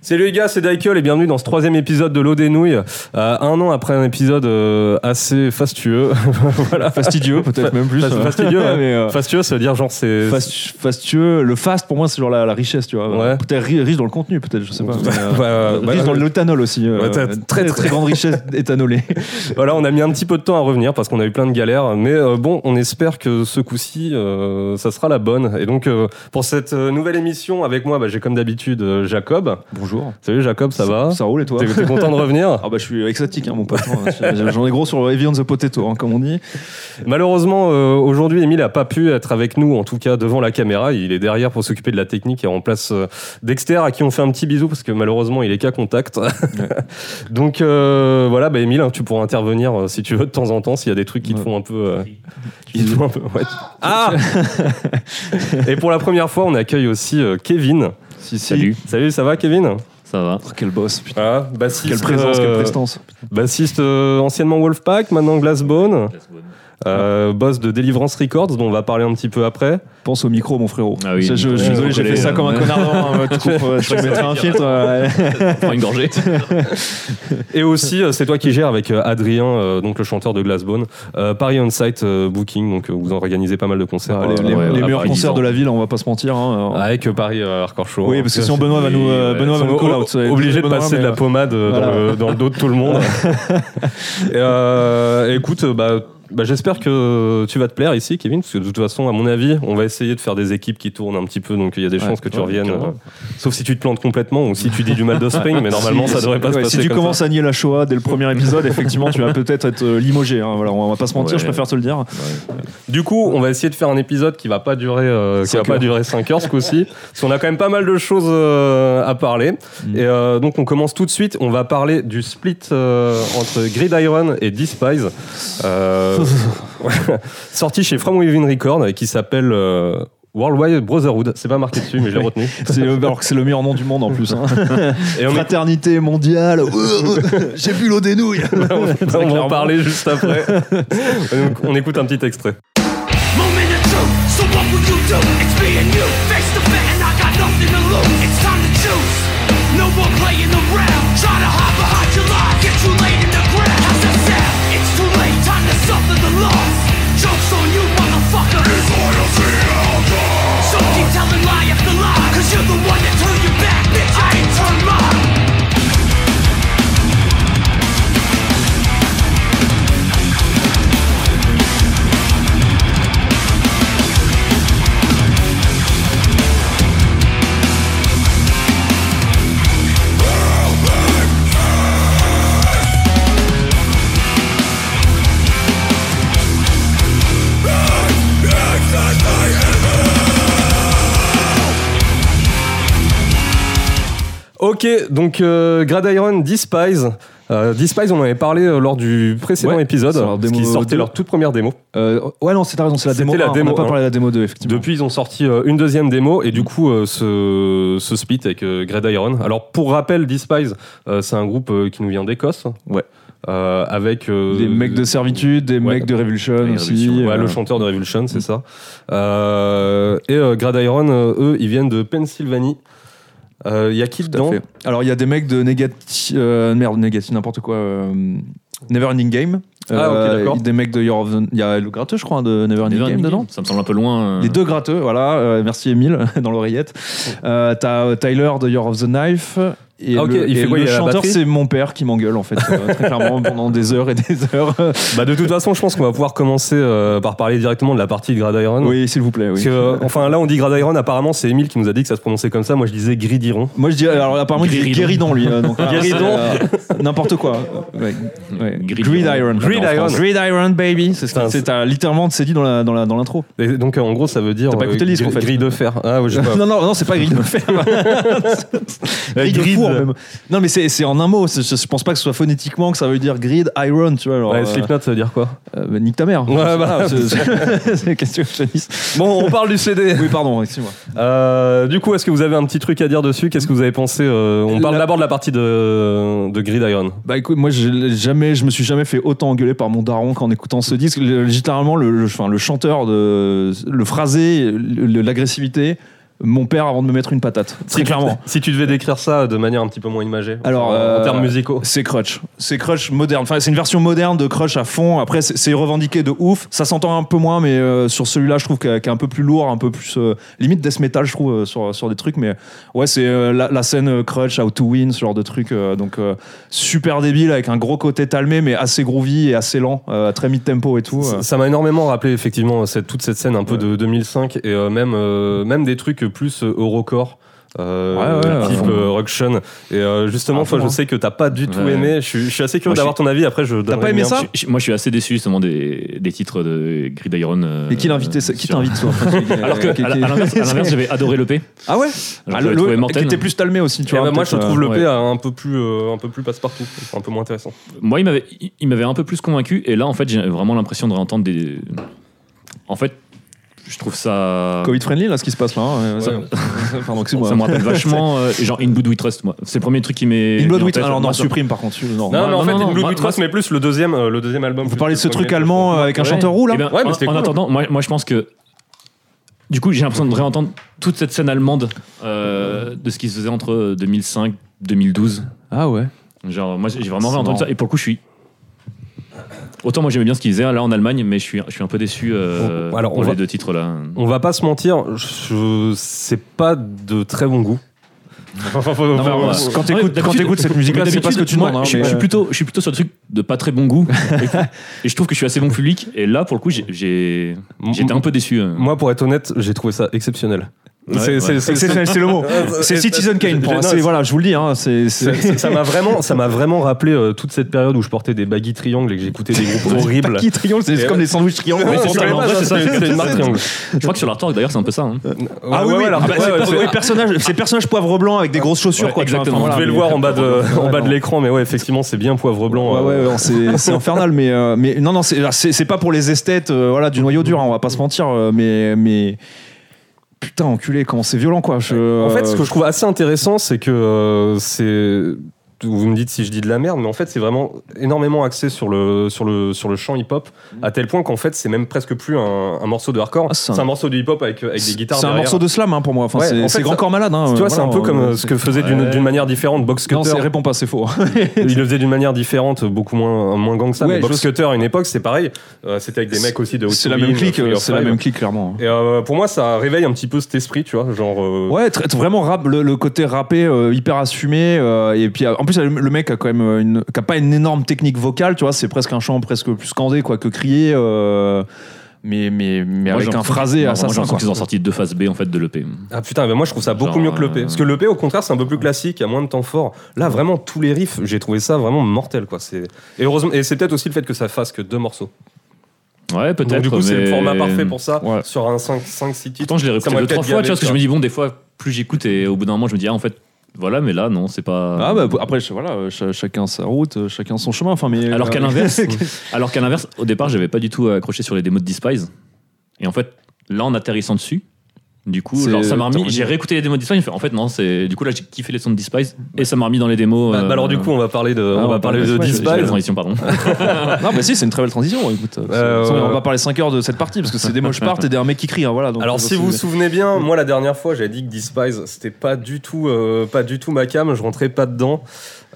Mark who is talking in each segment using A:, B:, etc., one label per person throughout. A: Salut les gars, c'est Dykel et bienvenue dans ce troisième épisode de l'eau des nouilles. Euh, un an après un épisode euh, assez fastueux. voilà.
B: Fastidieux, peut-être même plus.
A: Fast-
B: ouais.
A: fastidieux, ouais.
B: Mais, euh,
A: Fastueux, ça veut dire genre c'est.
B: fast- fastueux, le fast pour moi c'est genre la, la richesse, tu vois.
A: Ouais.
B: Peut-être ri- riche dans le contenu, peut-être, je sais pas. mais, euh,
A: Ouais, ouais, ouais.
B: riche dans l'éthanol aussi. euh,
A: Ouais, t'as-
B: très,
A: très,
B: très
A: très-
B: grande richesse éthanolée.
A: Voilà, on a mis un petit peu de temps à revenir parce qu'on a eu plein de galères, mais euh, bon, on espère que ce coup-ci, euh, ça sera la bonne. Et donc, euh, pour cette euh, nouvelle émission, avec moi, bah, j'ai comme d'habitude euh, Jacob.
B: Bonjour.
A: Salut Jacob, ça va
B: Hein Ça roule et toi
A: T'es t'es content de revenir
B: Ah bah je suis extatique hein, mon pote. hein. J'en ai gros sur le heavy on the potato hein, comme on dit.
A: Malheureusement, euh, aujourd'hui, Emile a pas pu être avec nous, en tout cas devant la caméra. Il est derrière pour s'occuper de la technique et remplace euh, Dexter, à qui on fait un petit bisou parce que malheureusement, il est qu'à contact. Donc euh, voilà, bah, Emile, hein, tu pourras intervenir euh, si tu veux de temps en temps, s'il y a des trucs qui te
B: Ouais.
A: font un peu. euh, qui te font un peu- ouais. Ah Et pour la première fois, on accueille aussi euh, Kevin.
B: Si, si.
C: Salut,
A: Salut, ça va, Kevin
C: ça va.
B: Oh, quel boss, putain.
A: Voilà, bassiste.
B: Quelle présence, quelle
A: euh,
B: prestance.
A: Bassiste euh, anciennement Wolfpack, maintenant Glassbone. Euh, boss de Deliverance Records, dont on va parler un petit peu après.
B: Pense au micro, mon frérot.
C: Ah oui,
B: je, je- je suis
C: micro,
B: désolé, j'ai
C: collé,
B: fait ça
C: euh,
B: comme un
C: ouais.
B: connard. hein, tu coupes, euh, je te mettrai un filtre. euh,
C: Prends une gorgée.
A: Et aussi, euh, c'est toi qui gères avec euh, Adrien, euh, donc le chanteur de Glassbone, euh, Paris On-Site euh, Booking, donc euh, vous en organisez pas mal de concerts.
B: Ah,
A: euh,
B: les les-
C: ouais,
B: les
C: à
B: meilleurs
C: Paris,
B: concerts
C: disons.
B: de la ville, on va pas se mentir. hein.
A: avec euh, Paris euh, Hardcore Show.
B: oui,
A: hein,
B: parce que sinon Benoît va nous, euh,
C: Et,
B: Benoît va nous
A: Ils sont
B: call
A: o-
B: out. ça va être
A: obligés de
B: Benoît,
A: passer
B: mais,
A: de la
B: euh,
A: pommade euh, dans,
B: Voilà.
A: le, dans le dos de tout le monde. Et, euh, écoute, euh, bah, bah, j'espère que tu vas te plaire ici, Kevin, parce que de toute façon, à mon avis, on va essayer de faire des équipes qui tournent un petit peu, donc il y a des
B: Ouais,
A: chances que tu
B: ouais,
A: reviennes.
B: carrément.
A: euh, sauf si tu te plantes complètement ou si tu dis du mal de Spring, mais normalement,
B: euh, si-
A: ça devrait pas
B: ouais,
A: se passer.
B: Si tu
A: comme
B: commences
A: ça.
B: à nier la Shoah dès le premier épisode, effectivement, tu vas peut-être être euh, limogé. hein, voilà, on va pas se mentir,
C: Ouais.
B: je préfère te le dire.
A: Du coup, on va essayer de faire un épisode qui va pas durer, euh, qui va
B: Cinq
A: pas
B: heures.
A: durer 5 heures ce coup-ci, parce qu'on a quand même pas mal de choses euh, à parler.
B: Mm.
A: Et euh, donc, on commence tout de suite. On va parler du split euh, entre Gridiron et Despise, euh, sorti chez From Within Record et qui s'appelle euh, Worldwide Brotherhood. C'est pas marqué dessus, mais je l'ai
B: Oui.
A: retenu.
B: C'est le- alors que c'est le meilleur nom du monde en plus. hein.
A: Et on, est-
B: Fraternité mondiale. J'ai bu l'eau des nouilles.
A: on va en
B: clairement.
A: parler juste après. Donc, on écoute un petit extrait.
D: Moment of truth, so what will you do? It's me and you, face to face, and I got nothing to lose. It's time to choose. No more playing around. Try to hide behind your lies, get you laid in the ground. How's that sound? It's too late, time to suffer the loss. Jokes on you, motherfucker. It's loyalty all gone. So keep telling lie after lie, cause you're the one that turned your back, bitch. I ain't turned mine.
A: Ok, donc euh, Gradiron Despise. Euh, Despise, on en avait parlé euh, lors du précédent
B: Ouais,
A: épisode,
B: c'est leur
A: parce
B: démo euh,
A: qu'ils sortaient
B: deux.
A: leur toute première démo.
B: Euh, ouais, non, c'est ta raison, c'est la
A: C'était
B: démo.
A: la
B: un,
A: démo
B: on n'a pas
A: un.
B: parlé de la démo 2, effectivement.
A: Depuis, ils ont sorti euh, une deuxième démo
B: Mm.
A: et du coup, euh, ce, ce split avec euh, Gradiron. Alors, pour rappel, Despise, euh, c'est un groupe euh, qui nous vient d'Écosse.
B: Ouais.
A: Euh, avec. euh,
B: Des mecs de servitude, des
A: Ouais.
B: mecs de Revolution
C: Ouais,
B: aussi.
C: Revolution,
A: Ouais,
B: euh,
A: le chanteur de Revolution, c'est ça. Euh, et euh, Gradiron, euh, eux, ils viennent de Pennsylvanie. Il y a qui
B: Tout à
A: dedans
B: fait. Alors il y a des mecs de Negati, euh, merde Negati n'importe quoi, euh, Never Ending Game. Euh,
A: Ah, ok, d'accord.
B: Des mecs de Year of the- il y a le gratteux je crois de Never Ending Game dedans.
C: Ça me semble un peu loin. euh.
B: Les deux gratteux, voilà. euh, merci Emile dans l'oreillette. Euh, T'as euh, Tyler de Year of the Knife. Et
A: Oh. Ah, ok,
B: le,
A: il fait
B: et
A: quoi,
B: le
A: il a la
B: chanteur,
A: batterie
B: c'est mon père qui m'engueule en fait, euh, très clairement pendant des heures et des heures.
A: bah, De toute façon, je pense qu'on va pouvoir commencer euh, par parler directement de la partie de Gradiron.
B: oui, s'il vous plaît. Oui.
A: Parce que, euh, enfin, là, on dit Gradiron. Apparemment, c'est Emile qui nous a dit que ça se prononçait comme ça. Moi, je disais Gridiron.
B: Moi je dis, alors apparemment il dit Guéridon
C: Guéridon.
B: lui, euh, donc ah,
A: Guéridon.
B: c'est, euh, n'importe quoi. Ouais, ouais.
C: Guéridon.
B: Gridiron.
A: Gridiron.
B: Gridiron, baby. C'est ce que
A: Putain,
B: c'est, t'as- littéralement c'est dit dans la dans la- dans l'intro.
A: Et donc, euh, en gros, ça veut dire.
B: T'as pas écouté le disque,
A: gri-
B: en fait.
A: Grille de fer. Ah, ouais, je sais pas. Euh,
B: non non non c'est pas grille de fer. grille de
A: Grid.
B: four même. Non mais c'est c'est en un mot. c'est- Je, je pense pas que ce soit phonétiquement que ça veut dire grid iron tu vois. Alors,
A: Ouais,
B: euh,
A: Slipknot, ça veut dire quoi
B: euh, bah, nique ta mère.
A: Ouais, bah,
B: C'est pas grave, c'est- c'est question de Janice.
A: Bon, on parle du CD.
B: Oui pardon excuse-moi.
A: Euh, du coup, est-ce que vous avez un petit truc à dire dessus Qu'est-ce que vous avez pensé euh, On parle
B: La-
A: d'abord de la partie de, de Gridiron.
B: Bah écoute, moi je l'ai jamais, je me suis jamais fait autant engueuler par mon daron qu'en écoutant ce disque. Le- Littéralement, le, le, enfin, le chanteur de le phrasé, le- l'agressivité. mon père avant de me mettre une patate. Très
A: Si tu-
B: clairement.
A: Si tu devais décrire ça de manière un petit peu moins imagée,
B: Alors,
A: en, en
B: euh,
A: termes musicaux.
B: C'est Crush. C'est Crush moderne. Enfin, c'est une version moderne de Crush à fond. Après, c'est c'est revendiqué de ouf. Ça s'entend un peu moins, mais euh, sur celui-là, je trouve qu'il y a- qu'il y a un peu plus lourd, un peu plus. euh, limite death metal, je trouve, euh, sur, sur des trucs. Mais ouais, c'est euh, la, la scène euh, Crush, How to Win, ce genre de truc. euh, donc, euh, super débile, avec un gros côté talmé, mais assez groovy et assez lent, euh, très mid-tempo et tout. euh.
A: Ça- Ça m'a énormément rappelé effectivement cette, toute cette scène un peu de 2005 et euh, même, euh, même des trucs plus euh, Eurocore. Euh,
B: Ouais, ouais, à
A: type
B: fond.
A: euh, Ruction et euh, justement
B: À fond,
A: toi je
B: hein.
A: sais que t'as pas du tout
C: Ouais.
A: aimé je suis, je suis assez
C: Moi,
A: curieux
C: je
A: d'avoir ton avis après je
B: T'as pas aimé ça
C: Je- je- moi, je suis assez déçu justement des, des titres de Grid Iron. euh,
B: Et qui l'invite, c'est- qui
C: sur-
B: t'invite, toi
C: Alors que,
B: Qui-
C: à la-
B: qui-
C: à l'inverse, à l'inverse, j'avais adoré l'EP.
B: Ah ouais Ah,
C: Alors, je
B: le,
C: l'avais
B: le-
C: trouvé Eh
B: qui
C: mortel.
B: était plus talmé aussi, tu vois.
A: Eh ben,
C: ben,
A: moi
B: peut-être,
A: je trouve
B: euh,
A: le
B: ouais.
A: P un peu plus euh, un peu plus passe-partout un peu moins intéressant
C: Moi, il m'avait, il- il m'avait un peu plus convaincu. Et là, en fait, j'ai vraiment l'impression de réentendre des. En fait, je trouve ça.
B: Covid friendly, là, ce qui se passe là. hein, ouais,
A: Ouais.
B: ça- Pardon, excuse-moi.
C: Ça me rappelle vachement, euh, genre In Blood We Trust, moi. C'est le premier truc qui m'est.
B: In Blood
C: mis en
B: We
C: tête.
B: Trust. Alors non,
C: Moi, ça-
B: supprime par contre. Non,
A: non, mais en
C: non,
A: fait
C: non,
A: In Blue
C: moi-
A: We Trust
C: moi-
A: mais plus le deuxième euh, le deuxième album
B: Vous
A: plus
B: parlez de
A: le
B: ce
A: premier.
B: truc allemand euh, avec un
C: Ouais.
B: chanteur roux là
C: Eh ben,
A: Ouais, mais
C: en,
A: c'était
C: en
A: cool.
C: attendant, moi, moi, je pense que. Du coup, j'ai l'impression de réentendre toute cette scène allemande euh, de ce qui se faisait entre 2005 2012.
B: Ah ouais.
C: Genre, moi, j'ai vraiment
B: C'est
C: réentendu
B: marrant.
C: ça. Et pour le coup, je suis. Autant moi j'aimais bien ce qu'ils faisaient hein, là en Allemagne, mais je suis, je suis un peu déçu euh,
A: Oh, alors,
C: pour
A: on
C: les
A: va-
C: deux titres là.
B: euh.
A: on va pas se mentir je- c'est pas de très bon goût
B: mais on-
A: Enfin,
B: quand t'écoutes- quand t'écoutes cette musique-là, c'est pas ce que tu demandes, hein,
C: je,
B: mais-
C: je suis plutôt, je suis plutôt sur le truc de pas très bon goût. et, et je trouve que je suis assez bon public. Et là, pour le coup, j'ai- j'ai j'étais un peu déçu. euh.
A: Moi, pour être honnête, j'ai trouvé ça exceptionnel.
C: Ouais,
A: C'est-
C: ouais.
A: c'est- c'est-
B: C'est c'est le mot.
A: Euh,
B: C'est
A: euh,
B: Citizen
A: euh,
B: Kane.
A: j'ai-
B: pour moi.
A: non,
B: C'est-
A: c'est-
B: Voilà, je vous le dis. hein, c'est-
A: c'est-
B: C'est
A: c'est- ça m'a vraiment, ça m'a vraiment rappelé euh, toute cette période où je portais des baggy triangles et que j'écoutais des groupes horribles.
B: Qui triangle, c'est
A: Et-
B: comme des sandwichs triangles.
A: Non,
C: Oui,
A: non,
C: c'est
A: je
C: ça,
A: connais
C: mais en
A: pas,
C: vrai, c'est ça,
A: c'est-
C: c'est-
A: c'est une marque
C: c'est-
A: triangle.
C: Je crois que sur l'artwork d'ailleurs, c'est un peu ça. hein.
A: Ouais,
B: Ah oui,
A: ouais,
B: oui.
A: alors,
B: Ah bah,
A: ouais, ouais,
B: c'est-
A: c'est-
B: oui, personnage, c'est personnage poivre blanc avec des grosses chaussures.
C: Ouais,
B: quoi, tu vois,
C: exactement.
B: enfin,
A: Vous pouvez
B: voilà.
A: le voir en bas
B: Ah,
A: de, en bas de
B: non.
A: l'écran, mais ouais, effectivement, c'est bien poivre blanc.
B: Ouais,
A: euh,
B: ouais, ouais, non, c'est c'est infernal, mais, euh, mais non, non, c'est- c'est c'est pas pour les esthètes euh, voilà, du noyau dur, hein, on va pas se mentir, euh, mais, mais putain, enculé, comment c'est violent quoi. Je,
A: En fait, ce que je trouve assez intéressant, c'est que euh, c'est. Vous me dites si je dis de la merde, mais en fait, c'est vraiment énormément axé sur le, sur le, sur le chant hip-hop, à tel point qu'en fait, c'est même presque plus un, un morceau de hardcore.
B: Mm. Ah, c'est
A: c'est
B: un-
A: un morceau de hip-hop avec, avec des
B: C'est
A: guitares.
B: c'est un
A: derrière.
B: morceau de slam hein, pour moi, enfin,
A: Ouais,
B: c'est
A: en fait,
B: c'est grand
A: ça-
B: corps malade. hein,
A: Tu vois, c'est
B: voilà,
A: un peu
B: on-
A: comme euh, ce que faisait d'une d'une manière différente Box
B: Non, c'est
A: Cutter.
B: réponds pas, c'est faux.
A: Il le faisait d'une manière différente, beaucoup moins, moins gang que ça.
B: Ouais,
A: mais
B: je
A: Box
B: sais.
A: Cutter, à une époque, c'est pareil. Euh, C'était avec des
B: C'est-
A: mecs aussi de Hot
B: C'est la
A: Wheels,
B: même clique,
A: Free
B: euh,
A: of
B: c'est la
A: Five.
B: même clique clairement.
A: Et euh, pour moi, ça réveille un petit peu cet esprit, tu vois. Genre. euh,
B: Ouais, très- vraiment rap, le, le côté rappé euh, hyper assumé euh, et puis euh, en plus le le mec a quand même euh, une, qui a pas une énorme technique vocale, tu vois, c'est presque un chant presque plus scandé quoi que crié euh, mais mais mais avec
C: Moi, j'ai
B: un
C: l'impression-
B: phrasé
C: Non, Moi, j'ai
B: assassin
C: l'impression
B: quoi.
C: qu'ils ont sorti deux phases B en fait de l'EP.
A: Ah putain, mais moi je trouve ça beaucoup
C: Genre,
A: mieux que l'EP.
C: euh,
A: Parce que l'EP, au contraire, c'est un peu plus classique, il y a moins de temps fort. Là, vraiment, tous les riffs, j'ai trouvé ça vraiment mortel, quoi. C'est... Et, heureusement... et c'est peut-être aussi le fait que ça fasse que deux morceaux.
C: Ouais, peut-être.
A: Donc, du coup, c'est le
C: mais-
A: format parfait pour ça,
B: Ouais.
A: sur un 5-6 titres.
C: Pourtant, je l'ai
A: Ça
C: réécouté
A: m'a
C: deux,
A: peut-être
C: trois fois,
A: gavé,
C: tu vois, parce que
A: tu
C: je me dis, bon, des fois, plus j'écoute et au bout d'un moment, je me dis, ah, en fait, voilà, mais là, non, c'est pas.
B: Ah bah après je- voilà, euh, ch- chacun sa route, euh, chacun son chemin enfin mais
C: Alors
A: bah,
B: euh,
C: qu'à l'inverse, alors qu'à l'inverse, au départ, j'avais pas du tout accroché sur les démos de Despise. Et en fait, là, en atterrissant dessus, du coup,
B: C'est-
C: genre, ça m'a remis.
B: t'as-
C: J'ai réécouté les démos de Despise. j'ai fait, En fait, non, c'est. Du coup, là, j'ai kiffé les sons de Despise et ça m'a remis dans les démos.
A: Bah, bah,
C: euh,
A: alors, du coup, on va parler de,
B: Ah,
A: on va parler de
B: ouais,
C: j'ai fait la
A: Despise.
C: transition, pardon.
B: non mais si, c'est une très belle transition, écoute.
A: Euh,
B: c'est-
A: ouais.
B: on va parler 5 heures de cette partie parce que c'est des moches parts et des un mec qui crie hein, voilà donc
A: Alors si vous vous souvenez bien, moi la dernière fois j'avais dit que Despise c'était pas du tout euh, pas du tout ma cam, je rentrais pas dedans.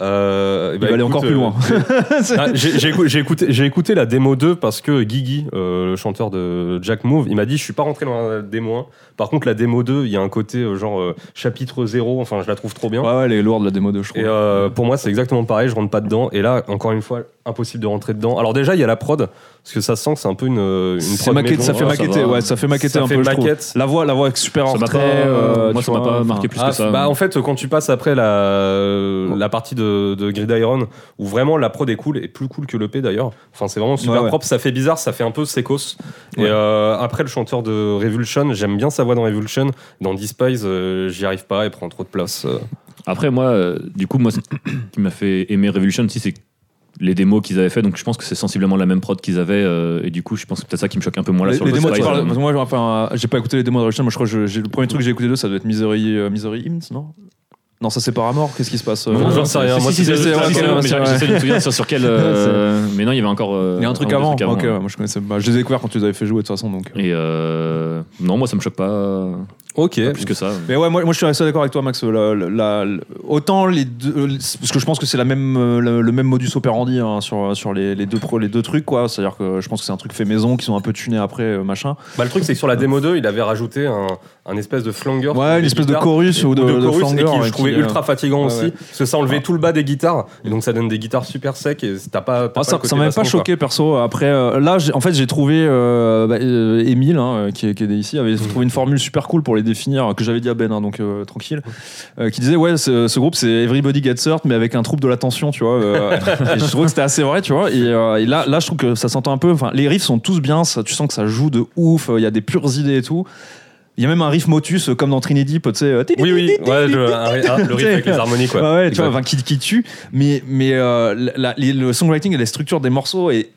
A: Euh, et bah,
B: va aller
A: écoute,
B: encore plus
A: euh,
B: loin.
A: Ah, j'ai- J'ai écou- j'ai écouté, j'ai écouté la démo 2 parce que Guigui, euh, le chanteur de Jack Move, il m'a dit je suis pas rentré dans la démo 1. Par contre la démo 2, il y a un côté euh, genre euh, chapitre 0, enfin je la trouve trop bien.
B: Ouais ouais, les lourdes de la démo de je
A: Et
B: crois.
A: euh, pour moi, c'est exactement pareil, je rentre pas dedans. Et là, encore une fois, impossible de rentrer dedans. Alors, déjà, il y a la prod, parce que ça sent que c'est un peu une, euh, une
B: C'est
A: prod
B: maquette-
A: maison. Ah,
B: ça fait
C: ouais, ça
B: maqueter,
C: va.
B: ouais, ça fait maqueter
A: Ça
B: un
A: fait
B: peu, je trouve.
A: maquette.
B: La voix, la voix avec super
C: Ça m'a
B: retrait,
C: pas.
B: euh,
C: moi,
B: tu
C: ça m'a
B: vois,
C: pas
B: enfin,
C: marqué plus
A: Ah,
C: que ça.
A: bah, en fait, quand tu passes après la, la partie de, de Gridiron, où vraiment la prod est cool, et plus cool que l'EP d'ailleurs, enfin, c'est vraiment super
B: Ouais, ouais.
A: propre, ça fait bizarre, ça fait un peu sécos. Et
B: Ouais.
A: euh, après, le chanteur de Revulsion, j'aime bien sa voix dans Revulsion, dans Despise, euh, j'y arrive pas, elle prend trop de place. euh.
C: Après, moi, euh, du coup, moi, ce qui m'a fait aimer Revolution aussi, c'est les démos qu'ils avaient fait. Donc, je pense que c'est sensiblement la même prod qu'ils avaient. euh, et du coup, je pense que c'est peut-être ça qui me choque un peu moins là
B: les,
C: sur
B: les
C: le
B: démos, tu
C: Despise,
B: parles-
C: euh,
B: parce que moi, j'ai- enfin, j'ai pas écouté les démos de Russian, moi je crois que je- j'ai- le premier truc que j'ai écouté d'eux, ça doit être Misery, euh, Misery Hymns, non Non, ça c'est Paramore, qu'est-ce qui se passe euh,
A: Non,
C: Ouais,
A: j'en sais rien,
C: Si,
A: moi,
C: si, si,
B: c'est-
C: si,
B: c'est-
C: si,
B: ouais,
C: si,
B: c'est-
C: mais
B: ouais,
C: j'essaie
B: c'est-
C: de me souvenir sur, sur quel. euh, mais non, il y avait encore. euh,
B: Il y a un truc
C: ou deux
B: avant,
C: trucs
B: ok,
C: ouais.
B: euh. ouais, moi je connaissais pas. Je les ai découverts quand tu les avais fait jouer de toute façon, donc.
C: Et euh, non, moi ça me choque pas.
A: Ok.
C: Pas plus que ça.
B: Ah, Mais ouais, moi, moi je suis assez d'accord avec toi, Max. La- la- la- la- autant les deux, euh, les- parce que je pense que c'est la même, euh, le, le même modus operandi hein, sur, sur les, les deux pro, les deux trucs, quoi. C'est-à-dire que je pense que c'est un truc fait maison, qui sont un peu tunés après, euh, machin.
A: Bah, le truc, c'est que sur la démo 2, il avait rajouté un, un espèce de flanger.
B: Ouais, une espèce de chorus ou de, de
A: chorus, et
B: flanger,
A: qui
B: ouais,
A: je trouvais
B: qui, euh,
A: ultra fatigant
B: ouais,
A: aussi.
B: ouais. Ah.
A: Parce que ça enlevait tout le bas des guitares. Et donc, ça donne des guitares super secs. Et t'as pas. t'as
B: Ah,
A: pas
B: ça
A: le
B: ça
A: côté
B: m'a même
A: baston,
B: pas
A: quoi.
B: choqué perso. Après, euh, là, j'ai- en fait, j'ai trouvé euh, bah, euh, Émile, hein, qui, est- qui est ici, avait trouvé une formule super cool pour les définir, que j'avais dit à Ben, hein, donc euh, tranquille, euh, qui disait ouais, ce, ce groupe c'est Everybody Gets Hurt, mais avec un trouble de l'attention, tu vois. euh, et je trouvais que c'était assez vrai, tu vois. Et, euh, et là, là, je trouve que ça s'entend un peu. Enfin, les riffs sont tous bien, ça- tu sens que ça joue de ouf. Il y a des pures idées et tout. Il y a même un riff motus euh, comme dans Trinity, tu sais. euh,
A: Oui, oui, ouais, le, un- un- le riff avec les harmonies, quoi.
B: Ouais, ouais, tu
A: Exact.
B: vois, enfin, qui, qui tue. Mais, mais euh, la- la- les- le songwriting et la structure des morceaux et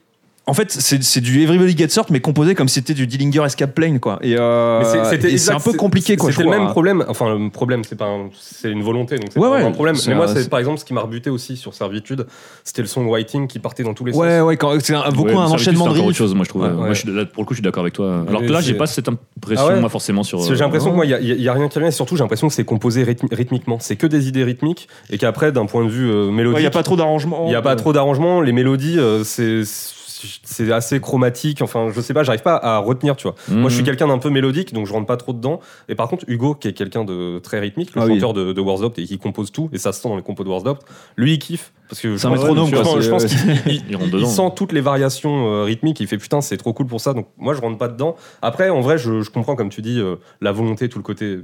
B: en fait, c'est c'est du Everybody Gets Hurt, mais composé comme si c'était du Dillinger Escape Plane, quoi. Et, euh,
A: Mais c'est- c'était
B: et c'est
A: exact,
B: un peu
A: c'est-
B: compliqué, quoi. je
A: C'était le
B: crois. hein.
A: même problème. Enfin, le problème, c'est pas, un- c'est une volonté, donc c'est
B: Ouais,
A: pas
B: ouais,
A: vraiment un problème.
B: c'est
A: Mais moi,
B: un-
A: c'est par exemple ce qui m'a rebuté aussi sur Servitude, c'était le songwriting qui partait dans tous les sens.
B: Ouais, ouais, quand- c'est un- beaucoup
C: Ouais, mais
B: un
C: ça,
B: enchaînement
C: c'est
B: de
C: encore
B: riffs.
C: autre chose, moi je trouve.
B: Ouais,
C: Moi,
A: ouais.
C: je suis- là, pour le coup, je suis d'accord avec toi. Alors
A: Mais
C: que là,
A: c'est-
C: j'ai pas cette impression,
A: Ah ouais
C: moi, forcément sur. euh,
A: Parce que j'ai l'impression que moi, il n'y a, rien qui vient, et surtout, j'ai l'impression que c'est composé rythmi- rythmiquement. C'est que des idées rythmiques, et qu'après, d'un point de vue euh,
B: Il
A: mélodique,
B: n'y a pas trop d'arrangements.
A: il n'y a pas trop d'arrangements. Les mélodies, euh, c'est c'est assez chromatique. Enfin, je sais pas, j'arrive pas à retenir, tu vois.
C: Mmh.
A: Moi,
B: Mhm.
A: je suis quelqu'un d'un peu mélodique, donc je rentre pas trop dedans. Et par contre, Hugo, qui est quelqu'un de très rythmique, le
B: Ah oui.
A: chanteur de, de Warzopt et qui compose tout, et ça se sent dans les compos de Warzopt, lui, il kiffe. Parce que
B: C'est un
A: je pense-
B: métronome,
A: je
B: quoi,
A: pense-
B: c'est- euh,
A: je pense qu'il
C: Il rentre
A: il
C: dedans.
A: sent toutes les variations euh, rythmiques, il fait putain, c'est trop cool pour ça, donc moi je rentre pas dedans. Après, en vrai, je, je comprends, comme tu dis, euh, la volonté, tout le côté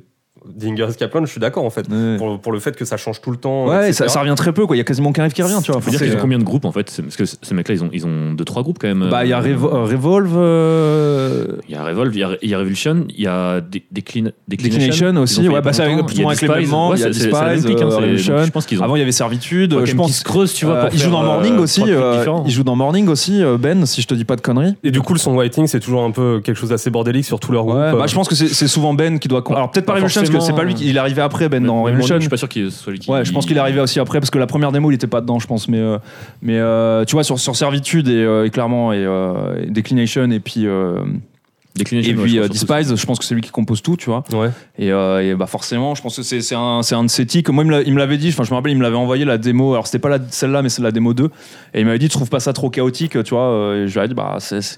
A: d'Ingers Kaplan, je suis d'accord en fait,
B: Ouais,
A: pour, pour le fait que ça change tout le temps.
B: Ouais,
A: etc.
B: ça, ça revient très peu, quoi. Il y a quasiment aucun riff qui revient, tu vois.
C: Faut dire
B: C'est- euh,
C: qu'ils ont combien de groupes en fait C'est- Parce que c- ces mecs-là, ils ont, ils ont deux, trois groupes quand même.
B: Bah, il y a
C: Euh,
B: Revo- euh, Revolve. euh,
C: Il y a Revolve, il y a, il y a Revolution, il y a Dé- Déclin-
B: Declination aussi,
C: Ils ont fait
B: ouais,
C: il y a
B: bah, c'est
C: pas
B: avec-
C: longtemps.
B: plutôt avec les
C: Despise.
B: Blancs,
C: Ouais,
B: il y a
C: c'est- c'est la même
B: Despise,
C: pique, hein,
B: euh,
C: c'est- donc
B: Revolution.
C: Je pense qu'ils ont.
B: Avant, il y avait Servitude. je
C: faut quand même qu'ils
B: pense
C: se creusent, tu vois.
B: Euh,
C: pour
B: il joue
C: faire,
B: dans
C: euh,
B: Morning
C: trois
B: aussi.
C: trucs
B: euh,
C: différents.
B: il joue dans Morning aussi, euh, Ben, si je te dis pas de conneries.
A: Et du coup, le songwriting, c'est toujours un peu quelque chose d'assez bordélique sur tous leurs groupes.
B: Ouais, bah,
A: euh,
B: je pense que c'est c'est souvent Ben qui doit. con-
C: Bah,
B: Alors peut-être pas
C: pas
B: Revolution parce que c'est pas lui qui il est arrivé après Ben
C: Mais- mais
B: dans
C: Morning,
B: Revolution.
C: Je suis pas sûr qu'il soit lui qui.
B: Ouais, je pense qu'il est arrivé aussi après parce que la première démo il était pas dedans, je pense. Mais euh, mais euh, tu vois sur, sur Servitude et, euh, et clairement et, euh, et Declination et puis euh, et
C: Déclination.
B: puis euh, Despise, je pense que c'est lui qui compose tout, tu vois.
A: ouais.
B: Et, euh, et bah forcément, je pense que c'est c'est un, c'est un de ses tics. Moi, il me l'a- il me l'avait dit, enfin, je me rappelle, il me l'avait envoyé la démo. Alors, c'était pas la- celle-là, mais c'est la démo 2. Et il m'avait dit, tu trouves pas ça trop chaotique, tu vois. euh, Et je lui ai dit, bah, c'est- c'est-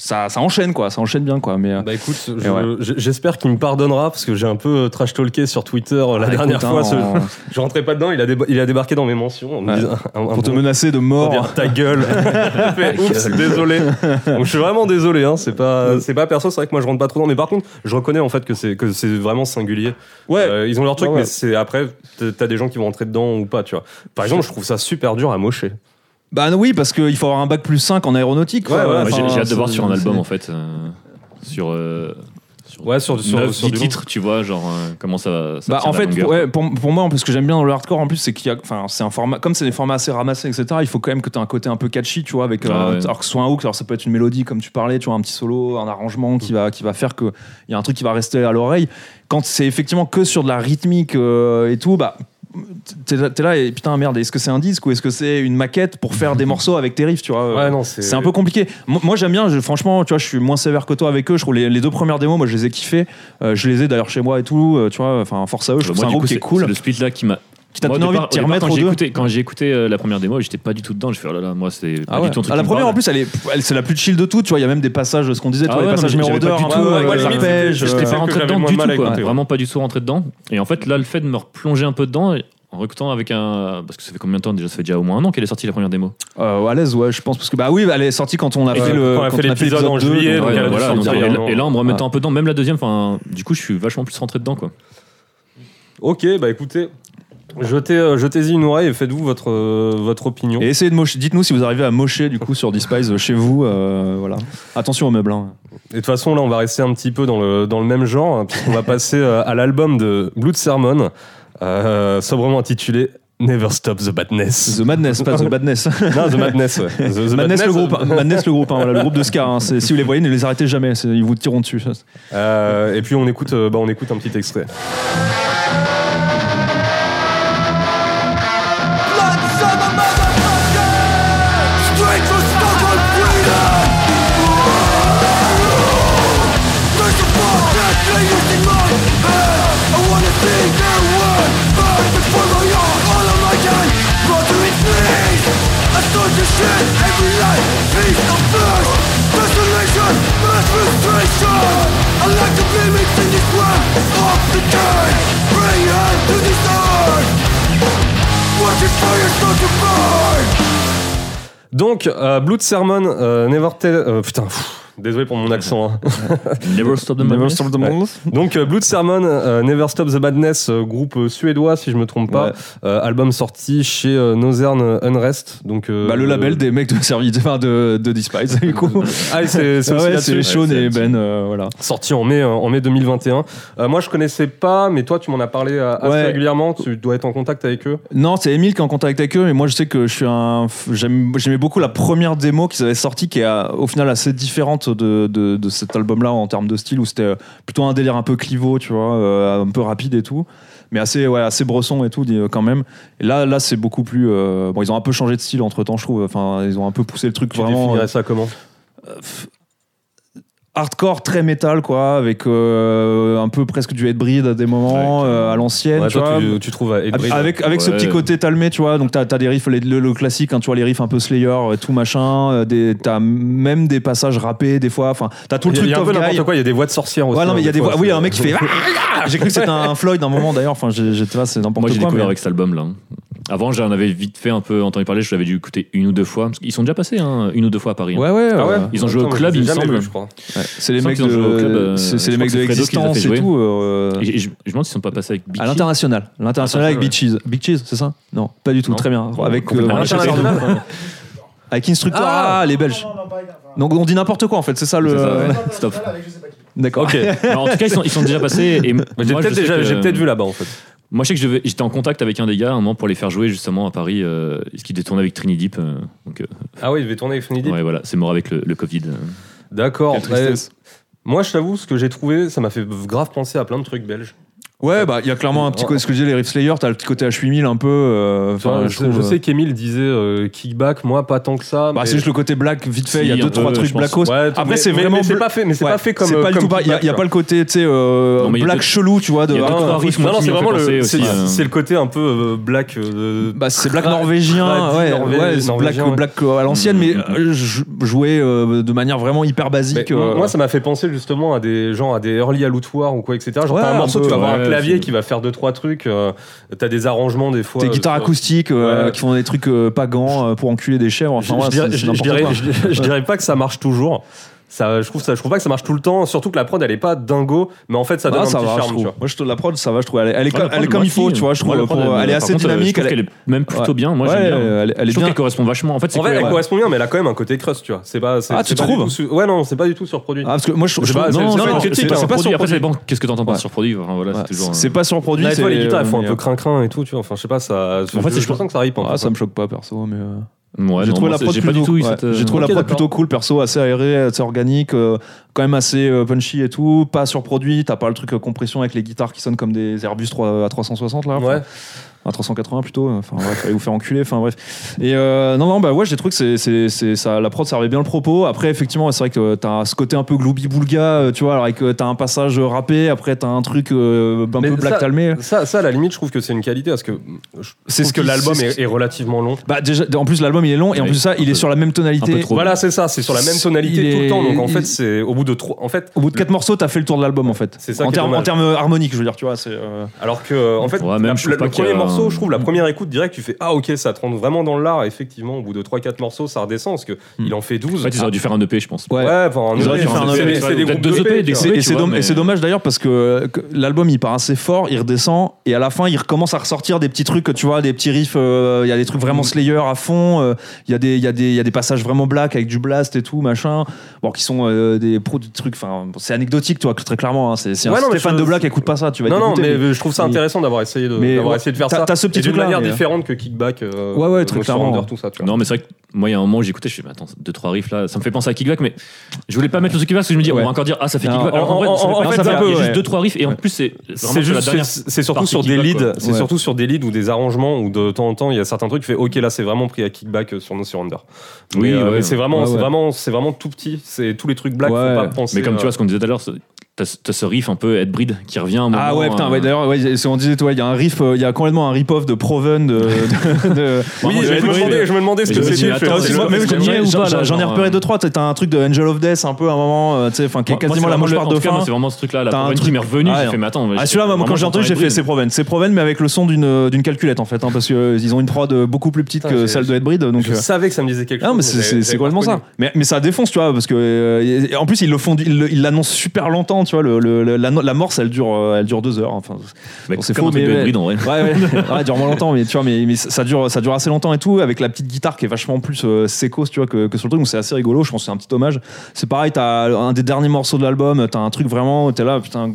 B: ça, ça enchaîne, quoi. Ça enchaîne bien, quoi. Mais, euh,
A: Bah écoute,
B: Et ouais.
A: je- je- j'espère qu'il me pardonnera parce que j'ai un peu euh, trash talké sur Twitter euh, la
B: écoute,
A: dernière
B: hein,
A: fois. ce-
B: en-
A: Je rentrais pas dedans, il a, déba- il a débarqué dans mes mentions en me
B: Ouais.
A: disant un- un
B: pour te
A: bon-
B: menacer de
A: pour
B: mort.
A: dire ta gueule. J'ai fait, Oups, désolé. Donc je suis vraiment désolé. Hein. C'est
B: Mm.
A: pas, c'est pas perso. C'est vrai que moi je rentre pas trop dans. Mais par contre, je reconnais en fait que c'est que c'est vraiment singulier.
B: Ouais.
A: Euh, ils ont leur truc,
B: Ouais, ouais.
A: mais c'est après t'as- t'as des gens qui vont rentrer dedans ou pas. Tu vois. Par exemple, je trouve ça super dur à mocher.
B: Bah, non, oui, parce qu'il faut avoir un bac plus 5 en aéronautique. quoi.
A: Ouais, ouais,
C: J'ai
B: Enfin,
C: j'ai hâte de voir
B: c'est-
C: sur un album
B: c'est-
C: en fait. euh, Sur. euh, sur
A: Ouais, sur sur,
C: neuf,
A: sur
C: dix
A: du long.
C: titres, tu vois, genre euh, comment ça va. ça
B: Bah,
C: tient
B: en
C: la
B: fait,
C: longueur.
B: pour, ouais, pour, pour moi, parce que j'aime bien dans le hardcore en plus, c'est qu'il y a, enfin, c'est un format, comme c'est des formats assez ramassés, etc. Il faut quand même que tu aies un côté un peu catchy, tu vois, avec, euh,
C: Ah ouais.
B: alors que ce soit un hook, alors ça peut être une mélodie, comme tu parlais, tu vois, un petit solo, un arrangement
C: Mm.
B: qui va, qui va faire que il y a un truc qui va rester à l'oreille. Quand c'est effectivement que sur de la rythmique euh, et tout, bah, t'es là, t'es là et putain, merde, est-ce que c'est un disque ou est-ce que c'est une maquette pour faire des morceaux avec tes riffs, tu vois? euh,
A: Ouais, non, c'est
B: C'est un peu compliqué. Moi, moi, j'aime bien, je- franchement, tu vois, je suis moins sévère que toi avec eux. Je trouve les, les deux premières démos, moi je les ai kiffées. Euh, je les ai d'ailleurs chez moi et tout, euh, tu vois, enfin, force à eux, je trouve
C: Bah,
B: c'est
C: Moi,
B: un
C: du
B: groupe
C: coup,
B: qui est
C: c'est-
B: cool.
C: c'est le split là qui m'a.
B: Qui t'a
C: Moi,
B: donné
C: au
B: envie
C: départ-
B: de t'y
C: au départ,
B: remettre
C: quand
B: aux
C: j'ai
B: deux.
C: écouté- Quand j'ai écouté euh, la première démo, j'étais pas du tout dedans. Je fais oh là là, moi c'est
B: Ah
C: pas
B: ouais.
C: du tout un truc.
B: Ah, la
C: qui me
B: première en
C: parle.
B: plus elle est, elle- c'est la plus chill de toutes tu vois il y a même des passages ce qu'on disait tu
C: Ah
B: vois,
C: ouais,
B: les
C: non,
B: passages
C: mais
B: numéro
C: j'avais
B: 2
C: pas du
B: un
C: tout,
B: peu
A: ouais, ouais,
B: les
A: limite, c'était-
B: arpèges
C: J'étais
A: Euh,
C: pas
A: c'est que
C: rentré
A: j'avais
C: dedans
A: moins
C: du
A: de mal
C: tout,
A: avec
C: quoi.
A: eux, ouais.
C: Vraiment pas du tout rentré dedans. Et en fait, là, le fait de me replonger un peu dedans, en recrutant avec un. Parce que ça fait combien de temps déjà Ça fait déjà au moins un an qu'elle est sortie la première démo.
B: Euh, à l'aise ouais je pense parce que bah oui elle est sortie quand on a
A: Ouais,
B: fait le
A: quand on a fait l'épisode en
B: deux,
A: juillet,
B: donc,
A: donc
B: ouais,
A: elle a dû
B: voilà,
A: sortir
C: donc,
B: donc,
A: il y a
C: et,
A: un
C: là-
A: an.
C: et là, en me
B: Ah.
C: remettant un peu dedans, même la deuxième, enfin, du coup, je suis vachement plus rentré dedans, quoi.
A: Ok, bah écoutez, jetez, euh, jetez-y une oreille et faites-vous votre euh, votre opinion.
B: et essayez de mocher dites-nous si vous arrivez à mocher du coup sur Despise euh, chez vous euh, voilà attention aux meubles hein.
A: Et de toute façon, là, on va rester un petit peu dans le, dans le même genre, hein, puisqu'on va passer euh, à l'album de Blood Sermon, euh, sobrement intitulé Never Stop the Badness.
B: The Madness pas The Badness
A: Non, The Madness, ouais. The, the
B: Madness, le
A: euh,
B: groupe, hein. Madness le groupe, hein, voilà, le groupe de Ska. hein. C'est- si vous les voyez, ne les arrêtez jamais, c'est- ils vous tireront dessus. ça.
A: euh, et puis, on écoute, euh, bah, on écoute un petit extrait.
D: Straight from Stockholm, freedom! There's a bomb that's using mine
E: to mimics in this land of the dead Pray and to the sun Watch it fire start to burn
A: Donc, euh, Blood Sermon, euh, Never Tell. euh, putain, pff, désolé pour mon accent. hein.
C: Never stop the madness.
A: Donc, euh, Blood Sermon, euh, Never Stop the Badness, euh, groupe euh, suédois, si je me trompe pas.
B: Ouais.
A: Euh, album sorti chez euh, Northern Unrest. Donc, euh,
B: Bah, le label
A: euh,
B: des mecs de service enfin, de, de Despise, du coup.
A: Ah, c'est c'est
B: Ah
A: aussi
B: ouais,
A: là-dessus.
B: c'est Sean
A: Ouais,
B: et
A: c'est-
B: Ben, euh, voilà.
A: Sorti en mai, euh, en mai 2021. Euh, moi, je connaissais pas, mais toi, tu m'en as parlé euh, assez
B: Ouais.
A: régulièrement. Tu dois être en contact avec eux.
B: Non, c'est Emile qui est en contact avec eux, mais moi je sais que je suis un. f- j'aime- J'aimais beaucoup la première démo qu'ils avaient sortie, qui est euh, au final assez différente de, de, de cet album-là en termes de style, où c'était euh, plutôt un délire un peu clivo, tu vois, euh, un peu rapide et tout, mais assez, ouais, assez bresson et tout, dis- euh, quand même. Et là, là c'est beaucoup plus. euh, bon, ils ont un peu changé de style entre temps, je trouve. Enfin, ils ont un peu poussé le truc
A: Tu
B: vraiment. euh,
A: définirais ça comment
B: hardcore très métal quoi avec euh, un peu presque du headbreed à des moments euh, à l'ancienne
A: Ouais,
B: tu
A: toi,
B: vois
A: tu, tu trouves à Edbridge.
B: avec avec ce
C: Ouais.
B: petit côté talmé tu vois donc t'as as des riffs les- le, le classique hein, tu vois les riffs un peu Slayer euh, tout machin euh, des t'as même des passages rappés des fois enfin t'as tout le
A: Il y a-
B: truc
A: il y a un
B: Tough
A: peu
B: Guy.
A: n'importe quoi. Il y a des voix de sorcières aussi.
B: ouais non mais il y a des
A: fois,
B: voix- oui il y a un
A: c'est-
B: mec qui fait Ah, j'ai cru que c'était un Floyd un moment d'ailleurs enfin j'ai- j'étais là c'est n'importe
C: Moi,
B: quoi
C: j'ai découvert
B: mais-
C: avec cet album-là. hein. Avant, j'en avais vite fait un peu entendu parler. Je l'avais dû écouter une ou deux fois. Parce qu'ils sont déjà passés hein, une ou deux fois à Paris. hein.
B: ouais ouais,
A: Ah ouais
B: euh,
C: Ils ont joué au
A: Attends,
C: club,
A: je les ai
C: il me
A: jamais
C: semble.
A: vus, je crois.
B: c'est les
C: Je sens
B: mecs
C: qu'ils ont joué au club,
B: de
C: euh,
B: c'est c'est les
C: je crois
B: mecs
C: que
B: de
C: c'est Fredo qui les a
B: Existence
C: fait
B: et
C: jouer.
B: tout euh,
C: Et j'ai- je me demande s'ils sont pas passés avec Big
B: À l'international. L'international avec Big Cheese. Big Cheese, c'est ça Non, pas du tout.
C: Non.
B: Très bien.
C: Non,
B: Avec,
C: complètement.
B: euh,
C: À
A: l'international.
B: avec Instructor.
A: Ah
B: Ah, les Belges. Donc on dit n'importe quoi en fait, c'est ça le.
C: C'est ça, ouais. Stop.
B: D'accord.
A: Ok.
C: Non, en tout cas, ils sont, ils sont déjà passés. Et moi,
A: J'ai
C: je
A: peut-être
C: sais
A: déjà-
C: que-
A: j'ai
B: euh,
A: peut-être vu là-bas en fait.
C: Moi, je sais que je devais- j'étais en contact avec un des gars à un moment pour les faire jouer justement à Paris, euh, ce qui détournait avec Trini Deep. euh, donc, euh,
A: Ah oui, il devait tourner avec Funny Deep.
C: ouais, voilà, c'est mort avec le, le Covid. euh.
A: D'accord.
B: Quelle tristesse.
A: Ouais. Moi, je t'avoue, ce que j'ai trouvé, ça m'a fait grave penser à plein de trucs belges.
B: Ouais, bah il y a clairement un petit côté. Ce que je disais, les Riff Slayer, t'as le petit côté H8000 un peu. euh,
A: Enfin,
B: enfin,
A: je, je
B: trouve, euh,
A: sais qu'Émile disait euh, kickback, moi pas tant que ça.
B: Bah,
A: mais-
B: c'est juste le côté black vite fait. Il y a
C: Si, un
B: deux
C: peu,
B: trois
C: je
B: trucs
C: pense.
B: blackos.
A: Ouais, mais-
B: Après c'est
A: mais-
B: vraiment.
A: mais c'est
B: bl-
A: pas fait, mais c'est
B: Ouais,
A: pas fait comme.
B: c'est
A: euh,
B: pas du tout
A: comme
B: pas- Il y a- il y a
A: kickback,
B: pas le côté, tu sais, euh,
C: Non, mais il y a
B: black
C: deux-
B: chelou, tu vois. de-
C: il y a deux,
A: Non,
C: trois
A: non,
C: riffs,
A: non,
C: moi, qui
A: c'est
C: m'ont
A: vraiment
C: fait
A: le,
C: penser
A: c'est,
C: aussi
B: hein.
C: à-
A: c'est le côté un peu euh, black. euh, de-
B: Bah, c'est black
A: Tra-
B: norvégien,
A: tradit norvég-
B: ouais, ouais, c'est black,
A: norvégien, ouais. Hmm.
B: black, euh, à l'ancienne,
C: Mm,
B: mais
C: mm,
B: euh, j- joué euh, de manière vraiment hyper
A: Mais
B: basique. euh,
A: Moi, ça m'a fait penser justement à des gens, à des early aloutoirs ou quoi, etc. Genre,
B: Ouais,
A: t'as un
B: un
A: morceau,
B: peu,
A: tu vas avoir
C: ouais,
A: un clavier
C: c'est-
A: qui va faire deux trois trucs. euh, t'as des arrangements des fois.
B: Des
A: euh,
B: guitares
A: sur-
B: acoustiques euh,
A: Ouais.
B: qui font des trucs euh, pagans euh, pour enculer des chèvres.
A: Je,
B: Enfin,
A: je
B: voilà,
A: dirais,
B: c'est-
A: je-
B: c'est
A: je
B: n'importe
A: dirais-
B: quoi.
A: je- je dirais pas que ça marche toujours. Ça, je trouve ça, je trouve pas que ça marche tout le temps. Surtout que la prod, elle est pas dingo, mais en fait, ça
B: Ah,
A: donne un
B: ça
A: petit
B: va, je
A: charme.
B: trouve.
A: tu vois.
B: Moi, je trouve la prod, ça va, je trouve. Elle, est- elle est,
C: Ouais,
B: comme,
C: la
B: elle est
C: prod,
B: comme
C: moi
B: il faut,
C: aussi.
B: tu vois, je trouve.
C: Ouais, la
B: pour-
C: prod,
B: elle, est
C: par
B: assez
C: contre, euh,
B: dynamique.
C: Je trouve
B: elle
C: qu'elle
B: est-
C: est même plutôt
B: Ouais.
C: bien. Moi,
B: Ouais,
C: j'aime bien.
B: elle est- elle est
C: je trouve
B: bien.
C: qu'elle correspond vachement. En fait, c'est
A: En fait, elle
C: cohérent.
A: correspond bien, mais elle a quand même un côté crust, tu vois. C'est pas. c'est-
B: Ah, tu
A: c'est pas
B: trouves
A: du tout su- Ouais, non, c'est pas du tout surproduit.
B: Ah, parce que moi, je trouve.
A: C'est pas-
B: je trouve-
A: c'est-
C: Non,
A: c'est
C: non,
A: pas une
C: non,
A: critique,
C: c'est pas
A: hein.
C: sur produit.
B: sur
C: Après, ça
B: produit.
C: dépend. Qu'est-ce que t'entends
B: Ouais.
C: par sur produit Enfin, voilà,
B: Ouais,
C: c'est toujours. euh,
B: C'est
C: un-
B: pas surproduit.
A: Là, et toi, les
B: c'est- euh,
A: guitares, elles font un peu
B: mais-
A: crin-crin et tout, tu vois. Enfin, je sais pas, ça.
C: En fait,
A: je,
C: c'est-
A: je sens que ça ripe. un peu,
B: Ah, ça
A: quoi.
B: me choque pas, perso, mais. euh,
C: Ouais,
B: j'ai
C: non,
B: trouvé
C: moi,
B: la
C: c'est-
B: prod
C: j'ai pas du
B: plutôt,
C: tout eu
B: ouais.
C: cette, euh,
B: J'ai trouvé
A: Ok,
B: la prod
A: d'accord.
B: plutôt cool perso, assez aérée, assez organique, euh, quand même assez euh, punchy et tout, pas surproduit. T'as pas le truc euh, compression avec les guitares qui sonnent comme des Airbus euh, 3 à 360 là.
A: Ouais.
B: Enfin, À 380 plutôt. euh, Enfin bref, fallait vous faire enculer. Enfin bref. Et euh, non non bah ouais, j'ai trouvé que c'est c'est c'est ça. La prod servait bien le propos. Après effectivement, c'est vrai que euh, t'as ce côté un peu gloobie boulga, euh, tu vois, alors avec euh, t'as un passage rappé, après t'as un truc euh, un
A: Mais
B: peu black
A: ça-
B: talmé.
A: Ça, ça, à la limite, je trouve que c'est une qualité parce que je
B: C'est ce
A: trouve
B: qui-
A: l'album
B: c'est ce
A: est, est relativement long.
B: Bah déjà, en plus l'album il est long et en
C: Ouais,
B: plus de ça,
C: un
B: il est
C: peu-
B: sur la même tonalité.
C: un peu trop.
A: Voilà, c'est ça, c'est sur la même
B: C'est-
A: tonalité
B: il
A: tout le
B: est-
A: temps. Donc en
B: il-
A: fait, c'est au bout de trois. En fait,
B: Au bout de quatre morceaux, t'as fait le tour de l'album en fait.
A: C'est ça
B: en
A: qui est
B: termes
A: dommage.
B: en termes euh, harmoniques, je veux dire, tu vois. C'est, euh,
A: alors que en fait,
C: Ouais, même,
A: la-
C: je trouve
A: le,
C: pas
A: le
C: qu'il y a
A: premier morceau,
C: un-
A: je trouve, la première écoute direct, tu fais ah ok, ça te rentre vraiment dans l'art. Effectivement, au bout de 3-4 morceaux, ça redescend parce que il en fait 12.
C: En fait, ils auraient
B: Ah.
C: dû faire un EP, je pense.
B: Ouais.
A: Ouais, enfin, un
C: Ils auraient
A: EP,
C: dû faire un
A: c'est-
C: EP,
A: c'est-
C: ouais,
A: C'est des
C: peut-être
A: groupes
C: deux
A: d'EP,
C: EP, des
A: tu vois.
B: c'est-
C: tu
B: et c'est,
C: vois,
B: dom-
C: mais-
B: et c'est dommage d'ailleurs parce que, euh, que l'album il part assez fort, il redescend et à la fin il recommence à ressortir des petits trucs, tu vois, des petits riffs. euh, Il y a des trucs
A: Mm.
B: vraiment Slayer à fond. euh, Il y a des il y a des il y a des passages vraiment black avec du blast et tout machin. Bon, qui sont euh, des pros du truc. Enfin, bon, c'est anecdotique, toi, très clairement. hein, c'est c'est
A: Ouais,
B: un
A: non, mais
B: Stéphane
A: je-
B: de Black, écoute pas ça, tu vas être
A: Non, non,
B: dégoûté,
A: mais, je trouve ça
B: mais-
A: intéressant d'avoir essayé de,
B: Mais
A: d'avoir
B: ouais,
A: essayé de faire
B: t'as-
A: ça.
B: t'as ce petit
A: et d'une
B: truc-là,
A: manière
B: mais-
A: différente que Kickback. euh,
B: Ouais, ouais,
A: No
B: truc
A: Surrender,
B: clairement.
A: tout ça. tu vois.
C: Non, mais c'est vrai que moi, il y a un moment où j'écoutais, je fais, mais attends, deux, trois riffs là, ça me fait penser à Kickback, mais je voulais pas mettre le kickback parce que je me dis,
B: Ouais.
C: on va encore dire, ah, ça fait
B: Non,
C: kickback. Alors
A: en-
C: qu'en vrai,
A: en-
C: ça fait
A: en
C: pas
A: fait,
C: kickback,
A: un
C: il y
A: peu,
C: a
A: ouais.
C: juste deux, trois riffs, et en plus, c'est vraiment
A: C'est
C: sur la
A: juste,
C: dernière.
A: c'est- c'est surtout
C: partie
A: sur des
C: kickback,
A: leads,
C: quoi.
A: c'est
B: Ouais.
A: surtout sur des leads ou des arrangements où de temps en temps il y a certains trucs, tu fais ok là c'est vraiment pris à kickback euh, sur No Surrender.
C: Oui,
A: mais, euh,
C: ouais.
A: mais c'est vraiment,
B: Ouais,
A: c'est
B: ouais.
A: vraiment, c'est vraiment tout petit, c'est tous les trucs black,
B: Ouais.
A: faut pas penser.
C: Mais comme tu
A: euh,
C: vois ce qu'on disait tout à l'heure, c'est- t'as t'as ce riff un peu Ed Breed qui revient. à un
B: Ah
C: moment,
B: ouais, putain,
C: euh,
B: ouais, d'ailleurs, ouais, c'est- on disait, toi, il y a un riff, euh, il y a complètement un rip-off de Proven de. de- de-
A: Oui,
B: de
A: je,
B: Ed
A: me
B: Breed.
A: demandais, je me demandais ce
C: Mais
A: que
C: je me dis,
A: c'était.
C: attends,
A: Fais-
B: Parce que
C: c'est
A: fais-
B: moi,
C: le-
B: mais
C: c'est
B: j'en
C: le vrai
B: j'en-
C: ou pas,
B: j'en-
C: là,
B: j'en ai
C: genre,
B: repéré
C: euh,
B: 2-3, t'as un truc de Angel of Death un peu à un moment, euh, tu sais, enfin, qui est
C: moi,
B: quasiment
C: c'est
B: la
C: vraiment
B: mouche
C: le-
B: par
C: en tout
B: de
C: cas,
B: fin.
C: moi, C'est vraiment ce truc-là, la
B: T'as un
C: Proven qui
B: truc-
C: m'est revenu.
B: Ah,
C: j'ai
B: non.
C: fait, mais attends.
B: Ah, celui-là, moi, quand j'ai entendu, j'ai fait c'est Proven. C'est Proven, mais avec le son d'une d'une calculette, en fait, hein, parce qu'ils ont une prod euh, beaucoup plus petite
A: Putain,
B: que
A: j'ai-
B: celle de Headbreed. Donc,
A: Je
B: euh,
A: savais que ça me disait quelque chose.
B: non, mais c'est-
A: j'avais-
B: c'est c'est
A: j'avais
B: complètement
A: pas
B: ça.
A: reconnu.
B: Mais, mais ça défonce, tu vois, parce que. euh, et- en plus, ils le font, ils le- ils l'annoncent super longtemps, tu vois. le- le- la- la morse, elle dure, euh, elle dure deux heures. Enfin,
C: Bah, C'est
B: c'est
C: comme un
B: faux,
C: truc de
B: mais-
C: Ed Breed en vrai.
B: Ouais, ouais, Ah, ouais, elle dure moins longtemps, mais tu vois, mais, mais ça ça dure, ça dure assez longtemps et tout, avec la petite guitare qui est vachement plus euh, sécos, tu vois, que, que sur le truc, donc c'est assez rigolo, je pense que c'est un petit hommage. C'est pareil, t'as un des derniers morceaux de l'album, t'as un truc vraiment, où t'es là, putain.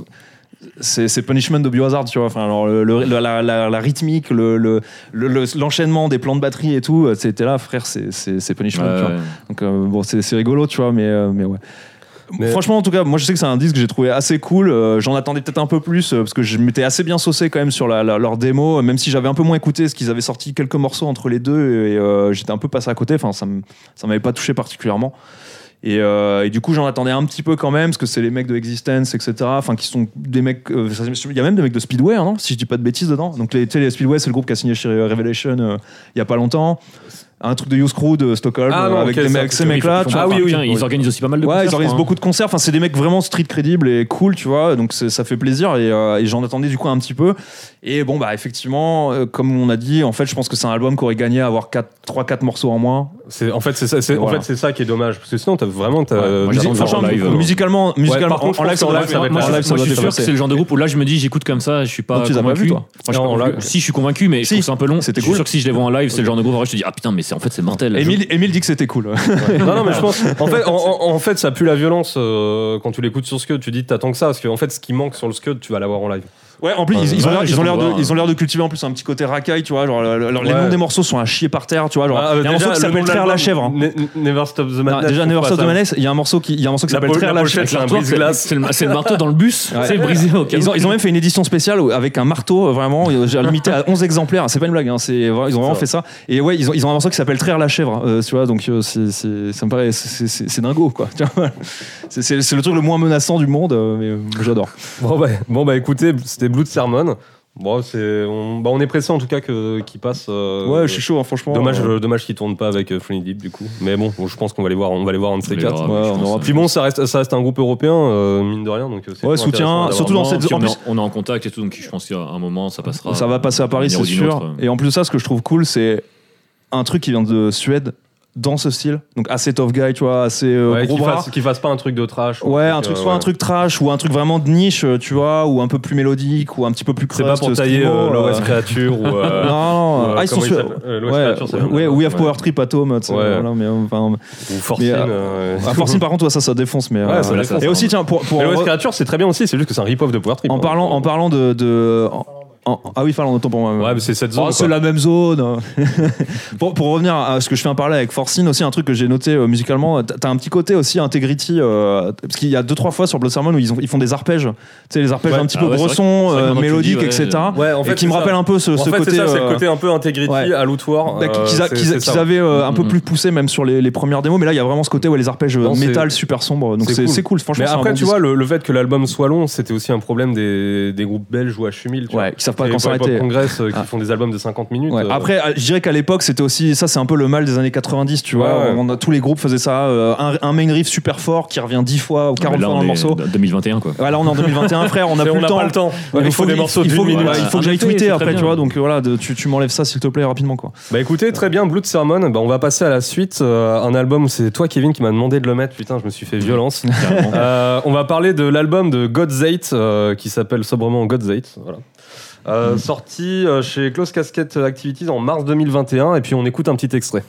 B: C'est, c'est Punishment de Biohazard, tu vois. Enfin, alors, le, le- la, la- la- la rythmique, le, le- le- le- l'enchaînement des plans de batterie et tout, euh, t'es t'es là, frère, c'est, c'est, c'est Punishment. tu vois.
C: Ouais, ouais.
B: Donc euh, bon, c'est c'est rigolo, tu vois, mais, euh, mais ouais.
A: Mais-
B: Franchement, en tout cas, moi je sais que c'est un disque que j'ai trouvé assez cool. Euh, J'en attendais peut-être un peu plus euh, parce que je m'étais assez bien saucé quand même sur la- la- leur démo, euh, même si j'avais un peu moins écouté ce qu'ils avaient sorti quelques morceaux entre les deux et euh, j'étais un peu passé à côté. Enfin, ça me- ça m'avait pas touché particulièrement. Et, euh, et du coup, j'en attendais un petit peu quand même parce que c'est les mecs de Existence, etc. Enfin, qui sont des mecs. euh, ça- Il y a même des mecs de Speedway, hein, non Si je dis pas de bêtises dedans. Donc, les, tu sais, les Speedway, c'est le groupe qui a signé chez euh, Revelation euh, il y a pas longtemps. Un truc de Youth Crew de Stockholm
A: Ah
B: euh,
A: non,
B: avec
A: ok,
B: des
A: ça,
B: mecs,
A: c'est
B: ces
A: sûr,
B: mecs-là.
C: Ils
B: tu
C: font-
B: vois.
A: Ah oui,
C: enfin,
A: oui,
C: tiens,
A: oui.
C: Ils organisent aussi pas mal de
B: Ouais,
C: concerts,
B: ils organisent
C: je crois, hein.
B: beaucoup de concerts. Enfin, c'est des mecs vraiment street crédibles et cool, tu vois. Donc c'est- ça fait plaisir et, euh, et j'en attendais du coup un petit peu. Et bon, bah effectivement, euh, comme on a dit, en fait, je pense que c'est un album qui aurait gagné à avoir 3-4 morceaux en moins.
A: C'est- En fait, c'est ça, c'est- en
B: Voilà.
A: fait, c'est ça qui est dommage. Parce que sinon, t'as vraiment. t'as-
C: Ouais, moi,
A: musique-
C: j'attends de voir
A: franchement,
C: en live, euh.
B: musicalement, musicalement
A: par contre,
B: en,
A: je
B: live,
A: pense qu'en
B: Ah, doit
A: live, ça va
B: dépasser.
A: être
C: Moi,
A: En
C: je,
A: live,
C: moi, je suis sûr que
B: dépasser.
C: c'est le genre de groupe où là, je me dis, j'écoute comme ça, je suis pas
B: Non, tu les as pas
C: convaincu.
B: vus, toi
C: Moi, je suis
A: Non,
C: pas
A: en
C: convaincu.
A: live.
C: Si, je suis convaincu, mais
B: Si.
C: je trouve ça un peu long.
B: C'était
C: Je suis
B: cool.
C: sûr que si je les vois en live, c'est le genre de groupe où je te dis, ah putain, mais c'est en fait, c'est mortel.
B: Émile Émile dit que c'était cool.
A: Non, non, mais je pense. En fait, en, en- en fait ça pue la violence euh, quand tu l'écoutes sur Scud. Tu dis, t'attends que ça. Parce qu'en fait, ce qui manque sur le Scud, tu vas l'avoir en live.
B: Ouais, en plus,
C: Ouais,
B: ils, ils ont
C: ouais,
B: l'air- ils
C: j'attends
B: ont l'air
C: de
B: de, hein.
C: voir.
B: ils ont l'air de cultiver en plus un petit côté racaille, tu vois. Genre, le- le- les
A: Ouais.
B: noms des morceaux sont à chier par terre, tu vois. Genre,
A: Ah,
B: il y a un morceau
A: déjà,
B: qui
A: le nom
B: s'appelle
A: de
B: Traire la
A: l'album,
B: chèvre.
A: Ne- Never Stop the
B: Non,
A: Madness.
B: déjà,
A: je
B: Never
A: trouve
B: Stop
A: pas
B: the
A: ça.
B: Menace, il y a un morceau qui, il y a un morceau qui
A: La
B: s'appelle
A: pol-
B: Traire
A: la
B: la
A: pochette,
B: chèvre.
A: là.
C: C'est
A: un brise-glace.
C: le c'est le marteau dans le bus,
B: Ouais.
C: c'est brisé au cas
B: Ils ont,
C: où.
B: ils ont même fait une édition spéciale où- avec un marteau, euh, vraiment, euh, j'ai limité à 11 exemplaires. C'est pas une blague, hein, c'est, vrai, ils ont vraiment
A: Ça.
B: fait ça. Et ouais, ils ont, ils ont un morceau qui s'appelle Traire la chèvre, euh, tu vois, donc euh, c'est, c'est- ça me paraît, c'est, c'est- c'est dingo, quoi. Tu vois, c'est, c'est- c'est le truc le moins menaçant du monde, euh, mais euh, j'adore.
A: Bon, bah, bon, bah écoutez, c'était Blood Sermon. Bon, c'est, on, bah, on est pressé en tout cas que, qu'il passe. euh,
B: Ouais, je suis chaud, hein, franchement.
A: Dommage,
B: Euh,
A: euh, dommage qu'il tourne pas avec euh, Flying Deep du coup. Mais bon, bon, je pense qu'on va les voir, on va les voir en de ces
C: Les
A: quatre.
C: bras,
B: Ouais,
C: je
B: on
C: pense,
B: aura
C: hein.
A: Puis euh, bon, ça reste, ça reste un groupe européen, euh, mine de rien. Donc euh, c'est
B: Ouais,
A: toujours
B: soutien,
A: intéressant d'avoir-
B: surtout dans
C: Non,
B: cette-
C: puis
B: en
C: on
B: plus-
C: est- on est en contact et tout, donc je pense qu'à un moment, ça passera.
B: Ça va passer à Paris,
C: d'une
B: c'est
C: manière ou d'une
B: sûr.
C: autre.
B: Et en plus de ça, ce que je trouve cool, c'est un truc qui vient de Suède, dans ce style. Donc assez tough guy, tu vois, assez euh,
A: Ouais,
B: gros
A: qu'il
B: bras.
A: fasse, qu'il fasse pas un truc de trash. ou
B: Ouais, un truc,
A: euh,
B: soit un
A: ouais.
B: truc trash ou un truc vraiment de niche, euh, tu vois, ou un peu plus mélodique ou un petit peu plus
A: C'est
B: crust,
A: pas pour tailler
B: screamo,
A: euh,
B: euh,
A: l'OS Creature ou. euh,
B: Non, non,
A: ou, euh,
B: ah, ils sont
A: comment il
B: sur.
A: s'appelle Euh, l'OS
B: Ouais,
A: Creature, ça vient de-
B: ouais, We Have
A: ouais.
B: Power Trip Atom, tu sais,
A: Ouais.
B: voilà, mais euh, enfin.
A: Ou Forcine.
B: Mais, euh,
A: euh,
B: À Forcine, par contre, ouais, ça, ça défonce, mais. euh,
A: ça
C: Voilà,
A: défonce.
C: ça, ça
B: et aussi,
C: rend-
B: tiens, pour. pour
A: Mais
B: en,
A: l'OS Creature, c'est très bien aussi, c'est juste que c'est un rip-off de Power Trip.
B: en
A: hein.
B: parlant, en parlant de. de- en- en- ah oui, Finlande, autant pour moi.
A: Ouais, mais c'est cette zone.
B: Oh, c'est
A: quoi.
B: la même zone. pour, pour revenir à ce que je fais en parler avec Forcine aussi, un truc que j'ai noté euh, musicalement, t'as t'as un petit côté aussi Integrity, euh, parce qu'il y a deux trois fois sur Blood Sermon où ils, ont- ils font des arpèges, tu sais les arpèges
A: Ouais.
B: un petit
C: Ah
B: peu
C: ouais, c'est vrai que-
B: bressons,
C: c'est vrai
B: euh,
C: que maintenant que tu le dis,
B: mélodiques,
C: ouais,
B: etc.
C: j'ai-
A: Ouais, en fait,
B: et qui
A: c'est
B: me
A: ça.
B: rappelle un peu ce,
A: En
B: ce
A: fait,
B: côté.
A: c'est ça, c'est le
B: euh,
A: côté un peu integrity
B: ouais.
A: à l'outoir.
B: bah,
A: euh,
B: qu'ils a-
A: c'est-
B: qu'ils a-
A: c'est ça. Mm-hmm.
B: qu'ils avaient euh, un peu
C: Mhm.
B: plus poussé même sur les, les premières démos mais là il y a vraiment ce côté où les arpèges euh,
A: Non, c'est-
B: métal super sombres donc
A: c'est
B: c'est
A: cool.
B: c'est cool. franchement
A: Mais
B: c'est un
A: après,
B: bon
A: tu
B: disque.
A: vois, le, le fait que l'album soit long, c'était aussi un problème des, des groupes belges ou à Chumil. Tu
B: ouais
A: vois.
B: ils savent pas
A: Et
B: quand
A: pour les
B: s'arrêter
A: Pop Congress euh, qui
B: Ah.
A: font des albums de 50 minutes.
B: Ouais.
A: euh,
B: Après, à- je dirais qu'à l'époque, c'était aussi ça, c'est un peu le mal des années 90, tu vois.
A: Ouais, ouais.
B: On a- tous les groupes faisaient ça, euh, un, un main riff super fort qui revient 10 fois ou 40
C: Ah, Mais euh, là,
B: fois dans
C: on
B: le
C: est
B: morceau.
C: d- 2021, quoi.
B: Ouais, là, on est en 2021, frère, on
A: c'est-
B: a plus
A: on
B: le
A: n'a
B: temps.
A: pas le temps.
B: Ouais,
A: il faut des
B: que-
A: morceaux
B: il
A: d'une
B: faut, que-
A: minute.
B: voilà, il faut que
C: Un
B: j'aille
C: été,
B: tweeter
C: c'est
B: après,
C: très
B: tu
C: bien.
B: vois. Donc euh, voilà, de- tu, tu m'enlèves ça s'il te plaît rapidement quoi.
A: Bah écoutez, très bien, Blood Sermon. Bah, on va passer à la suite. Euh, un album, c'est toi, Kevin, qui m'a demandé de le mettre. Putain, je me suis fait violence.
C: Carrément.
A: Euh, on va parler de l'album de God's Eight, euh, qui s'appelle sobrement God's Eight. Voilà. Euh,
B: Hmm.
A: Sorti euh, chez Close Casket Activities en mars 2021. Et puis, on écoute un petit extrait.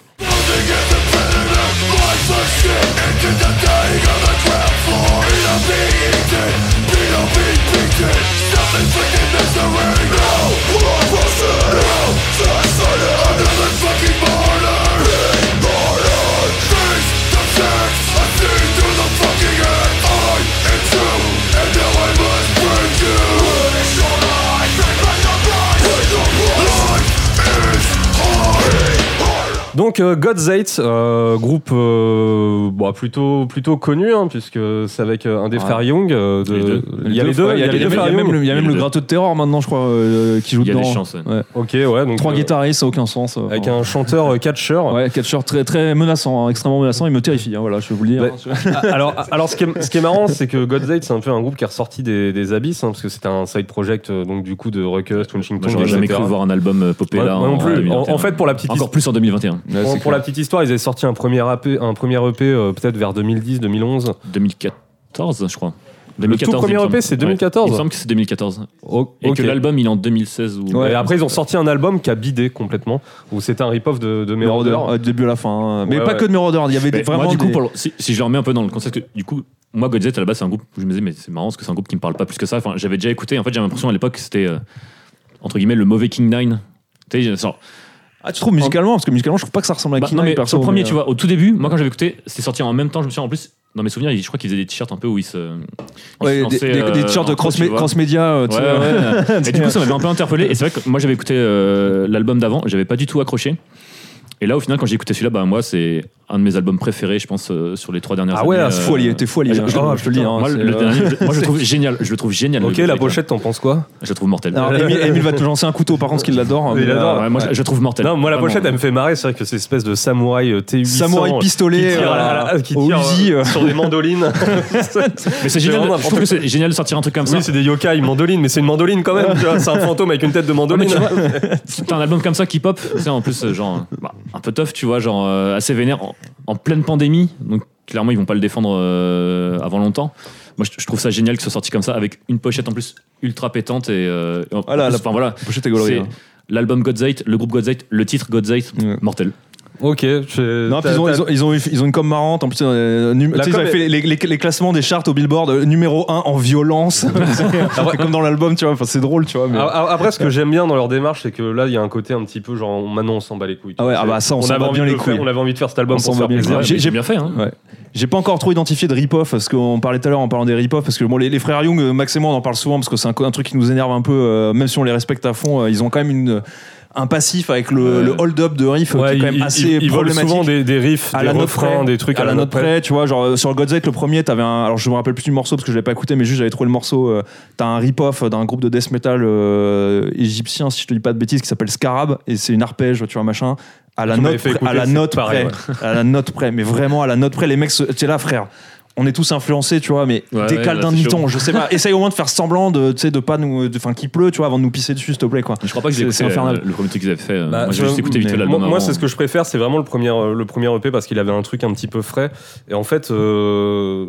A: Donc euh, God's Eight, euh, groupe euh, bah, plutôt plutôt connu hein, puisque c'est avec euh, un des
B: Ouais.
A: frères Young. euh, de-
C: Les deux.
A: Il y a les deux.
B: il y a les deux frères Young. Il y a même
C: les
B: le
C: deux.
B: gratteux de terror maintenant, je crois, euh, qui joue
C: Il y a
B: dedans.
C: des chances. ouais.
A: Ok, ouais. Donc,
B: Trois
A: euh,
B: guitaristes, ça n'a aucun sens. euh,
A: Avec
B: enfin.
A: un chanteur euh, catcheur.
B: Ouais, catcheur très, très menaçant, hein, extrêmement menaçant, il me terrifie, hein, voilà, je vais vous le dire.
A: Ouais. Ah, alors, alors ce, qui est, ce qui est marrant, c'est que God's Eight, c'est un peu un groupe qui est ressorti des, des abysses, hein, parce que c'était un side project euh, donc du coup de Ruckus, Washington.
C: Moi, j'aurais jamais cru voir un album euh, popper
A: Ouais,
C: là.
A: moi non
C: en-
A: plus.
C: en
A: En-
C: 2021.
A: en fait, pour la petite
C: Encore
A: his-
C: plus en 2021.
B: Ouais,
A: pour,
B: c'est
A: pour la petite histoire, ils avaient sorti un premier EP, un premier EP euh, peut-être vers 2010, 2011.
C: 2014, je crois.
A: tout premier
B: E
C: il me semble.
A: EP, c'est
C: Ouais.
A: 2014.
C: Il me semble que c'est 2014.
A: O-
C: Et
A: ok.
C: que l'album, il est en 2016. Ou...
A: Et après, ils ont sorti un album qui a bidé complètement, où c'était un rip-off de, de
B: Marauder,
A: Marauder.
B: euh, début à la fin. hein. Mais
A: Ouais,
B: pas
A: ouais.
B: que de Marauder, il y avait des-
C: Mais
B: vraiment
C: moi, du coup,
B: des-
C: pour le- si, si je le remets un peu dans le concept, que, du coup, moi, Godzilla, à la base, c'est un groupe où je me disais, mais c'est marrant parce que c'est un groupe qui me parle pas plus que ça. Enfin, j'avais déjà écouté, en fait, j'avais l'impression à l'époque que c'était, euh, entre guillemets, le mauvais King Nine. Tu sais, genre,
B: Ah, tu trouves musicalement Parce que musicalement, je trouve pas que ça ressemble à
C: bah,
B: King
C: non,
B: Nine,
C: mais
B: perso,
C: sur le premier,
B: mais, euh,
C: tu vois, au tout début, moi, quand j'avais écouté, c'était sorti en même temps, je me souviens, en plus, dans mes souvenirs, il- je crois qu'ils faisaient des t-shirts un peu où ils se. ils
B: ouais,
C: se
B: des,
C: lançaient,
B: des-
C: euh,
B: des t-shirts de euh,
C: en
B: cross,
C: cross, tu vois.
B: média.
C: Ouais, ouais, ouais. hein. Et du coup, ça m'avait un peu interpellé. Et c'est vrai que moi, j'avais écouté euh, l'album d'avant, j'avais pas du tout accroché. Et là, au final, quand j'ai écouté celui-là, bah, moi, c'est un de mes albums préférés, je pense, euh, sur les trois dernières
A: Ah
C: années. euh,
A: ouais, à
B: T'es foilier, t'es foilier.
A: Ah,
C: je-
B: hein,
C: je-
B: je- je te le dis. hein,
C: Moi,
B: c'est,
C: le
B: euh,
C: dernier, je- moi, je le trouve génial. Je le trouve génial.
A: Ok,
C: le
A: la
C: Blake, là.
A: pochette, t'en penses quoi
C: Je le trouve mortel.
B: Alors, Émile Émile va te lancer un couteau, par contre, ce qu'il adore.
A: Il
B: mais,
A: adore.
B: euh,
C: Ouais, moi, je- je le trouve mortel.
A: Non, moi, la
B: Vraiment.
A: pochette, elle me fait marrer. C'est vrai que c'est une espèce de samouraï euh, T800.
B: Samouraï
A: euh,
B: pistolet
A: qui tire,
B: euh,
A: à la- à la- qui
B: au
A: tire,
B: Uzi.
A: euh,
B: euh.
A: sur des mandolines.
C: Mais c'est génial.
A: vraiment
C: Je trouve que c'est génial de sortir un truc comme ça.
A: oui, c'est des yokai, mandoline, mais c'est une mandoline quand même. tu vois, C'est un fantôme avec une tête de
C: mais
A: mandoline.
C: tu vois, t'as un album comme ça qui pop, tu sais, en plus, euh, genre, euh, bah, un peu tough, tu vois, genre, euh, assez vénère, en, en pleine pandémie, donc clairement, ils vont pas le défendre euh, avant longtemps. Moi, je, je trouve ça génial que ce soit sorti comme ça, avec une pochette en plus ultra pétante et. euh, en
B: Voilà,
C: plus,
B: Ah la-
C: enfin, voilà.
B: Pochette est colorée,
C: c'est
B: hein.
C: L'album Godzite, le groupe Godzite, le titre Godzite,
B: Ouais.
C: mortel.
A: ok. je-
B: Non,
A: t'as-
B: puis ils ont,
A: t'as-
B: ils, ont, ils, ont, eu- ils ont une com marrante. En plus, euh, num-
A: La
B: tu sais, ils
A: com
B: avaient fait les, les- les classements des charts au Billboard. euh, Numéro 1 en violence. C'est comme dans l'album, tu vois. Enfin, c'est drôle, tu vois. Mais...
A: Ah, ah, Après, ce que j'aime bien dans leur démarche, c'est que là, il y a un côté un petit peu genre, on- maintenant, on s'en bat les couilles.
B: Ah ouais, ah bah, ça, on s'en
A: avait
B: bat
A: envie
B: bien
A: de
B: les
A: le faire,
B: couilles.
A: On avait envie de faire cet album
B: On
A: pour
B: s'en
A: se faire
B: bat bien les
A: plaisir.
B: couilles.
C: Ouais,
B: j'ai-
C: mais
B: j'ai-
C: bien fait, hein.
B: Ouais. J'ai pas encore trop identifié de rip-off parce qu'on parlait tout à l'heure, on parlant des rip-off parce que bon, les, les frères Young, euh, Max et moi, on en parle souvent parce que c'est un, co- un truc qui nous énerve un peu, euh, même si on les respecte à fond, euh, ils ont quand même une, un passif avec le,
C: Ouais.
B: le hold-up de riff euh,
A: Ouais,
B: qui est quand même
A: ils-
B: assez
A: ils- ils volent
B: problématique.
A: souvent des, des riffs,
B: à
A: des
B: la note
A: refrains,
B: près,
A: des trucs
B: à, la note près, tu vois genre euh, sur le Godzilla le premier t'avais un alors je me rappelle plus du morceau parce que je l'avais pas écouté mais juste j'avais trouvé le morceau euh, t'as un rip off d'un groupe de death metal euh, égyptien si je te dis pas de bêtises qui s'appelle Scarab et c'est une arpège tu vois machin à la
A: Tu m'avais
B: note
A: fait
B: près, à
A: écouter,
B: la
A: c'est
B: note
A: pareil,
B: près à la note près mais vraiment à la note près les mecs tu là frère on est tous influencés, tu vois, mais
C: Ouais,
B: décale
C: ouais,
B: d'un
C: là, c'est
B: demi-ton, je sais pas. Essaye au moins de faire semblant de, tu sais, de pas nous, enfin, qu'il pleut, tu vois, avant de nous pisser dessus, s'il te plaît, quoi.
C: Je crois pas que j'ai
B: C'est-
C: écouté
B: c'est infernal.
C: euh, le premier truc qu'ils avaient fait. euh,
A: Bah,
C: moi, j'ai
A: je-
C: juste écouté vite fait
B: mais-
C: l'album.
A: Moi, moi,
C: avant.
A: c'est ce que je préfère, c'est vraiment le premier, euh, le premier EP parce qu'il avait un truc un petit peu frais. Et en fait, euh,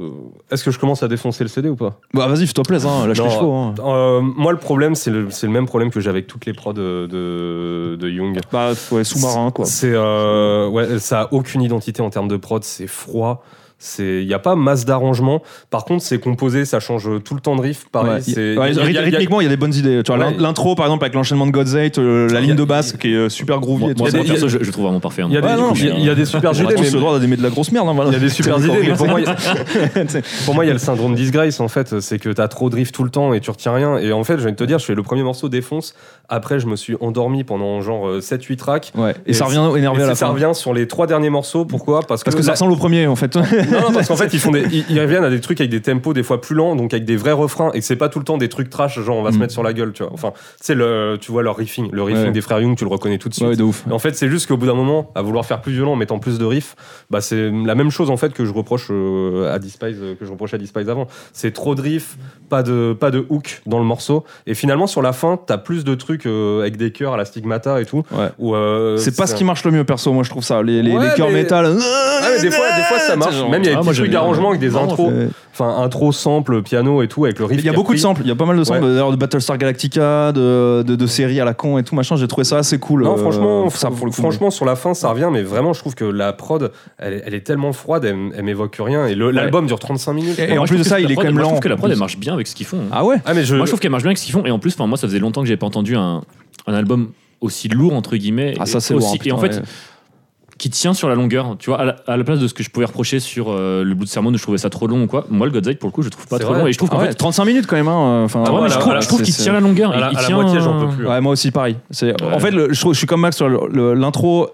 A: est-ce que je commence à défoncer le CD ou pas
B: Bah, vas-y, fais-toi plaisir, hein, lâche
A: Non,
B: les chevaux. hein.
A: euh, Moi, le problème, c'est le, c'est le même problème que j'ai avec toutes les prods de, de, de Young.
B: Bah, ouais, sous-marin, quoi.
A: C'est euh, ouais, ça a aucune identité en termes de prod, c'est froid. C'est, il y a pas masse d'arrangements. Par contre, c'est composé, ça change tout le temps de riff. Pareil,
B: Ouais,
A: c'est-
B: y- ouais,
A: il y a- il y a-
B: rythmiquement, il y a des bonnes idées. Tu vois,
A: Ouais.
B: l'in- L'intro, par exemple, avec l'enchaînement de God's Eight, euh, la ligne de basse qui est euh, super groovy.
C: Moi,
B: et tout.
C: moi,
A: Il y a des-
C: perso, je, je le trouve vraiment parfait. hein.
A: il y a des-
B: Ouais, non,
A: il y a-
B: mais-
A: il y a des super
B: On
A: idées,
B: a
A: mais
B: ce droit d'aimer de la grosse merde. hein, voilà.
A: Il y a des super idées, mais pour moi, il y a- pour moi, il y a le syndrome disgrace en fait. C'est que t'as trop de riff tout le temps et tu retiens rien. Et en fait, je viens de te dire, je fais le premier morceau défonce. Après, je me suis endormi pendant genre 7-8 tracks.
B: Ouais, et,
A: Et
B: ça revient énervé
A: Et
B: à la
A: ça
B: fin.
A: revient sur les trois derniers morceaux. Pourquoi Parce que,
B: Parce que ça
A: la-
B: ressemble au premier, en fait.
A: Non, non, parce qu'en fait, ils, font des, ils, ils reviennent à des trucs avec des tempos des fois plus lents, donc avec des vrais refrains, et que c'est pas tout le temps des trucs trash, genre on va se
B: Mm.
A: mettre sur la gueule, tu vois. Enfin, c'est le, tu vois leur riffing, le riffing
B: Ouais.
A: des frères Young, tu le reconnais tout de suite.
B: Ouais, de ouf.
A: Et En fait, c'est juste qu'au bout d'un moment, à vouloir faire plus violent en mettant plus de riffs, bah, c'est la même chose en fait que je reproche euh, à Despise, euh, que je reprochais à Despise avant. C'est trop de riffs, pas de, pas de hook dans le morceau. Et finalement, sur la fin, t'as plus de trucs euh, avec des chœurs à la stigmata et tout.
B: Ouais.
A: où, euh,
B: C'est pas ce
A: un-
B: qui marche le mieux, perso, moi, je trouve ça. Les, les,
A: Ouais,
B: les chœurs
A: mais-
B: métal.
A: Ah, mais des fois, des fois, ça marche. Même il y a
C: Ah,
A: des
C: moi,
A: petits trucs
C: j'aime
A: d'arrangement
C: bien.
A: avec des
C: Non,
A: intros.
B: Ouais.
A: Enfin, intro, sample, piano et tout, avec le riff.
B: Il y a
A: qui
B: beaucoup de
A: repris.
B: samples, il y a pas mal de samples,
A: Ouais.
B: d'ailleurs de Battlestar Galactica, de, de, de séries à la con et tout machin, j'ai trouvé ça assez cool.
A: Non,
B: euh,
A: franchement,
B: ça, pour le coup.
A: franchement, sur la fin, ça revient, mais vraiment, je trouve que la prod, elle, est- elle est tellement froide, elle, m- elle m'évoque rien. Et le- l'album dure 35 minutes.
B: Et-
C: Moi,
B: en
C: je
B: plus
C: trouve
B: de
C: que
B: ça,
C: la
B: il est
C: prod-
B: quand même
C: moi, Je
B: lent.
C: trouve que la prod, elle marche bien avec ce qu'ils font. hein.
B: Ah ouais
A: Ah, mais je.
C: Moi, je trouve qu'elle marche bien avec ce qu'ils font. Et en plus, enfin, moi, ça faisait longtemps que j'avais pas entendu un, un album aussi lourd, entre guillemets.
B: Ah,
C: et
B: ça, c'est lourd.
C: aussi-
B: hein,
C: Et en
B: putain,
C: fait,
B: ouais.
C: qui tient sur la longueur. Tu vois, à la, à la place de ce que je pouvais reprocher sur euh, le Blood Sermon où je trouvais ça trop long ou quoi, moi, le Godzilla, pour le coup, je le trouve pas
A: C'est
C: trop
A: vrai.
C: long. Et je trouve
B: Ah
C: qu'en
B: ouais,
C: fait.
B: 35 minutes quand même. hein, enfin,
C: Ah ouais,
A: voilà,
C: mais je trouve,
A: voilà,
C: je trouve qu'il
B: c'est-
C: tient la longueur.
A: à la,
C: il, il
A: à la
C: tient euh,
B: hein.
A: moitié, j'en
C: un-
A: peux plus.
B: Ouais, moi aussi, pareil. C'est-
C: Ouais.
B: En fait, le- je, trouve- je suis comme Max sur le- le- l'intro.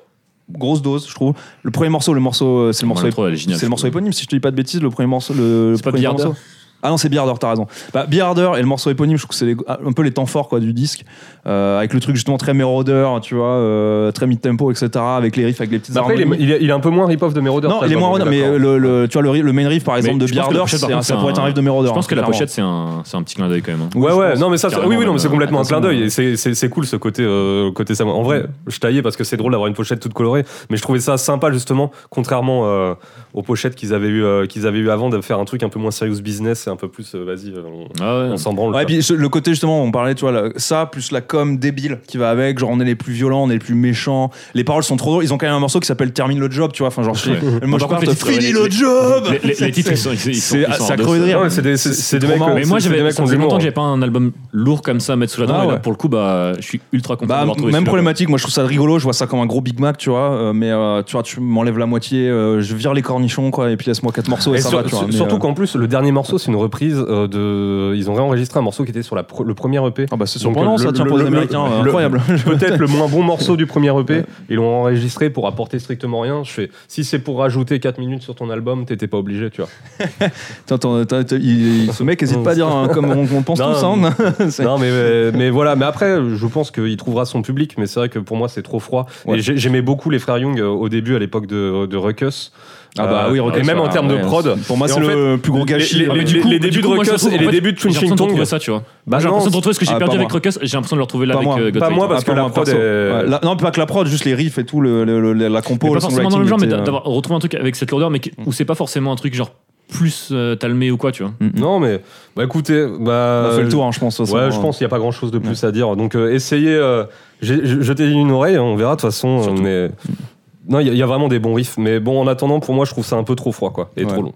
B: grosse dose, je trouve. Le premier morceau, le morceau, euh, c'est le
C: Moi,
B: morceau,
C: l'intro, elle est
B: ép-
C: géniale,
B: c'est le
C: je
B: morceau
C: trouve.
B: éponyme. Si je te dis pas de bêtises, le premier morceau, le, le
C: C'est pas
B: premier
C: Beer Harder
B: morceau- Ah non, c'est Beer Harder, t'as raison. Bah, Beer Harder et le morceau éponyme, je trouve que c'est les- un peu les temps forts quoi, du disque, Euh, avec le truc justement très mérodeur, tu vois, euh, très mid-tempo, etc., avec les riffs, avec les petites
A: Bah après, il est,
B: harmonies.
A: il est- il est un peu moins rip-off de Mérode.
B: Non, il est moins rodeur, mais le, le- tu vois, le, riff- le main riff par exemple
C: Mais
B: de
C: je
B: Beer
C: pense que la
B: Harder,
C: pochette, par
B: c'est un-
C: contre,
B: ça
C: c'est
B: pourrait être un
C: un-
B: riff de hein, Mérode.
C: Je pense que la pochette, c'est un, c'est un petit clin d'œil quand même. hein.
A: Ouais,
B: je
A: ouais,
B: pense.
A: non, mais ça, c'est-
C: Carrément,
A: oui, oui, non, mais c'est
C: euh,
A: complètement un
C: attention,
A: clin d'œil.
C: euh,
A: et C'est c'est- c'est cool ce côté, euh, côté ça. En vrai, je taillais parce que c'est drôle d'avoir une pochette toute colorée, mais je trouvais ça sympa justement, contrairement euh, aux pochettes qu'ils avaient, eu, euh, qu'ils avaient eu avant, de faire un truc un peu moins serious business et un peu plus, euh, vas-y, euh, on,
C: Ah ouais.
A: on s'en branle.
B: Ouais,
A: quoi.
B: puis ce- le côté justement, on parlait, tu vois, la- ça, plus la com débile qui va avec, genre on est les plus violents, on est les plus méchants, les paroles sont trop drôles, ils ont quand même un morceau qui s'appelle Termine le job, tu vois, enfin genre, je- moi
C: Ouais.
B: je
C: Par contre,
B: parle
C: les
B: de
C: titres, ouais,
B: Fini
C: les-
B: le
C: les-
B: job
C: Les, les- les titres, ils sont, ils, ils sont,
B: C'est-
C: ils
B: c'est
C: sont
B: à
C: hors de
B: crever de
C: ce-
B: rire.
A: Ouais, c'est des, c'est-
B: C'est-
A: c'est des
B: c'est
A: mecs,
B: trop marrant.
A: euh,
C: Mais moi,
A: c'est- c'est des
C: j'avais,
A: mecs
C: ça
A: qui ont
C: faisait
A: du
C: longtemps
A: humour.
C: que j'avais pas un album lourd comme ça à mettre sous la dent.
B: Ah
C: et là,
B: ouais.
C: pour le coup, bah, je suis ultra content
B: Bah,
C: d'avoir trouvé
B: même
C: celui-là.
B: problématique, moi je trouve ça rigolo, je vois ça comme un gros Big Mac, tu vois, euh, mais euh, tu vois, tu m'enlèves la moitié, euh, je vire les cornichons, quoi, et puis laisse-moi quatre morceaux et,
A: Et
B: ça
A: sur-
B: va, tu vois.
A: sur-
B: mais,
A: surtout
B: euh,
A: qu'en plus, le dernier morceau, c'est une reprise euh, de. Ils ont réenregistré un morceau qui était sur la pro- le premier E EP.
B: Ah bah c'est
A: Donc,
B: surprenant
A: le-
B: ça,
A: le-
B: tiens, pour
A: le-
B: les
A: le-
B: Américains, euh,
A: le-
B: incroyable.
A: peut-être le moins bon morceau du premier EP. Ils l'ont enregistré pour apporter strictement rien. Je fais, si c'est pour rajouter 4 minutes sur ton album, t'étais pas obligé, tu vois.
B: Tiens, t'en- t'as- t'as- il- ce mec hésite pas à dire hein, comme on, on pense
A: Non,
B: tous, hein. C'est-
A: Non, mais, mais, mais voilà. Mais après, je pense qu'il trouvera son public. Mais c'est vrai que pour moi, c'est trop froid.
B: Ouais.
A: Et j'ai- j'aimais beaucoup les frères Young euh, au début, à l'époque de, de Ruckus.
B: Ah bah oui, Ruckus,
A: Et même en
B: ouais,
A: termes
B: ouais,
A: de prod.
B: Pour moi,
A: Et
B: c'est Bah
A: en fait,
B: le plus gros gâchis.
A: les-
C: Ah, mais
A: les-
C: du coup-
A: débuts
C: du
A: de
C: coup, moi, je
A: Ruckus
C: trouve-
A: et
C: en
A: les
C: fait,
A: débuts de
C: J'ai l'impression
A: Ching
C: de
A: Chong.
C: retrouver ça, tu vois.
A: Bah
C: j'ai
A: non,
C: l'impression de retrouver ce que j'ai
B: ah,
C: perdu
B: pas
C: avec
B: moi.
C: Ruckus. J'ai l'impression de le retrouver là
B: Pas
C: avec
B: moi.
C: euh,
A: Pas
C: Godsmack.
A: moi, parce
B: Ah,
A: que
B: pas
A: la
B: moi,
A: prod
B: perso.
A: est-
B: Ouais, la- non, pas que la prod, juste les riffs et tout, le, le- le- la, la compo,
C: Mais
B: le
C: pas forcément dans le
B: songwriting
C: genre, mais
B: était,
C: d'a-
B: euh,
C: d'avoir retrouvé un truc avec cette lourdeur, mais qui- où c'est pas forcément un truc genre plus euh, talmé ou quoi, tu vois.
B: Hmm.
A: Non, mais bah écoutez, bah.
B: On a fait le tour, hein, je pense. de toute
A: Ouais,
B: façon,
A: je
B: hein.
A: pense qu'il n'y a pas grand chose de plus à dire. Donc, euh, essayez, euh, j'ai- je- jetez une oreille, hein, on verra. De toute façon,
C: Surtout.
A: on est- Non, il y, a- il y a vraiment des bons riffs. Mais bon, en attendant, pour moi, je trouve ça un peu trop froid, quoi. Et
B: Ouais.
A: trop long.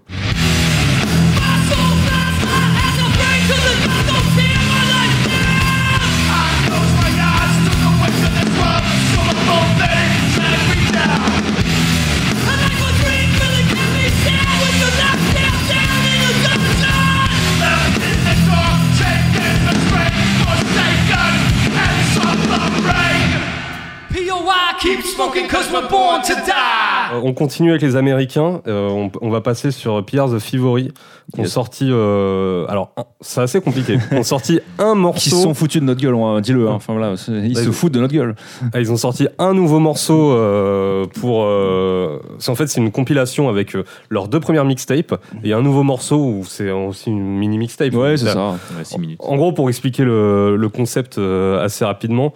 D: Keep smoking cause we're born to die
A: Euh, on continue avec les Américains. Euh, on, on va passer sur Pierre the Fivory, qui ont sorti. euh, alors, un- c'est assez compliqué. Ils ont sorti un morceau.
B: Qui se sont foutus de notre gueule, on va- dis-le. hein. Enfin voilà, c'est- ils
A: Ouais,
B: se
A: ils-
B: foutent de notre gueule.
A: Ah, ils ont sorti un nouveau morceau euh, pour. euh, c'est- en fait, c'est une compilation avec euh, leurs deux premières mixtapes et un nouveau morceau où c'est aussi une mini mixtape.
B: Ouais, c'est
A: Là,
B: ça.
C: Ouais, 6 minutes.
A: En gros, pour expliquer le, le concept euh, assez rapidement,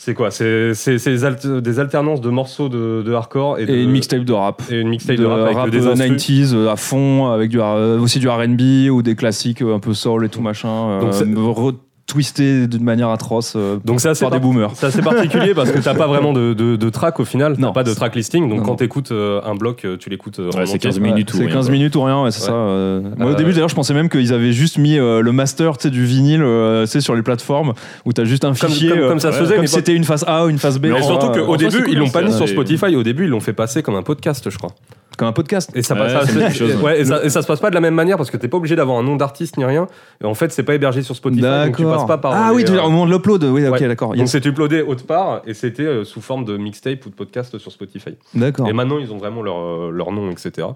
A: c'est quoi C'est c'est- c'est des, alt- des alternances de morceaux de, de hardcore et, de,
B: Et une mixtape de rap.
A: et une mixtape de, rap avec des
B: euh,
A: instrus.
B: 90s euh, à fond, avec du, euh, aussi du RB ou des classiques euh, un peu soul et tout machin.
A: Donc
B: Donc
A: c'est-
B: retwisté d'une manière atroce euh,
A: Donc c'est assez,
B: par des
A: par-
B: boomers.
A: c'est assez particulier parce que t'as pas vraiment de, de, de track au final, t'as
B: Non.
A: pas de track listing, donc
B: Non,
A: quand
B: non.
A: t'écoutes euh, un bloc, euh, tu l'écoutes euh, en
C: Ouais, c'est
A: entier.
C: 15 minutes
B: Ouais,
C: ou
B: C'est
C: rien,
B: 15
C: quoi.
B: minutes ou rien, ouais, c'est
A: Ouais.
B: ça. euh. Moi,
A: Euh,
B: au début, d'ailleurs, je pensais même qu'ils avaient juste mis euh, le master tu sais, du vinyle euh, tu sais, sur les plateformes où t'as juste un
A: Comme-
B: fichier.
A: comme-
B: euh,
A: comme ça se faisait à
B: Comme
A: l'époque.
B: c'était une face A ou une face B.
A: Mais
B: tu
A: surtout
B: vois,
A: qu'au
B: euh,
C: soi,
A: début,
C: c'est cool,
A: ils l'ont pas
C: ça,
A: mis sur
C: c'est-
A: Spotify, au début, ils l'ont fait passer comme un podcast, je crois.
B: Comme un podcast.
A: Et ça,
C: Ouais,
A: passe- ça-
C: c'est la même chose.
A: ouais, et ça- et ça se passe pas de la même manière parce que t'es pas obligé d'avoir un nom d'artiste ni rien. Et en fait, c'est pas hébergé sur Spotify, donc tu passes pas par.
B: Ah
A: les,
B: oui, tu veux
A: euh,
B: dire, au moment de l'upload, oui, ok,
A: Ouais.
B: d'accord.
A: Donc
B: Yes.
A: c'est uploadé autre part et c'était euh, sous forme de mixtape ou de podcast sur Spotify.
B: D'accord.
A: Et maintenant ils ont vraiment leur, euh, leur nom, etc.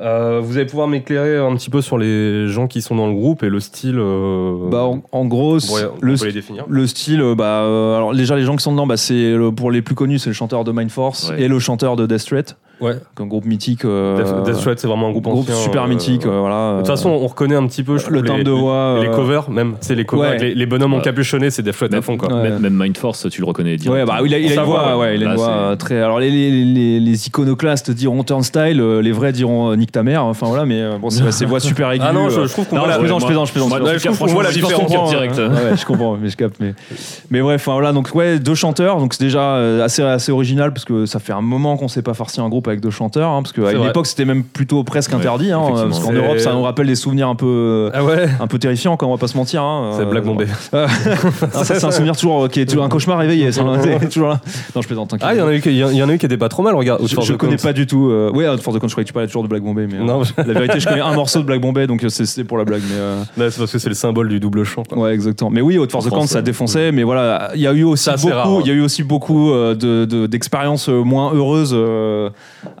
A: Euh, vous allez pouvoir m'éclairer un petit peu sur les gens qui sont dans le groupe et le style. euh,
B: Bah, en, en gros,
A: on pourrait-
B: c'est-
A: on
B: le,
A: peut les définir.
B: le style, euh, bah, euh, alors déjà, les gens qui sont dedans, bah, c'est le- pour les plus connus, c'est le chanteur de Mindforce
C: Ouais.
B: et le chanteur de Death Threat,
A: Ouais.
B: un groupe mythique. euh,
A: Death, Death Threat, c'est vraiment un groupe,
B: groupe
A: ancien,
B: super
A: euh,
B: mythique, euh, voilà.
A: De toute façon, on reconnaît un petit peu je
B: le
A: trouve,
B: timbre
A: les,
B: de voix.
A: les
B: euh,
A: covers même, c'est les covers
B: Ouais.
A: avec les, les bonhommes
C: Ouais.
A: encapuchonnés, c'est Death Threat à fond quoi.
B: Ouais.
C: Même, même Mindforce, tu le reconnais direct.
B: Ouais, bah, il a, il a
A: Ça
B: une voix,
A: va, ouais.
B: ouais, il a une
C: Là,
B: voix,
C: c'est-
B: euh, très. Alors, les, les, les, les iconoclastes diront turnstyle, euh, les vrais diront euh, nique ta mère, enfin voilà, mais euh, bon, c'est c'est voix super aiguë.
A: Ah non, je,
B: euh,
A: je trouve qu'on
B: Non,
A: voit la-
B: je plaisante, je plaisante, je plaisante.
C: Moi,
A: Ouais, je trouve qu'on voit la
C: franchement,
A: différence.
C: je capte direct.
B: Ouais, euh, ouais, je comprends, mais je capte. Mais, mais bref, enfin, voilà, donc ouais, deux chanteurs, donc c'est déjà euh, assez, assez original parce que ça fait un moment qu'on s'est pas farci un groupe avec deux chanteurs, hein, parce qu'à
A: C'est
B: une
A: vrai.
B: époque c'était même plutôt presque
C: Ouais,
B: interdit, hein,
C: effectivement.
B: parce qu'en
A: C'est-
B: Europe ça nous rappelle des souvenirs un peu, euh,
A: Ah ouais
B: un peu terrifiants, quand on va pas se mentir. hein.
A: C'est
B: Euh,
A: Black Bombay.
B: Ah, ça, c'est un souvenir toujours euh, qui est toujours un cauchemar réveillé. ça, hein, c'est toujours là. Non, je plaisante. t'inquiète.
A: Ah, il y en a eu qui- il y, en- il y en a eu qui était pas trop mal, regarde.
B: je, je connais pas du tout. euh, Ouais, Out for the Count, je croyais que tu parlais toujours de Black Bombay, mais euh,
A: Non,
B: la vérité, je connais un morceau de Black Bombay, donc euh, c'est- c'est pour la blague. Mais euh,
A: c'est parce que c'est le symbole du double chant.
B: ouais, exactement. Mais oui, Out for the Count,
A: France,
B: ça
A: euh,
B: défonçait, mais voilà, il y a eu aussi
A: C'est assez
B: beaucoup,
A: rare, hein.
B: il y a eu aussi beaucoup euh, de- de- d'expériences euh, moins heureuses euh,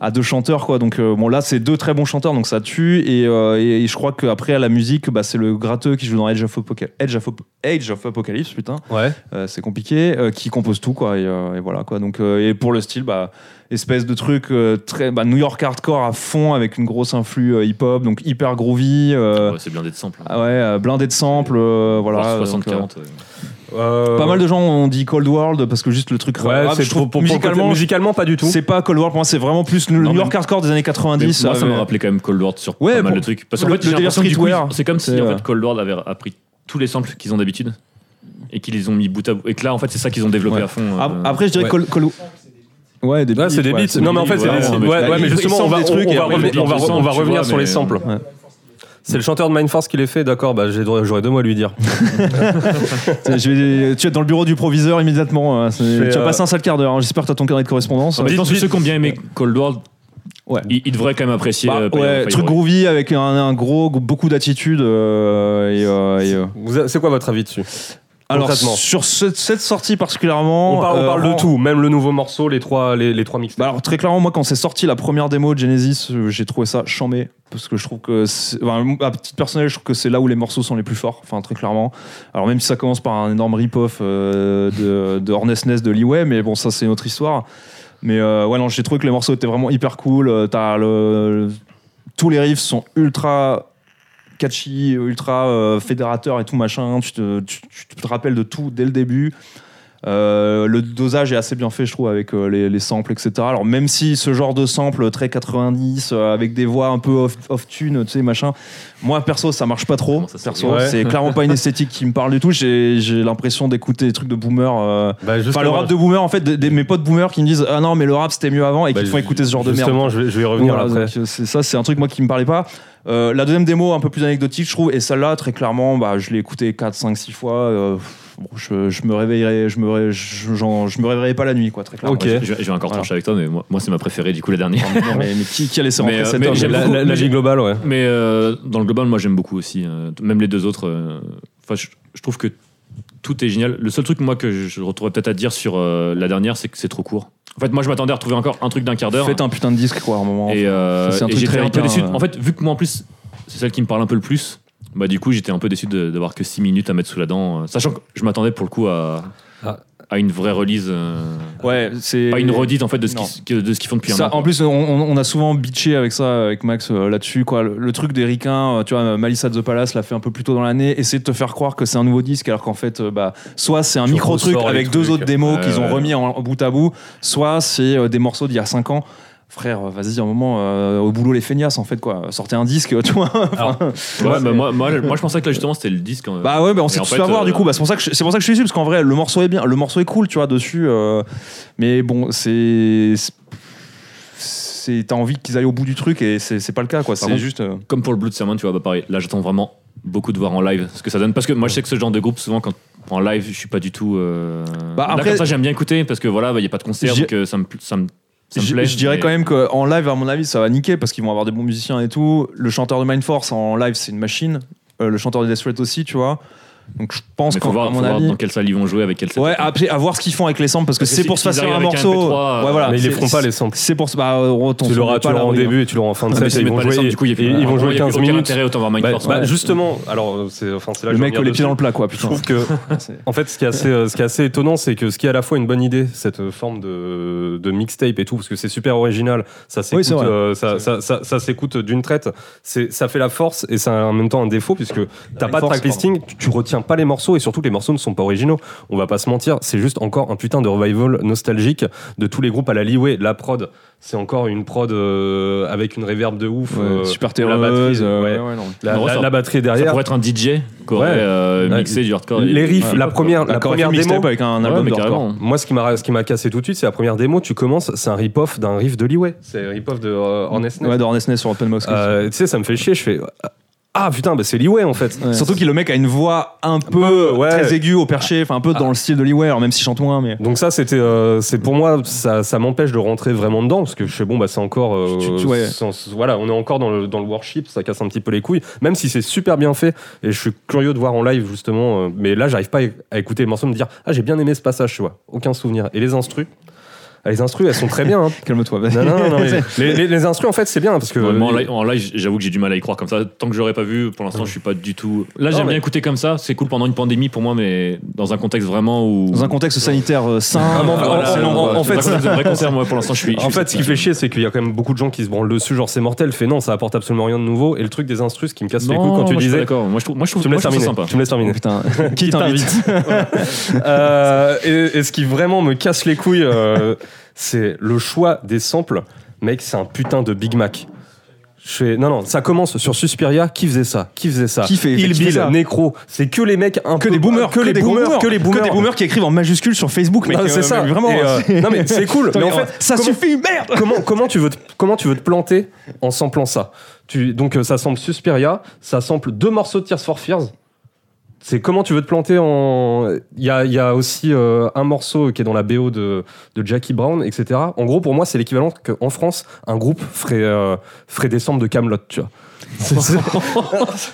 B: à deux chanteurs, quoi. Donc euh, bon, là, c'est deux très bons chanteurs, donc ça tue. Et, euh, et- et je crois qu'après à la musique, bah, c'est le gratteux qui joue dans Age of, Apoca- Age of- Age of Apocalypse, putain.
A: Ouais.
B: Euh, c'est compliqué, euh, qui compose tout, quoi. Et, euh, et voilà, quoi. Donc, euh, et pour le style, bah, espèce de truc euh, très bah, New York hardcore à fond avec une grosse influx euh, hip-hop, donc hyper groovy. euh,
C: Ouais, c'est blindé de samples.
B: ah ouais, euh, blindé de samples, euh, voilà.
C: Voire
B: donc,
C: 60-40. ouais.
B: euh, pas mal de gens ont dit Cold World parce que juste le truc
A: Ouais,
B: rap,
A: c'est
B: je trouve
A: pour, pour- pour-
B: musicalement,
A: musicalement pas du tout.
B: c'est pas Cold World pour moi, c'est vraiment plus le
C: Non,
B: New
C: mais-
B: York hardcore des années 90.
C: Mais Moi, ça me
B: avec-
C: rappelait quand même Cold War sur
B: Ouais,
C: pas mal
B: pour-
C: de trucs. Parce qu'en
B: le-
C: fait,
B: le
C: j'ai
B: délire
C: l'impression que du coup,
B: streetwear,
C: ils- c'est comme si
B: c'est,
C: en
B: euh,
C: fait, Cold War avait appris tous les samples qu'ils ont d'habitude et qu'ils les ont mis bout à bout. Et que là, en fait, c'est ça qu'ils ont développé
B: Ouais.
C: à fond.
B: Ah,
C: euh,
B: Après, je dirais
A: Ouais.
B: Cold Cold- Ouais, des
A: Ouais, c'est des
B: ouais,
A: beats.
B: c'est
A: non, mais en
B: des
A: fait,
B: beats,
A: c'est
B: ouais,
A: des. Ouais,
B: ouais,
C: mais-
A: ouais,
B: bah,
A: mais
B: ils-
A: justement,
B: ils
A: on va,
B: sortent des
A: on-
B: trucs
A: on
B: et
A: va
B: après,
A: revenir,
C: ils
A: on va-
C: sortent,
A: on va
C: tu
A: revenir
C: vois,
A: sur
C: mais-
A: les samples.
B: Ouais.
A: C'est le chanteur de Mindforce qui les fait, d'accord, bah, j'ai droit- j'aurais deux mots à lui dire.
B: Je vais- tu es dans le bureau du proviseur immédiatement. hein, c'est-
A: Je fais,
B: Tu as
A: euh,
B: passé un sale quart d'heure. hein, J'espère que tu as ton carnet de correspondance.
C: en fait, je
A: Dites-
C: pense que
A: dites-
C: ceux qui ont bien aimé Cold War,
B: Ouais.
C: ils, ils devraient quand même apprécier.
B: Bah,
C: euh, Fire-
B: ouais,
C: Fire-
B: truc groovy avec un, un gros, beaucoup d'attitude. euh, et, euh, et, euh.
A: Vous a- C'est quoi votre avis dessus
B: Alors,
A: Concrètement.
B: sur ce- cette sortie particulièrement.
A: On parle, on
B: euh,
A: parle
B: en-
A: de tout, même le nouveau morceau, les trois, les, les trois mix.
B: Bah alors très clairement moi quand c'est sorti la première démo de Genesis euh, j'ai trouvé ça chambé parce que je trouve que c'est- enfin, à petite personnelle je trouve que c'est là où les morceaux sont les plus forts enfin très clairement alors même si ça commence par un énorme rip-off euh, de, de Hornets Nest de Leeway mais bon ça c'est une autre histoire mais euh, ouais non j'ai trouvé que les morceaux étaient vraiment hyper cool Euh, t'as le, le- tous les riffs sont ultra catchy ultra euh, fédérateur et tout machin tu te, tu- tu te rappelles de tout dès le début euh, le dosage est assez bien fait, je trouve, avec euh, les, les samples, etc. Alors, même si ce genre de sample très 90, euh, avec des voix un peu off- off-tune, tu sais, machin, moi, perso, ça marche pas trop.
C: Comment ça, ça
B: perso,
A: ouais.
B: c'est clairement pas une esthétique qui me parle du tout. J'ai j'ai l'impression d'écouter des trucs de boomer. euh,
A: Bah,
B: Enfin,
A: justement,
B: le rap de boomer, en fait, des, des- mes potes boomers qui me disent Ah non, mais le rap c'était mieux avant et
A: bah,
B: qui te font
A: ju-
B: écouter ce genre de merde.
A: Justement, je vais, je vais y revenir
B: Voilà,
A: après.
B: donc, euh, c'est ça, c'est un truc moi qui me parlait pas. Euh, la deuxième démo, un peu plus anecdotique, je trouve, et celle-là, très clairement, bah, je l'ai écoutée 4, 5, 6 fois. euh, pff, bon, je, je me réveillerai, je me, ré- je, j'en- je me réveillerai pas la nuit, quoi, très clairement.
A: Ok.
C: Je, je- je vais encore trancher avec toi, mais moi, moi, c'est ma préférée du coup la dernière.
B: Non, mais, mais qui, qui a laissé rentrer
C: Mais, euh,
B: cet
C: mais
B: homme
C: j'aime
B: La-
A: La,
C: beaucoup.
A: la, la vie globale, ouais.
C: Mais euh, dans le global, moi j'aime beaucoup aussi. euh, t- même les deux autres. euh, Enfin, je, je trouve que tout est génial. Le seul truc, moi, que je, je retrouverais peut-être à dire sur euh, la dernière, c'est que c'est trop court. En fait, moi, je m'attendais à retrouver encore un truc d'un quart
B: la-
C: d'heure.
B: Faites un putain de disque, quoi, à un moment.
C: Et, euh,
B: Ça, c'est un
C: et
B: truc
C: j'étais
B: très
C: un peu
B: ricain,
C: déçu.
B: euh.
C: En fait, vu que moi en plus, c'est celle qui me parle un peu le plus, bah du coup, j'étais un peu déçu de- d'avoir que 6 minutes à mettre sous la dent. euh, Sachant que je m'attendais pour le coup à,
A: Ah.
C: à une vraie release. euh,
B: ouais, c'est.
C: Pas une redite en fait de ce
B: Non.
C: qu'ils que- de ce qu'ils font depuis
B: Ça,
C: un an.
B: en plus, on, on- on a souvent bitché avec ça, avec Max euh, là-dessus. Quoi, le, le truc des ricains, euh, tu vois, Malissa de the Palace l'a fait un peu plus tôt dans l'année, essayer de te faire croire que c'est un nouveau disque, alors qu'en fait, euh, bah, soit c'est un
A: Tu
B: micro truc
A: ressors les
B: avec deux
A: trucs.
B: autres démos
C: Ouais,
B: qu'ils ont
C: ouais.
B: remis en, en bout à bout, soit c'est euh, des morceaux d'il y a cinq ans. Frère, euh, vas-y, un moment, euh, au boulot les feignasses, en fait, quoi. Sortez un disque, tu vois. Enfin,
C: Ouais, bah, moi, moi, moi, je pensais que là justement c'était le disque. euh,
B: bah ouais, mais on s'est
C: en
B: tous
C: fait,
B: fait avoir
C: euh,
B: du coup. Bah, c'est pour ça que je, c'est pour ça que je suis déçu parce qu'en vrai, le morceau est bien, le morceau est cool, tu vois, dessus. euh, mais bon, c'est c'est t'as envie qu'ils aillent au bout du truc et c'est c'est pas le cas quoi. C'est
C: contre-
B: juste. euh,
C: comme pour le Blood Sermon, tu vois, bah pareil, là j'attends vraiment beaucoup de voir en live ce que ça donne. Parce que moi je sais que ce genre de groupe, souvent quand en live, je suis pas du tout. euh,
B: Bah,
C: là,
B: après-
C: comme ça, j'aime bien écouter parce que voilà, il n'y a pas de concert,
B: Je-
C: donc euh, ça me, pl- ça me, ça me
B: Je,
C: plaît.
B: je dirais
C: mais-
B: quand même qu'en live, à mon avis, ça va niquer parce qu'ils vont avoir des bons musiciens et tout. Le chanteur de Mindforce en live, c'est une machine. Euh, le chanteur de Death Threat aussi, tu vois. Donc je pense
C: mais faut
B: qu'en
C: voir,
B: à mon
C: faut voir
B: avis.
C: dans quelle salle ils vont jouer, avec quelle salle.
B: Ouais, après, à voir ce qu'ils font avec les samples parce que
C: Parce que
B: c'est
C: si-
B: pour se
C: s'ils
B: faire un
C: arrivent avec un
B: morceau.
C: MP3,
B: ouais, voilà.
A: mais ils les
B: C'est-
A: feront pas, les samples.
B: C'est pour se- bah, on t'en
A: Tu l'auras
B: fout
A: tu
B: pas,
A: l'auras
B: là,
A: en
B: on est-
A: début et tu l'auras en fin de
C: Ah, mais
A: set.
C: s'ils
A: et Ils
C: mettent
A: vont
C: pas les
A: jouer
C: samples, du coup, il y a Ah,
A: et ils vont jouer
C: il y a
A: 15
C: aucun
A: minutes.
C: intérêt autant hein. voir
A: Bah,
C: Mindforce.
A: bah,
B: ouais.
A: justement, alors c'est enfin, c'est là que
B: Le
A: je
B: mec
A: reviens
B: les pieds
A: dessus.
B: dans le plat, quoi. Putain.
A: Je trouve que
B: Ah,
A: En fait, ce qui est assez, euh, ce qui est assez étonnant, c'est que ce qui est à la fois une bonne idée, cette euh, forme de, de mixtape et tout, parce que c'est super original, ça s'écoute,
B: c'est vrai.
A: euh, ça, ça, ça- ça s'écoute d'une traite, c'est, ça fait la force et ça a en même temps un défaut, puisque t'as
B: Une
A: pas de
B: force,
A: tracklisting, tu, tu retiens retient pas les morceaux et surtout les morceaux ne sont pas originaux. On va pas se mentir, c'est juste encore un putain de revival nostalgique de tous les groupes à la Leeway. La prod, c'est encore une prod euh, avec une reverb de ouf. euh,
B: super
A: la batterie,
B: terreuse. euh,
A: ouais.
B: ouais, ouais, non.
A: La,
C: Non,
A: la-
C: ça-
A: la batterie est
C: Ça
A: derrière.
C: pourrait être un DJ qui aurait
A: Ouais.
C: euh,
A: Ouais.
C: mixé du hardcore.
A: Les riffs,
C: Ouais.
A: la première, la
B: Encore une
A: première
B: mixtape
A: démo.
B: avec un
C: Ouais,
B: album
C: mais
B: de record.
C: carrément.
A: Moi, ce qui m'a ce qui m'a cassé tout de suite, c'est la première démo. Tu commences, c'est un rip-off d'un riff de Leeway. C'est un rip-off de euh, Hornets Nest.
B: Ouais, de Hornets Nest sur Open Moscow.
A: Euh, tu sais, ça me fait chier. Je fais ah putain, bah, c'est Leeway en fait.
B: Ouais. Surtout que le mec a une voix un peu
A: peu, ouais.
B: très aiguë au perché, enfin un peu dans le style de Lee Ware, même s'il chante moins. Mais
A: Donc ça, c'était, euh, c'est pour moi, ça, ça m'empêche de rentrer vraiment dedans parce que je sais bon, bah c'est encore, euh,
B: Tu- tu- ouais.
A: sans- voilà, on est encore dans le, dans le worship, ça casse un petit peu les couilles, même si c'est super bien fait et je suis curieux de voir en live justement, euh, mais là j'arrive pas à- à écouter les morceaux me dire ah j'ai bien aimé ce passage, tu vois, aucun souvenir. Et les instrus, ah, les instrus elles sont très bien. hein.
B: calme-toi.
A: Non, non, non, mais les, les- les instrus en fait c'est bien parce que
C: Ouais, moi, en live- en live, j'avoue que j'ai du mal à y croire comme ça. Tant que j'aurais pas vu, pour l'instant, je suis pas du tout.
A: Non,
C: Là, j'aime
A: mais-
C: bien écouter comme ça. C'est cool pendant une pandémie pour moi, mais dans un contexte vraiment où.
B: Dans un contexte sanitaire euh, sain. Oh,
A: Ah, mais en-
C: Voilà,
A: en-
C: c'est
A: en-
C: l'endroit.
A: en
C: Dans un
A: fait-
C: contexte de vrai concert, moi, pour l'instant, je suis. je
A: En
C: suis
A: fait, ce qui fait chier, c'est qu'il y a quand même beaucoup de gens qui se branlent dessus, genre c'est mortel, fait non, ça apporte absolument rien de nouveau. Et le truc des instrus qui me casse les
C: Non,
A: couilles quand
C: moi,
A: tu
C: je suis pas
A: disais.
C: D'accord. Moi, je trouve, moi, je trouve,
A: Tu me laisses
C: moi, je
A: terminer.
C: trouve ça sympa.
A: Tu me laisses terminer.
B: Putain, qui t'invite
A: Euh, et, et ce qui vraiment me casse les couilles, euh, c'est le choix des samples. Mec, c'est un putain de Big Mac. Je fais, non, non, ça commence sur Suspiria. Qui faisait ça Qui faisait ça
B: Qui fait-
A: Il
B: qui fait
A: Bill,
B: ça
A: Necro. C'est que les mecs un
B: Que
A: peu-
B: des boomers,
A: que les boomers, que les boomers.
B: qui écrivent en majuscule sur Facebook, mais
A: Non, c'est ça.
B: Vraiment.
A: Et, euh, non, mais c'est cool. mais en fait,
B: ça
A: comment-
B: suffit, merde.
A: comment, comment, tu veux te, comment tu veux te planter en samplant ça tu, Donc euh, ça sample Suspiria, ça sample deux morceaux de Tears for Fears. C'est comment tu veux te planter en... Il y a, il y a aussi euh, un morceau qui est dans la BO de, de Jackie Brown, etc. En gros, pour moi, c'est l'équivalent qu'en France, un groupe ferait, euh, ferait des samples de Camelot, tu vois. C'est- c'est-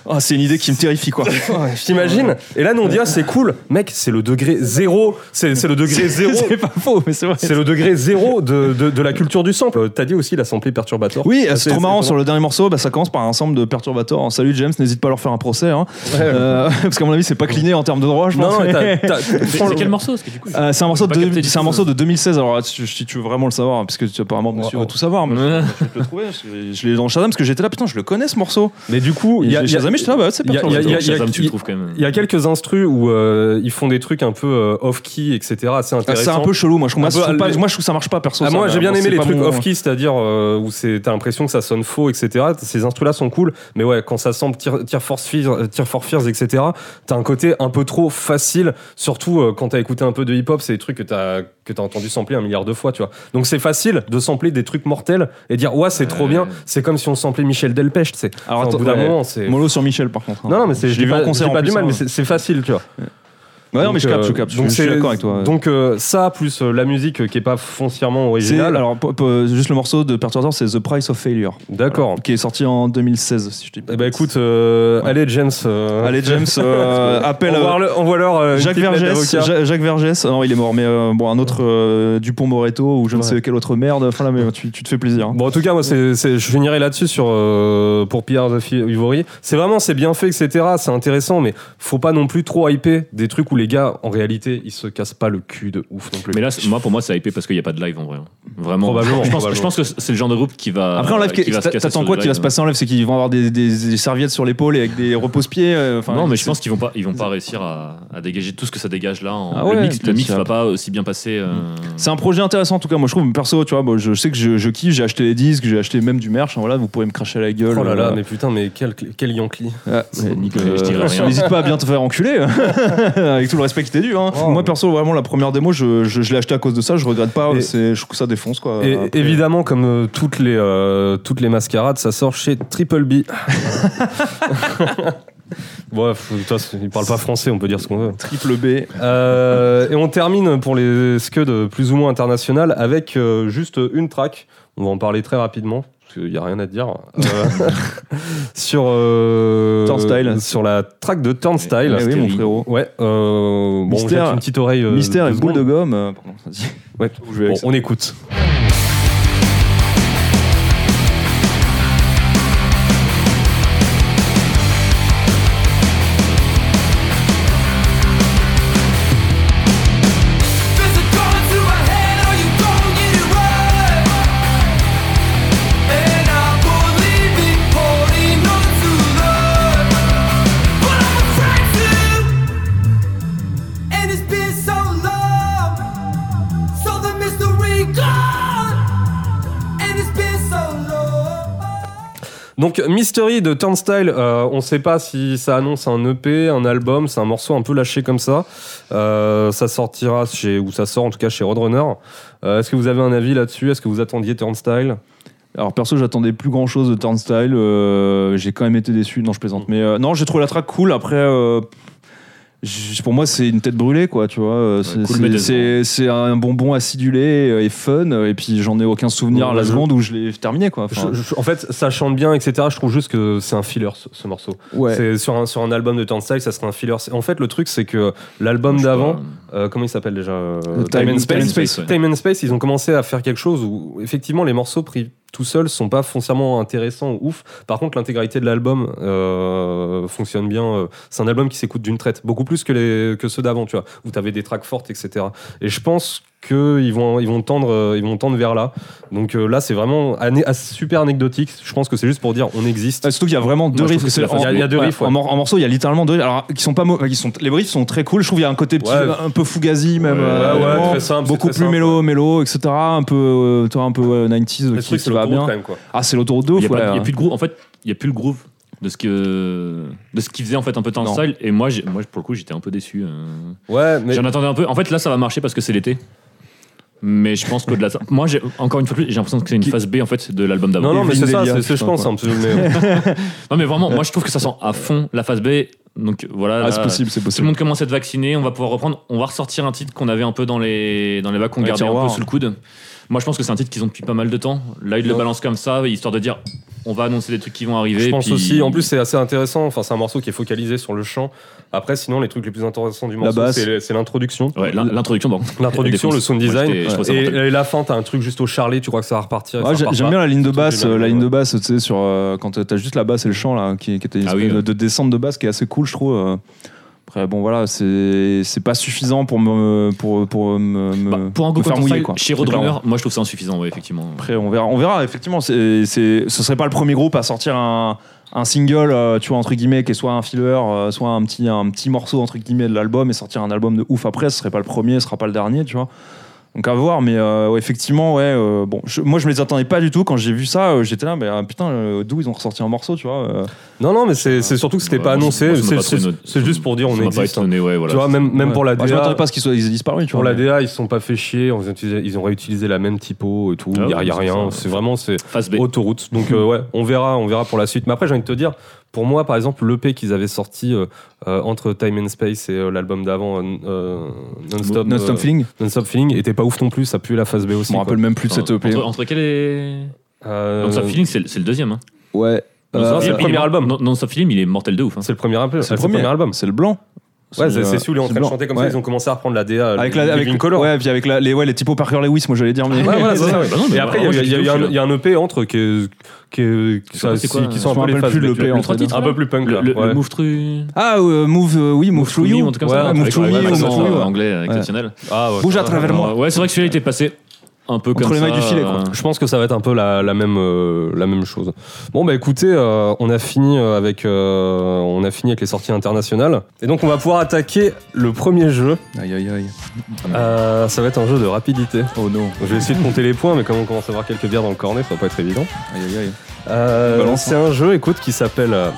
B: Oh, c'est une idée qui me terrifie, quoi.
A: je t'imagine. Et là, nous, on dit, ah, c'est cool. Mec, c'est le degré zéro. C'est c'est le degré zéro.
B: C'est pas faux, mais c'est vrai.
A: C'est le degré zéro de, de, de la culture du sample. Euh, T'as dit aussi la samplée perturbator.
B: Oui,
A: Ça,
B: c'est trop marrant sur le dernier morceau. Bah, ça commence par un ensemble de Perturbator. en Salut James, n'hésite pas à leur faire un procès. hein. Euh, parce qu'à mon avis, c'est pas cliné en termes de droit, je pense.
A: Non, mais t'as-
B: mais-
A: t'as-
C: C'est c'est quel morceau Parce que du coup, je-
B: Euh, c'est un morceau
C: J'ai
B: de
C: pas capté du
B: c'est un
C: tout.
B: morceau de 2016 alors tu- si tu veux vraiment le savoir parce que tu apparemment monsieur
A: Oh.
B: veut tout savoir mais je peux le trouver je, je l'ai dans Shazam parce que j'étais là putain je le connais ce morceau
A: Mais du coup,
B: il
A: il y a, il y a-
B: Shazam et j'étais là bah c'est
A: il y a-
B: Perturbator.
A: il y a- il y a-
C: Shazam, tu
A: il-
C: le trouves quand même.
A: il y a quelques instrus où euh, ils font des trucs un peu euh, off-key, etc. C'est
B: Ah,
A: intéressant.
B: c'est un peu chelou moi je, moi,
A: Un
B: je
A: peu
B: trouve pas-
A: al-
B: moi je trouve ça marche pas perso
A: Ah,
B: ça,
A: moi
B: mais
A: j'ai bien
B: bon,
A: aimé
B: c'est
A: les
B: pas
A: trucs
B: mon-
A: off-key, c'est-à-dire euh, où c'est- t'as l'impression que ça sonne faux, etc. Ces instrus-là sont cool, mais ouais, quand ça semble Tear Tear for Fears, euh, Tear for Fears, etc., t'as un côté un peu trop facile, surtout euh, quand t'as écouté un peu de hip-hop, c'est des trucs que t'as que t'as entendu sampler un milliard de fois, tu vois. Donc c'est facile de sampler des trucs mortels et dire ouais, c'est trop
C: Euh.
A: bien, c'est comme si on samplait Michel Delpech, tu sais.
B: alors
A: Enfin,
B: attends,
A: au bout d'un
B: ouais.
A: moment, c'est.
B: mollo sur Michel par contre hein.
A: Non, non, mais c'est
B: Je
A: je
B: l'ai
A: dis
B: vu en
A: pas,
B: concert
A: j'ai
B: en
A: pas
B: plus,
A: du mal,
B: hein.
A: mais c'est c'est facile, tu vois.
B: ouais non mais je
A: Donc,
B: capte
A: euh,
B: je capte je
A: donc
B: je suis
A: c'est-
B: d'accord avec toi ouais.
A: Donc euh, ça, plus euh, la musique euh, qui est pas foncièrement
B: c'est
A: originale.
B: alors po- po- juste le morceau de Perturbator c'est The Price of Failure
A: D'accord.
B: qui est sorti en 2016 si je dis pas
A: Eh
B: de
A: ben
B: bêtises.
A: écoute, euh,
B: Ouais.
A: allez James. euh,
B: allez James euh, appelle euh,
A: On voit, leur
B: Jacques Vergès, Ja- Jacques Vergès, Ah non il est mort, mais euh, bon un autre euh, Dupont Moreto ou je ne
A: Ouais.
B: sais quelle autre merde. Enfin là, mais tu, tu te fais plaisir. hein.
A: Bon, en tout cas, moi, c'est, c'est- je finirai là-dessus sur euh, pour Pierre of Ivory. C'est vraiment, c'est bien fait, etc. C'est intéressant, mais faut pas non plus trop hyper des trucs où les gars, en réalité, ils se cassent pas le cul de ouf non plus.
C: Mais là, c'est- moi, pour moi, c'est hypé parce qu'il n'y a pas de live en vrai. Vraiment.
A: Probablement,
C: Je pense,
A: probablement.
C: je pense que c'est le genre de groupe qui va.
B: Après en live,
C: euh, qui
B: qu'est-
C: va se
B: t'a-
C: casser
B: t'attends
C: sur
B: quoi
C: le
B: qui va
C: live.
B: se
C: hein.
B: passer en live C'est qu'ils vont avoir des, des- des serviettes sur l'épaule et avec des repose-pieds. euh, enfin,
C: non, mais je
B: c'est-
C: pense qu'ils vont pas, ils vont pas réussir à, à dégager tout ce que ça dégage là. en-
B: Ah ouais,
C: le mix, le
B: peut-être
C: mix
B: ça.
C: va pas aussi bien passer. euh,
B: C'est un projet intéressant en tout cas. Moi je trouve perso, tu vois, bon, je sais que je, je kiffe, j'ai acheté les disques, j'ai acheté même du merch. hein, voilà, vous pourrez me cracher à la gueule.
A: Oh là là,
B: euh,
A: mais putain, mais quel, quel Yankee.
B: Ah, mais Nick, euh,
C: Je dirais rien.
B: N'hésite pas à bien te faire enculer, hein. avec tout le respect qui t'est dû. hein.
A: Oh.
B: Moi perso, vraiment la première démo, je, je- je l'ai acheté à cause de ça. Je regrette pas.
A: Et-
B: c'est- Je trouve que ça défonce quoi.
A: Et
B: Après-
A: évidemment, comme euh, toutes les euh, toutes les mascarades, ça sort chez Triple B. Bon, faut- de toute façon, ils parlent pas français, on peut dire ce qu'on veut.
B: Triple B.
A: Euh, et on termine pour les scuds plus ou moins internationales avec euh, juste une track. On va en parler très rapidement. parce qu'il n'y a rien à dire. Euh, sur, euh,
B: Turnstile.
A: sur la track de Turnstile.
B: Eh oui, mon frérot.
A: Ouais, euh, bon, on
B: Mystère-
A: jette une petite oreille. euh,
B: Mystère et
A: deux
B: boule de
A: secondes.
B: gomme. euh, pardon, vas-y.
A: Ouais.
B: Où je vais avec
A: Bon, on écoute.
D: There's a gun through my head, or you don't get it right. And I won't leave it holding on to love. But I'm afraid to.
A: Donc Mystery de Turnstile, euh, on sait pas si ça annonce un EP, un album, c'est un morceau un peu lâché comme ça. Euh, ça sortira chez ou ça sort en tout cas chez Roadrunner. Euh, Est-ce que vous avez un avis là-dessus Est-ce que vous attendiez Turnstile
B: Alors perso, j'attendais plus grand chose de Turnstile. euh, j'ai quand même été déçu. Non, je plaisante. Mais euh, non, j'ai trouvé la track cool. Après, euh, j- pour moi, c'est une tête brûlée, quoi. Tu vois, euh, c'est
C: cool,
B: c'est-
C: mais
B: c'est- c'est un bonbon acidulé euh, et fun. euh, Et puis, j'en ai aucun souvenir à la
A: Ouais, je-
B: seconde où je l'ai terminé, quoi. Enfin,
A: Je- je- En fait, ça chante bien, etc. Je trouve juste que c'est un filler ce, ce morceau.
B: ouais.
A: C'est sur un sur un album de Turnstile, ça serait un filler. C'est- En fait, le truc c'est que l'album
C: Je sais
A: d'avant,
C: pas.
A: euh, comment il s'appelle déjà euh,
B: Time- Time and
C: Space, ouais.
A: Time and Space, ils ont commencé à faire quelque chose où effectivement les morceaux pris tout seuls sont pas foncièrement intéressants ou ouf. Par contre, l'intégralité de l'album euh, fonctionne bien. euh. C'est un album qui s'écoute d'une traite, beaucoup plus que les que ceux d'avant, tu vois, où t'avais des tracks fortes, etc. Et je pense que ils vont ils vont tendre euh, ils vont tendre vers là. Donc euh, là, c'est vraiment ané- as- super anecdotique. Je pense que c'est juste pour dire on existe.
B: Ah, surtout qu'il y a vraiment deux
C: je trouve
B: riffs.
C: que c'est la
B: C'est-
C: phase
B: en-
A: de- Il y a deux riffs, ouais.
B: En, mor- en morceau, il y a littéralement deux riffs. Alors, qui sont pas mau- qui sont, les riffs sont très cool. Je trouve qu'il y a un côté petit-
A: Ouais.
B: un peu fugazi, même.
C: Ouais,
B: euh,
C: ouais,
B: vraiment.
A: très simple, c'est
B: beaucoup
A: très
B: plus
A: simple,
B: mélo, mélo, etc. Un peu, euh, toi, un peu ouais, 90s,
A: Le
B: qui
A: truc,
B: se
A: c'est
B: va
A: l'autoroute
B: bien.
A: quand même quoi.
B: Ah, c'est l'autoroute de ouf,
C: Il y a, pas-
B: ouais.
C: il y a plus de groove. En fait, il y a plus le groove de ce que de ce qu'il faisait en fait un peu temps
B: Non.
C: style. Et moi, j'ai- moi pour le coup, j'étais un peu déçu. euh.
A: Ouais, mais
C: J'en attendais un peu. En fait, là, ça va marcher parce que c'est l'été. Mais je pense qu'au-delà de ça, moi, j'ai- encore une fois de plus, j'ai l'impression que c'est une phase B en fait de l'album d'avant.
A: non non, mais c'est ça,
B: Delia,
A: c'est ce que je pense
B: putain, quoi.
A: un peu. mais-
C: Non, mais vraiment, moi, je trouve que ça sent à fond la phase B. Donc voilà.
B: Ah, c'est
C: là,
B: possible, c'est
C: euh, Tout le
B: possible.
C: monde commence à être vacciné, on va pouvoir reprendre, on va ressortir un titre qu'on avait un peu dans les dans les bacs qu'on
B: Ouais,
C: gardait un
B: tiroir.
C: peu sous le coude. Moi, je pense que c'est un titre qu'ils ont depuis pas mal de temps. Là, ils le
A: Ouais.
C: balancent comme ça, histoire de dire, on va annoncer des trucs qui vont arriver.
A: Je pense
C: puis-
A: aussi. En plus, c'est assez intéressant. Enfin, c'est un morceau qui est focalisé sur le chant. Après, sinon, les trucs les plus intéressants du morceau,
B: basse.
A: c'est c'est l'introduction.
C: Ouais, l'in- l'introduction, bon.
A: euh, L'introduction, le sound
C: Moi,
A: design.
C: j'étais- je trouvais ça
A: et,
C: mortel.
A: et la fin, t'as un truc juste au charlet. Tu crois que ça va repartir. et
B: Ouais,
A: ça
B: j'ai-
A: repart
B: J'aime
A: pas.
B: bien la ligne de
A: Surtout
B: basse,
A: du
B: euh, la
A: même,
B: ligne de
A: ouais.
B: basse, tu sais, sur euh, quand t'as juste la basse et le chant là, qui, qui était une
C: Ah
B: espèce
C: oui,
B: de,
C: ouais.
B: de descente de basse qui est assez cool, je trouve. euh. Après, bon, voilà, c'est c'est pas suffisant pour me pour pour me, me-
C: Bah, pour un
B: me
C: go
B: faire
C: comme
B: mouiller
C: style,
B: quoi.
C: chez Roadrunner, moi je trouve ça insuffisant, ouais, effectivement.
B: Après, on verra, on verra effectivement. C'est, c'est, ce serait pas le premier groupe à sortir un, un single, euh, tu vois, entre guillemets, qui est soit un filler, euh, soit un petit, un petit morceau, entre guillemets, de l'album et sortir un album de ouf après. Ce serait pas le premier, ce sera pas le dernier, tu vois. Donc à voir, mais euh, ouais, effectivement, ouais, euh, bon, je- moi je me les attendais pas du tout. Quand j'ai vu ça, euh, j'étais là, mais ah, putain, euh, d'où ils ont ressorti un morceau, tu vois. euh.
A: Non, non, mais c'est c'est surtout que c'était
C: Ouais,
A: pas
C: euh, moi,
A: annoncé.
C: ça m'a
A: C'est
C: pas trop
A: c'est-
C: étonné.
A: c'est juste pour dire
C: Ça
A: on
C: m'a pas
A: existe.
C: étonné, ouais, voilà.
A: Tu vois, même, même
B: Ouais.
A: pour la
B: Bah, je m'attendais
A: DA,
B: pas à ce qu'ils soient ils aient disparu, tu
A: pour
B: vois.
A: la DA, ils se sont pas fait chier. Ils ont, utilisé- ils ont réutilisé la même typo et tout. Il
C: Ah
A: y a,
C: ouais,
A: y a
C: c'est
A: rien.
C: ça.
A: C'est vraiment, c'est
C: Phase B.
A: autoroute. Donc euh, ouais, on verra, on verra pour la suite. Mais après, j'ai envie de te dire, pour moi, par exemple, l'EP qu'ils avaient sorti euh, euh, entre Time and Space et euh, l'album d'avant, euh, euh, Non-Stop
B: Non Stop
A: euh,
B: Feeling,
A: Non-Stop Feeling, était pas ouf non plus. Ça pue la phase B
B: je
A: aussi.
B: me
A: quoi.
B: rappelle même plus de cette E EP.
C: Entre, entre quel et.
A: E Euh,
C: Non, Stop Feeling, c'est le c'est le deuxième. Hein.
B: Ouais,
C: Non,
A: Euh,
C: Stop
A: c'est le
C: Feeling, il est
A: premier
C: mor-
A: album.
C: Non, non, Stop Feeling, il est mortel de ouf. hein.
A: C'est le premier album.
B: c'est le premier,
A: album.
B: c'est le blanc.
A: Ouais, c'est
B: euh,
A: c'est celui où il est en train de
B: blanc.
A: chanter comme
B: Ouais.
A: ça. Ils ont commencé à reprendre la DA.
B: avec la avec
A: Living Color.
B: ouais puis avec la, les ouais les typos Parker Lewis moi j'allais dire mais
A: Ouais, voilà, c'est ça, ouais.
C: Bah non, mais
A: et après, il y a-
C: moi,
A: il y, a
C: j'ai
A: eu
C: kiffé,
A: un-
C: là.
A: il y a un EP entre qui, est- qui, est- qui,
C: Je sais pas, c'est quoi,
A: qui
C: euh,
A: sont
B: je
A: un peu
B: me
A: les
B: rappelle
A: phases
B: plus
A: B,
B: le
A: tu vois.
B: EP,
C: Le
B: entre
C: trois
B: les deux.
C: titres
A: un peu plus punk.
C: Le,
A: là,
C: le- le
A: ouais.
C: Move Tru.
B: ah euh, move euh, oui move through
C: Move
B: you
C: en tout cas,
A: Ouais,
C: ça,
A: Move
C: avec-
B: Through
C: avec
B: You,
C: un accent
B: Move Through You, ouais.
C: anglais euh, exceptionnel.
A: Ah, ouais,
B: Bouge
A: ça-
B: à travers moi.
C: Alors, Ouais, c'est vrai que celui-là, il était passé un peu comme
B: Entre les mailles
C: ça,
B: du filet, quoi.
C: euh,
A: Je pense que ça va être un peu la, la même, euh, la même chose. Bon, bah écoutez, euh, on, a fini euh, avec, euh, on a fini avec les sorties internationales. Et donc, on va pouvoir attaquer le premier jeu.
B: aïe aïe aïe
A: Euh, ça va être un jeu de rapidité.
B: oh non
A: Je vais essayer de compter les points, mais comme on commence à avoir quelques bières dans le cornet, ça va pas être évident.
B: aïe aïe aïe
A: Euh,
B: Balance,
A: C'est un jeu, écoute, qui s'appelle euh,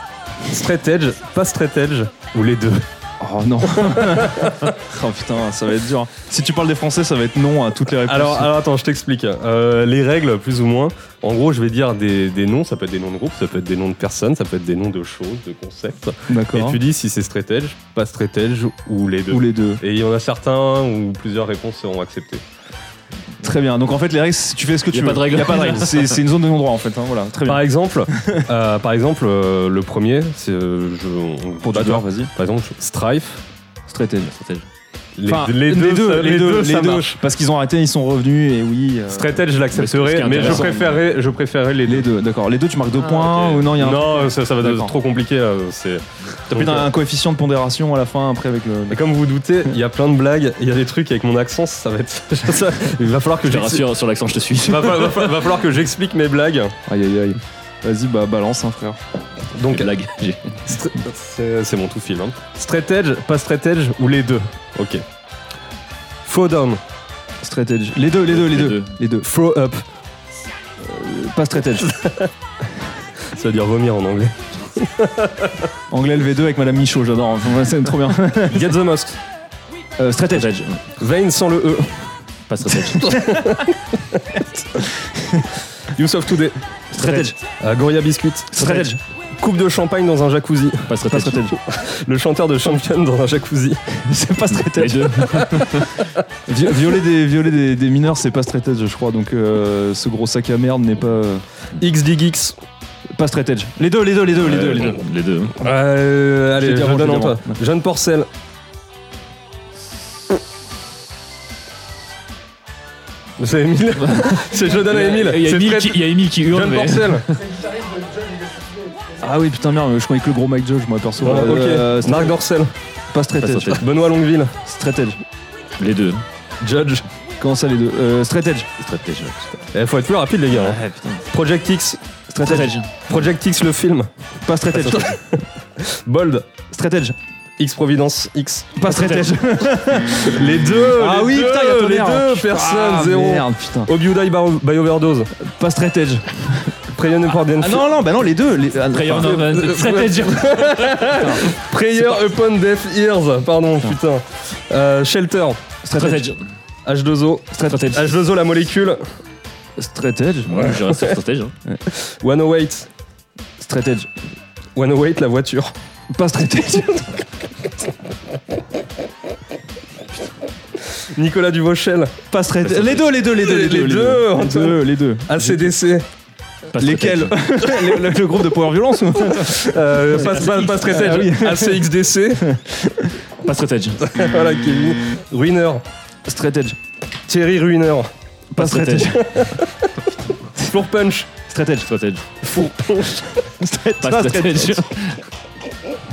A: Straight Edge, pas Straight Edge, ou les deux.
B: oh non oh putain ça va être dur si tu parles des français ça va être non à toutes les réponses
A: Alors, alors attends, je t'explique. Euh, les règles, plus ou moins. En gros, je vais dire des, des noms. Ça peut être des noms de groupes, ça peut être des noms de personnes, ça peut être des noms de choses, de concepts. Et
B: d'accord
A: tu dis si c'est straight edge, pas straight edge ou les deux.
B: ou les deux
A: Et il y en a certains où plusieurs réponses seront acceptées.
B: très bien donc en fait les règles c'est- tu fais ce que
C: Y a
B: tu veux
C: pas de règles.
B: y a pas de règles c'est c'est une zone de non-droit en fait hein, voilà très bien
A: Par exemple, euh, par exemple euh, le premier, c'est. euh, je- on-
B: pour
A: bah,
B: du
A: toi,
B: dehors, vas-y
A: Par exemple, Strife.
B: straight
C: stratège.
A: Les, les deux, ça- les deux, ça marche.
B: parce qu'ils ont arrêté ils sont revenus et oui euh,
A: Straight edge, je
C: Mais ce qui
A: l'accepterais,
C: est
A: mais je
C: intéressant,
A: préférerais, je préférerais les deux.
B: les deux d'accord les deux tu marques deux
C: Ah,
B: points
C: ok.
B: ou non il y a un
A: Non, ça, ça va être
B: D'accord.
A: trop compliqué. là, C'est.
B: T'as plus
A: Donc,
B: d'un Oh un coefficient de pondération à la fin après avec le.
A: Et comme vous vous doutez, il y a plein de blagues, il y a des trucs avec mon accent, ça va être. ça- il va falloir que
C: Je te
A: j'explique.
C: rassure, sur l'accent, je te suis.
A: Va, falloir- va falloir- va falloir que j'explique mes blagues.
B: Aïe aïe aïe. Vas-y bah balance hein frère.
A: Donc,
C: Blague. J'ai-
A: stra- c'est c'est bon, tout file. Hein. Straight edge, pas straight edge ou les deux Ok. Throw down,
B: Straight edge. Les deux, les deux, les,
C: Les
B: deux.
C: deux.
B: Les deux.
A: throw up,
B: Pas straight edge.
A: Ça veut dire vomir en anglais.
B: Anglais LV2 avec Madame Michaud, j'adore. Enfin, C'est trop bien.
A: Get the Mosque.
B: Euh, stratège.
C: Stratège.
A: Vein sans le E.
C: Pas stratège.
A: Use of Today.
B: Stratège.
A: Euh, Goria Biscuit.
B: Stratège.
A: Coupe de champagne dans un jacuzzi.
C: Pas
B: Pas
C: stratège.
B: stratège.
A: Le chanteur de Champion dans un jacuzzi.
B: C'est pas
C: Les
B: stratège.
C: deux.
B: Vi- Violer des, violer des, des mineurs, c'est pas stratège, je crois. Donc euh, ce gros sac à merde n'est pas. euh,
A: XDGX.
B: Pas stratège. Les deux, les deux, les deux, les deux, les deux.
C: Les deux.
A: Euh,
B: Je
A: allez,
B: l'ai dit
A: je
B: avant, je
A: donne
B: l'ai
A: en
B: dit
A: toi.
B: avant.
A: Jeanne Porcel. C'est Emile. C'est je donne à Emile.
C: Il y a
A: C'est
C: Emile
A: prête.
C: qui- il y a Emile qui hurle.
A: Jeanne
C: mais-
A: Porcel.
B: Ah oui, putain, merde, je croyais que le gros Mike Judge, moi, perso.
A: Voilà, ok.
B: Euh, stratège.
A: Marc Dorcel.
B: Pas
C: Pas
B: stratège.
C: stratège.
A: Benoît Longueville.
B: Stratège.
C: Les deux.
A: Judge.
B: Comment ça, les deux euh, Stratège.
C: Stratège. ouais.
A: Il Eh, faut être plus rapide, les gars. hein.
C: Ouais, putain.
A: Project X.
B: Stratège.
A: Project X, le film.
B: Pas stratège.
A: Bold.
B: Stratège.
A: X Providence X.
B: Pas stratège.
A: Les deux.
B: Ah
A: les
B: oui,
A: deux,
B: putain, il y a ton
A: Les
B: air.
A: deux personnes,
B: Ah,
A: zéro.
B: Merde, putain.
A: Obiudai by, by Overdose.
B: Pas stratège.
A: Prayer Upon Death.
B: Ah non, non, bah non, les deux. Les... ah,
C: Prayer
B: enfin,
C: non, bah,
A: euh,
C: Stratège.
A: Prayer Upon Deaf Ears. Pardon, putain. Euh, Shelter.
B: Stratège.
C: Stratège.
A: H2O.
C: Stratège.
A: H2O, la molécule.
B: Stratège.
C: Ouais, je reste sur stratège. hein.
A: 108.
B: Stratège.
A: 108, la voiture.
B: Pas stratège.
A: Nicolas Duvauchel.
B: Pas stratège. Les deux, les deux, les deux.
A: Les deux,
B: Les
A: Antoine.
B: deux, les deux.
A: ACDC.
C: Pas stratège.
B: Lesquels le, le- le groupe de Power Violence ou
A: Euh, passe, passe, passe très
B: Ah oui.
A: ACXDC.
C: Pas stratège.
A: voilà, qui est mis. Ruiner.
B: Stratège.
A: Thierry Ruiner.
B: Pas
C: stratège.
B: stratège.
A: Floor Punch.
C: Stratège. Stratège.
A: Four Punch.
C: Pas stratège.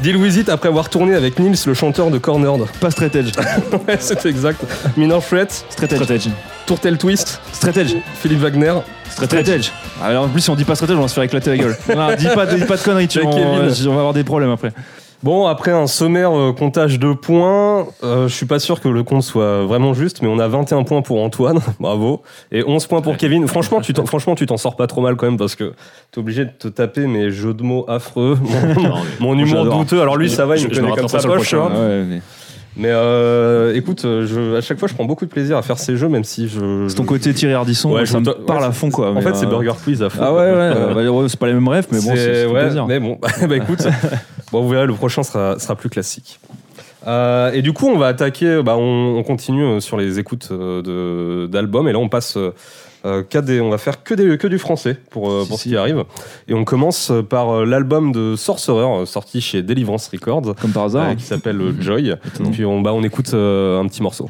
A: Deal With It après avoir tourné avec Nils, le chanteur de Cornered.
B: Pas stratège.
A: Ouais, c'est exact. Minor Threat.
B: Stratège.
C: Stratège.
A: Tourtel Twist.
B: Stratège.
A: Philippe Wagner.
B: Stratège. Alors en plus, si on dit pas stratège, on va se faire éclater la gueule. Non, dis, pas, dis pas de conneries, tu
A: Et
B: vois, on,
A: Kevin.
B: on va avoir des problèmes après.
A: Bon, après un sommaire euh, comptage de points, euh, je suis pas sûr que le compte soit vraiment juste, mais on a 21 points pour Antoine, bravo, et 11 points pour Kevin. Franchement, tu t'en, franchement, tu t'en sors pas trop mal quand même parce que t'es obligé de te taper mes jeux de mots affreux, mon,
C: Non, mais-
A: mon humour
B: J'adore.
A: douteux. Alors lui, ça va, il
C: Je-
A: me
C: je me
A: connaît comme
C: rattrape
A: ça
C: sur le
A: poche, tu
B: Hein Ah
C: prochain,
A: vois. Mais euh, écoute, euh, je, à chaque fois, je prends beaucoup de plaisir à faire ces jeux, même si je.
B: C'est ton
A: je-
B: côté Thierry Ardisson,
A: Ouais,
B: moi,
A: je
B: ça me
A: me-
B: parle
A: ouais,
B: à fond quoi.
A: En
B: mais,
A: fait, c'est
B: euh,
A: Burger Quiz à fond.
B: Ah ouais, ouais, euh, bah, ouais, c'est pas les mêmes rêves, mais bon, c'est c'est
A: ouais,
B: plaisir.
A: Mais bon, bah écoute, bon, vous verrez, le prochain sera, sera plus classique. Euh, et du coup, on va attaquer, bah, on, on continue euh, sur les écoutes euh, de- d'albums, et là on passe. euh, euh, qu'à des- on va faire que, des, que du français pour, euh,
B: Si,
A: pour
B: si.
A: ce qui arrive. Et on commence euh, par euh, l'album de Sorcerer, euh, sorti chez Deliverance Records,
B: Comme par hasard. hein.
A: euh, qui s'appelle euh, Joy. Et puis on, bah, on écoute euh, un petit morceau.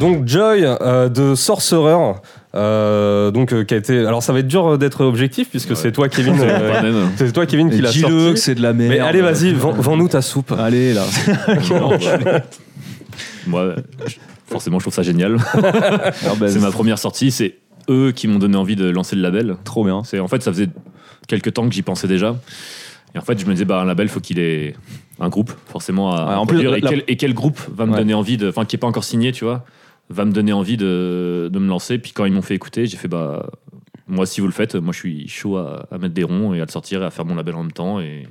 A: Donc Joy euh, de Sorcerer, euh, donc euh, qui a été. Alors ça va être dur euh, d'être objectif puisque c'est toi Kevin. euh,
C: Pas même.
A: c'est toi Kevin qui
B: Et
A: l'a
B: Dis-le que
A: sorti.
B: c'est de la merde.
A: Mais allez vas-y, vends- vends-nous ta soupe.
B: Allez là.
C: Non, bah, Moi, je- forcément, je trouve ça génial.
A: Ah,
B: Alors,
A: ben,
B: bah,
C: C'est ma première sortie. C'est eux qui m'ont donné envie de lancer le label.
B: Trop bien.
C: C'est en fait, ça faisait quelques temps que j'y pensais déjà. Et en fait, je me disais, bah, un label, faut qu'il ait un groupe, forcément. À,
B: Ouais,
C: à
B: en plus,
C: produire.
B: la-
C: et,
B: la-
C: quel, et quel groupe va me
B: Ouais.
C: donner envie de. Enfin, qui n'est pas encore signé, tu vois, va me donner envie de, de me lancer. Puis quand ils m'ont fait écouter, j'ai fait, bah, moi, si vous le faites, moi, je suis chaud à, à mettre des ronds et à le sortir et à faire mon label en même temps. Et,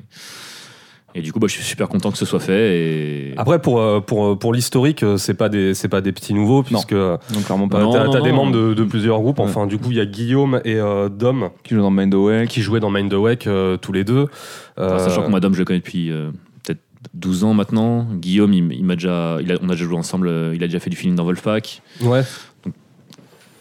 C: et du coup, bah, je suis super content que ce soit fait. Et...
A: Après pour euh, pour euh, pour l'historique, euh, c'est pas des c'est pas des petits nouveaux puisque euh,
B: Donc clairement pas.
A: t'as
C: Non, non,
A: t'as des
C: non.
A: membres de, de plusieurs groupes.
B: Ouais.
A: Enfin du coup il y a Guillaume et euh, Dom
B: Qui joue dans Mind Away.
A: qui jouaient dans Mind the Wake euh, tous les deux.
C: Enfin,
A: Euh,
C: sachant que Madame, je le connais depuis euh, peut-être 12 ans maintenant. euh, Guillaume, il, il m'a déjà, il a- on a déjà joué ensemble. euh, il a déjà fait du film dans Wolfpack.
A: ouais.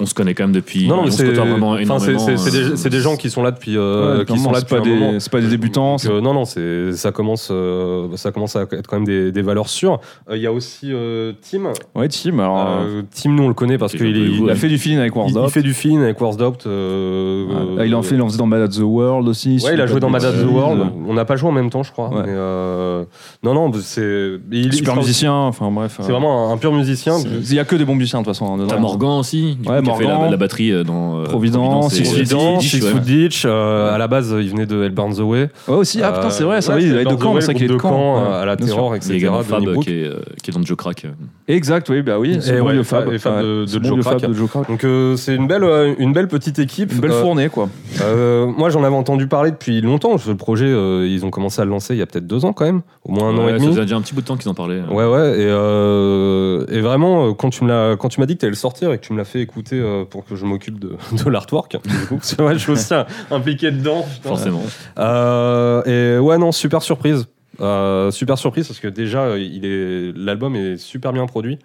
C: on se connaît quand même depuis.
A: Non,
C: on
A: mais
C: se
A: c'est
C: côtoie vraiment
A: enfin, c'est-
C: énormément,
A: c'est- c'est
C: euh,
A: des, c'est des gens qui sont là depuis, euh,
B: Ouais,
A: qui sont
B: clairement,
A: là
B: c'est
A: depuis
B: pas
A: un
B: des-
A: moment.
B: c'est pas des débutants,
A: Donc,
B: c'est-
A: euh, non, non, c'est- ça commence, euh, ça commence à être quand même des, des valeurs sûres. Euh, Il y a aussi euh, Tim.
B: Ouais, Tim, alors. euh,
A: Euh, Tim, nous on le connaît parce
C: qui est
A: qu'il
C: un peu
A: est-
C: nouveau,
A: il
B: il
A: a
B: a fait du feeling avec
A: Il,
B: Warzone.
A: il fait du film avec Wars Doubt. euh,
B: Ah, il en fait, il en faisait dans Mad at the World aussi. si
A: Ouais, il
B: je
A: a
B: dis
A: joué dans
B: pas de
A: Mad at the
B: bêtises.
A: World. On n'a pas joué en même temps, je crois.
B: Ouais.
A: Mais, euh, non, non, c'est. Il, il
B: Super
A: sera-
B: musicien, enfin bref. euh,
A: C'est vraiment un, un pur musicien.
B: Il n'y a que des bons musiciens de toute façon. hein,
C: T'as
B: dedans.
C: Morgan aussi, du
B: Ouais,
C: coup, qui a fait la,
B: Morgan.
C: la batterie euh, dans euh,
B: Providence,
C: et-
B: Six Foot
A: Évident,
C: Six
A: Six
C: Foot, ouais.
A: Foot Ditch. euh, À la base, il venait de Hell Burns Away.
B: Ouais, aussi. Ah putain, c'est vrai, ça
A: Euh,
B: oui, il
A: ouais,
B: est de
A: Burns
B: Caen,
A: Away,
B: c'est vrai
A: le
B: qu'il est de
A: groupe de
B: Camp.
A: Caen, à la Terror,
C: Il y a
A: etc.
C: également Fab
A: Denis Brook.
C: qui est, euh, qui est dans Joe Crack. euh.
B: Exact, oui, bah oui.
A: Et
B: C'est bon
A: ouais,
B: vieux
A: et Fab- et Fab
B: ouais,
A: de-
B: c'est
A: de
B: bon
A: Joe
B: vieux
A: Crack.
B: Fab de Joe Crack.
A: Donc euh, c'est une belle, euh, une belle petite équipe.
B: Une belle
A: Euh,
B: fournée, quoi.
A: euh, moi j'en avais entendu parler depuis longtemps. Ce projet, euh, ils ont commencé à le lancer il y a peut-être deux ans quand même, au moins un an
C: Ouais,
A: et
C: Ça
A: demi.
C: faisait déjà un petit bout de temps qu'ils en parlaient.
A: Ouais, ouais, et, euh, et vraiment, euh, quand tu me l'as- quand tu m'as dit que tu allais le sortir et que tu me l'as fait écouter euh, pour que je m'occupe de, de l'artwork, du coup, parce que ouais, je suis aussi un- impliqué dedans. putain.
C: Forcément.
A: Euh, et ouais, non, super surprise. Euh, super surprise parce que déjà, euh, il est- l'album est, super bien produit.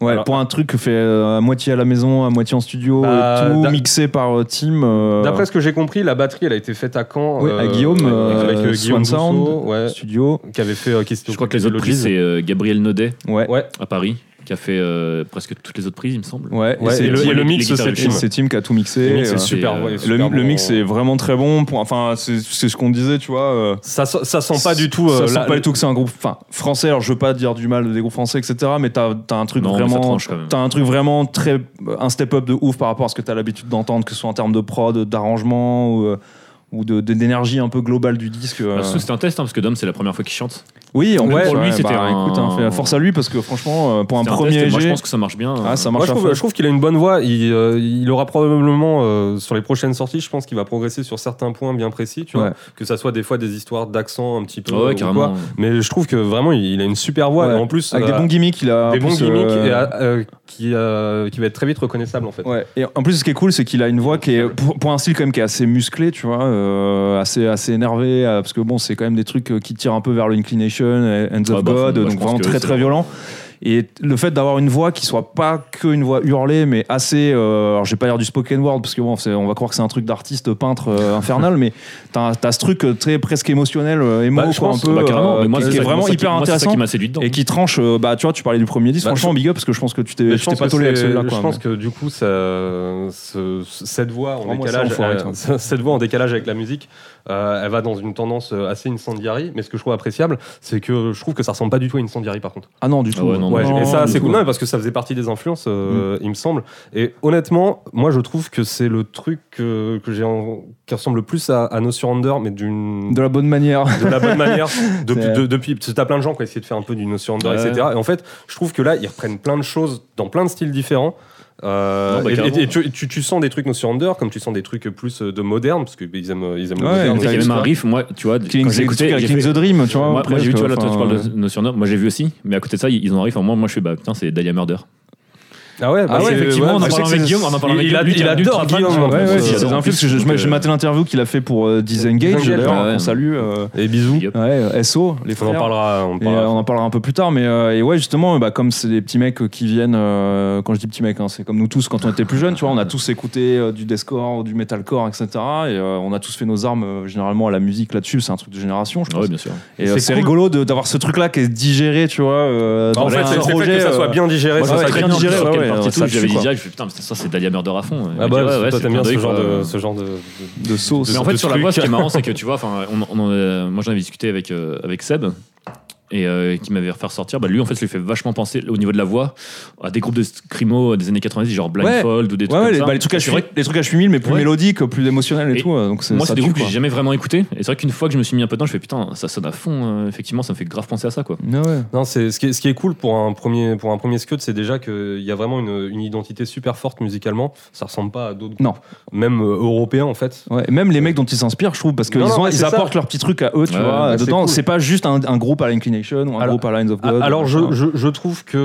B: Ouais,
A: Alors-
B: pour un truc fait euh, à moitié à la maison, à moitié en studio,
A: Bah,
B: et tout,
A: d'a-
B: mixé par euh, Tim. euh,
A: D'après ce que j'ai compris, la batterie, elle a été faite à Caen.
B: oui, à
A: euh,
B: Guillaume, euh,
A: avec euh, Guillaume
B: Swan Sound,
A: Bousseau, ouais,
B: studio.
A: qui avait fait. euh, qui s'était
C: Je crois que
A: occupé
C: les
A: de
C: autres prises,
A: Lodges.
C: c'est euh, Gabriel Naudet
B: Ouais.
A: Ouais,
C: à Paris, qui a fait euh, presque toutes les autres prises, il me semble.
B: Ouais,
A: ouais,
B: c'est
A: et, le,
B: Tim-
A: et le
C: les
A: mix,
C: guitares
A: c'est
C: et le
A: Tim.
B: et c'est Tim qui a tout
A: Le
B: mixé.
A: mix,
B: euh,
A: c'est super. ouais,
C: euh, le-
B: Le,
A: super
B: le
A: bon. hein.
B: mix est vraiment très bon. pour- enfin, c'est c'est ce qu'on disait, tu vois. euh,
A: Ça, sent- ça sent pas du tout.
B: ça
A: euh,
B: sent
A: la-
B: pas du tout que c'est un groupe enfin, français. Alors, je veux pas dire du mal des groupes français, etc. Mais t'as as un truc
C: Non, mais ça
B: vraiment,
C: tranche quand même.
B: t'as un truc vraiment très un step up de ouf par rapport à ce que t'as l'habitude d'entendre, que ce soit en termes de prod, d'arrangement ou, euh, ou de- de- d'énergie un peu globale du disque.
A: Bah,
B: euh.
C: Parce que C'était un test, hein, parce que Dom, c'est la première fois qu'il chante.
B: Oui, en
C: Même
B: plus,
C: pour lui, c'était un-
B: écoute, hein, fais- force à lui parce que franchement, euh, pour un
C: C'était
B: premier
C: test, et moi, je
B: jet,
C: pense que ça marche bien. hein.
B: ah, ça marche
A: Moi, je
B: à
A: trouve,
B: fond.
A: je trouve qu'il a une bonne voix. Il, euh, il aura probablement, euh, sur les prochaines sorties, je pense qu'il va progresser sur certains points bien précis, tu vois.
B: Ouais.
A: Que ça soit des fois des histoires d'accent un petit peu.
C: Ouais,
A: euh,
C: ouais,
A: ou
C: carrément.
A: quoi. Mais je trouve que vraiment, il, il a une super voix.
B: Ouais.
A: Et en plus,
B: Avec
A: euh,
B: des bons gimmicks, il a en
A: des bons
B: plus,
A: gimmicks
B: euh,
A: et, euh, qui, euh, qui va être très vite reconnaissable, en fait.
B: Ouais. Et en plus, ce qui est cool, c'est qu'il a une voix qui est, pour, pour un style quand même qui est assez musclé, tu vois, euh, assez, assez énervé, euh, parce que bon, c'est quand même des trucs euh, qui tirent un peu vers l'inclination, euh, Hands of
C: Ouais, bah,
B: God,
C: bah, je
B: donc
C: pense
B: vraiment
C: que
B: très
C: c'est
B: très
C: vrai.
B: violent. Et le fait d'avoir une voix qui soit pas que une voix hurlée, mais assez. euh, alors, j'ai pas l'air du spoken word, parce que bon, c'est- on va croire que c'est un truc d'artiste peintre euh, infernal, mais t'as as ce truc euh, très presque émotionnel, euh, émo,
A: Bah, je
B: quoi,
A: pense,
B: un peu.
C: Bah, carrément.
B: euh,
C: mais moi,
B: qui-
C: c'est
B: qui est
C: ça-
B: vraiment
C: moi, ça qui-
B: hyper
C: moi, c'est ça
B: intéressant.
C: qui m'a séduit dedans.
B: Et qui tranche, euh, bah tu vois, tu parlais du premier disque,
A: Bah,
B: franchement,
A: je-
B: big up, parce que Euh, je pense que tu t'es
A: Mais
B: tu t'es pas
A: que
B: tolé avec
A: c'est-
B: celui-là.
A: je
B: quoi,
A: pense
B: mais-
A: que du coup, ça, ce- cette, voix en
B: Oh, moi, ça,
A: décalage,
B: enfoiré,
A: euh,
B: toi.
A: ce- cette voix en décalage avec la musique, euh, elle va dans une tendance euh, assez incendiary. Mais ce que je trouve appréciable, c'est que je trouve que ça ressemble pas du tout à incendiary, par contre.
B: Ah non, du tout. Mm.
C: ouais, non,
A: Ouais,
C: non,
A: et ça,
C: du
A: c'est
C: tout.
A: cool. Non, mais parce que ça faisait partie des influences, euh, il me semble. Et honnêtement, moi, je trouve que c'est le truc que, que j'ai en- qui ressemble le plus à, à No Surrender, mais d'une.
B: De la bonne manière.
A: de la bonne manière depuis
B: C'est-
A: de- depuis parce que t'as plein de gens qui ont essayé de faire un peu du no surrender
C: Ouais.
A: etc et en fait je trouve que là ils reprennent plein de choses dans plein de styles différents Euh,
C: Non, bah,
A: et-
C: carrément.
A: et, et tu, tu- tu sens des trucs no surrender comme tu sens des trucs plus euh, de moderne parce que bah, ils aiment ils aiment le
B: Ouais,
A: moderne.
C: Il y a même un riff, moi, tu vois,
B: Killing
C: quand
B: the,
C: j'ai écouté,
B: avec
C: j'ai
B: Killing
C: fait-
B: the Dream, tu vois.
C: Moi, moi, j'ai vu, tu vois, là,
B: presque,
C: toi, tu
B: enfin,
C: parles de No Surrender. Moi, j'ai vu aussi, mais à côté de ça, ils ils ont un riff. Enfin, Moi, moi, je suis, bah putain, c'est Dahlia Murder.
A: ah ouais, bah,
B: Ah ouais,
A: c'est-
B: effectivement, on en
A: bah,
B: parlait
A: c'est-
B: avec
C: Guillaume, on en parlait avec
A: il,
C: Guillaume,
A: a-
C: lui, qui
A: il
C: a
A: adore
C: l'ultra
A: Guillaume
C: fan,
B: Ouais, ouais,
C: Euh,
B: c'est
C: en
B: un film,
C: plus,
B: parce que je, je m'a- je matais l'interview qu'il a fait pour euh, Disengage,
A: Disengage,
B: d'ailleurs,
C: ouais.
B: qu'on salue. euh,
A: et bisous
C: Yep.
B: ouais, euh, SO, les
A: on en
B: frères.
A: parlera on
B: Et, euh,
A: parlera
B: on en parlera un peu plus tard, mais euh, et ouais justement, bah, comme c'est des petits mecs euh, qui viennent, euh, quand je dis petits mecs, hein, c'est comme nous tous quand on était plus jeunes, tu vois, on a tous écouté euh, du deathcore, du metalcore, etc. Et euh, on a tous fait nos armes euh, généralement à la musique là-dessus, c'est un truc de génération, je
C: Ah
B: pense.
C: ouais, bien sûr.
B: Et euh,
A: C'est
B: c'est
A: cool.
B: rigolo de- d'avoir ce truc-là qui est digéré, tu vois. euh,
A: Bah, en
B: dans
A: fait
B: un
A: c'est c'est le fait
B: projet,
A: que ça soit
B: euh,
A: bien digéré
B: moi,
A: ça,
B: ouais,
A: ça
B: très
A: crée-
B: bien digéré, ouais, ouais,
C: partie et tout,
B: ça
C: J'avais
B: tue,
C: dit
B: quoi.
C: direct, je fais, putain, mais ça, c'est Dahlia Murder à fond.
A: ah
C: Il
A: bah
C: m'a dit, ouais,
A: toi
C: ouais, c'est euh,
A: t'aimes bien
C: plein
A: ce
C: d'œil,
A: genre
C: quoi.
A: de ce genre de
B: de sauce.
C: Mais en fait, sur la
A: truc.
C: voix, ce qui est marrant, c'est que tu vois, enfin, on, on en a- moi j'en avais discuté avec, euh, avec Seb et euh, qui m'avait refait sortir. Bah, lui, en fait, ça lui fait vachement penser au niveau de la voix à des groupes de scrimo des années 90, genre Blindfold ou des
B: Ouais,
C: trucs comme
B: ouais,
C: ça.
B: bah, les, trucs à
C: Et c'est vrai
B: cheville, les trucs à cheville, mais plus
C: Ouais.
B: mélodiques, plus émotionnels et,
C: Et
B: tout. euh, Donc c'est-
C: Moi,
B: ça
C: c'est des
B: tue,
C: groupes que
B: quoi.
C: j'ai jamais vraiment écoutés. Et c'est vrai qu'une fois que je me suis mis un peu dedans, je fais putain, ça sonne à fond. euh, effectivement, ça me fait grave penser à ça, quoi.
B: Ah ouais.
A: Non, c'est ce qui, est, ce qui est cool pour un premier pour un premier scud, c'est déjà qu'il y a vraiment une, une identité super forte musicalement. Ça ressemble pas à d'autres, groupes,
B: Non.
A: même euh, européens en fait.
B: Ouais, et même les mecs dont ils s'inspirent, je trouve, parce qu'ils
A: Non, non, mais
B: ils
A: c'est ça.
B: apportent leur petit truc à eux, tu
C: Ouais,
B: vois.
A: ouais, c'est
B: dedans,
A: cool.
B: c'est pas juste un, un groupe à l'inclination ou un
A: Alors-
B: groupe à Lines of God.
A: Ah, Alors
B: ou-
A: je, je, je trouve que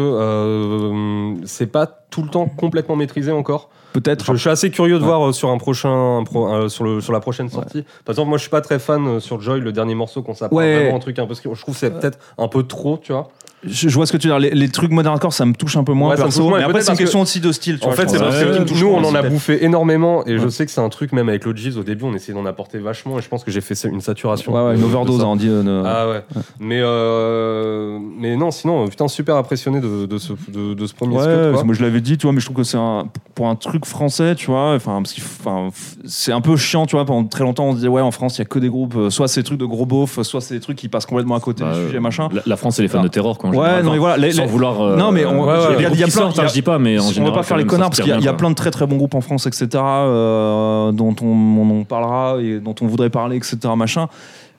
A: euh, c'est pas tout le temps complètement maîtrisé encore.
B: peut-être.
A: Je, je suis assez curieux de
B: Ouais.
A: voir euh, sur un prochain un pro- euh, sur le sur la prochaine sortie. Par exemple, moi je suis pas très fan euh, sur Joy le dernier morceau qu'on s'apprend
B: Ouais.
A: vraiment un truc un peu. Je trouve que c'est peut-être un peu trop, tu vois.
B: je, je vois ce que tu veux dire. Les, les trucs modern hardcore, ça me touche un peu moins
A: Ouais, ça me
B: perso.
A: touche moins,
B: mais
A: et
B: après,
A: peut-être
B: c'est une
A: parce
B: question aussi de style. tu
A: En
B: vois,
A: fait,
B: je
A: c'est
B: pense.
A: parce
B: Ouais,
A: que
B: ouais,
A: nous,
B: ouais,
A: on en a
B: peut-être.
A: bouffé énormément, et je sais que c'est un truc, même avec l'Ogis, au début, on essayait d'en apporter vachement, et je pense que j'ai fait ça- une saturation.
B: Ouais, ouais,
A: de-
B: une
A: de
B: overdose,
A: ça.
B: hein, on dit. euh, ne-
A: Ah ouais. Mais, euh, mais non, sinon, euh, putain, super impressionné de, de ce, de, de ce premier
B: Ouais,
A: Scott, quoi.
B: parce que moi je l'avais dit, tu vois, mais je trouve que c'est un, pour un truc français, tu vois, enfin, parce qu'il f- enfin, f- c'est un peu chiant, tu vois, pendant très longtemps on se disait, ouais, en France, il y a que des groupes, euh, soit c'est des trucs de gros beaufs, soit c'est des trucs qui passent complètement à côté
C: Bah,
B: du
C: euh,
B: sujet, machin.
C: La, la France, c'est les fans
B: Ah.
C: de terror quand
B: Ouais, non, mais voilà, les-
C: Sans
B: les-
C: vouloir. euh,
B: Non, mais on-
A: ouais, ouais,
C: il y a,
B: il y a plein-
C: plein.
B: il y a-
C: je dis pas, mais en
B: on
C: général.
B: va pas faire les connards parce qu'il y, a- il y a plein de très très bons groupes en France, etc. euh, dont on, on- on parlera et dont on voudrait parler, etc. Machin.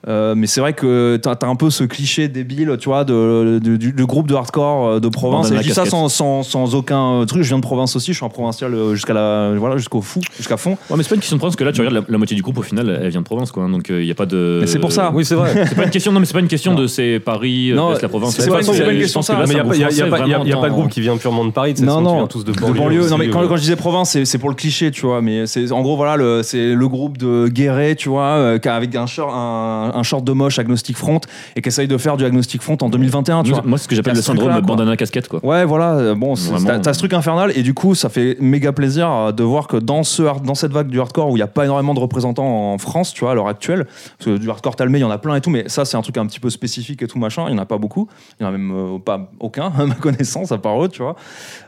B: Euh, mais c'est vrai que t'as as un peu ce cliché débile, tu vois, de, de- du, du groupe de hardcore euh, de province.
C: Bandana
B: Et je dis ça
C: casquette.
B: sans, sans, sans aucun euh, truc. Je viens de province aussi, je suis un provincial euh, jusqu'à la voilà jusqu'au fou, jusqu'à fond.
C: Ouais, mais c'est pas une question de province, parce que là, tu regardes la, la moitié du groupe, au final, elle vient de province, quoi. hein, Donc, euh, il y a pas de.
B: Mais c'est pour ça.
A: Oui, c'est vrai.
C: C'est pas une question, non, mais c'est pas une question
B: Non.
C: de c'est Paris, euh,
B: Non,
C: reste la province.
B: c'est pas-
C: ça,
B: c'est pas une
C: je
B: question
C: pense
B: ça,
C: que là,
A: mais il
C: c'est un
A: n'y a,
C: groupe
A: pas- y a- y a
C: français,
A: pas de groupe
C: vraiment
A: qui vient purement de Paris, tu sais,
B: Non,
A: sinon tu
B: non,
A: viens tous de
B: de
A: banlieue.
B: banlieue. Non, mais
A: aussi,
B: quand,
A: euh.
B: quand je disais province, c'est, c'est pour le cliché, tu vois. Mais c'est en gros, voilà, le, c'est le groupe de Guéret, tu vois, euh, qui a- avec un short, un, un short de moche Agnostic Front et qui essaye de faire du Agnostic Front en 2021, tu
C: Nous,
B: vois.
C: Moi, c'est ce que j'appelle
B: Il y a
C: le
B: ce truc-là,
C: syndrome
B: quoi.
C: bandana casquette, quoi.
B: Ouais, voilà, euh, bon, c'est-
C: Vraiment.
B: t'as, t'as ce truc infernal et du coup, ça fait méga plaisir euh, de voir que dans, ce hard- dans cette vague du hardcore où il n'y a pas énormément de représentants en France, tu vois, à l'heure actuelle, parce que du hardcore talmé, il y en a plein et tout, mais ça, c'est un truc un petit peu spécifique et tout machin, il n'y en a pas beaucoup, il n'y en a même euh, pas aucun, à ma connaissance, à part eux, tu vois.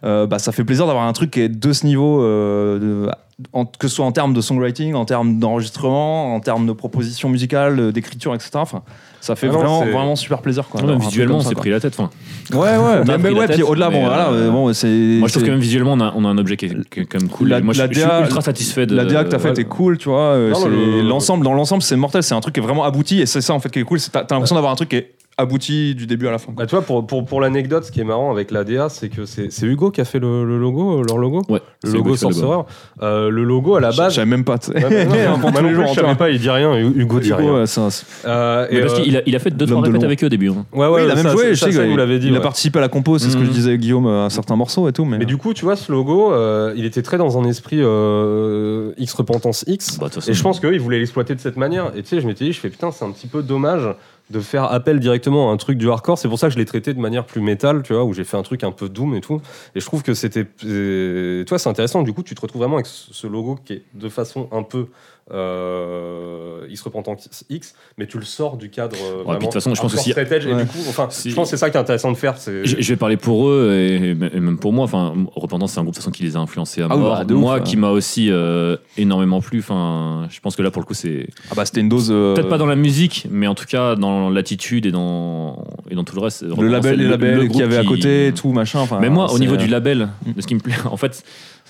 B: Euh, bah, ça fait plaisir d'avoir un truc qui est de ce niveau, euh, de- en- que ce soit en termes de songwriting, en termes d'enregistrement, en termes de propositions musicales, euh, d'écriture, etc. Enfin, ça fait
A: Ah non,
B: vraiment,
A: c'est-
B: vraiment super plaisir. Quoi,
C: Non,
B: d'avoir un
C: mais
B: truc
C: visuellement,
B: comme ça,
C: c'est
B: quoi.
C: pris la tête. Enfin,
B: Ouais, ouais, mais,
C: pris
B: mais
C: la
B: ouais,
C: tête,
B: puis au-delà, bon,
C: mais,
B: voilà,
C: euh,
B: bon, c'est.
C: moi, je trouve
B: c'est-
C: que même visuellement, on a, on a un objet qui est, qui est quand même cool.
B: La-
C: moi, je,
B: la
C: je suis
B: DA
C: ultra satisfait de.
B: la DA que t'as faite
A: ouais.
B: est cool, tu vois. euh,
A: Non,
B: c'est-
A: le-
B: L'ensemble, dans l'ensemble, c'est mortel. C'est un truc qui est vraiment abouti et c'est ça en fait qui est cool. c'est- T'as t'as l'impression d'avoir un truc qui est abouti du début à la fin. quoi.
A: Bah, tu vois, pour, pour, pour l'anecdote, ce qui est marrant avec la DA, c'est que c'est c'est Hugo qui a fait le, le logo, leur logo
C: Ouais,
A: Le
C: c'est
A: logo
C: Hugo qui fait le logo.
A: Sorcerer. Euh, le logo, à la
B: Je-
A: base.
B: Je savais même pas. tu sais.
A: Ouais, mais non,
B: On
A: moi
B: prend tous
A: non
B: les
A: plus,
B: jours,
A: je
B: tu vois.
A: savais pas, il dit rien, Hu- Hugo dit rien.
B: Ouais, c'est un-
A: Euh, et,
C: Mais parce
A: euh,
C: qu'il a, il a fait deux
B: l'homme
C: trois
B: de
C: répètes
B: l'ombre.
C: avec eux au début. hein.
A: ouais, ouais,
B: Oui, il a
A: ça,
B: même joué,
A: ça,
B: je sais.
A: ça,
B: que
A: vous l'avez dit.
B: Il a
A: ouais. Mm.
B: participé à la compo, c'est ce que
C: Mhm.
B: je disais à Guillaume euh, à certains morceaux et tout. Mais
A: Mais du coup, tu vois, ce logo, euh, il était très dans un esprit euh, X Repentance X.
C: Bah, de toute façon,
A: Et je pense qu'eux, ils voulaient l'exploiter de cette manière. Et tu sais, je m'étais dit, je fais putain, c'est un petit peu dommage de faire appel directement à un truc du hardcore. C'est pour ça que je l'ai traité de manière plus métal, tu vois, où j'ai fait un truc un peu doom et tout. Et je trouve que c'était. euh, Tu vois, c'est intéressant. Du coup, tu te retrouves vraiment avec ce ce logo qui est de façon un peu. Euh, il se repent en X, mais tu le sors du cadre. euh,
C: puis de
A: vraiment
C: toute façon, je pense
A: hardcore
C: aussi-
A: straight edge. Et
B: Ouais.
A: du coup, enfin,
C: Si-
A: je pense que c'est ça qui est intéressant de faire. c'est-
C: Je, je vais parler pour eux et, et même pour moi. Enfin, Repentance, c'est un groupe de toute façon qui les a influencés à
B: Ah oui,
C: mort.
B: bah, de
C: moi,
B: ouf,
C: qui m'a aussi euh, énormément plu. Enfin, je pense que là, pour le coup, c'est
B: ah bah c'était une dose. euh,
C: peut-être pas dans la musique, mais en tout cas dans l'attitude et dans et dans tout le reste.
B: le
C: Repentance, c'est
B: label, les labels
C: groupe
B: qu'il y avait à
C: qui-
B: côté, et tout machin. enfin,
C: Mais moi, au
B: c'est- euh, Mm.
C: niveau du label, de ce qui me plaît, en fait, c'est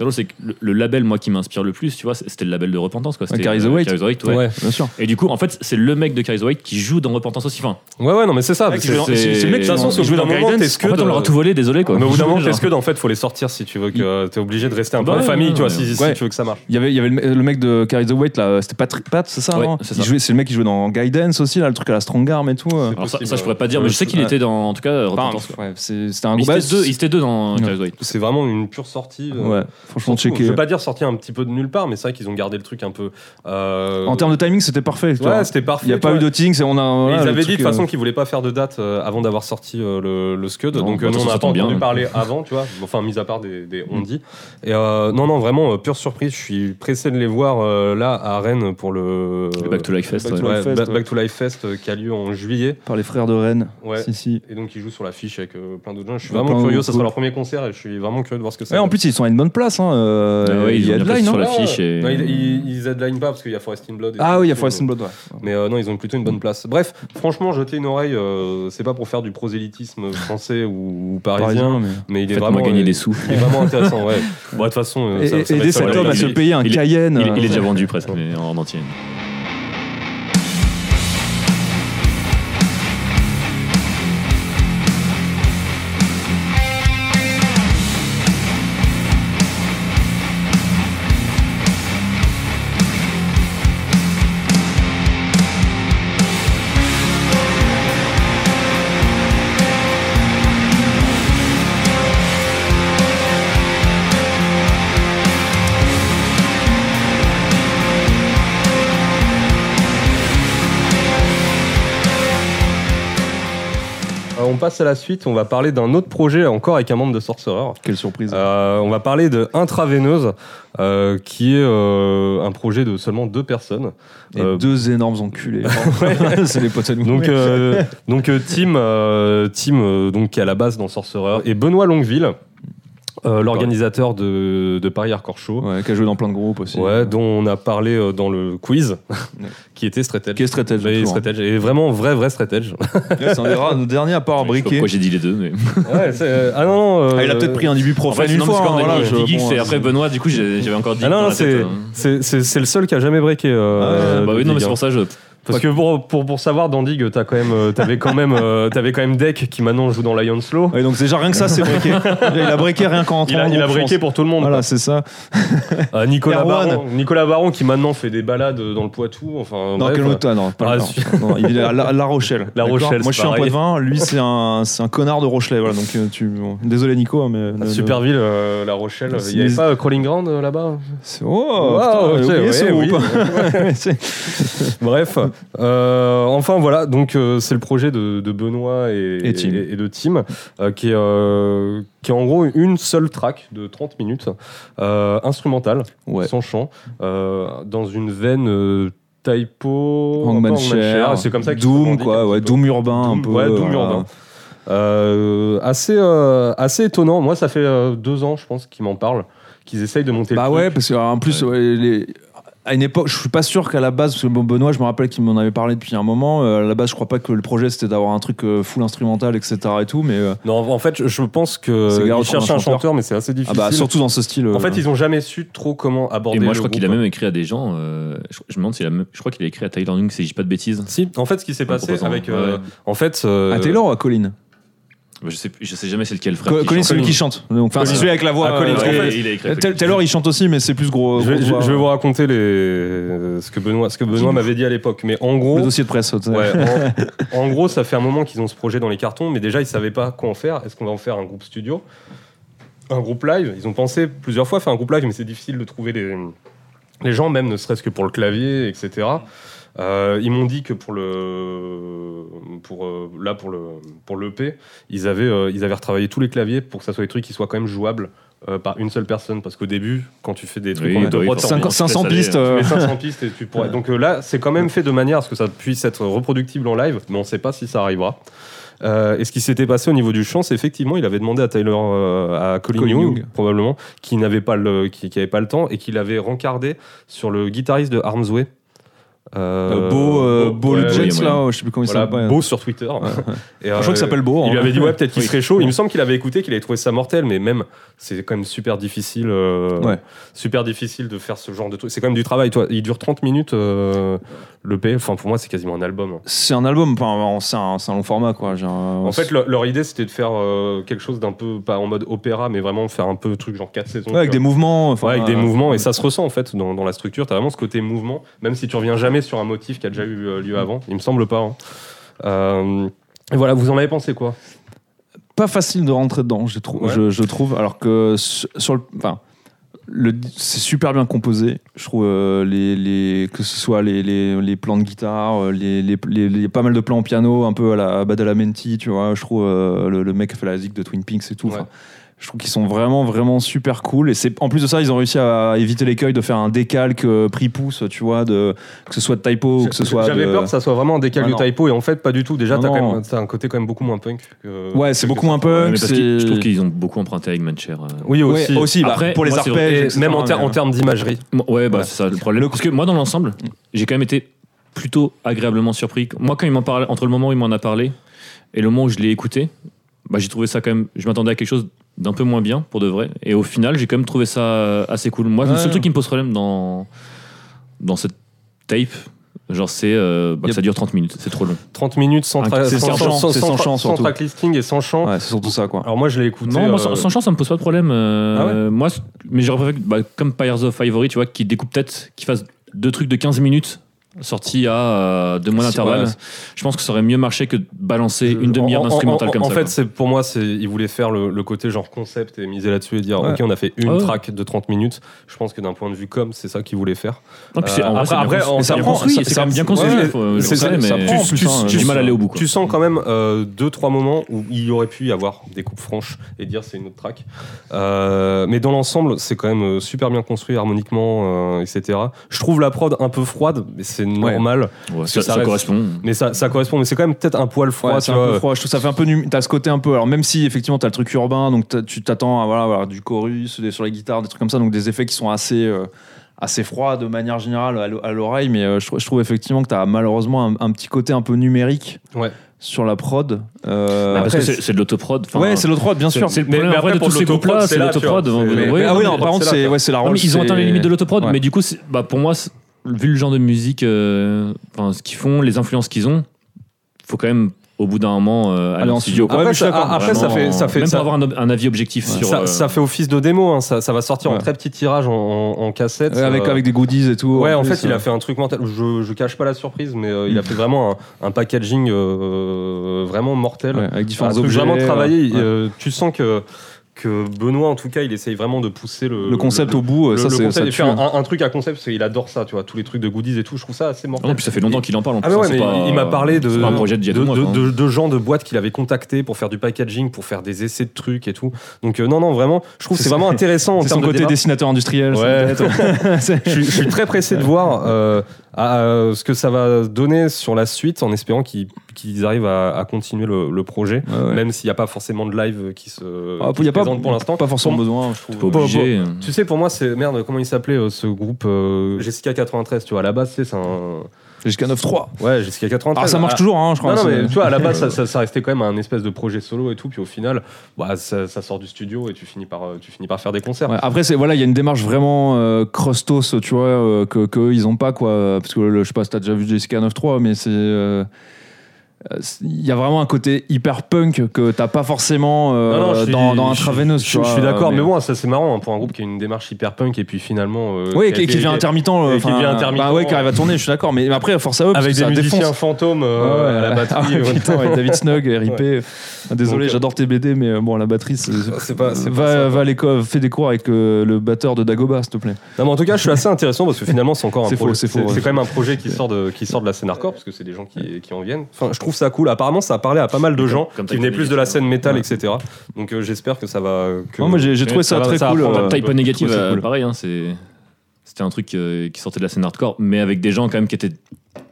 C: drôle, c'est que le, le label, moi, qui m'inspire le plus, tu vois, c'était le label de Repentance, quoi. C'était
B: Ouais, Carries
C: euh,
B: the Weight.
C: Carries the Weight, ouais.
A: ouais.
B: Bien sûr.
C: Et du coup, en fait, c'est le mec de Carries the Weight qui joue dans Repentance aussi. Enfin,
A: ouais, ouais, non, mais c'est ça. parce que-
C: c'est-
B: c'est le mec
A: de
B: qui
A: toute façon,
B: joue
A: c'est au bout
C: en
A: d'un moment, t'es
C: fait, on
A: skewed,
C: leur a tout volé, désolé, quoi.
A: Mais au bout d'un moment,
C: Genre.
A: t'es skewed, en fait, faut les sortir si tu veux que. euh, T'es obligé de rester un peu
C: Bah
A: en
C: ouais,
A: famille,
C: ouais,
A: tu vois,
C: ouais.
A: si, si
B: Ouais.
A: tu veux que ça marche.
B: Il y avait, il y avait le, me- le mec de Carry the Weight, là, c'était Patrick Pat, c'est ça,
C: Ouais,
B: non
C: c'est
B: Il
C: ça.
B: jouait- C'est le mec qui jouait dans Guidance aussi, là, le truc à la Strong Arm et tout. euh.
C: Alors ça,
A: possible,
C: ça, je pourrais pas
A: ouais.
C: dire, mais je sais qu'il
B: Ouais.
C: était dans, en tout cas,
B: Enfin,
C: Repentance. quoi.
B: ouais, c'est- c'était un
C: Mais
B: groupe.
C: Ils étaient deux- ils étaient deux dans
B: Ouais.
C: Carries the Weight.
A: C'est vraiment une pure sortie. euh,
B: Ouais, franchement,
A: surtout. Je
B: checker.
A: veux pas dire sortir un petit peu de nulle part, mais c'est vrai qu'ils ont gardé le truc un peu. euh,
B: En termes de timing, c'était parfait. tu vois.
A: Ouais, c'était parfait.
B: Il n'y a pas
A: tu
B: eu
A: vois.
B: de teasing, c'est- on a.
A: Et
B: voilà,
A: ils
B: le
A: avaient dit de
B: truc,
A: toute
B: euh,
A: façon qu'ils voulaient pas faire de date euh, avant d'avoir sorti euh, le, le Scud,
C: Non,
A: donc euh,
C: bah,
A: nous
C: ça,
A: on
C: ça
A: n'a pas
C: tombe bien,
A: entendu
C: hein.
A: parler avant, tu vois, enfin mis à part des, des on dit. Et euh, non, non, vraiment, euh, pure surprise, je suis pressé de les voir euh, là à Rennes pour le.
C: Le Back to Life Fest.
B: Back to
C: ouais.
A: Ouais,
B: Life Fest,
A: Ba-
B: ouais.
A: Back to Life Fest euh, qui a lieu en juillet.
B: Par les frères de Rennes.
A: Ouais.
B: Si, si.
A: Et donc ils jouent sur l'affiche avec euh, plein d'autres gens. Je suis
B: Ouais,
A: vraiment
B: plein
A: curieux, ça
B: d'autres
A: sera
B: groupes.
A: leur premier concert et je suis vraiment curieux de voir ce que ça
B: Ouais, en
A: donne.
B: plus, ils sont à une bonne place. Hein. euh,
C: Ah ouais,
B: il y
C: ils ont
B: a de
C: bien placé
B: line,
C: sur
B: hein.
C: la- l'affiche
A: Ouais, ouais.
C: et-
A: Non, ils, ils, ils headline pas parce qu'il y a Forest in Blood. et
B: Ah
A: tout,
B: oui, il y a
A: mais-
B: Forest and Blood, ouais.
A: Mais euh, non, ils ont plutôt une bonne place. Bref, franchement, jeter une oreille, euh, c'est pas pour faire du prosélytisme français ou, ou parisien,
B: Parisien, mais-
A: mais il est
C: Faites-moi
A: vraiment.
C: gagner
A: euh,
C: des sous.
A: Il est vraiment intéressant, ouais. Bon, de toute façon, euh,
B: Et-
A: ça-
B: et-
A: ça va
B: Aider
A: être ça,
B: cet
A: ouais.
B: homme à se
C: il-
B: payer un
C: il-
B: Cayenne.
C: Il, il est
B: euh,
C: déjà vendu presque, mais en entier.
F: Thank
A: Euh, on passe à la suite. On va parler d'un autre projet encore avec un membre de Sorcerer.
B: Quelle surprise.
A: Euh, on va parler de Intraveineuse, euh, qui est euh, un projet de seulement deux personnes.
B: Les
A: Euh,
B: deux énormes enculés. c'est les potes à nous.
A: Donc, euh, donc euh, Tim, euh, Tim euh, donc, qui est à la base dans Sorcerer, et Benoît Longueville, euh, l'organisateur de, de Paris Hardcore Show,
B: Ouais, qui a joué dans plein de groupes aussi.
A: ouais, dont on a parlé euh, dans le quiz, qui était Stratège.
B: Qui est stratège.
A: Et
B: toujours, hein.
A: Stratège, et vraiment vrai, vrai stratège.
B: Ouais, C'est un des rares- le dernier à part
C: Je sais pas
B: briquet.
C: pourquoi j'ai dit les deux, mais.
A: Ouais, c'est, euh, ah non, non, euh,
B: Ah, il a peut-être pris un
C: En
B: ibuprofène
C: fait,
B: une
C: non, mais
B: fois.
C: c'est
B: hein,
C: quand on a
B: voilà,
C: dit
B: je-
C: Geeks,
B: bon,
C: et après Benoît, du coup, j'ai- j'avais encore dit.
A: Ah non,
C: dans
A: non,
C: la tête,
A: c'est,
C: hein.
A: c'est, c'est, c'est le seul qui a jamais breaké. euh,
B: Ah,
C: Euh, bah
A: de
C: oui, non,
A: Dig,
C: mais c'est
A: hein.
C: pour ça, je.
A: Parce que pour, pour, pour savoir, Dandig, t'as quand même, euh, t'avais quand même, euh, t'avais quand même Deck qui maintenant joue dans Lion Slow.
B: Ouais, donc déjà rien que ça, c'est briquet. il a briqué rien qu'en entrant.
A: Il a,
B: en
A: il a
B: groupe, je
A: breaké
B: pense.
A: pour tout le monde.
B: Voilà, c'est ça.
A: Euh, Nicolas,
B: Erwan.
A: Baron, Nicolas Baron qui maintenant fait des balades dans le Poitou. Enfin,
B: Non,
A: bref.
B: quel autre- ah, non, pas
A: Ah,
B: non,
A: si.
B: non, il est à La, La Rochelle.
A: La
B: D'accord
A: Rochelle,
B: Moi, je
A: c'est
B: suis un
A: pareil.
B: poids de vin. Lui, c'est un, c'est un connard de Rochelet. Voilà, donc euh, tu. bon, Désolé, Nico, hein, mais. ne- ne-
A: Ah, Super ville, euh, La Rochelle. Il n'y avait
B: C'est-
A: pas euh, Crawling Ground euh, là-bas
B: C'est- Oh, putain,
A: Wow,
B: j'ai oublié
A: ok,
B: ce
A: ouais, oui.
B: groupe. Ouais, c'est-
A: Bref, euh, enfin voilà, donc euh, c'est le projet de, de Benoît et,
B: Et Tim.
A: et- et de Tim, euh, qui, est, euh, qui est en gros une seule track de 30 minutes, euh, instrumentale,
B: Ouais.
A: sans chant, euh, dans une veine euh, typo.
B: Hangman
A: un peu
B: Cher,
A: c'est comme ça qu'ils se
B: Doom,
A: revendiquent un
B: quoi,
A: petit
B: Mmh, ouais,
A: peu.
B: Doom urbain, un
A: Doom,
B: peu.
A: ouais, Doom
B: voilà.
A: urbain. Euh, assez, euh, assez étonnant. Moi, ça fait euh, deux ans, je pense, qu'ils m'en parlent, qu'ils essayent de monter le
B: Bah
A: truc.
B: ouais, parce qu'en plus, ouais, les- à une époque, je suis pas sûr qu'à la base, parce que bon, Benoît, je me rappelle qu'il m'en avait parlé depuis un moment. euh, à la base, je crois pas que le projet c'était d'avoir un truc euh, full instrumental, etc. et tout, mais. euh,
A: Non, en fait, je- je pense
B: C'est Garrot
A: qu'ils
B: trouve
A: cherchent
B: un
A: un
B: chanteur.
A: chanteur, mais c'est assez
B: ah
A: difficile.
B: bah, surtout dans ce style.
A: En
B: euh,
A: fait, ils ont jamais su trop comment aborder.
C: Et moi,
A: le
C: je crois qu'il a
A: groupe.
C: même écrit à des gens. euh, je, je me demande s'il a même- Je crois qu'il a écrit à Tyler Young, si je dis pas de bêtises.
A: Si. En fait, ce qui s'est
C: En
A: passé
C: proposant,
A: avec. euh,
C: ouais.
A: En fait. euh,
B: À Ah, Taylor ou à Colin
C: Bah, Je sais, plus- je sais jamais c'est lequel frère.
B: Co-
C: qui
B: Colin,
C: chante.
B: c'est lui qui chante. Donc, Enfin, c'est
C: Colin.
B: celui avec la voix.
A: Ah, Colin,
B: euh,
A: parce qu'en
C: Ouais,
A: fait,
C: il a écrit à
B: Tel-
C: Colin.
B: Taylor, il chante aussi, mais c'est plus gros.
A: Je vais,
B: grosse
A: je-
B: voix.
A: je vais vous raconter les... ce que Benoît, ce que Benoît m'avait dit à l'époque. Mais en gros,
B: Le dossier de presse. ouais.
A: Ouais, en, en gros, ça fait un moment qu'ils ont ce projet dans les cartons, mais déjà, ils savaient pas quoi en faire. Est-ce qu'on va en faire un groupe studio Un groupe live Ils ont pensé plusieurs fois faire un groupe live, mais c'est difficile de trouver les, les gens, même ne serait-ce que pour le clavier, etc. Euh, ils m'ont dit que pour le pour euh, là pour le pour l'EP, ils avaient euh, ils avaient retravaillé tous les claviers pour que ça soit des trucs qui soient quand même jouables euh, par une seule personne parce qu'au début quand tu fais des trucs
C: Oui,
A: en
C: bah
A: deux
C: oui,
A: prods, t'as
C: forcément.
A: envie
B: 500, 500
C: Laisse aller,
B: pistes.
C: hein.
A: tu
B: euh,
A: mets 500 pistes et tu pourrais. Donc euh, là, c'est quand même fait de manière à ce que ça puisse être reproductible en live, mais on ne sait pas si ça arrivera. Euh, et ce qui s'était passé au niveau du chant, c'est effectivement, il avait demandé à Tyler, euh, à Colin,
B: Colin
A: Young,
B: Young.
A: probablement, qui n'avait pas le, qui, qui avait pas le temps et qu'il avait rencardé sur le guitariste de Harmsway.
B: euh, Beau, euh, Beau le
A: ouais,
B: Jets,
C: oui, oui.
B: là, je sais plus comment il
A: voilà,
B: s'appelle. hein. ouais.
A: Beau sur Twitter. Et,
B: Je
A: euh,
B: crois qu'il s'appelle Beau.
A: il lui
B: hein.
A: avait dit ouais peut-être qu'il
B: Oui.
A: serait chaud. Il me semble qu'il avait écouté, qu'il avait trouvé ça mortel, mais même c'est quand même super difficile, euh,
B: Ouais.
A: super difficile de faire ce genre de truc. C'est quand même du travail. Toi, il dure 30 minutes euh, le P. Enfin pour moi c'est quasiment un album.
B: C'est un album, enfin, c'est un, c'est un long format, quoi. Genre,
A: En fait le- leur idée c'était de faire euh, quelque chose d'un peu pas en mode opéra, mais vraiment faire un peu truc genre 4 saisons.
B: Ouais, avec
A: tu
B: des
A: vois.
B: mouvements. enfin,
A: Ouais, avec des
B: euh,
A: mouvements et ça se ressent en fait dans, dans la structure. T'as vraiment ce côté mouvement, même si tu reviens jamais sur un motif qui a déjà eu euh, lieu
B: Mm.
A: avant. Il me semble pas. hein. Euh, et voilà, vous en avez pensé quoi
B: Pas facile de rentrer dedans, je trouve.
A: Ouais.
B: Je, je trouve alors que sur sur le, enfin, le, c'est super bien composé. Je trouve euh, les, les- que ce soit les, les, les plans de guitare, euh, les, les, les- les- pas mal de plans en piano, un peu à la à Badalamenti, tu vois. Je trouve euh, le, le mec qui a fait la musique de Twin Peaks et tout.
A: Ouais.
B: enfin, Je trouve qu'ils sont vraiment vraiment super cool et c'est en plus de ça ils ont réussi à éviter l'écueil de faire un décalque euh, pris pouce tu vois de que ce soit de typo ou que ce soit
A: J'avais
B: de-
A: peur que ça soit vraiment un décalque
B: Ah,
A: de
B: non.
A: typo et en fait pas du tout. Déjà,
B: Non,
A: t'as
B: non.
A: quand même- t'as un côté quand même beaucoup moins punk. que-
B: ouais c'est
A: que
B: beaucoup moins
C: Ouais,
B: punk
C: mais parce
B: euh, c'est-
C: qu'ils- Je trouve qu'ils ont beaucoup emprunté avec Mancher.
A: Oui
B: Ouais,
A: aussi.
B: aussi bah,
C: Après,
B: pour les
C: moi, c'est-
B: arpèges
A: Et
B: etc.,
A: même en, ter-
B: mais-
A: en termes d'imagerie.
C: Ouais, bah c'est ça le problème. Parce que moi, dans l'ensemble, j'ai quand même été plutôt agréablement surpris. Moi, quand il m'en parlait, entre le moment où il m'en a parlé et le moment où je l'ai écouté, bah, j'ai trouvé ça quand même. Je m'attendais à quelque chose d'un peu moins bien, pour de vrai. Et au final, j'ai quand même trouvé ça euh, assez cool. Moi, le
B: Ouais.
C: seul truc qui me pose problème dans, dans cette tape, genre, c'est euh, bah, que
B: Yep.
C: ça dure 30 minutes. C'est trop long.
A: 30 minutes sans,
C: Ah,
A: tra-
B: c'est
A: sans,
B: sans chant, c'est sans
A: tra-
B: chant, surtout.
A: tracklisting et sans chant.
B: Ouais, c'est surtout ça, quoi.
A: Alors moi, je l'ai écouté.
C: Non, moi,
A: euh,
C: sans, sans chance, ça me pose pas de problème. Euh,
A: Ah
C: Moi, c- mais j'aurais préféré, que, bah, comme Pyres of Ivory, tu vois, qui découpe peut-être, qui fasse deux trucs de 15 minutes sorti à euh, deux mois
B: Si,
C: d'intervalle.
B: ouais.
C: Je pense que ça aurait mieux marché que de balancer une
A: En-
C: demi-heure
A: Euh, en-
C: d'instrumental
A: en-
C: comme
A: en
C: ça.
A: fait,
C: quoi.
A: c'est pour moi, c'est ils voulaient faire le, le côté genre concept et miser là-dessus et dire
B: Ouais.
A: ok, on a fait une
C: Ah ouais.
A: track de 30 minutes. Je pense que d'un point de vue com, c'est ça qu'ils voulaient faire.
C: Non, Ah, puis c'est- en
A: Euh,
C: vrai, c'est bien
A: après,
C: construit,
A: on-
C: c'est bien
A: ça prend-
C: construit,
A: ça-
C: c'est
A: ça-
C: quand même bien
A: ouais,
C: construit.
A: ouais, c'est-
C: faut- faut
A: ça-
C: le
A: ça
C: mais
A: prend, en
C: tu-
A: plus,
C: tu-
A: hein,
C: j'ai du
A: tu-
C: mal à aller au bout. quoi.
A: Tu sens quand même euh, deux trois moments où il aurait pu y avoir des coupes franches et dire c'est une autre track. Euh, mais dans l'ensemble, c'est quand même euh, super bien construit harmoniquement, euh, etc. Je trouve la prod un peu froide, mais c'est normal.
C: Ouais,
A: que
C: ça,
A: ça
C: ça
A: reste-
C: correspond.
A: Mais ça, ça correspond. Mais c'est quand même peut-être un poil froid.
B: Ouais,
A: tu
B: c'est un
A: vois.
B: peu froid. Je trouve ça fait un peu. num- T'as ce côté un peu. Alors, même si effectivement t'as le truc urbain, donc t'as- tu t'attends à voilà, voilà, du chorus, des, sur les guitares, des trucs comme ça, donc des effets qui sont assez, euh, assez froids de manière générale à l'o- à l'oreille, mais euh, je, trou- je trouve effectivement que t'as malheureusement un, un petit côté un peu numérique
A: Ouais.
B: sur la prod. Euh,
C: Parce que
B: après,
C: Bah, c'est c'est de l'autoprod. enfin,
B: ouais, c'est l'autre bien sûr.
C: C'est le
A: Mais-
C: problème
A: mais
C: en vrai,
A: après,
C: de
A: pour
C: tous ces
A: l'autoprod,
C: groupes-là,
A: c'est
C: c'est
A: là,
C: l'autoprod.
A: tu vois.
C: hein,
A: Mais-
C: ouais,
A: mais-
B: ah
C: non,
B: oui,
C: mais-
B: non, par contre,
A: c'est là,
B: c'est
A: quoi.
B: ouais, c'est la
C: Non, Ah, mais ils ont
B: c'est-
C: atteint les limites de l'autoprod,
B: ouais.
C: mais du coup, c'est- bah, pour moi, c'est- bah, vu le genre de musique, euh, enfin, ce qu'ils font, les influences qu'ils ont, faut quand même au bout d'un moment euh, aller
B: Aller
C: en
B: en
C: studio.
B: studio.
C: quoi.
A: Après,
B: mais je suis
A: ça,
B: d'accord.
A: après, ça
C: Vraiment,
A: fait, ça fait
C: même
A: ça-
C: pour avoir un, ob- un avis objectif sur.
A: ça,
C: euh,
A: ça fait office de démo, hein, ça, ça va sortir en
B: Ouais.
A: très petit tirage en, en- en cassette.
B: Ouais, avec,
A: euh,
B: avec des goodies et tout.
A: Ouais, en
B: plus,
A: fait, il
B: euh, Mm.
A: a fait un truc mental. Je, je cache pas la surprise, mais euh, il a fait vraiment un, un packaging euh, vraiment mortel.
B: ouais, avec
A: un
B: différents
A: truc
B: objets.
A: vraiment
B: euh,
A: travaillé.
B: ouais.
A: Euh, tu sens que, que Benoît, en tout cas, il essaye vraiment de pousser le,
B: Le concept
A: le-
B: au bout, euh,
A: le-
B: ça
A: le
B: c'est.
A: concept
B: ça
A: et
B: tue,
A: faire
B: hein.
A: un, un truc à concept, parce qu'il adore ça, tu vois, tous les trucs de goodies et tout. Je trouve ça assez
C: Ah
A: mortel.
C: non, puis ça fait longtemps qu'il en parle. En
A: Ah
C: plus,
A: mais ouais,
C: hein,
A: mais
C: c'est pas-
A: il m'a parlé de,
C: c'est pas un projet d'il y
A: de,
C: a deux mois,
A: de-
C: quoi, hein.
A: de- de gens de boîtes qu'il avait contactés pour faire du packaging, pour faire des essais de trucs et tout. Donc euh, non, non, vraiment, je trouve que
B: C'est
A: c'est
B: son-
A: vraiment intéressant en
B: C'est son
A: termes de
B: côté
A: démarche.
B: dessinateur industriel. ça,
A: Ouais.
B: peut-être. C'est-
A: je, suis- je suis très pressé de voir euh, à, euh, ce que ça va donner sur la suite, en espérant qu'ils qu'ils arrivent à, à continuer le, le projet,
B: Ouais, ouais.
A: même s'il n'y a pas forcément de live qui se,
B: Ah,
A: qui
B: Il n'y
A: se
B: a pas,
A: présente pour l'instant.
B: pas forcément
A: Pour-
B: besoin, je
C: T'es pas
B: trouve.
C: obligé.
A: Tu sais, pour moi, c'est merde. Comment il s'appelait euh, ce groupe euh, Jessica 93 Tu vois, à la base, tu sais, c'est un
B: Jusqu'à 9-3.
A: ouais Jessica 93.
B: Ah, ça marche
A: à-
B: toujours, hein, je crois.
A: Non, non, mais
B: c'est-
A: tu vois, à la base, ça, ça- ça restait quand même un espèce de projet solo et tout. Puis au final, bah, ça, ça sort du studio et tu finis par, euh, tu finis par faire des concerts.
B: Ouais, après, c'est voilà, il y a une démarche vraiment euh, crostos, tu vois, euh, que, que eux, ils ont pas quoi. Parce que le- je sais pas si t'as déjà vu Jessica 9.3, mais c'est euh, euh, c'est- il y a vraiment un côté hyper punk que t'as pas forcément euh,
A: Non, non, je suis-
B: dans, dans
A: je-
B: intraveineuse.
A: Je,
B: tu
A: je
B: vois,
A: suis d'accord,
B: euh,
A: mais... bon, ça c'est marrant hein, pour un groupe qui a une démarche hyper punk et puis finalement. euh, a
B: Oui, qui, qui
A: été-
B: devient intermittent. euh,
A: qui
B: enfin,
A: devient intermittent. euh,
B: Bah ouais, qui arrive à tourner, je suis d'accord. Mais après, force à eux, parce
A: Avec
B: que
A: des
B: ça
A: musiciens
B: défonce.
A: fantômes euh,
B: Ouais,
A: à la
B: ouais.
A: batterie.
B: Ah ouais,
A: ouais.
B: putain, ouais, David Snug, RIP. Ah, Désolé,
A: Donc, euh,
B: j'adore tes BD, mais euh, bon, la batterie, c'est.
A: C'est pas- c'est pas
B: va,
A: ça.
B: va à l'école, fais des cours avec euh, le batteur de Dagoba, s'il te plaît.
A: Non, mais en tout cas, je suis assez intéressant parce que finalement, c'est encore un
B: C'est
A: projet.
B: faux, c'est faux, ouais.
A: quand même un projet qui sort de, qui sort de la scène hardcore parce que c'est des gens qui, qui en viennent. Enfin, je trouve ça cool. Apparemment, ça a parlé à pas mal de gens
C: comme
A: qui venaient
C: Type
A: plus de la scène métal,
B: ouais.
A: etc. Donc euh, j'espère que ça va. Que...
B: Non, moi, j'ai j'ai trouvé ça,
A: va-
B: très
A: va
B: cool.
A: prendre
B: euh,
A: un
C: Type
A: peu.
C: O négative,
B: je trouve ça
C: euh,
B: cool.
C: pareil, hein, c'est- c'était un truc euh, qui sortait de la scène hardcore, mais avec des gens quand même qui étaient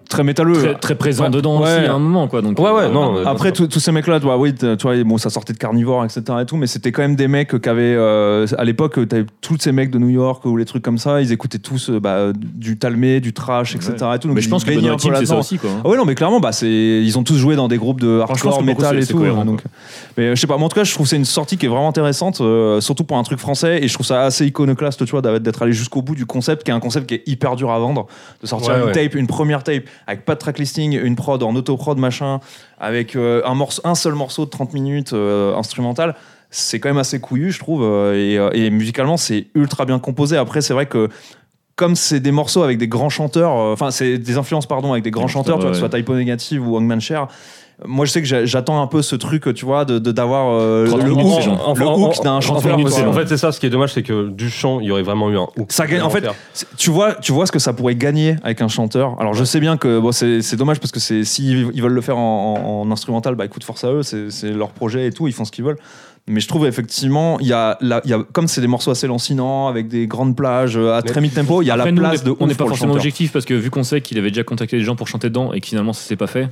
B: très métalleux.
C: très, très présents
B: Ouais.
C: dedans
B: Ouais.
C: aussi à un moment. Quoi, donc,
A: Ouais, ouais,
C: euh,
A: non, mais-
B: Après, tous tous ces mecs-là, tu vois, oui, t'as- tu vois, bon, ça sortait de carnivore, etc. et tout, mais c'était quand même des mecs qui avaient, euh, à l'époque, t'avais tous ces mecs de New York ou les trucs comme ça, ils écoutaient tous euh, bah, du Talmé, du trash, etc. et tout, donc
C: mais je
B: ils
C: pense que
B: baignaient
C: Benoît
B: un peu
C: Team, c'est ça
B: là-dedans.
C: aussi. Quoi. hein.
B: Ah ouais, non, mais clairement, bah, c'est... ils ont tous joué dans des groupes de
C: je pense que
B: hardcore,
C: pour
B: métal
C: le coup,
B: et
C: c'est
B: tout.
C: cohérent,
B: hein, donc... Mais euh, je sais pas, moi en tout cas, je trouve que c'est une sortie qui est vraiment intéressante, euh, surtout pour un truc français, et je trouve ça assez iconoclaste, tu vois, d'av- d'être allé jusqu'au bout du concept, qui est un concept qui est hyper dur à vendre, de sortir
A: Ouais,
B: une
A: ouais.
B: tape, une première tape, avec pas de tracklisting, une prod en autoprod, machin, avec euh, un, morceau, un seul morceau de 30 minutes euh, instrumental. C'est quand même assez couillu, je trouve, euh, et, euh, et musicalement, c'est ultra bien composé. Après, c'est vrai que comme c'est des morceaux avec des grands chanteurs, euh, enfin c'est des influences pardon avec des grands
C: Ouais,
B: chanteurs, tu
C: ouais,
B: vois, que ce soit Typo Négative ou Hangman Cher. Moi, je sais que j'a- j'attends un peu ce truc, tu vois, de de- d'avoir euh, le,
C: 30
B: le
C: minutes,
B: hook,
C: ces gens.
B: le
A: Enfin,
B: hook
A: en-
B: d'un
A: en-
B: chanteur.
A: en-
B: quoi.
A: En fait, c'est ça. Ce qui est dommage, c'est que du chant, il y aurait vraiment eu un hook.
B: Ça gagne- en fait,
A: supplémentaire.
B: C'est- tu vois, tu vois ce que ça pourrait gagner avec un chanteur. Alors je sais bien que bon, c'est c'est dommage parce que c'est s'ils ils veulent le faire en, en- en instrumental, bah écoute, force à eux, c'est c'est leur projet et tout, ils font ce qu'ils veulent. Mais je trouve effectivement, il y a, la- il y a comme c'est des morceaux assez lancinants avec des grandes plages euh, à
A: Mais-
B: très mid-tempo, il y a la
C: Après, nous, on
B: place
C: est-
B: de
C: on n'est
B: ouf
C: pas
B: pour le
C: forcément
B: chanteur.
C: objectif parce que vu qu'on sait qu'il avait déjà contacté des gens pour chanter dedans et que finalement ça s'est pas fait.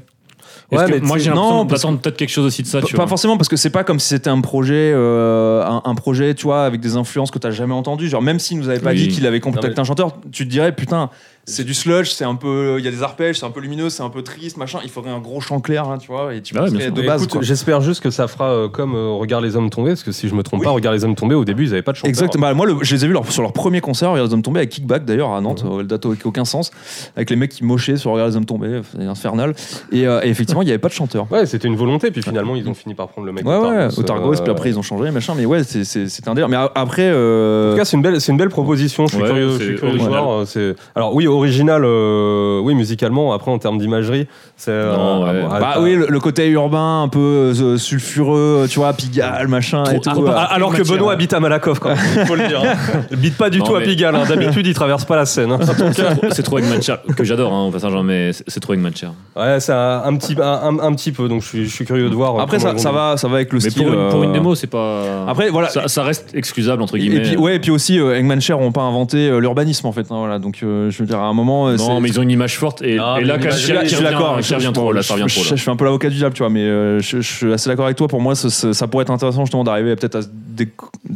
C: est-ce
A: Ouais,
C: que-
A: mais
C: moi
A: tu-
C: j'ai
B: non,
C: l'impression
B: parce
C: d'attendre peut-être quelque chose aussi de ça.
B: P-
C: tu
B: pas
A: hein.
C: vois.
B: forcément parce que c'est pas comme si c'était un projet euh, un, un projet tu vois avec des influences que t'as jamais entendues genre même s'il nous avait pas
C: Oui.
B: dit qu'il avait contacté
A: Non, mais-
B: un chanteur tu te dirais putain c'est du sludge c'est un peu il y a des arpèges c'est un peu lumineux c'est un peu triste machin il faudrait un gros chant clair hein, tu vois et tu
C: Ah ouais,
B: penses qu'il
C: bien
B: y a
C: sûr.
B: de
A: Mais
B: base
A: Bah, écoute,
B: quoi.
A: J'espère juste que ça fera euh, comme euh, Regarde les hommes tombés, parce que si je me trompe pas, Regarde les hommes tombés, au début, ils avaient pas de chanteur. hein.
B: Exactement. Bah, moi, le- je les ai vus leur- sur leur premier concert, Regarde les hommes tombés, à Kickback d'ailleurs, à Nantes, euh, le date avec aucun sens, avec les mecs qui mochaient sur Regarde les hommes tombés, c'est infernal. Et, euh, et effectivement, il n'y avait pas de chanteur.
A: Ouais, c'était une volonté, puis finalement, ils ont fini par prendre le mec.
B: Ouais,
A: au
B: ouais,
A: Targos,
B: au Targos,
A: euh,
B: puis après ils ont changé, machin, mais ouais, c'est- c'est c'est un délire. Mais a- après. euh,
A: En tout cas, c'est une belle, c'est une belle proposition. Je suis
C: Ouais,
A: curieux,
C: c'est
A: je suis curieux de
C: original.
A: voir. euh, c'est- Alors oui, au- original, euh, oui, musicalement. Après, en termes d'imagerie, c'est. euh,
C: Non, ouais.
A: ah, bon,
B: Bah
A: ah,
B: oui, le, le côté urbain, un peu euh, sulfureux, tu vois, Pigalle, machin et tout.
A: ah, bah,
B: euh,
A: alors que
B: m'attire.
A: Benoît habite à Malakoff, quoi. Il faut le dire. Il habite pas du
C: Non,
A: tout à
C: mais-
A: Pigalle. hein. D'habitude, il traverse pas la Seine. hein.
C: C'est trop avec Matcher, que j'adore hein, au passage, hein, mais c'est c'est trop avec Matcher.
A: Ouais, c'est un, un petit, un, un- un petit peu. Donc, je suis, je suis curieux de voir. euh,
B: Après,
A: comment
B: ça,
A: ils
B: ça
A: vont-
B: va, ça va avec le
C: hein. Mais
B: style.
C: pour une, pour une
B: euh,
C: démo, c'est pas.
B: Après, voilà.
C: ça, ça reste excusable, entre
B: et
C: guillemets.
B: puis, ouais, et puis aussi, euh, Eggman Cher ont pas inventé euh, l'urbanisme en fait. hein, voilà, donc euh, je veux dire, à un moment, euh,
C: non,
B: c'est-
C: mais ils ont une image forte et,
A: Ah,
C: et
A: mais
C: là,
A: l'image-
C: quand
A: je suis
C: Cher
A: d'accord,
C: Cher vient Cher vient trop, là, ça revient
B: je,
C: trop.
B: je-
C: là.
B: je fais un peu l'avocat du diable, tu vois, mais euh, je, je suis assez d'accord avec toi. Pour moi, ce- ce- ça pourrait être intéressant justement d'arriver peut-être à se dé-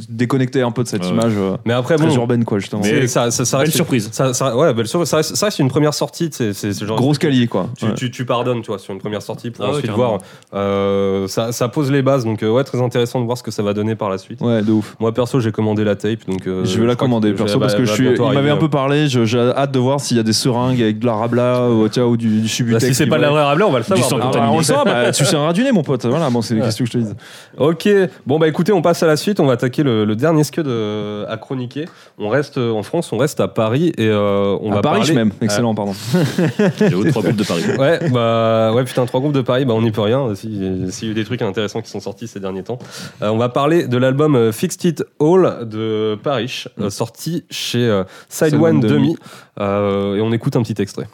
B: déconnecter un peu de cette
C: Ouais, ouais.
B: image euh,
A: Mais après,
B: très
A: bon.
B: urbaine, quoi, justement.
A: c'est-
C: mais
A: ça, ça, ça
C: belle
A: reste-
C: surprise.
A: Ça, ça- ouais, belle surprise. Ça, reste- ça, c'est une première sortie. C'est c'est- c'est genre.
B: Grosse qualité, quoi.
A: tu,
B: Ouais.
A: tu, tu pardonnes, tu vois, sur une première sortie pour
C: Ah ouais,
A: ensuite
C: carrément.
A: voir. Euh, ça, ça pose les bases, donc euh, ouais, très intéressant de voir ce que ça va donner par la suite.
B: Ouais, de ouf.
A: Moi perso, j'ai commandé la tape, donc euh,
B: je vais la
A: crois
B: commander
A: que-
B: perso
A: bah,
B: parce que
A: elle
B: je
A: va
B: suis. Il
A: bientôt
B: m'avait un
A: arriver. hein.
B: peu parlé. je- J'ai hâte de voir s'il y a des seringues avec de la rabla ou, tiens, ou du, du subutex.
A: Bah, si c'est
B: qui
A: pas de
B: vont-
A: la vraie Rabelais, on va le
C: sang
A: savoir.
B: Ah, bah, on le sent, bah, tu seras du nez, mon pote. Voilà, bon, c'est des questions que je te dis.
A: Ok, bon bah écoutez, on passe à la suite, on va attaquer le, le dernier sked euh, à chroniquer. On reste euh, en France, on reste à Paris et euh, on
B: à
A: va
B: Paris,
A: parler-
B: même. Excellent, pardon.
C: Les autres trois groupes de Paris.
A: Ouais, bah ouais, putain, trois groupes de Paris, bah on n'y peut rien. Si- S'il y a eu des trucs intéressants qui sont sortis ces derniers temps, Euh, on va parler de l'album euh, Fixed It All de Paris, euh, sorti chez euh, Side
B: Side
A: One
B: One
A: Demi.
B: Demi.
A: Euh, et on écoute un petit extrait.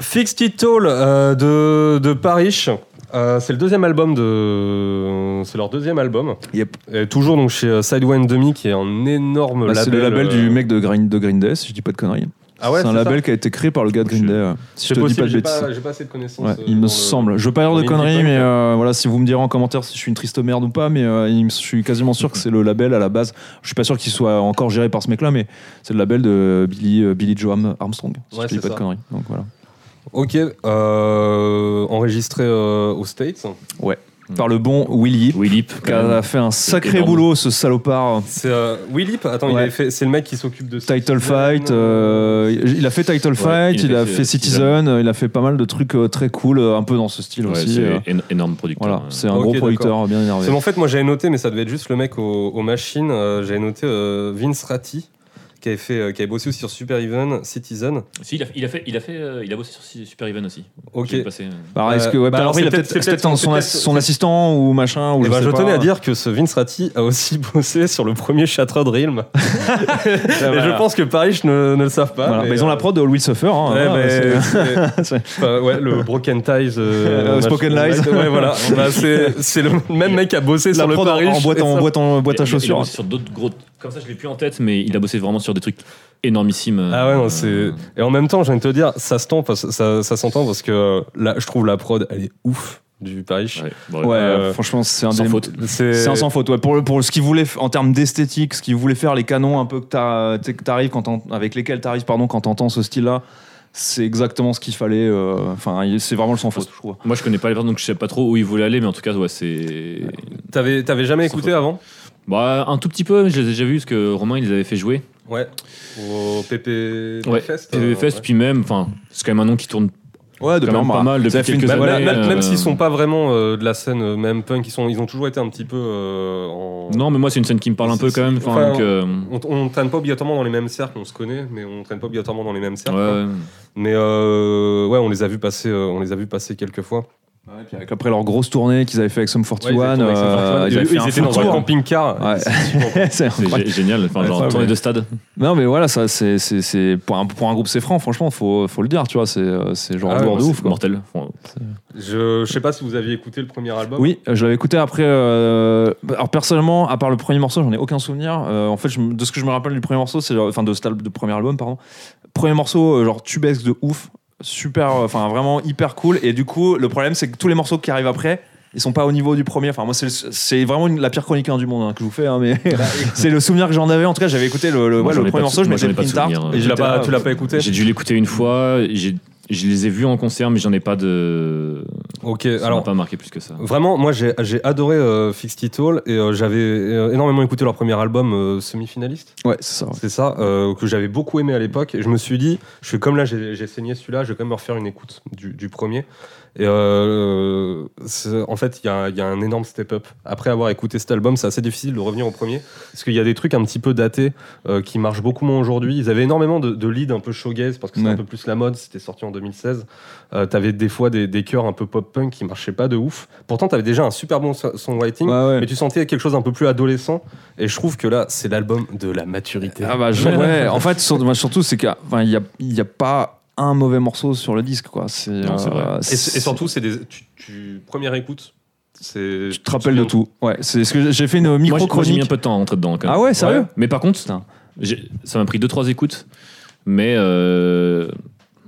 A: Fixed It All euh, de, de Paris. Euh, c'est le deuxième album de. C'est leur deuxième album.
B: Yep.
A: Et toujours donc chez euh, Side One Demi, qui est un énorme
B: Bah,
A: label.
B: c'est le label
A: euh,
B: du mec de Green, de Green Day, si je dis pas de conneries.
A: Ah ouais,
B: c'est un
A: c'est ça
B: label qui a été créé par le gars de Green
A: Je-
B: Day. ouais. Si
A: C'est
B: je te dis pas
A: possible,
B: de
A: j'ai
B: bêtises.
A: pas, j'ai pas assez de connaissances.
B: Ouais,
A: euh,
B: il
A: dans
B: me
A: le- hein.
B: semble. Je veux pas dire
A: dans
B: de
A: l'indie
B: conneries,
A: punk,
B: mais euh, voilà, si vous me direz en commentaire si je suis une triste merde ou pas, mais euh, il me- je suis quasiment sûr que c'est le label à la base. Je suis pas sûr qu'il soit encore géré par ce mec-là, mais c'est le label de Billy, euh, Billy Joe Am- Armstrong. Si
A: Ouais,
B: je dis
A: c'est
B: pas
A: ça.
B: de conneries. Donc voilà.
A: Ok, euh, enregistré euh, aux States. Mm.
B: Par le bon Willy,
C: Willip.
B: qui a fait un sacré
C: énorme.
B: boulot, ce salopard.
A: C'est euh, Willip, attends, il
B: Ouais.
A: avait fait- c'est le mec qui s'occupe de.
B: Title
A: Citizen.
B: Fight, euh, il a fait Title Fight,
C: il
B: il,
C: a
B: a
C: fait,
B: fait,
C: euh,
B: Citizen, euh, il a fait pas mal de trucs euh, très cool, euh, un peu dans ce style aussi. euh,
C: c'est éno- énorme producteur.
B: voilà,
C: euh.
B: c'est un
A: Ok,
B: gros producteur bien énervé.
A: C'est en fait, moi j'avais noté, mais ça devait être juste le mec aux, aux machines. euh, j'avais noté euh, Vince Ratti, qui avait, fait, euh, qui avait bossé aussi sur Super Even, Citizen.
C: Si, il a, il a fait, il a fait, euh, il a bossé sur Si- Super Even aussi.
A: Ok.
C: J'ai passé, euh,
B: Alors, est-ce
A: Euh,
B: que, ouais,
A: bah,
B: alors,
A: c'est
B: il a
A: peut-être-
B: peut-être
A: c'est
B: c'est peut-être
A: peut-être-
B: son, son
A: c'est
B: as-
A: peut-être-
B: son assistant ou machin ou
A: Eh ben,
B: sais
A: je
B: pas.
A: tenais à dire que ce Vince Ratti a aussi bossé sur le premier Shattered Realm.
B: Ah,
A: Et
B: voilà.
A: je pense que Paris ne, ne le savent pas.
B: Voilà.
A: mais, euh,
B: Bah, ils ont la prod de Will Suffer. Hein,
A: Ouais,
B: voilà,
A: mais
B: c'est-
A: c'est-
B: c'est-
A: enfin, ouais, le Broken Ties. euh,
B: Euh, Spoken
A: machin-
B: Lies.
A: Ouais, voilà. Bah, c'est c'est le même mec qui a bossé
B: la
A: sur le
B: prod en-
A: Paris.
B: en boîte,
A: et
B: en
A: ça-
B: boîte, en boîte
C: il a-
B: à
C: Il a
B: chaussures.
C: bossé sur d'autres gros. Comme ça, je l'ai plus en tête, mais il a bossé vraiment sur des trucs énormissimes. euh,
A: Ah ouais, non, c'est.
C: euh,
A: Et en même temps, je viens de te dire, ça s'entend parce, ça, ça s'entend parce que euh, là, je trouve la prod, elle est ouf du Paris.
C: ouais,
B: Ouais,
C: bon,
A: euh,
B: franchement, c'est un
C: sans
B: des-
C: faute.
B: C'est un sans faute. Ouais, pour, le- pour ce qu'il voulait f- en termes d'esthétique, ce qu'il voulait faire, les canons un peu que t'as- tu sais, que t'arrives quand t'en- avec lesquels t'arrives pardon quand t'entends ce style-là, c'est exactement ce qu'il fallait. euh, Enfin, il- c'est vraiment le sans faute, je trouve.
C: Moi, je connais pas les personnes, donc je sais pas trop où ils voulaient aller, mais en tout cas, ouais, c'est.
A: T'avais t'avais jamais écouté
C: faute.
A: avant
C: Bah, un tout petit peu, mais je les ai déjà vus parce que Romain, il les avait fait jouer.
A: Ouais. Au PP
C: Ouais,
A: Fest.
C: PVFest,
A: euh,
C: puis même, enfin, c'est quand même un nom qui tourne
B: Ouais,
C: quand même pas mal depuis quelques
A: Bah
C: années.
A: voilà, même,
C: euh,
A: même s'ils sont pas vraiment euh, de la scène euh, même punk, ils, sont, ils ont toujours été un petit peu euh, en.
C: Non, mais moi, c'est une scène qui me parle un peu
A: C'est-
C: quand même.
A: c'est-
C: Enfin,
A: enfin,
C: donc, euh,
A: On, on traîne pas obligatoirement dans les mêmes cercles, on se connaît, mais on traîne pas obligatoirement dans les mêmes cercles. hein.
C: ouais, ouais.
A: Mais euh, ouais, on les a vus passer, euh, on les a vus passer quelques fois.
B: Après leur grosse tournée qu'ils avaient fait avec Sum 41, euh,
A: ils,
B: ils avaient fait un
A: étaient
B: foot
A: dans un
B: tour.
A: camping-car.
B: Ouais. C'est
C: c'est
B: incroyable.
C: gé- génial. Enfin,
B: Ouais,
C: genre,
B: ça,
C: tournée
B: ouais.
C: de stade.
B: Non mais voilà, ça c'est c'est- c'est- pour un pour un groupe c'est franc, franchement, faut faut le dire, tu vois, c'est euh, c'est genre
A: Ah ouais,
B: lourd de
C: bah, C'est
B: ouf quoi.
C: Mortel. Enfin,
A: Je, je sais pas si vous aviez écouté le premier album.
B: Oui, euh, je l'avais écouté après. euh, bah, alors personnellement, à part le premier morceau, j'en ai aucun souvenir. Euh, en fait, je me- de ce que je me rappelle du premier morceau, c'est genre- enfin de cet al- de premier album, pardon. Premier morceau, euh, genre tubesque de ouf, super, euh, enfin vraiment hyper cool. Et du coup, le problème c'est que tous les morceaux qui arrivent après, ils sont pas au niveau du premier. Enfin, moi, c'est- c'est vraiment une- la pire chronique hein, du monde hein, que je vous fais, hein, mais c'est le souvenir que j'en avais. En tout cas, j'avais écouté le, le-
C: Bah, Moi,
B: ouais,
C: j'en
B: le
C: ai pas
B: premier
C: de
B: morceau,
C: sou-
B: je euh,
C: moi, j'en
B: m'étais
C: ai
B: pris
C: pas de
B: une tarte.
C: souvenir, hein.
B: et
A: Tu l'as
B: j'étais
A: pas,
B: là,
A: tu l'as pas écouté
C: J'ai dû l'écouter une fois, j'ai- je les ai vus en concert, mais j'en ai pas de.
A: Ok,
C: Ça m'a
A: alors.
C: pas marqué plus que ça.
A: Vraiment, moi j'ai j'ai adoré euh, Fixed It All et euh, j'avais euh, énormément écouté leur premier album euh, semi-finaliste.
B: Ouais, c'est ça. ouais.
A: C'est ça, euh, que j'avais beaucoup aimé à l'époque. Et je me suis dit, je suis comme là, j'ai j'ai saigné celui-là, je vais quand même me refaire une écoute du, du premier. Et euh, c'est- en fait, il y a, il y a un énorme step-up. Après avoir écouté cet album, c'est assez difficile de revenir au premier. Parce qu'il y a des trucs un petit peu datés euh, qui marchent beaucoup moins aujourd'hui. Ils avaient énormément de, de leads un peu showgaze parce que c'est
B: Ouais.
A: un peu plus la mode. C'était sorti en 2016. Euh, t'avais des fois des, des chœurs un peu pop-punk qui marchaient pas de ouf. Pourtant, t'avais déjà un super bon so- songwriting.
B: Ouais, ouais.
A: Mais tu sentais quelque chose un peu plus adolescent. Et je trouve que là, c'est l'album de la maturité.
B: Ah bah, je- ouais, en fait, sur- moi, surtout, c'est qu'il n'y a, il y a pas un mauvais morceau sur le disque. Quoi. C'est, euh,
C: Non, c'est vrai.
A: Et, et surtout, c'est des. Tu, tu- première écoute, c'est.
B: tu te rappelles de tout. Ouais, c'est ce que j'ai- j'ai fait une
C: Moi, j'ai- moi, j'ai mis un
B: micro-chronique.
C: peu de temps à rentrer dedans. Quand même.
B: Ah ouais, sérieux
C: Mais par contre, putain, j'ai- ça m'a pris 2-3 écoutes, mais euh,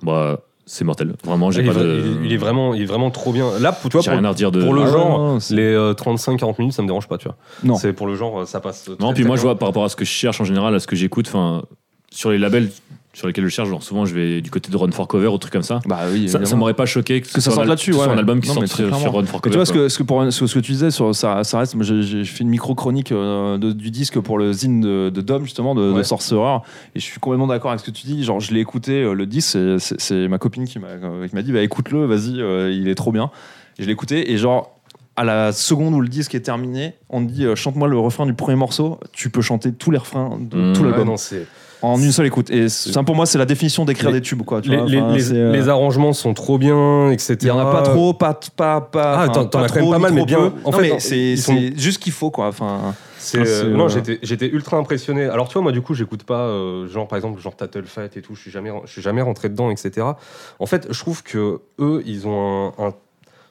C: bah, c'est mortel. Vraiment,
A: Il
C: j'ai
A: est,
C: pas
A: vra-
C: de.
A: il- il est vraiment, il est vraiment trop bien. Là, pour, tu vois,
C: j'ai
A: pour,
C: rien à redire de.
A: pour le
B: Ah ouais,
A: genre,
B: non, c'est-
A: les euh, 35-40 minutes, ça me dérange pas, tu vois.
B: Non.
A: C'est pour le genre, euh, ça passe.
C: Non,
A: très,
C: puis
A: très
C: moi, je
A: bien.
C: vois par rapport à ce que je cherche en général, à ce que j'écoute, enfin, sur les labels sur lesquels je cherche, genre souvent, je vais du côté de Run for Cover ou trucs comme ça.
B: Bah oui,
C: Ça, ça
B: évidemment.
C: m'aurait pas choqué que, ce
B: Que ça
C: soit un
B: sorte
C: al-
B: là-dessus,
C: que ce soit
B: ouais.
C: un album qui
B: Non, mais
C: sorte
B: très
C: sur, sur
B: clairement.
C: Run for
B: Mais
C: Cover.
B: tu vois ce
C: quoi.
B: que, ce que pour, ce, ce que tu disais sur ça, ça reste. Moi, j'ai- j'ai fait une micro chronique du disque pour le zine de, de Dom justement de, de
A: Ouais.
B: Sorcerer et je suis complètement d'accord avec ce que tu dis. Genre je l'ai écouté euh, le disque, c'est- c'est c'est ma copine qui m'a euh, qui m'a dit bah écoute-le, vas-y, euh, il est trop bien. Et je l'ai écouté et genre à la seconde où le disque est terminé, on te dit euh, chante-moi le refrain du premier morceau, tu peux chanter tous les refrains de
C: Mmh.
B: tout
A: Ouais,
B: l'album
A: non, c'est-
B: en une seule écoute. Et ça pour moi c'est la définition d'écrire
A: Les-
B: des tubes quoi. tu
A: les,
B: vois.
A: les-
B: Enfin,
A: les- euh,
B: c'est, euh,
A: les arrangements sont trop bien, etc.
B: il y en a pas trop, pas. pas, pas
A: Ah,
B: enfin,
A: t'en- t'en
B: pas
A: as quand même
B: trop,
A: pas
B: ni
A: mal, mais
B: trop
A: bien.
B: peu.
A: En
B: Non,
A: fait,
B: mais
A: non,
B: c'est
A: ils sont-
B: c'est juste ce qu'il faut, quoi. Enfin,
A: C'est,
B: Ah,
A: euh,
B: c'est,
A: non,
B: euh,
A: j'étais, j'étais ultra impressionné. Alors, tu vois, moi, du coup, j'écoute pas, euh, genre, par exemple, genre Tattle Fight et tout, je suis jamais, je suis jamais rentré dedans, etc. En fait, je trouve que eux, ils ont un. un-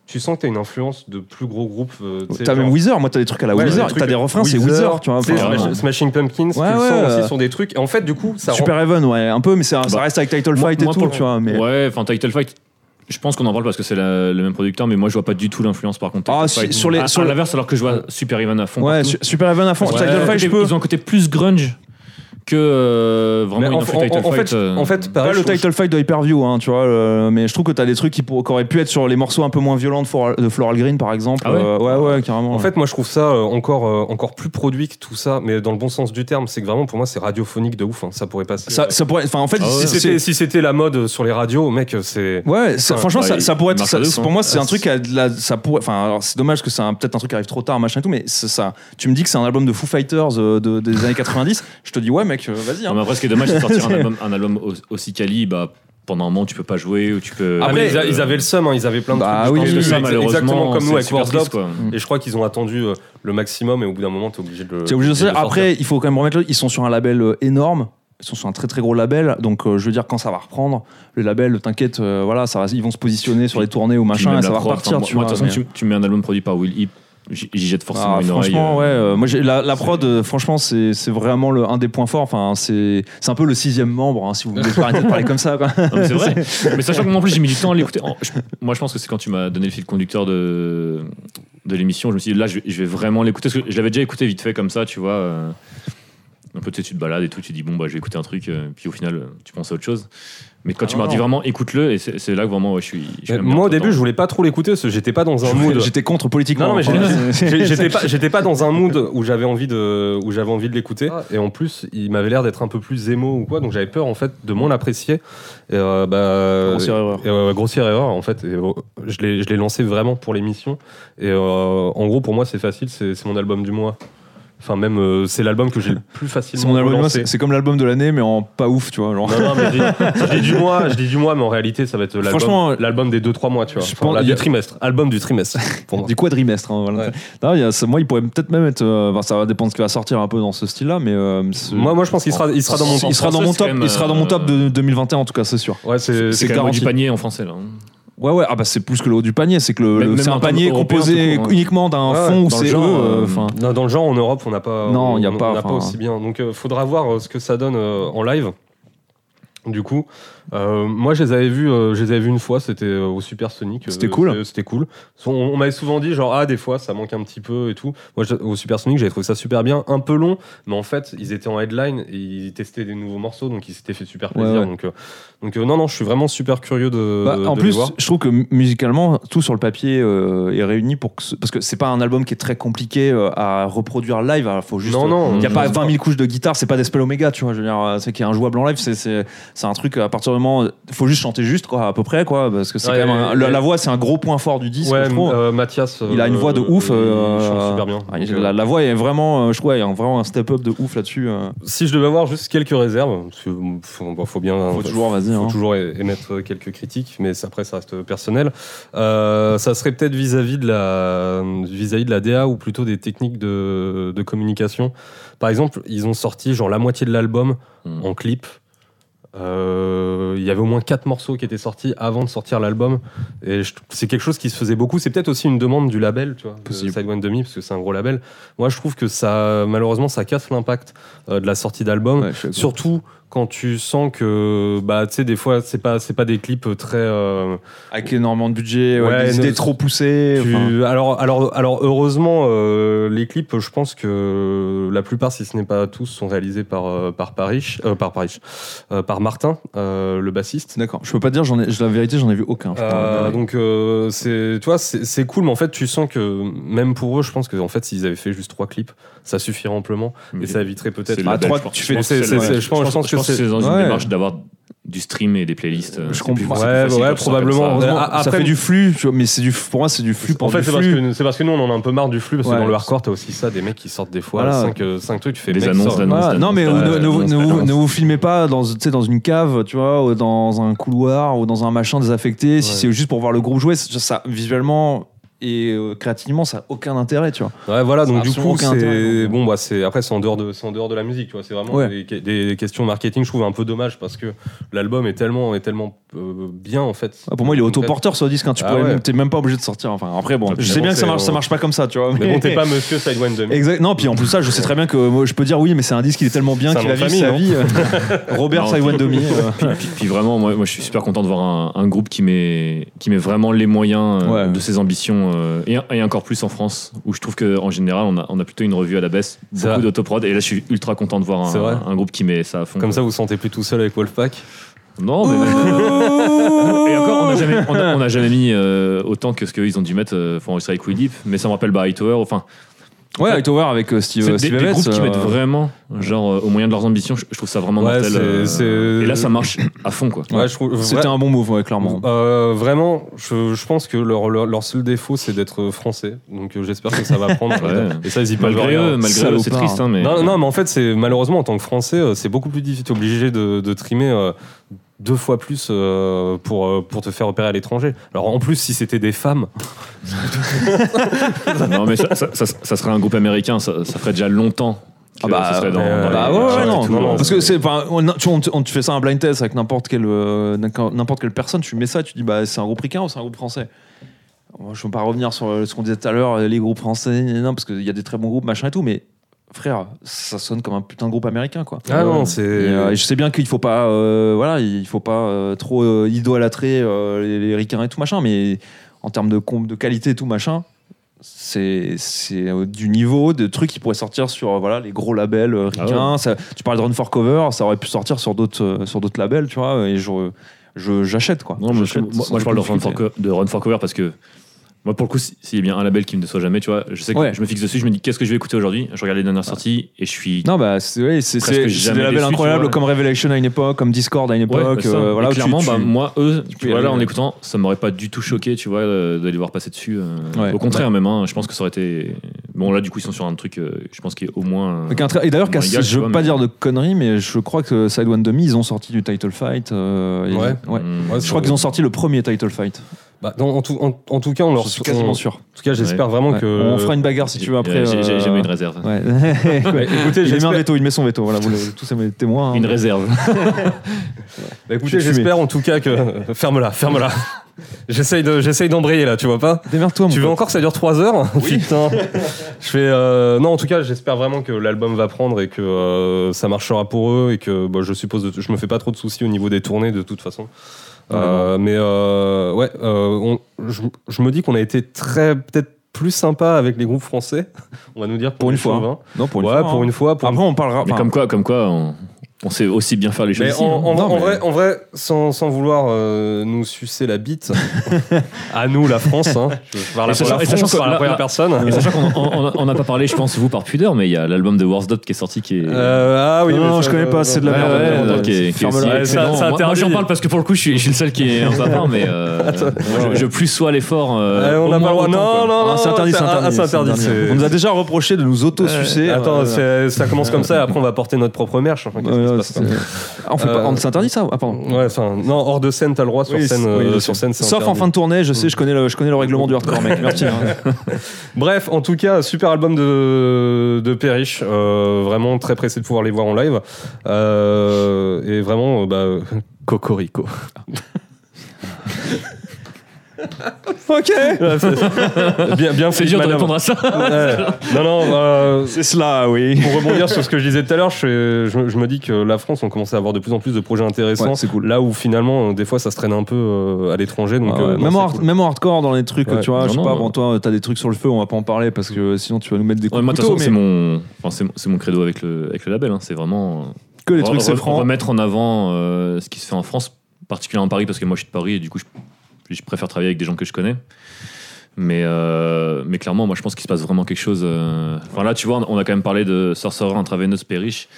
A: tu sens que t'as une influence de plus gros groupes. euh, tu sais,
B: t'as
A: genre-
B: même Weezer, moi, t'as des trucs à la
A: Ouais,
B: Weezer,
A: des trucs-
B: t'as des refrains, c'est Weezer, tu vois.
A: tu sais,
B: enfin, euh,
A: Smash-
C: ouais.
A: Smashing Pumpkins, tu
B: Ouais,
A: le sens
B: ouais,
A: aussi
B: euh,
A: sur des trucs. Et en fait, du coup, ça rend-
B: Super Heaven, ouais, un peu, mais ça, ça
C: Bah,
B: reste avec Title
C: moi-
B: Fight
C: moi,
B: et tout,
C: pour-
B: tu vois. Mais...
C: Ouais, enfin, Title Fight. Je pense qu'on en parle parce que c'est la- le même producteur, mais moi je vois pas du tout l'influence par contre.
B: Ah,
C: Title
B: si-
C: Fight.
B: sur les-
C: À-
B: sur
C: à
B: le-
C: l'inverse, alors que je vois Super Ivan à fond.
B: Ouais,
C: partout.
B: su- Super Heaven à fond.
C: Ouais,
B: Title
C: ils ont
B: Fight,
C: un
B: je
C: côté-
B: peux.
C: Ils ont un côté plus grunge que euh, vraiment
A: Mais
C: une
A: en,
C: info
A: en-
C: Title
A: en
C: Fight,
A: fait,
C: euh,
A: en fait,
B: Pas
A: pareil,
B: le
A: je-
B: title fight de Hyperview, hein, tu vois, euh, mais je trouve que t'as des trucs qui, pour- qui auraient pu être sur les morceaux un peu moins violents de Floral, de Floral Green, par exemple.
C: Ah ouais
B: Euh, ouais, ouais, carrément.
A: En
B: ouais.
A: fait, moi, je trouve ça euh, encore, euh, encore plus produit que tout ça, mais dans le bon sens du terme. C'est que vraiment, pour moi, c'est radiophonique de ouf. hein. Ça pourrait passer.
B: ça, ça pourrait. Enfin, en fait,
C: Ah ouais.
A: si,
B: c'est-
A: c'était,
B: c'est-
A: si c'était la mode sur les radios, mec, c'est. euh,
B: Ouais, ça-
A: Enfin,
B: franchement,
C: bah,
B: ça,
C: il-
B: ça pourrait
C: il
B: être.
C: marche
B: ça-
C: à deux,
B: c'est-
C: hein.
B: pour moi, c'est
A: Ah,
B: un truc. À, de la- ça pourrait. Enfin, alors, c'est dommage que c'est un- peut-être un truc qui arrive trop tard, machin et tout. Mais c'est ça. Tu me dis que c'est un album de Foo Fighters euh, de- des années 90. Je te dis ouais, mec, euh, vas-y. hein.
C: Non, mais après, ce qui est dommage, c'est de sortir un album, un album au- aussi quali, bah, pendant un moment, tu peux pas jouer ou tu peux.
A: Ah, mais ils, a-
C: Euh,
A: ils avaient le seum, hein, ils avaient plein de
B: Bah
A: trucs.
B: oui,
A: Je pense que
C: parce que
B: oui,
A: c'est
C: ça, malheureusement,
A: exactement comme
C: c'est
A: nous avec
C: super
A: World
C: triste,
A: Up.
C: quoi.
A: Et je crois qu'ils ont attendu euh, le maximum et au bout d'un moment, t'es obligé de le.
C: bah,
B: T'es obligé de
A: de
B: sortir.
A: le sortir.
B: Après, il faut quand même remettre. le- Ils sont sur un label euh, énorme. Ils sont sur un très très gros label. Donc, euh, je veux dire, quand ça va reprendre, le label, t'inquiète, euh, voilà, ça va, ils vont se positionner sur les tournées ou
C: Puis
B: machin,
C: même
B: et ça
C: la
B: va
C: prod,
B: repartir.
C: enfin,
B: tu
C: moi, de
B: vois,
C: toute façon,
B: mais-
C: tu, tu mets un album produit par Will Hip, j'y j'y jette forcément
B: Ah,
C: une oreille.
B: franchement,
C: euh,
B: ouais. euh, moi, j'ai- la, la prod, euh, franchement, c'est c'est vraiment le, un des points forts. Enfin, c'est c'est un peu le sixième membre, hein, si vous voulez arrêter de parler comme ça. quoi.
C: Non, mais c'est vrai. mais sachant que moi, en plus, j'ai mis du temps à l'écouter. En- je- Moi, je pense que c'est quand tu m'as donné le fil conducteur de, de l'émission, je me suis dit, là, je, vais- je vais vraiment l'écouter. Parce que je l'avais déjà écouté vite fait comme ça, tu vois. euh, un peu, tu, sais, tu te balades et tout, tu dis, bon, bah, je vais écouter un truc, euh, puis au final, euh, tu penses à autre chose. Mais quand
B: Ah,
C: tu m'as
B: non,
C: dit
B: non.
C: vraiment, écoute-le, et c'est c'est là que vraiment, ouais, je suis. je suis
A: Mais
C: même bien
A: Moi, au début,
C: content.
A: je voulais pas trop l'écouter parce que j'étais pas dans un mood.
B: J'étais contre
A: Non,
B: politiquement.
A: non, mais
B: Enfin, c'est-
A: J'ai- J'étais pas, j'étais pas dans un mood où j'avais envie de, où j'avais envie de l'écouter.
B: Ah.
A: Et en plus, il m'avait l'air d'être un peu plus émo ou quoi, donc j'avais peur en fait de moins l'apprécier. Et, euh, bah,
B: Grossière erreur.
A: et, euh, grossière erreur en fait. Et, euh, je l'ai, je l'ai lancé vraiment pour l'émission. Et euh, en gros, pour moi, c'est facile. C'est, c'est mon album du mois. Enfin, même euh, c'est l'album que j'ai le plus
B: C'est
A: facilement
B: mon album de l'année,
A: relancé.
B: c'est c'est comme l'album de l'année, mais en pas ouf, tu vois. genre.
A: Non, non, mais je dis- je dis du mois, je dis du mois, mais en réalité, ça va être l'album,
B: Franchement,
A: l'album des 2-3 mois, tu vois.
B: je
A: Enfin,
B: pense-
A: là,
B: il y a-
A: du trimestre. Album du trimestre. Pour moi.
B: Du quadrimestre. hein, voilà.
A: Ouais.
B: Non, il y a- ça- moi, il pourrait peut-être même être. euh, enfin, ça va dépendre de ce qui va sortir un peu dans ce style-là, mais. euh, ce-
A: Moi, moi, je pense qu'il sera, il sera dans mon
B: il sera dans mon
C: français,
B: top.
C: c'est quand
B: Il sera dans
A: euh,
B: mon
C: même,
B: top de 2021 en tout cas, c'est sûr.
A: Ouais, c'est,
B: c'est
C: C'est quand même du
B: garanti.
C: panier en français, là. hein.
B: Ouais, ouais. Ah bah c'est plus que le haut du panier, c'est que le-
C: Même-
B: le- c'est
C: même
B: un
C: en termes
B: panier
C: européens,
B: composé
C: tout court, hein.
B: uniquement d'un
A: euh, Ouais,
B: fond où
C: dans le
B: c'est eux.
C: genre,
B: euh,
C: euh,
B: enfin.
A: Non, dans le genre, en Europe, on n'a pas,
B: Non,
A: on-
B: y a
A: on
B: pas,
A: n'a
B: enfin.
A: aussi bien. Donc, euh, faudra voir euh, ce que ça donne euh, en live. Du coup, euh, moi je les avais vus, euh, je les avais vus une fois, c'était euh, au Super Sonic. euh,
B: C'était cool.
A: c'est- C'était cool. So- On, on m'avait souvent dit genre ah des fois ça manque un petit peu et tout. Moi je- au Super Sonic j'avais trouvé ça super bien, un peu long, mais en fait ils étaient en headline et ils testaient des nouveaux morceaux donc ils s'étaient fait super
B: Ouais,
A: plaisir.
B: ouais.
A: Donc, euh, donc euh, non non je suis vraiment super curieux de,
B: Bah,
A: de-
B: en
A: de les
B: plus,
A: voir.
B: je trouve que mu- musicalement, tout sur le papier euh, est réuni pour que ce- parce que c'est pas un album qui est très compliqué euh, à reproduire live. Il faut juste. euh,
A: Non, non,
B: Il n'y a
A: je
B: pas
A: pense
B: 20 000 couches de guitare, c'est pas Despel Omega, tu vois. Je veux dire, euh, c'est qui est injouable en live, c'est c'est c'est un truc à partir du moment, il faut juste chanter juste quoi, à peu près quoi, parce que c'est
A: Ouais,
B: quand même un-
A: ouais,
B: la,
A: ouais.
B: la voix, c'est un gros point fort du disque.
A: Ouais,
B: je trouve.
A: euh, Mathias,
B: il a une
A: euh,
B: voix de ouf. euh,
A: il chante super bien.
B: ouais,
A: Donc, euh,
B: la, la voix est vraiment, euh, je crois, il y a un- vraiment un step up de ouf là-dessus. euh.
A: si je devais avoir juste quelques réserves, parce que bon, faut, bon, faut bien.
B: Faut toujours, vas-y.
A: faut
B: hein.
A: toujours é- émettre quelques critiques, mais ça, après ça reste personnel. Euh, ça serait peut-être vis-à-vis de la vis-à-vis de la DA ou plutôt des techniques de, de communication. Par exemple, ils ont sorti genre la moitié de l'album
C: Hmm.
A: en clip. Euh, Il y avait au moins quatre morceaux qui étaient sortis avant de sortir l'album, et je- c'est quelque chose qui se faisait beaucoup. C'est peut-être aussi une demande du label, tu vois, de
B: Possible.
A: Side One Demi, parce que c'est un gros label. Moi, je trouve que ça, malheureusement, ça casse l'impact euh, de la sortie d'album.
B: Ouais, je suis d'accord.
A: Surtout quand tu sens que, bah, tu sais, des fois, c'est pas, c'est pas des clips très. euh,
B: Avec énormément de budget, ouais,
A: Ouais,
B: des
A: non,
B: idées trop poussées.
A: tu-
B: enfin.
A: alors, alors, alors, heureusement, euh, les clips, je pense que la plupart, si ce n'est pas tous, sont réalisés par euh, par Paris, euh, par Paris, euh, par Martin, euh, le bassiste.
B: D'accord. Je peux pas dire, j'en ai, je- la vérité, j'en ai vu aucun. je
A: Euh,
B: crois.
A: donc euh, c'est tu vois c'est c'est cool mais en fait tu sens que même pour eux je pense que en fait s'ils avaient fait juste trois clips ça suffirait amplement et
C: Mais
A: ça éviterait peut-être
C: c'est
B: Ah,
C: le label,
B: trois,
C: je pense.
B: tu
C: Je
B: fais-
C: pense
A: c'est-
C: que c'est le-
A: c'est-
C: ouais,
A: je pense- je pense que
C: que c'est dans une
B: ouais.
C: démarche d'avoir du stream et des playlists. euh,
B: Je
C: c'est
B: comprends.
C: plus-
B: Ouais,
C: c'est plus facile
A: ouais,
C: quand ça s'appelle
A: probablement.
C: ça.
B: Heureusement,
A: Ah,
B: ça
A: après-
B: fait du flux, tu vois, mais c'est du, pour moi, c'est du flux.
A: En
B: pour
A: fait,
B: du
A: c'est parce,
B: flux.
A: que, c'est parce que nous, on en a un peu marre du flux, parce que
B: Ouais.
A: dans le hardcore, t'as aussi ça, des mecs qui sortent des fois
B: Voilà.
A: 5 trucs, tu fais
C: Des
A: mec,
C: annonces
A: sort.
C: d'annonces.
B: Voilà.
C: d'annonce,
B: non mais
C: d'annonce,
B: ne, ne vous,
C: d'annonce,
B: ne vous-
C: d'annonce.
B: ne vous filmez pas dans, tu sais, dans une cave, tu vois, ou dans un couloir ou dans un machin désaffecté. Si
A: Ouais.
B: c'est juste pour voir le groupe jouer, ça, ça- visuellement et euh, créativement, ça a aucun intérêt, tu vois.
A: Ouais, voilà, donc
B: Ça a
A: du coup,
B: absolument aucun intérêt,
A: c'est.
B: non.
A: Bon, bah, c'est. Après, c'est en, dehors de... c'est en dehors de la musique, tu vois. C'est vraiment
B: Ouais.
A: des... des questions marketing, je trouve un peu dommage, parce que l'album est tellement, est tellement euh, bien, en fait.
B: Ah, Pour moi, il est autoporteur ce disque. Hein, tu
A: Ah
B: pourrais
A: ouais.
B: même- t'es même pas obligé de sortir. Enfin, après, bon,
A: Ah,
B: je
A: mais
B: sais
A: bon,
B: bien que ça
A: c'est-
B: marche, ça marche pas comme ça, tu vois.
A: Mais bon, t'es pas monsieur Sidewind Demi.
B: Exact. Non, puis en plus ça, je sais très bien que euh, moi, je peux dire oui, mais c'est un disque qui est tellement bien
A: C'est un
B: qu'il va
A: nom de
B: vivre sa vie. euh, Robert euh.
C: Non,
B: Saiwandomi.
A: euh.
C: Puis, puis- puis vraiment, moi, moi, je suis super content de voir un, un groupe qui met, qui met vraiment les moyens euh,
B: Ouais.
C: de ses ambitions euh, et, et encore plus en France, où je trouve qu'en général, on a, on a plutôt une revue à la baisse,
A: C'est
C: beaucoup
A: vrai.
C: d'autoprod. Et là, je suis ultra content de voir
A: C'est vrai.
C: un, un groupe qui met ça à fond.
A: Comme ça, vous vous sentez plus tout seul avec Wolfpack.
C: Non, mais. Et encore, on n'a jamais, on a- on a jamais mis euh, autant que ce qu'ils ont dû mettre euh, pour enregistrer avec Willip, mais ça me rappelle Barry Tower. Enfin,
B: Ouais, Hightower avec euh, Steve,
C: c'est des,
B: Steve
C: des
B: Evans,
C: groupes qui
B: euh,
C: mettent vraiment, genre, euh, au moyen de leurs ambitions, je, je trouve ça vraiment
A: Ouais,
C: mortel.
A: c'est-
C: euh,
A: c'est-
C: Et là, ça marche à fond, quoi.
A: Ouais, je trouve.
B: C'était un bon move, ouais, clairement.
A: Euh, vraiment, je, je pense que leur, leur, leur seul défaut, c'est d'être français. Donc euh, j'espère que ça va prendre.
C: Ouais.
A: Et ça, ils y peuvent
C: Malgré
A: rien.
C: eux, malgré eux, c'est
B: Salopard.
C: triste, hein, mais.
A: Non, non, mais en fait, c'est malheureusement en tant que Français, euh, c'est beaucoup plus difficile. T'es obligé de, de trimer euh, deux fois plus euh, pour euh, pour te faire opérer à l'étranger. Alors en plus, si c'était des femmes,
C: Non, mais ça, ça- ça- ça serait un groupe américain, ça, ça ferait déjà longtemps. que
B: Ah bah,
C: ça serait dans,
A: euh,
C: dans les-
B: Bah ouais,
A: ouais,
B: ouais,
A: ouais,
B: non,
A: tout,
B: non,
A: ouais.
B: parce que c'est enfin, on, tu, on, te- on te fait ça un blind test avec n'importe quelle euh, n'importe n'importe quelle personne, tu mets ça, tu dis bah c'est un groupe ricain ou c'est un groupe français. Moi, je veux pas revenir sur euh, ce qu'on disait tout à l'heure, les groupes français, non parce qu'il y a des très bons groupes machin et tout, mais frère, ça sonne comme un putain de groupe américain quoi.
A: ah non,
B: Et,
A: c'est
B: euh, et je sais bien qu'il faut pas, euh, voilà, il faut pas euh, trop euh, idolâtrer euh, les, les ricains et tout machin, mais en termes de com- de qualité et tout machin, c'est c'est euh, du niveau de trucs qui pourraient sortir sur euh, voilà les gros labels euh,
C: Ah
B: ricains. Ça- tu parles de Run for Cover, ça aurait pu sortir sur d'autres euh, sur d'autres labels, tu vois. Et je je- j'achète quoi.
C: Non, mais je-
B: J'achète
C: moi,
B: sans
C: moi, je parle de
B: aucune
C: Run, for,
B: difficulté.
C: Co- de Run for Cover parce que moi pour le coup si- s'il y a bien un label qui me déçoit jamais tu vois je sais que
B: Ouais. Ah.
C: je me fixe dessus je me dis qu'est-ce que je vais écouter aujourd'hui je regarde les dernières sorties et je suis
B: Non bah c'est ouais, c'est-
C: Presque
B: c'est- c'est
C: jamais
B: des labels
C: déçu, tu
B: incroyables
C: vois.
B: comme Revelation à une époque, comme Discord à une
C: Ouais,
B: époque.
C: bah ça.
B: euh, voilà,
C: Et
B: où tu-
C: clairement
B: tu-
C: bah, moi eux
B: peux
C: tu
B: y
C: vois
B: aller,
C: là en
B: ouais.
C: écoutant ça m'aurait pas du tout choqué tu vois euh, de les voir passer dessus euh,
B: Ouais.
C: au contraire même hein, je pense que ça aurait été bon là du coup ils sont sur un truc euh, je pense qui est au moins euh,
B: Donc un tra- et d'ailleurs,
C: Bon,
B: qu'à-
C: les gars,
B: je
C: tu
B: veux
C: vois,
B: pas
C: mais-
B: dire de conneries, mais je crois que Side One Demi, ils ont sorti du title fight. euh, et-
A: Ouais.
B: ouais.
C: hum,
A: Ouais,
B: Je crois qu'ils ont sorti le premier title fight.
A: Bah, non, en, tout, en, en tout cas, on leur
B: je suis
A: on-
B: quasiment sûr.
A: En tout cas, j'espère vraiment
B: Ouais.
A: que.
B: On fera une bagarre si tu veux après.
C: j'ai j'ai-
B: euh,
C: j'ai mis une réserve
B: Ouais.
A: Ouais, Bah, écoutez,
B: il met un
A: j'espère-
B: veto, il met son veto. Voilà, vous le- tous mes témoins. hein.
C: une réserve
A: Bah, écoutez,
B: Je suis fumé.
A: j'espère en tout cas que. Ferme-la, ferme-la. J'essaye de- j'essaye d'embrayer là, tu vois pas
B: Démerde-toi, mon
A: Tu veux
B: pote.
A: encore que ça dure 3 heures Putain. Je fais. euh, Non, en tout cas, j'espère vraiment que l'album va prendre et que euh, ça marchera pour eux et que bah, je suppose. Je me fais pas trop de soucis au niveau des tournées de toute façon. Euh, mais euh, ouais, euh, on- je, je me dis qu'on a été très peut-être plus sympa avec les groupes français. On va nous dire pour,
B: Pour une
A: les
B: fois,
A: chauvins.
B: Non, pour une
A: ouais,
B: fois.
A: pour
B: hein.
A: une fois. Pour
B: Après, on parlera.
C: Mais
B: enfin,
C: comme quoi, comme quoi on, on sait aussi bien faire les choses.
A: Mais
C: ici,
A: en,
C: hein.
A: en vrai-
C: Non,
A: en
C: mais-
A: vrai, en vrai, sans, sans vouloir euh, nous sucer la bite, à nous la France, hein. je, je parle
C: Et
A: à
C: sachant-
A: la
C: et sachant
A: France
C: que
A: par la
C: la-
A: première
C: la-
A: personne.
C: Et sachant qu'on on- on- on n'a pas parlé, je pense, vous par pudeur, mais il y a l'album de Worst Dot qui est sorti qui est.
A: Euh, ah oui,
B: Non,
A: mais
B: non,
A: ça,
B: je connais
A: euh,
B: pas, c'est de la
C: Ouais,
B: merde.
C: ouais,
B: merde,
C: non, qui est-
B: merde.
C: qui est aussi
B: Ferme-la.
A: Ouais, ça-
C: excellent.
A: ça
C: Moi- moi,
A: interdit.
C: j'en parle parce que pour le coup, je suis, je suis le seul qui est un peu à part, mais euh, moi, je, je plus sois l'effort. euh,
A: euh, on
C: au
A: n'a
C: moins
A: pas le droit. Non,
C: autant, quoi.
A: non, non,
B: Ah, C'est interdit, c'est
A: ah, ah,
B: interdit.
A: c'est interdit. c'est-
B: On nous a déjà reproché de nous auto-sucer.
A: Attends,
B: euh,
A: c'est- ça commence comme ça, et après on va porter notre propre merch. enfin, qu'est-ce qui se
B: euh,
A: passe,
B: c'est-
A: quoi.
B: Ah, on fait pas-
A: Euh,
B: on- c'est interdit ça Ah, pardon.
A: Ouais, enfin, non, hors de scène, t'as le droit, sur
B: Oui,
A: scène,
B: c'est-
A: euh,
B: oui, bien
A: sur
B: sûr.
A: scène c'est
B: Sauf en
A: interdit. Mm.
B: fin de tournée, je sais, je connais le, je connais le règlement du hardcore, mec. Merci. hein.
A: Bref, en tout cas, super album de, de Perrish. euh, vraiment très pressé de pouvoir les voir en live. Euh, et vraiment, euh, bah, euh, Cocorico.
B: ok.
A: bien, bien
C: C'est
A: fait,
C: dur de
A: madame.
C: répondre à ça.
A: Ouais. Non, non, euh,
B: C'est cela, oui.
A: pour rebondir sur ce que je disais tout à l'heure, je, fais- je me- je me dis que la France, on commence à avoir de plus en plus de projets intéressants.
B: Ouais, c'est cool.
A: Là où finalement, euh, des fois, ça se traîne un peu euh, à l'étranger. Donc,
B: Ah ouais,
A: euh, non,
B: même,
A: c'est
B: en hard-
A: cool.
B: même en hardcore dans les trucs,
A: Ouais.
B: tu vois,
C: Non,
B: je sais
C: non,
B: pas,
C: non.
B: bon, toi, euh, t'as des trucs sur le feu, on va pas en parler parce que euh, sinon tu vas nous mettre des coups
C: Ouais, moi,
B: de
C: de toute
B: couteau,
C: façon,
B: mais
C: c'est mon, enfin, c'est mon- c'est mon credo avec le, avec le label. hein. C'est vraiment. euh,
B: que les
C: re-
B: trucs c'est
C: re-
B: franc.
C: Remettre en avant euh, ce qui se fait en France, particulièrement en Paris, parce que moi, je suis de Paris et du coup, je, je préfère travailler avec des gens que je connais. Mais, euh, mais clairement, moi, je pense qu'il se passe vraiment quelque chose. euh, Enfin, là, tu vois, on a quand même parlé de Sorcerer, Intraveineuse, Perriche.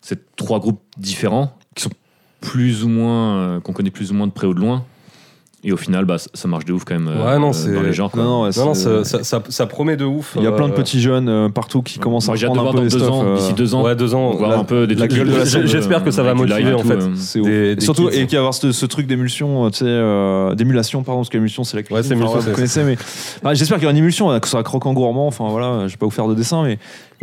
C: C'est trois groupes différents qui sont plus ou moins. euh, qu'on connaît plus ou moins de près ou de loin. Et au final, bah, ça- ça marche de ouf quand même euh,
A: Ouais, non,
C: euh,
A: c'est-
C: dans les genres. quoi.
B: Non, non, ouais,
A: Non, non,
B: c'est-
A: ça, ça- ça- ça promet de ouf.
B: il y a plein de
A: euh,
B: petits jeunes euh, partout qui commencent à
C: Moi, j'ai hâte de
B: reprendre un
C: voir
B: peu
C: dans
B: les
C: deux
B: stuff,
C: ans,
B: euh,
C: d'ici deux ans,
A: Ouais, deux ans.
C: voir
A: la-
C: un peu des
B: la
C: trucs-
B: gueule de la scène,
A: j'espère que ça va
C: avec du
A: motiver,
C: live et
A: en
C: tout,
A: fait.
C: euh.
B: C'est ouf.
A: Des- des
B: Surtout,
A: kids.
B: et qu'il y a avoir ce, ce truc d'émulsion, euh, tu sais, euh, d'émulation, pardon, parce que l'émulsion, c'est la cuisine.
A: Ouais, c'est
B: enfin,
A: émulsion,
B: vous
A: c'est-
B: connaissez, mais Enfin, j'espère qu'il y aura une émulsion, euh, que ce sera croquant gourmand, enfin voilà, je vais pas vous faire de dessin, mais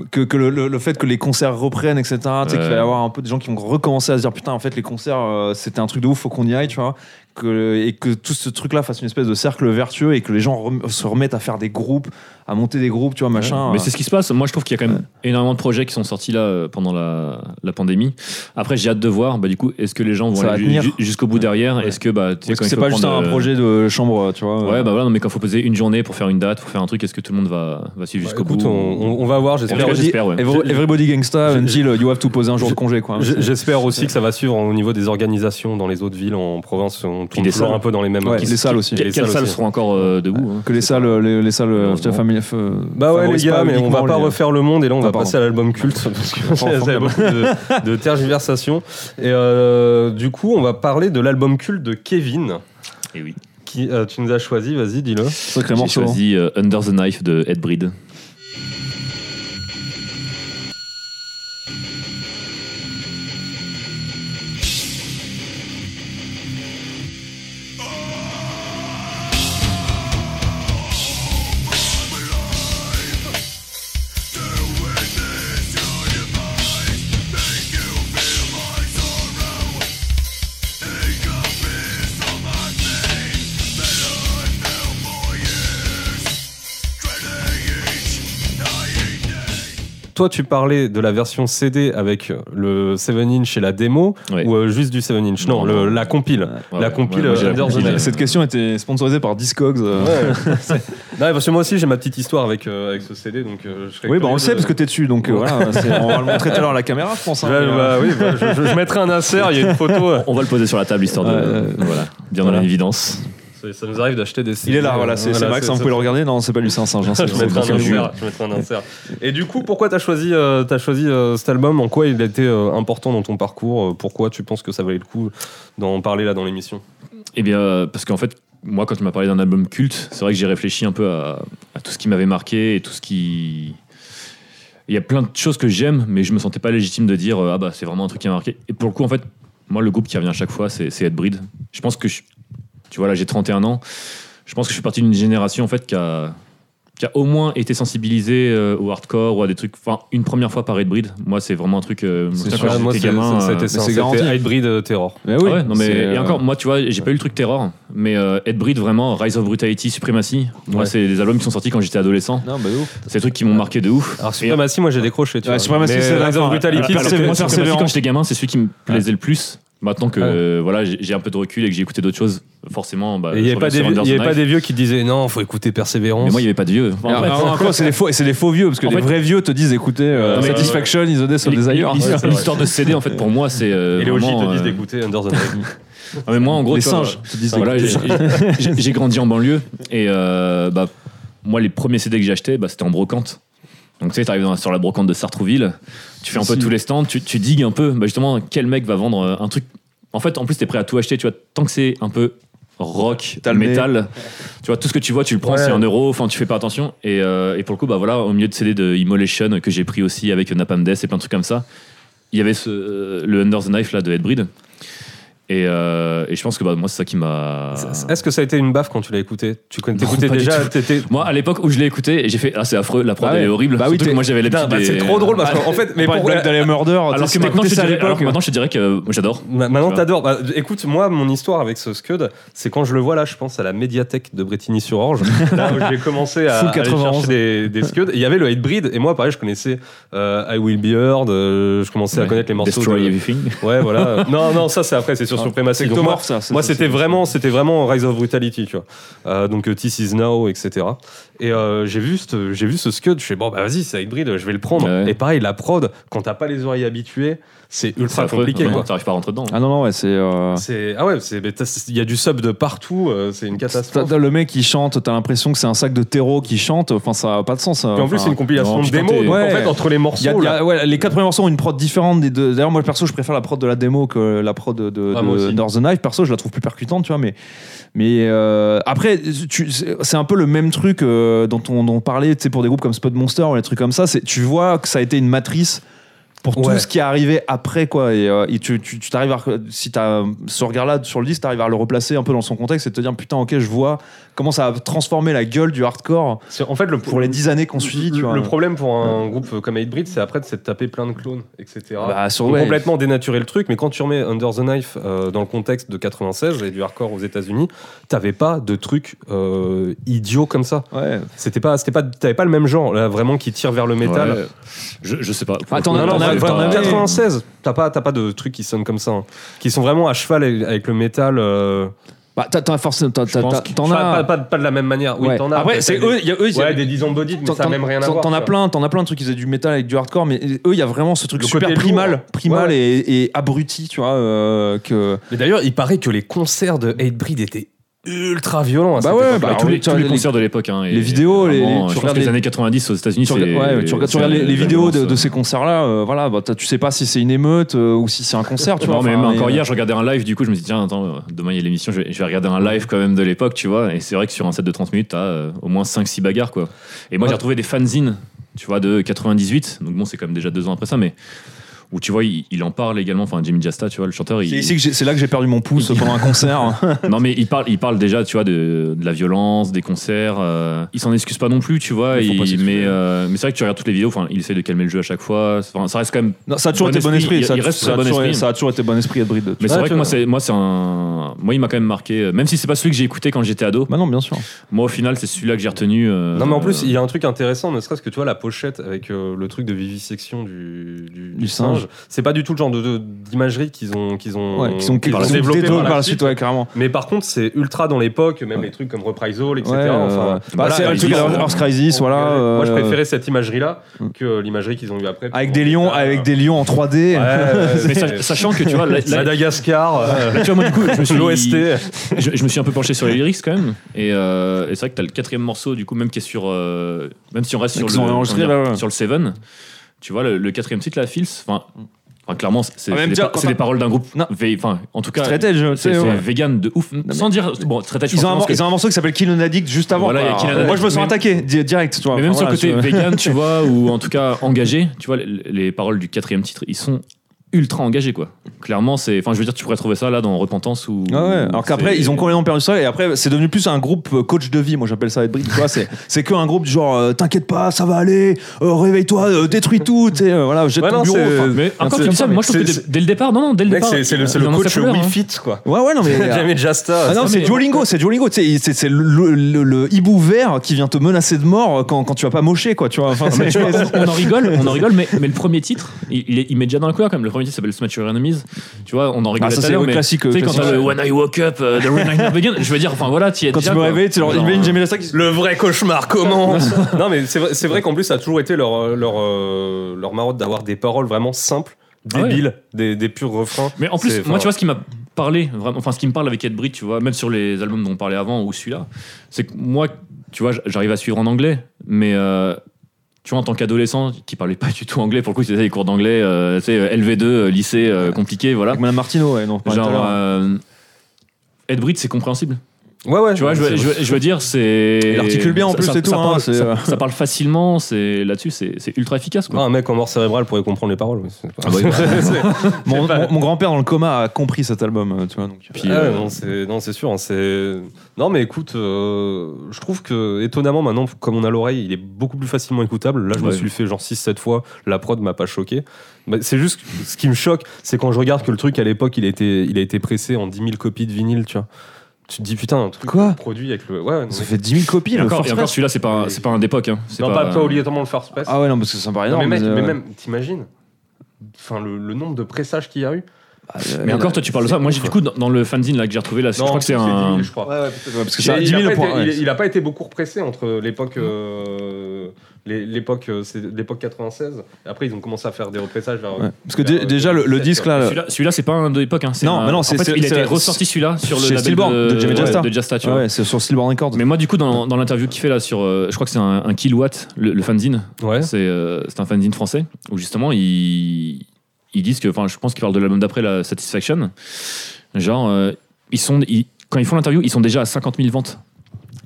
B: que, que le, le- le fait que les concerts reprennent, etc., tu sais,
C: Ouais.
B: qu'il va y avoir un peu des gens qui vont recommencer à se dire putain, en fait, les concerts, euh, c'était un truc de ouf, faut qu'on y aille, tu vois. Que, et que tout ce truc-là fasse une espèce de cercle vertueux et que les gens rem- se remettent à faire des groupes, à monter des groupes, tu vois, machin. euh, hein.
C: Mais c'est ce qui se passe. Moi, je trouve qu'il y a quand même énormément de projets qui sont sortis là euh, pendant la, la pandémie. Après, j'ai hâte de voir. Bah, du coup, est-ce que les gens vont
B: Ça va
C: aller
B: tenir.
C: ju- jusqu'au bout derrière Est-ce que bah,
B: Parce
C: tu sais,
B: que
C: quand il
B: c'est
C: faut
B: pas juste un
C: prendre, euh,
B: projet de chambre, tu vois. euh.
C: Ouais, bah voilà. Non, mais quand il faut poser une journée pour faire une date, pour faire un truc, est-ce que tout le monde va, va suivre
A: Bah,
C: jusqu'au
A: écoute,
C: bout
A: on, on- on va voir, j'espère.
C: En tout cas,
A: aussi-
C: j'espère, ouais.
B: Every- Everybody Gangsta, Angel, you have to poser un jour de congé, quoi.
A: J- J'espère aussi que ça va suivre au niveau des organisations dans les autres villes en province. On tourne
C: des
A: toujours
C: salles.
A: un peu dans les mêmes.
B: Ouais,
A: qui-
B: les salles aussi.
A: qui- les
C: Quelles
A: salles
C: salles
A: aussi.
C: seront encore euh, debout hein.
B: Que les salles, les, les salles, euh, tu vois, famille- euh,
A: Bah ouais, les
B: favorisent
A: gars,
B: pas
A: mais on va
B: uniquement
A: pas
B: les-
A: refaire le monde et là on
B: Ah,
A: va
B: pardon.
A: passer à l'album culte parce que ça
B: Formidable.
A: a beaucoup de, de tergiversations. Et euh, du coup, on va parler de l'album culte de Kevin.
C: Eh oui.
A: Qui, euh, tu nous as choisi, vas-y, dis-le.
B: Sacré
C: J'ai
B: morceau.
C: choisi euh, Under the Knife de Ed Breed.
A: Toi, tu parlais de la version CD avec le 7-inch et la démo
C: Ouais.
A: ou euh, juste du 7-inch Non,
C: Non,
A: le-
C: non.
A: la compile. la
C: Ouais, ouais.
A: compile
C: Ouais, moi, j'ai la
A: Under the
C: compile,
A: Knife.
C: euh,
B: Cette question était sponsorisée par Discogs. euh.
A: Non, parce que moi aussi j'ai ma petite histoire avec, euh, avec ce CD, donc euh, je serais
B: Oui, bah
A: curieux
B: on le sait
A: de-
B: parce que t'es dessus, donc euh, voilà, c'est- on va le montrer tout à l'heure à la caméra, je pense. hein,
A: Ouais,
B: mais,
A: bah
B: euh,
A: oui, bah, je, je- je mettrai un insert, il y a une photo.
C: On va le poser sur la table histoire de.
B: Euh,
C: voilà. Bien dans
A: voilà.
C: l'évidence.
A: Ça, ça nous arrive d'acheter des CD.
B: Il est là, voilà, c'est c'est Max, hein, vous
A: c'est-
B: pouvez le regarder. Non, c'est pas lui, c'est un singe. hein, c'est-
A: Je
B: c'est-
A: mettrai,
B: c'est
A: un
B: un jeu.
A: insert, je mettrai un insert. Et du coup, pourquoi t'as choisi, euh, t'as choisi euh, cet album En quoi il a été euh, important dans ton parcours Euh, Pourquoi tu penses que ça valait le coup d'en parler là dans l'émission
C: Eh bien, euh, parce qu'en fait, moi, quand tu m'as parlé d'un album culte, c'est vrai que j'ai réfléchi un peu à, à tout ce qui m'avait marqué et tout ce qui. Il y a plein de choses que j'aime, mais je me sentais pas légitime de dire euh, ah bah c'est vraiment un truc qui m'a marqué. Et pour le coup, en fait, moi, le groupe qui revient à chaque fois, c'est c'est Ed Breed. Je pense que je- tu vois là, j'ai 31 ans. Je pense que je suis parti d'une génération en fait qui a qui a au moins été sensibilisé euh, au hardcore ou à des trucs, enfin une première fois par Red Breed. Moi, c'est vraiment un truc. euh,
B: C'est
C: quand
B: sûr.
A: Ah,
C: j'étais
A: moi, c'est-
C: gamin,
A: c'est-
C: euh,
A: c'était ça.
B: c'est garanti.
A: C'était Hybrid euh, Terror.
B: Mais
C: ah ouais, non mais
A: euh,
C: et encore, moi tu vois, j'ai pas eu le truc Terror, mais euh, Ed Breed vraiment, Rise of Brutality, Supremacy, moi
A: Ouais.
C: c'est des albums qui sont sortis quand j'étais adolescent.
B: Non, bah ouf.
C: C'est des trucs qui m'ont marqué de ouf.
A: Alors Supremacy, moi j'ai décroché. Tu
B: Ouais,
A: vois.
B: Supremacy,
A: Mais euh,
B: c'est la
A: Rise of
B: fin.
A: Brutality,
B: Alors,
A: c'est-
B: Persévérance.
C: Moi, Supremacy, quand j'étais gamin, Ah, c'est celui qui me plaisait le plus. Maintenant que
A: Ouais.
C: euh, voilà, j'ai j'ai un peu de recul et que j'ai écouté d'autres choses, forcément. bah,
A: Et Il n'y
C: sur
A: avait, pas
C: le
A: des,
C: Surrender
A: il y avait
C: Knife.
A: pas des Ah, vieux qui disaient non, faut écouter Persévérance.
C: Mais moi, il n'y avait pas de vieux. Enfin, en fait,
B: Encore, c'est les faux, et c'est les faux vieux parce que
C: En
B: les
C: fait-
B: vrais vieux te disent écoutez euh,
C: Non, mais-
B: Satisfaction, Is the Death of Desire.
A: Ouais,
C: l'histoire-
A: c'est vrai.
C: L'histoire de ce CD, en fait, pour moi, c'est. euh,
A: et les OG
C: vraiment,
A: te disent
C: euh,
A: d'écouter Under the Knife.
C: Ah, mais moi, en gros,
B: Les
C: tu vois,
B: singes te disent
C: voilà, j'ai- j'ai j'ai grandi en banlieue et euh, bah, moi, les premiers CD que j'ai achetés, bah, c'était en brocante. Donc, tu sais, t'arrives dans- sur la brocante de Sartrouville, tu fais un peu
B: Si.
C: tous les stands, tu, tu digues un peu, bah, justement, quel mec va vendre euh, un truc. En fait, en plus, t'es prêt à tout acheter, tu vois, tant que c'est un peu rock,
B: T'as le
C: métal, tu vois, tout ce que tu vois, tu le prends,
A: Ouais.
C: c'est un euro, enfin, tu fais pas attention. Et, euh, et pour le coup, bah voilà, au milieu de CD de Immolation que j'ai pris aussi avec Napalm Death et plein de trucs comme ça, il y avait ce, euh, le Under the Knife là de Ed Breed. Et, euh, et je pense que bah, moi, c'est ça qui m'a.
A: Est-ce que ça a été une baffe quand tu l'as écouté Tu connais-
C: Non,
A: t'écoutais
C: pas du
A: déjà
C: tout.
A: t'étais-
C: Moi, à l'époque où je l'ai écouté, j'ai fait Ah, c'est affreux, la prod
B: Ah ouais.
C: elle est horrible.
B: Bah oui,
C: Surtout que
B: t'es-
C: moi j'avais
A: Putain,
C: l'habitude. Ah,
A: bah, c'est trop drôle parce qu'en fait, mais
B: Mais pas
A: pour-
B: une blague d'aller murder.
C: Alors que, maintenant, je te dirais, alors que maintenant, je te dirais que euh, moi, j'adore.
A: Maintenant,
C: Tu vois.
A: t'adores. Bah, écoute, moi, mon histoire avec ce Scud, c'est quand je le vois là, je pense à la médiathèque de Bretigny-sur-Orge, là où j'ai commencé à,
B: Full
A: à aller
B: 91.
A: chercher des, des Scuds. Et Il y avait le Hatebreed, et moi, pareil, je connaissais euh, I Will Be Heard, euh, je commençais à
C: Ouais.
A: connaître les morceaux.
C: Destroy
A: de-
C: Everything.
A: Ouais, voilà. non, non, ça, c'est après, c'est sur
B: Ah,
A: Supremacy.
B: c'est
A: Donc, moi,
B: Ectomorph, ça, c'est-
A: moi,
B: c'est-
A: c'était
B: c'est-
A: vraiment, c'était vraiment Rise of Brutality, tu vois. Euh, donc, euh, This Is Now, etc. Et euh, j'ai vu, ce- j'ai vu ce Scud, je fais bon, bah vas-y, c'est Hatebreed, je vais le prendre.
C: Ouais.
A: Et pareil, la prod, quand t'as pas les oreilles habituées, c'est ultra
C: affreux.
A: compliqué,
C: Ouais,
A: quoi.
C: T'arrives pas à rentrer dedans.
B: Ah non, non, ouais, c'est. euh,
A: C'est ah ouais, c'est mais t'as- c'est- il y a du sub de partout, euh, c'est une
B: T'as-
A: catastrophe.
B: t'as le mec qui chante, t'as l'impression que c'est un sac de terreau qui chante, enfin ça a pas de sens.
A: Puis en plus, c'est une compilation
C: non,
A: de
C: putain,
A: démos.
C: t'es-
A: donc
B: ouais.
A: en fait, entre les morceaux,
B: Y a- y a-
A: là,
B: ouais, les quatre premiers morceaux ont une prod différente des deux. D'ailleurs, moi perso, je préfère la prod de la démo que la prod de, de,
A: Ah, moi
B: de
A: aussi.
B: North the Knife. Perso, je la trouve plus percutante, tu vois. Mais, mais euh, après, tu- c'est c'est un peu le même truc euh, dont on, dont on parlait, tu sais, pour des groupes comme Spot Monster ou des trucs comme ça. C'est tu vois que ça a été une matrice pour
A: Ouais.
B: tout ce qui est arrivé après, quoi. Et, euh, et tu tu- tu t'arrives à rec- si t'as ce regard-là sur le disque, t'arrives à le replacer un peu dans son contexte et te dire putain, ok, je vois comment ça a transformé la gueule du hardcore
A: c'est- en fait, le
B: pour les dix années qu'on suivit,
A: le,
B: tu vois.
A: le problème pour un groupe comme Hatebreed, c'est après c'est de taper plein de clones, etc.
B: Bah, sur-
A: Ils ont
B: ouais.
A: complètement dénaturé le truc, mais quand tu remets Under the Knife euh, dans le contexte de 96 et du hardcore aux États-Unis, t'avais pas de truc euh, idiot comme ça.
B: Ouais.
A: C'était pas, c'était pas, t'avais pas le même genre là, vraiment qui tire vers le métal.
C: Ouais. Je, je sais pas. Pour
B: Attends,
C: le coup,
A: Non, non,
B: T'en as-
A: vraiment,
B: t'en as-
A: vraiment, 96, t'as pas, t'as pas de trucs qui sonnent comme ça, hein, qui sont vraiment à cheval avec le métal. euh,
B: Bah, t'as- t'as forcément. t'as- t'as-
C: pense
B: t'as-
C: que-
B: T'en
A: Pas-
B: as.
A: Pas, pas- pas de la même manière. Oui,
B: Ouais.
A: t'en as.
B: Après,
A: T'as
B: c'est
A: des-
B: eux, il y a- eux, ils-
A: Ouais, des disons bodies, mais
B: T'en
A: ça n'a même rien à
B: t'en-
A: voir.
B: t'en
A: tu
B: as
A: vois.
B: plein, t'en as plein de trucs qui faisaient du métal avec du hardcore, mais eux, il y a vraiment ce truc
A: Le
B: super
A: côté lourd.
B: primal, primal
A: Ouais.
B: et, et abruti, tu vois, euh, que.
A: Mais d'ailleurs, il paraît que les concerts de Hatebreed étaient ultra violents. hein, à
B: Bah
A: cette
B: ouais,
A: époque-là.
B: bah,
C: Bah, tous
B: oui,
C: les,
B: tu
C: tous
B: vois,
C: les
B: les-
C: concerts de l'époque. hein, et
B: les vidéos, les-
C: vraiment,
B: les- tu
C: je pense
B: regardes
C: que les
B: les-
C: années 90 aux États-Unis,
B: Tu
C: c'est.
B: regardes, ouais, tu regardes- tu
C: c'est
B: regardes les,
C: la-
B: les
C: la
B: vidéos de,
C: violence,
B: de ces concerts-là, euh, voilà, bah, t'as- tu sais pas si c'est une émeute euh, ou si c'est un concert, tu
C: non,
B: vois.
C: mais
B: enfin,
C: même encore
B: et-
A: euh,
C: hier, je regardais un live, du coup, je me suis dit, tiens, attends, euh, demain il y a l'émission, je vais, je vais regarder un live quand même de l'époque, tu vois. Et c'est vrai que sur un set de 30 minutes, t'as euh, au moins 5-6 bagarres, quoi. Et moi, j'ai retrouvé des fanzines, tu vois, de 98, donc bon, c'est quand même déjà deux ans après ça, mais où tu vois, il, il en parle également, enfin, Jimmy Jasta, tu vois, le chanteur, il.
B: euh, C'est ici que j'ai- c'est là que j'ai perdu mon pouce pendant un concert.
C: Non, mais il parle, il parle déjà, tu vois, de, de la violence, des concerts. euh, il s'en excuse pas non plus, tu vois.
A: Il faut
C: il-
A: pas s'excuser.
C: mais euh, mais c'est vrai que tu regardes toutes les vidéos, enfin, il essaie de calmer le jeu à chaque fois. Enfin, ça reste quand même.
B: Non, ça a toujours
C: Bon
B: été bon esprit.
C: esprit, il-
B: ça a-
C: il reste
B: ça a
C: très bon
B: toujours-
C: esprit.
B: Ça a toujours été bon esprit, Edbrid.
C: Mais c'est
A: Ouais, tu
C: vrai que moi,
A: vois.
C: c'est, moi, c'est un. Moi, il m'a quand même marqué. euh, Même si c'est pas celui que j'ai écouté quand j'étais ado,
B: Bah non, bien sûr.
C: moi, au final, c'est celui-là que j'ai retenu. euh,
A: Non, mais en plus,
C: euh,
A: il y a un truc intéressant, ne serait-ce que tu vois la pochette avec euh, le truc de vivisection du, du, du
B: singe.
A: singe. C'est pas du tout le genre de- de- d'imagerie qu'ils ont, qu'ils ont,
B: Ouais, qui sont
A: qu'ils
B: qui
A: ont
B: sont
A: développé
B: développés
A: par la suite.
B: ouais, carrément.
A: Mais par contre, c'est ultra dans l'époque, même les trucs comme Reprisal, etc.
B: Ouais, euh,
A: enfin,
B: bah, c'est le
C: Crisis,
B: truc
C: euh,
B: Earth Crisis, voilà.
A: Moi, je
B: euh, Hmm.
A: préférais Euh, cette imagerie-là que l'imagerie qu'ils ont eu après.
B: Avec des lions, avec des lions en 3D.
C: mais sa- sachant que tu vois, là, là-
A: Madagascar, euh,
C: tu vois, moi, du coup, je me suis.
A: l'OST.
C: je, je me suis un peu penché sur les lyrics quand même. Et, euh, et c'est vrai que t'as le quatrième morceau, du coup, même qui est sur. euh, même si on reste
B: Qu'ils
C: sur le,
B: ont enregistré,
C: comment dire,
B: là, ouais.
C: sur le Seven, tu vois, le, le quatrième titre, la Fils, enfin. enfin, clairement, c'est c'est
B: Ah, même
C: des,
B: dire,
C: par- c'est
B: quand
C: des paroles d'un groupe.
B: Non.
C: vé- Enfin, en tout cas, c'est
B: Straight Edge, tu
C: c'est
B: sais, ouais.
C: vegan de ouf. Sans dire. Bon, Straight Edge,
B: Ils ont, un,
C: forcément,
B: mor-
C: parce
B: ils ont un morceau qui s'appelle Kill an Addict juste avant.
C: Voilà, il y a Kill an
B: moi, je me
C: Addict,
B: sens
C: mais-
B: attaqué di- direct. Tu vois.
C: Mais même
B: Enfin,
C: sur le
B: voilà,
C: côté
B: tu vois.
C: vegan, tu vois, ou en tout cas engagé, tu vois, les, les paroles du quatrième titre, ils sont ultra engagé quoi. Clairement, c'est. Enfin, je veux dire, tu pourrais trouver ça là dans Repentance ou.
B: Ah ouais, alors qu'après,
C: c'est-
B: ils ont complètement perdu ça et après, c'est devenu plus un groupe euh, coach de vie. Moi, j'appelle ça être bride. tu vois, C'est c'est que un groupe du genre, euh, t'inquiète pas, ça va aller, euh, réveille-toi, euh, détruis tout, tu sais, euh, voilà, jette
A: Ouais,
B: ton
A: non,
B: bureau.
A: c'est-
B: enfin.
C: hein. Mais encore
A: c'est-
C: comme ça, moi je trouve que
A: c'est-
C: dès, dès le départ, non, non, dès le
A: Mec,
C: départ.
A: c'est c'est le,
C: ils
A: c'est le
C: en ont fait
A: coach
C: la
A: Wii
C: couleur, hein.
A: Fit, quoi.
B: Ouais, ouais, non, mais.
A: Jamais Jasta.
B: Ah non,
C: ça,
B: c'est
C: mais-
B: Duolingo, c'est Duolingo, tu sais, il- c'est c'est le, le- le- le hibou vert qui vient te menacer de mort quand, quand tu vas pas mocher, quoi, tu vois. Enfin, c'est-
C: on en rigole, on en rigole, mais, mais le premier titre, il, il, est- il met déjà dans la couleur quand même. Le premier titre s'appelle Smash Your Enemies. Tu vois, on en rigole
B: Ah, ça,
C: tout à
B: c'est
C: l'heure,
B: ouais,
C: mais
B: classique,
C: Tu sais, quand
B: classique.
C: t'as le When I Woke Up, uh, The Real Nightmare Begin, je veux dire, enfin voilà, tu y es
B: quand tu
C: déjà.
B: me
C: quoi.
B: réveilles, tu genre,
C: Genre,
B: imagine
C: euh,
B: Jamie Lassa qui-
A: Le vrai cauchemar commence Non, mais c'est vrai, c'est vrai qu'en plus, ça a toujours été leur, euh, leur, euh, leur marotte d'avoir des paroles vraiment simples,
C: Ah ouais.
A: débiles, des, des purs refrains.
C: Mais en plus,
A: C'est-
C: moi, tu
A: enfin,
C: vois, ce qui m'a parlé, vraiment, enfin, ce qui me parle avec Ed Breed, tu vois, même sur les albums dont on parlait avant ou celui-là, c'est que moi, tu vois, j'arrive à suivre en anglais, mais. euh, tu vois, en tant qu'adolescent qui parlait pas du tout anglais, pour le coup, c'était des cours d'anglais, euh, tu sais, euh, LV2, euh, lycée, euh, compliqué, voilà.
B: Madame Martino, ouais, non, on parlait tout à l'heure.
C: Genre, euh, Ed Breed, c'est compréhensible.
A: Ouais, ouais.
C: Tu vois, je, veux- je veux- je veux dire, c'est.
B: Il articule bien en
C: ça-
B: plus,
C: ça-
B: c'est tout,
C: Ça,
B: hein,
C: parle,
B: c'est-
C: ça- ça parle facilement, c'est là-dessus, c'est c'est ultra efficace.
A: Ah,
C: Quoi.
A: un mec en mort cérébrale pourrait comprendre les paroles. oui, c'est pas-
B: bah
C: Ah ouais,
A: C'est-
B: Mon, mon- mon grand-père dans le coma a compris cet album, euh, tu vois. Donc,
C: Puis,
A: Ah ouais,
C: euh,
A: non, c'est non, c'est sûr. hein, c'est non, mais écoute, euh, je trouve que étonnamment maintenant, comme on a l'oreille, il est beaucoup plus facilement écoutable. Là, je me
C: Ouais.
A: suis fait genre 6-7 fois. La prod m'a pas choqué. Bah, c'est juste que ce qui me choque, c'est quand je regarde que le truc à l'époque, il a été il a été pressé en 10 000 copies de vinyle, tu vois. Tu te dis putain, un truc
B: Quoi
A: produit avec le ouais. non,
B: Ça
A: mais-
B: fait 10 000 copies,
C: et
B: le
C: encore, et
B: Force
C: encore,
B: Press.
C: celui-là, c'est pas, un- c'est pas un d'époque. Hein. C'est
A: non, pas, pas obligatoirement le first press.
B: Ah ouais, non, parce que ça me paraît
A: Non,
B: énorme.
A: mais, mec,
B: euh,
A: mais même, t'imagines Enfin, le, le nombre de pressages qu'il y a eu.
B: bah, euh,
C: Mais encore, toi, tu parles de ça. Moi, j'ai- du coup, dans, dans le fanzine là, que j'ai retrouvé, là, je crois que c'est
A: 10
C: un.
A: 000, je crois.
B: parce que
A: Bah, Il
B: ça
A: a-
B: a 10
A: il a
B: 000
A: pas
B: points.
A: été-
B: ouais.
A: il- Il n'a pas été beaucoup repressé entre l'époque euh, les- l'époque euh, c'est- l'époque 96. Et après, ils ont commencé à faire des repressages vers.
B: Ouais. Parce que
A: vers,
B: dé-
A: euh,
B: déjà, le, le
A: 2017,
B: disque
A: quoi.
B: là.
C: Celui-là, celui-là, c'est pas un d'époque. Hein. c'est
B: Non,
C: un-
B: mais non,
C: en
B: c'est-
C: fait,
B: c'est-
C: il a
B: c'est-
C: été ressorti celui-là sur le
B: chez
C: label
B: Steelborn, de Jamie
C: ouais,
B: Jasta.
C: de Jasta, tu
B: Ah
C: vois.
B: ouais, c'est sur Stillborn Records.
C: Mais moi, du coup, dans, dans l'interview qu'il fait là sur, euh, je crois que c'est un, un Kilowatt, le, le fanzine.
A: Ouais.
C: C'est euh, c'est un fanzine français où justement ils, ils disent que, enfin, je pense qu'ils parlent de l'album d'après, la Satisfaction. Genre, euh, ils sont, ils- quand ils font l'interview, ils sont déjà à 50 000 ventes.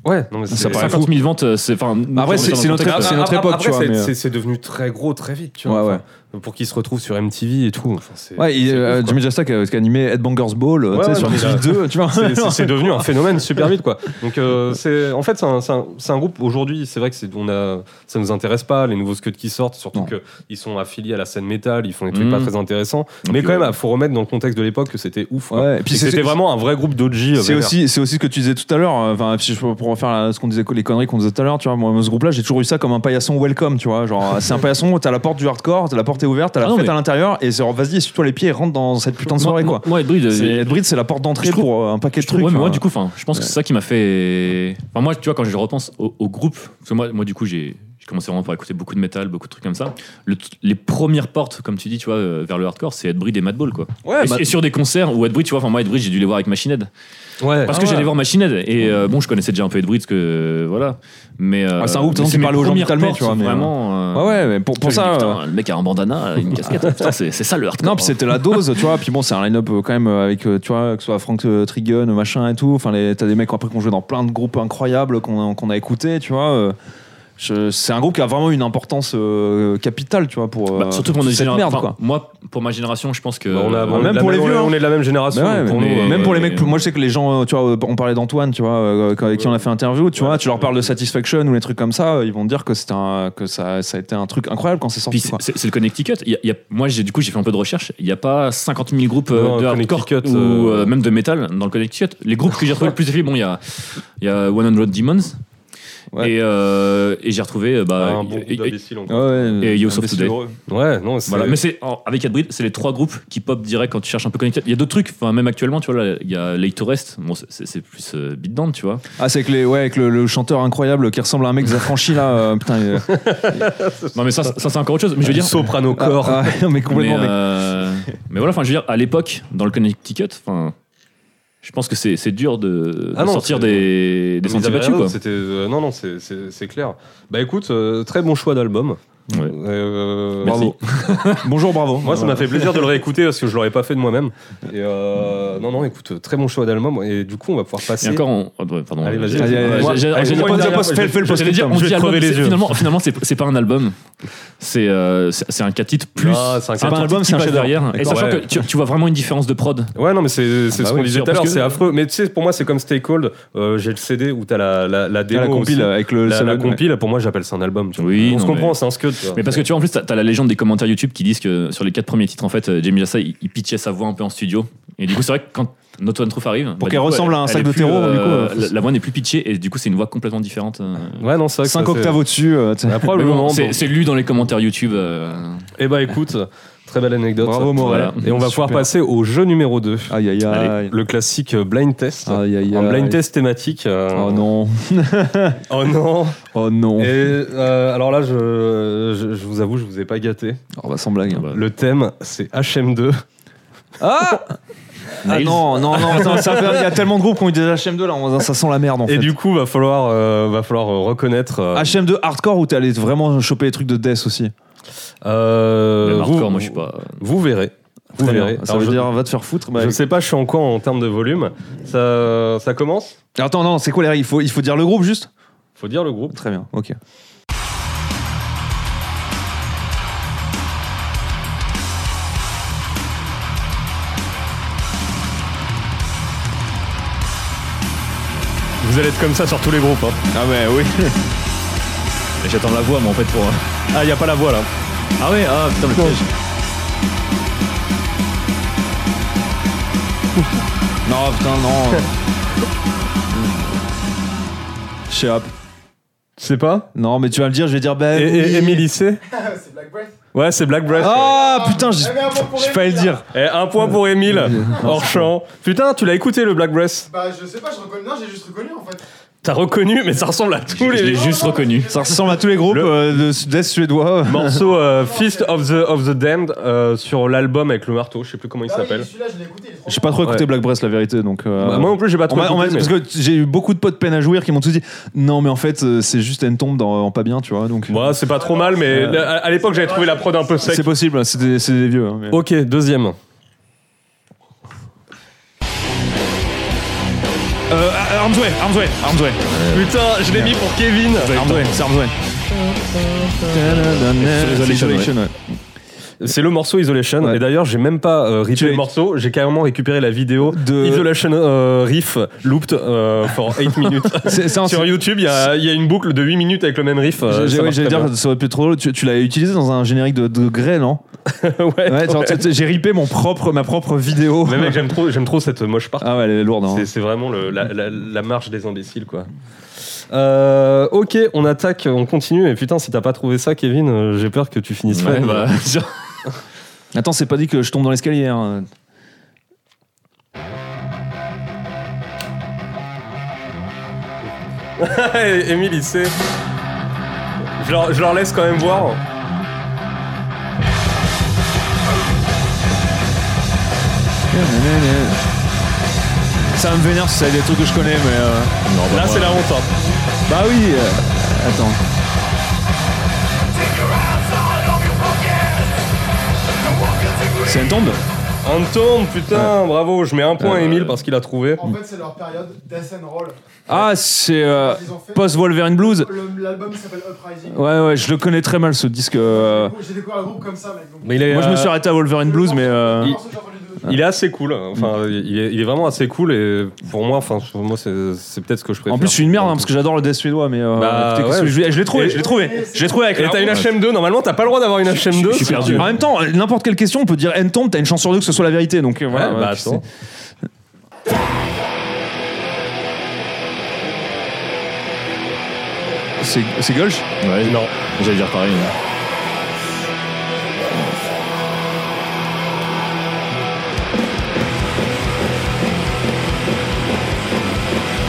A: Ouais. Non, mais c'est-
B: Ça paraît fou. Bah,
C: 50 000 ventes, euh, c'est enfin.
B: Après,
C: dans
B: c'est
C: le
B: c'est notre,
C: contexte,
B: c'est
C: euh,
B: notre
A: Après,
B: époque, tu vois.
A: après,
B: mais,
A: c'est-
B: euh,
A: c'est c'est devenu très gros très vite, tu vois.
B: Ouais,
A: enfin, Pour qu'ils se retrouvent sur MTV et tout. enfin, c'est-
B: Ouais, il,
A: c'est
B: euh,
A: ouf, quoi.
B: Jimmy Jasta qui a, qui a animé Headbangers Ball, euh,
A: Ouais,
B: tu sais,
A: ouais,
B: sur
A: mais il a-
B: Netflix 2, tu vois.
A: C'est- c'est- c'est devenu un phénomène super vite quoi donc euh, c'est en fait c'est un, c'est un- c'est un groupe aujourd'hui c'est vrai que c'est on a ça nous intéresse pas les nouveaux scuds qui sortent surtout
B: Non. Mm.
A: que ils sont affiliés à la scène métal ils font des trucs
C: Mhm.
A: pas très intéressants mais
C: puis,
A: quand
C: ouais.
A: même faut remettre dans le contexte de l'époque que c'était ouf quoi.
B: euh, Ouais, et
A: Et
B: puis
A: que
B: c'est-
A: c'était
B: c'est-
A: vraiment un vrai groupe euh, d'OG
B: C'est aussi, c'est aussi ce que tu disais tout à l'heure. euh, Enfin, puis je- pour refaire la- ce qu'on disait, les conneries qu'on disait tout à l'heure, tu vois. Moi, ce groupe-là, j'ai toujours eu ça comme un paillasson welcome, tu vois. Genre, c'est un paillasson, t'as la porte du hardcore, t'as la porte est ouverte, t'as la
C: Ah non,
B: fête
C: mais-
B: à l'intérieur, et c'est genre, vas-y, essuie-toi les pieds et rentre dans cette putain de soirée,
C: moi,
B: quoi.
C: moi, Ed Breed, euh,
B: C'est- Ed Breed, c'est la porte d'entrée
C: je trouve-
B: pour euh, un paquet de trucs.
C: Ouais, mais moi,
B: enfin.
C: du coup, enfin, je pense que c'est ça qui m'a fait. Enfin, moi, tu vois, quand je repense au, au groupe, parce que moi, moi du coup, j'ai j'ai commencé vraiment par écouter beaucoup de métal, beaucoup de trucs comme ça. Le- les premières portes, comme tu dis, tu vois, euh, vers le hardcore, c'est Headbreed et Madball, quoi.
B: Ouais,
C: et,
B: bah-
C: et sur des concerts où Headbreed, tu vois, enfin, moi, Headbreed, j'ai dû les voir avec Machine Head.
A: ouais
B: Ah
C: Parce que j'allais voir Machine Head. Et euh, bon, je connaissais déjà un peu Headbreed, parce que. euh, voilà. Mais. euh,
B: Ah, c'est un groupe, de toute façon,
C: mais
B: qui
C: c'est mes
B: parlait aux gens
C: premières
B: totalement,
C: portes,
B: tu vois, mais,
C: Vraiment. euh,
B: Ouais, ouais, mais pour, pour
C: je me
B: ça.
C: dis,
B: euh,
C: putain, le mec a un bandana, une casquette. putain, c'est c'est ça le hardcore. hein.
B: Non, puis c'était la dose, tu vois. Puis bon, c'est un line-up euh, quand même euh, avec, euh, tu vois, que ce soit Frank euh, Trigun, machin et tout. Enfin, les- t'as des mecs après qu'on joué dans plein de groupes incroyables qu'on a- qu'on a écouté, tu vois. euh, je- C'est un groupe qui a vraiment une importance euh, capitale, tu vois, pour euh,
C: Bah, surtout pour
B: toute
C: notre
B: cette
C: génération.
B: merde,
C: Enfin,
B: quoi.
C: Moi, pour ma génération, je pense que.
A: Bah, on a-
C: euh,
A: on est
B: même
A: de la
B: pour les
A: même-
B: vieux,
A: on est de la même
B: Mais
A: génération
B: ouais,
A: donc pour
C: mais-
A: nous, euh,
B: Même pour les
C: Ouais,
B: mecs, moi je sais que les gens, euh, tu vois, on parlait d'Antoine, tu vois, euh, avec qui on a fait interview, tu
A: Ouais.
B: vois, tu leur parles de Satisfaction ou les trucs comme ça, euh, ils vont te dire que c'était un, que ça, ça a été un truc incroyable quand c'est sorti.
C: Puis c'est
B: quoi.
C: c'est- c'est le Connecticut. Il y a- il y a- moi, j'ai- du coup, j'ai fait un peu de recherche. Il n'y a pas 50 000 groupes euh,
A: Non,
C: de hardcore
A: Connecticut,
C: ou
A: euh,
C: euh, même de métal dans le Connecticut. Les groupes que j'ai retrouvés le plus affiliés, bon, il y a, il y a 100 Demons.
B: Ouais.
C: Et, euh, et j'ai retrouvé. euh, Bah,
A: un bon
C: et-
A: groupe
C: et-
A: d'imbéciles, encore.
B: Ouais, ouais, euh,
C: et Yo
B: un
C: Soft
B: imbécile
C: Today.
B: heureux.
A: ouais non c'est
C: voilà. Mais c'est en- avec Headbreed, c'est les trois groupes qui pop direct quand tu cherches un peu Connecticut. Il y a d'autres trucs, enfin, même actuellement, tu vois, là, il y a Late to Rest. Bon, c'est- c'est c'est plus euh, beatdown, tu vois.
B: Ah, c'est avec, les, ouais, avec le, le chanteur incroyable qui ressemble à un mec affranchi là. euh, putain, il-
C: Non, mais ça, ça c'est encore autre chose. Mais je veux dire,
A: soprano corps
B: Ah, ah, non, mais complètement.
C: Mais,
B: mec.
C: euh, mais voilà, enfin, je veux dire, à l'époque, dans le Connecticut, enfin, je pense que c'est c'est dur de, de
A: Ah non,
C: sortir
A: c'est-
C: des, des
A: Mais ils
C: sentiers
A: avaient
C: battus,
A: rien
C: quoi.
A: d'autre, c'était- euh, non, non, c'est- c'est c'est clair. Bah écoute, euh, très bon choix d'album.
C: Ouais.
A: Euh,
C: Merci.
A: bravo.
B: Bonjour, bravo.
A: Moi, ça m'a fait plaisir de le réécouter parce que je l'aurais pas fait de moi-même. Et euh, non, non, écoute, très bon choix d'album. Et du coup, on va pouvoir
C: Et
A: passer.
C: encore, on... ah, ouais, pardon.
A: Allez, vas-y.
C: J'ai- j'ai-
B: Allez,
C: j'ai-
A: allez, fais-le, fais-le,
C: j'ai- j'ai- j'ai-
B: fais-le, fais-le,
C: J'allais dire, on
A: je vais
C: dit
A: te
C: album.
A: crever
C: mais
A: les
C: c'est-
A: yeux.
C: Finalement, finalement, c'est c'est pas un album. C'est euh, c'est c'est un 4 titres plus.
A: Ah, c'est un
C: petit
A: quatre
B: album,
C: qui
B: c'est un
C: passe
B: chef-d'œuvre.
C: derrière. Et
A: D'accord,
C: sachant
A: ouais.
C: que tu, tu vois vraiment une différence de prod.
A: Ouais, non, mais c'est c'est
C: bah
A: ce
C: oui,
A: qu'on disait
C: sûr,
A: tout à l'heure,
C: parce que-
A: c'est affreux. Mais tu sais, pour moi, c'est comme Stay Cold. Euh, J'ai le CD où t'as la, la, la démo.
B: la
A: aussi.
B: compile avec le.
A: La,
B: seul-
A: la compile, pour moi, j'appelle ça un album. tu vois.
C: Oui,
A: on se
C: non,
A: comprend,
C: mais-
A: c'est un scud. tu vois.
C: Mais parce que tu vois, en plus, t'as t'as la légende des commentaires YouTube qui disent que sur les 4 premiers titres, en fait, euh, Jamie Jassa, il, il pitchait sa voix un peu en studio. Et du coup, c'est vrai que quand Not One Truth arrive.
B: Pour
C: bah,
B: qu'elle
C: du coup,
B: ressemble à un
C: elle-
B: sac
C: elle
B: de
C: est plus,
B: terreau, du coup, euh,
C: euh, La la voix n'est plus pitchée et du coup, c'est une voix complètement différente. euh.
A: Ouais, non, c'est vrai que ça,
B: 5
A: c'est-
B: octaves au-dessus. euh, tiens.
A: Bah,
C: Mais bon,
A: probablement.
C: c'est c'est lu dans les commentaires YouTube. euh,
A: Et bah, écoute, très belle anecdote.
B: Bravo, Morel.
C: Voilà.
A: Et on va pouvoir
B: Super. Ah,
A: passer au jeu numéro 2.
B: Aïe, aïe, aïe.
A: Le classique euh, blind test.
B: Aïe, aïe,
A: Un
B: aïe.
A: blind test thématique. euh,
B: Oh non.
A: Oh non.
B: Oh non.
A: Et euh, alors là, je, je, je vous avoue, je vous ai pas gâté.
B: Oh bah sans blague.
C: bah,
A: Le thème, c'est HM2.
B: Ah
A: bah.
B: Ah
C: Nails.
B: non, non, non, attends, ça fait- il y a tellement de groupes qui ont eu des HM2 là, on- ça sent la merde en
A: Et
B: fait.
A: du coup, va falloir, euh, va falloir euh, reconnaître. euh,
B: HM2 hardcore ou t'es allé vraiment choper les trucs de death aussi
A: euh,
C: même
A: vous,
C: hardcore, moi, je suis pas. euh.
A: Vous verrez. Vous
B: Très bien.
A: verrez.
B: Ça
A: Alors,
B: veut
A: je,
B: dire va te faire foutre. bah,
A: je sais pas, je suis en quoi en termes de volume. Ça, ça commence
B: Attends, non, c'est quoi les règles il faut, il faut dire le groupe juste
A: Faut dire le groupe.
B: Très bien, ok.
A: Vous allez être comme ça sur tous les groupes. hein.
B: Ah ouais, oui.
C: J'attends la voix, mais en fait, pour. euh,
A: Ah, il a pas la voix là.
C: Ah ouais, ah putain, le piège.
B: non, putain, non. Shut up.
A: Je sais pas.
B: Non, mais tu vas le dire, je vais dire
A: Et,
B: ben. oui.
A: et Emily C
F: C'est Black Breath.
A: Ouais, c'est Black Breath.
B: Ah putain, j'ai
F: Eh ben, bon, pour
B: j'ai
F: Emile,
B: failli le
F: là.
B: dire.
A: Et Eh, un point pour Emile, hors champ. Putain, tu l'as écouté le Black Breath
F: Bah, je sais pas, je reconnais. Non, j'ai juste reconnu en fait.
A: T'as reconnu, mais ça ressemble à tous
C: Je l'ai
A: les
C: juste reconnu.
B: Ça ressemble à tous les groupes
A: Le-
B: euh, de death suédois.
A: morceaux euh, Fist of the, of the Damned euh, sur l'album avec le marteau, je sais plus comment il
F: Ah oui,
A: s'appelle.
F: Celui-là, je l'ai écouté. il est trop
B: J'ai pas trop écouté
A: Ouais.
B: Black Breath, la vérité, donc. euh,
A: Bah, moi non plus, j'ai pas
B: on
A: trop.
B: m'a- on m'a-
A: écouté, mais-
B: Parce que t- j'ai eu beaucoup de potes peine à jouir qui m'ont tous dit non mais en fait euh, c'est juste elle tombe dans en pas bien tu vois donc
A: Ouais, c'est pas
F: Ah
A: trop mal, mais
B: Ouais.
A: à, à l'époque j'avais trouvé la prod un peu sec.
B: c'est possible c'est des, c'est des vieux hein, mais-
A: Ok, deuxième.
B: Euh, Armsway, Armsway, Armsway.
A: Putain, je l'ai mis pour Kevin.
B: Armsway, c'est Armsway.
C: Isolation,
B: Isolation, ouais.
A: C'est le morceau Isolation.
B: Ouais.
A: Et d'ailleurs, j'ai même pas euh,
B: Tu
A: rippé le
B: l'as-
A: morceau, j'ai carrément récupéré la vidéo
B: De-
A: Isolation euh, Riff Looped euh, for 8 minutes.
B: C'est- c'est un-
A: Sur YouTube, il y a, il y a une boucle de 8 minutes avec le même riff. euh,
B: J'ai-
A: ça
B: j'ai- ouais,
A: marche
B: J'allais
A: très
B: dire, ça aurait pu être trop long. Tu, tu l'as utilisé dans un générique de, de Grey, non
A: bien. ouais.
B: Ouais, genre, tu- tu- j'ai ripé mon propre, ma propre vidéo.
A: Mais mec, j'aime trop, j'aime trop cette moche part.
B: Ah ouais, elle est lourde. hein.
A: C'est- C'est vraiment le- la, la- la marche des imbéciles, quoi. Euh, ok, on attaque, on continue. Et putain, si t'as pas trouvé ça, Kevin, euh, j'ai peur que tu finisses
C: Ouais,
A: fan.
C: bah,
B: Attends, c'est pas dit que je tombe dans l'escalier. hein.
A: Ouais, Émile, il sait. bah. Je leur, je leur laisse quand même voir.
B: Ça va me vénère si c'est des trucs que je connais, mais. euh,
A: Là, c'est la honte. hein.
B: Bah oui euh, Attends. C'est une tombe
A: On tombe, putain, bravo. Je mets un point à
B: Euh,
A: Émile parce qu'il a trouvé.
F: bien. En fait, c'est leur période Death and Roll.
B: Ah, c'est euh,
F: Ils ont fait-
B: post-Wolverine Blues.
F: Le- L'album il s'appelle Uprising.
B: Ouais, ouais, je le connais très mal ce disque. euh.
F: J'ai découvert le groupe comme ça, mec. donc-
A: Mais il est,
B: Moi, je me
A: euh,
B: suis arrêté à Wolverine Blues, mais. euh,
F: Le morceau que j'ai entendu de-
A: il est assez cool. hein. Enfin, il est, il est vraiment assez cool. Et pour moi, enfin, pour moi, c'est c'est peut-être ce que je préfère.
B: En plus, je suis une merde hein, parce que j'adore le death suédois, mais. euh,
A: Bah,
B: écoutez, qu'est-ce
A: ouais.
B: que je l'ai- je l'ai trouvé,
A: Et-
B: je l'ai trouvé, je l'ai trouvé avec
A: Et
B: la
A: t'as une
B: honte.
A: HM2. Normalement, t'as pas le droit d'avoir une HM2.
C: je suis perdu.
B: En même temps, euh, n'importe quelle question, on peut dire N tombe, t'as une chance sur deux que ce soit la vérité, donc euh,
A: Ouais,
B: voilà.
A: bah
B: ouais,
A: attends.
B: C'est c'est gauche
C: ouais, non, j'allais dire pareil.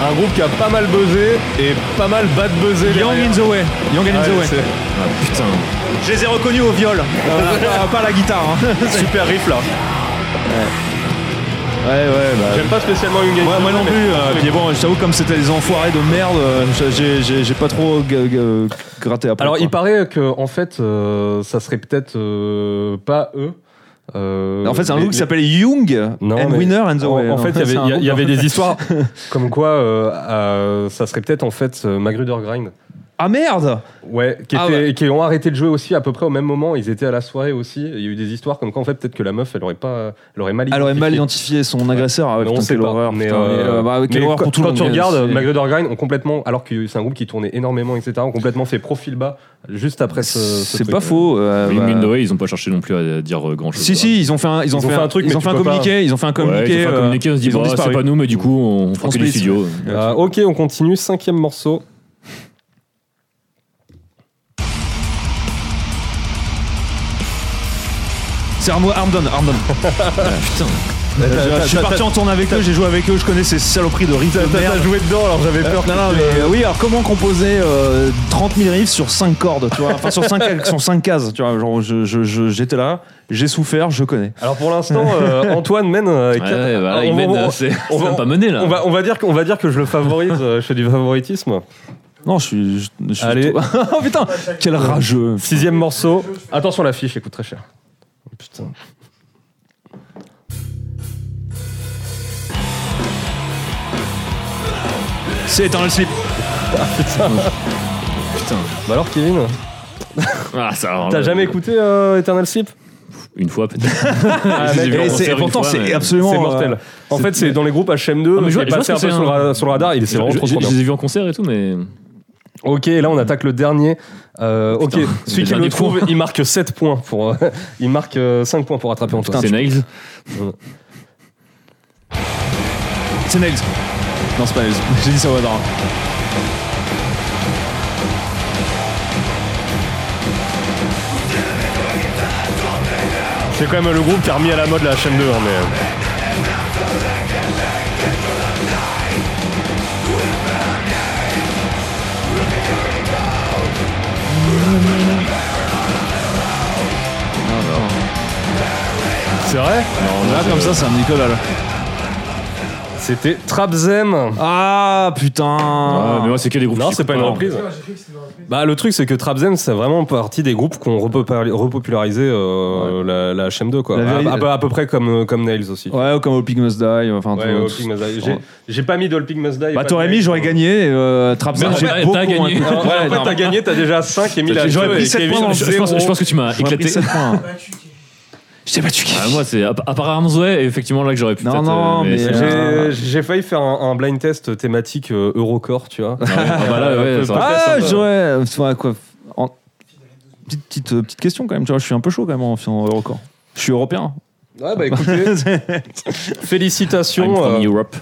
A: Un groupe qui a pas mal buzzé et pas mal bad buzzé.
B: Young
A: derrière.
B: in the way. Young and in the
A: Ouais,
B: way.
A: c'est-
C: Ah putain.
B: Je les ai reconnus au viol, euh, pas, pas à la guitare. hein.
A: Super riff là.
B: Ouais, ouais, bah.
A: J'aime j'aime pas spécialement Young
B: Ouais, moi non plus. euh, puis bon, je t'avoue, comme c'était des enfoirés de merde, euh, j'ai- j'ai j'ai pas trop euh, g- g- gratté après.
A: Alors,
B: quoi.
A: il paraît que en fait, euh, ça serait peut-être euh, pas eux. euh,
B: en fait, c'est un
A: mais-
B: loup qui s'appelle Young
A: Non,
B: and
A: mais-
B: Winner and the
A: En,
B: Way.
A: en
B: Non,
A: fait, il y avait-
B: c'est un
A: il y,
B: groupe,
A: avait
B: en fait.
A: des histoires comme quoi euh, euh, ça serait peut-être en fait euh, Magruder Grind.
B: Ah merde
A: Ouais, qui,
B: Ah
A: étaient- qui ont arrêté de jouer aussi à peu près au même moment. Ils étaient à la soirée aussi. Il y a eu des histoires comme quoi en fait peut-être que la meuf elle aurait pas, elle aurait mal.
B: Elle aurait mal
A: identifié.
B: identifié son agresseur. Ah ouais,
A: Mais
B: putain,
A: on sait
B: quelle
A: pas.
B: horreur.
A: mais,
B: putain,
A: euh,
B: mais, euh, bah, quelle
A: mais
B: horreur
A: quand,
B: pour tout le
A: quand
B: monde.
A: tu
B: mais
A: regardes
B: c'est-
A: McGregor Grind, ont complètement, alors que c'est un groupe qui tournait énormément, etc., ont complètement fait profil bas juste après ce. ce
B: C'est
A: truc.
B: pas faux.
A: Ah,
B: euh,
C: Oui,
B: bah,
C: mine de rien, ils ont pas cherché non plus à dire grand chose.
B: Si, si, ils ont fait un, ils ont fait un truc, ils
A: mais
B: ont
A: tu
B: fait un
A: peux pas-
B: communiqué. Ils ont fait un communiqué.
C: ils ont fait un
B: euh,
C: communiqué, on se dit,
B: ils ont
C: bah, c'est
B: disparu.
C: pas nous, mais du coup, on fera que
B: split.
C: les studios.
A: Euh, ok, on continue. Cinquième morceau.
B: C'est Armo Armdon, Armdon.
C: Putain.
B: Ah, Euh, Je suis parti en tournée avec eux, j'ai joué avec eux, je connais ces saloperies de rythme. de merde.
A: joué dedans, alors j'avais peur.
B: Non, non, mais euh, oui, alors comment composer euh, 30 000 riffs sur 5 cordes, tu vois, enfin sur 5, sur cinq cases, tu vois, genre je- je- je- j'étais là, j'ai souffert, je connais.
A: Alors pour l'instant, euh, Antoine mène. euh,
C: Ouais, ouais, bah, là,
A: on,
C: ils mènent,
A: on-
C: euh, c'est
A: on
C: c'est
A: va-
C: même pas mené là.
A: on va, on va dire qu'on va dire que je le favorise. euh, je fais du favoritisme.
B: Non, je suis. je- je suis-
A: Allez.
B: oh putain, quel rageux.
A: Sixième morceau. Attention l'affiche, elle coûte très cher. Putain.
B: C'est Eternal Sleep.
A: Bah alors Kevin,
C: Ah, ça,
A: t'as
C: euh,
A: jamais écouté euh, Eternal Sleep
C: Une fois peut-être.
A: mec,
C: J'ai vu en
B: Et, c'est-
C: concert
B: et
C: une
B: pourtant,
C: fois,
B: c'est
C: mais-
B: absolument.
A: C'est mortel.
B: euh,
A: en
B: c'est-
A: fait, c'est dans les groupes HM2.
C: Ah, mais je
A: je
C: vois- je vois
A: passé
C: ce
A: un
C: que
A: peu
C: c'est,
A: sur, le
C: hein.
A: ra- sur le radar. Il est
C: Je
A: c'est vraiment trop, trop
C: je-
A: bien.
C: je les ai vus en concert et tout, mais.
A: Ok, là on attaque le dernier. Euh, ok, celui
C: Putain, le
A: qui le
C: dernier
A: trouve,
C: point.
A: il marque 7 points. Pour, euh, il marque euh, 5 points pour attraper Antoine.
C: C'est Nails.
B: C'est Nails. Non, c'est pas Nails. J'ai dit ça au hasard.
A: C'est quand même le groupe qui a remis à la mode la chaîne 2. hein, mais... euh. C'est vrai Ah,
B: Là, comme ça, c'est un Nicolas. là.
A: C'était Trapzem.
B: Ah putain.
C: Ah, mais moi, c'est que des groupes.
A: Non,
C: qui
A: c'est pas une
C: coupent
A: reprise.
F: Ah, j'ai cru que c'était une reprise.
A: Bah, le truc, c'est que Trapzem, c'est vraiment partie des groupes qui ont repopula- repopularisé euh, la, la HM2, quoi.
B: La
A: À,
B: vérité-
A: à peu- à peu près comme, euh, comme Nails aussi.
B: Ouais, ou comme All Pig Must Die. Enfin,
A: Ouais,
B: tout-
A: All
B: tout-
A: Pig Must Die. J'ai- J'ai pas mis d'All Pig Must Die. et
B: Bah,
A: pas
B: t'aurais
A: de
B: mis,
A: Nails. hein.
B: j'aurais gagné. Euh, Trap Zone,
C: Mais
B: j'ai
C: t'as-
B: beaucoup
C: t'as
B: moins
C: gagné.
B: de-
A: Alors,
B: Ouais,
A: en fait,
B: non,
A: t'as gagné, t'as déjà 5 et mis la
B: J'aurais
A: deux,
B: pris
A: et
B: sept
A: Kevin,
B: points dans le
C: Je, je pense, je pense que tu m'as
B: j'aurais pris
C: éclaté.
B: sept points.
F: Ouais, tu kiffes.
B: Je t'ai battu,
C: Ah, moi, c'est à, à part Armsway, effectivement, là que j'aurais pu.
B: Non,
C: peut-être,
B: non,
C: euh,
B: mais
C: c'est-
B: j'ai-
A: J'ai- J'ai failli faire un, un blind test thématique euh, Eurocore, tu vois.
C: Ah, ouais, ah, bah là, ouais, ça aurait été
B: Ah,
C: sympa.
B: j'aurais. enfin, quoi, en- Petite, petite, euh, petite question quand même, tu vois, je suis un peu chaud quand même en en Eurocore. Je suis européen.
A: Ouais, bah écoutez,
B: Ah,
C: I'm
A: félicitations,
C: from
A: euh,
C: Europe.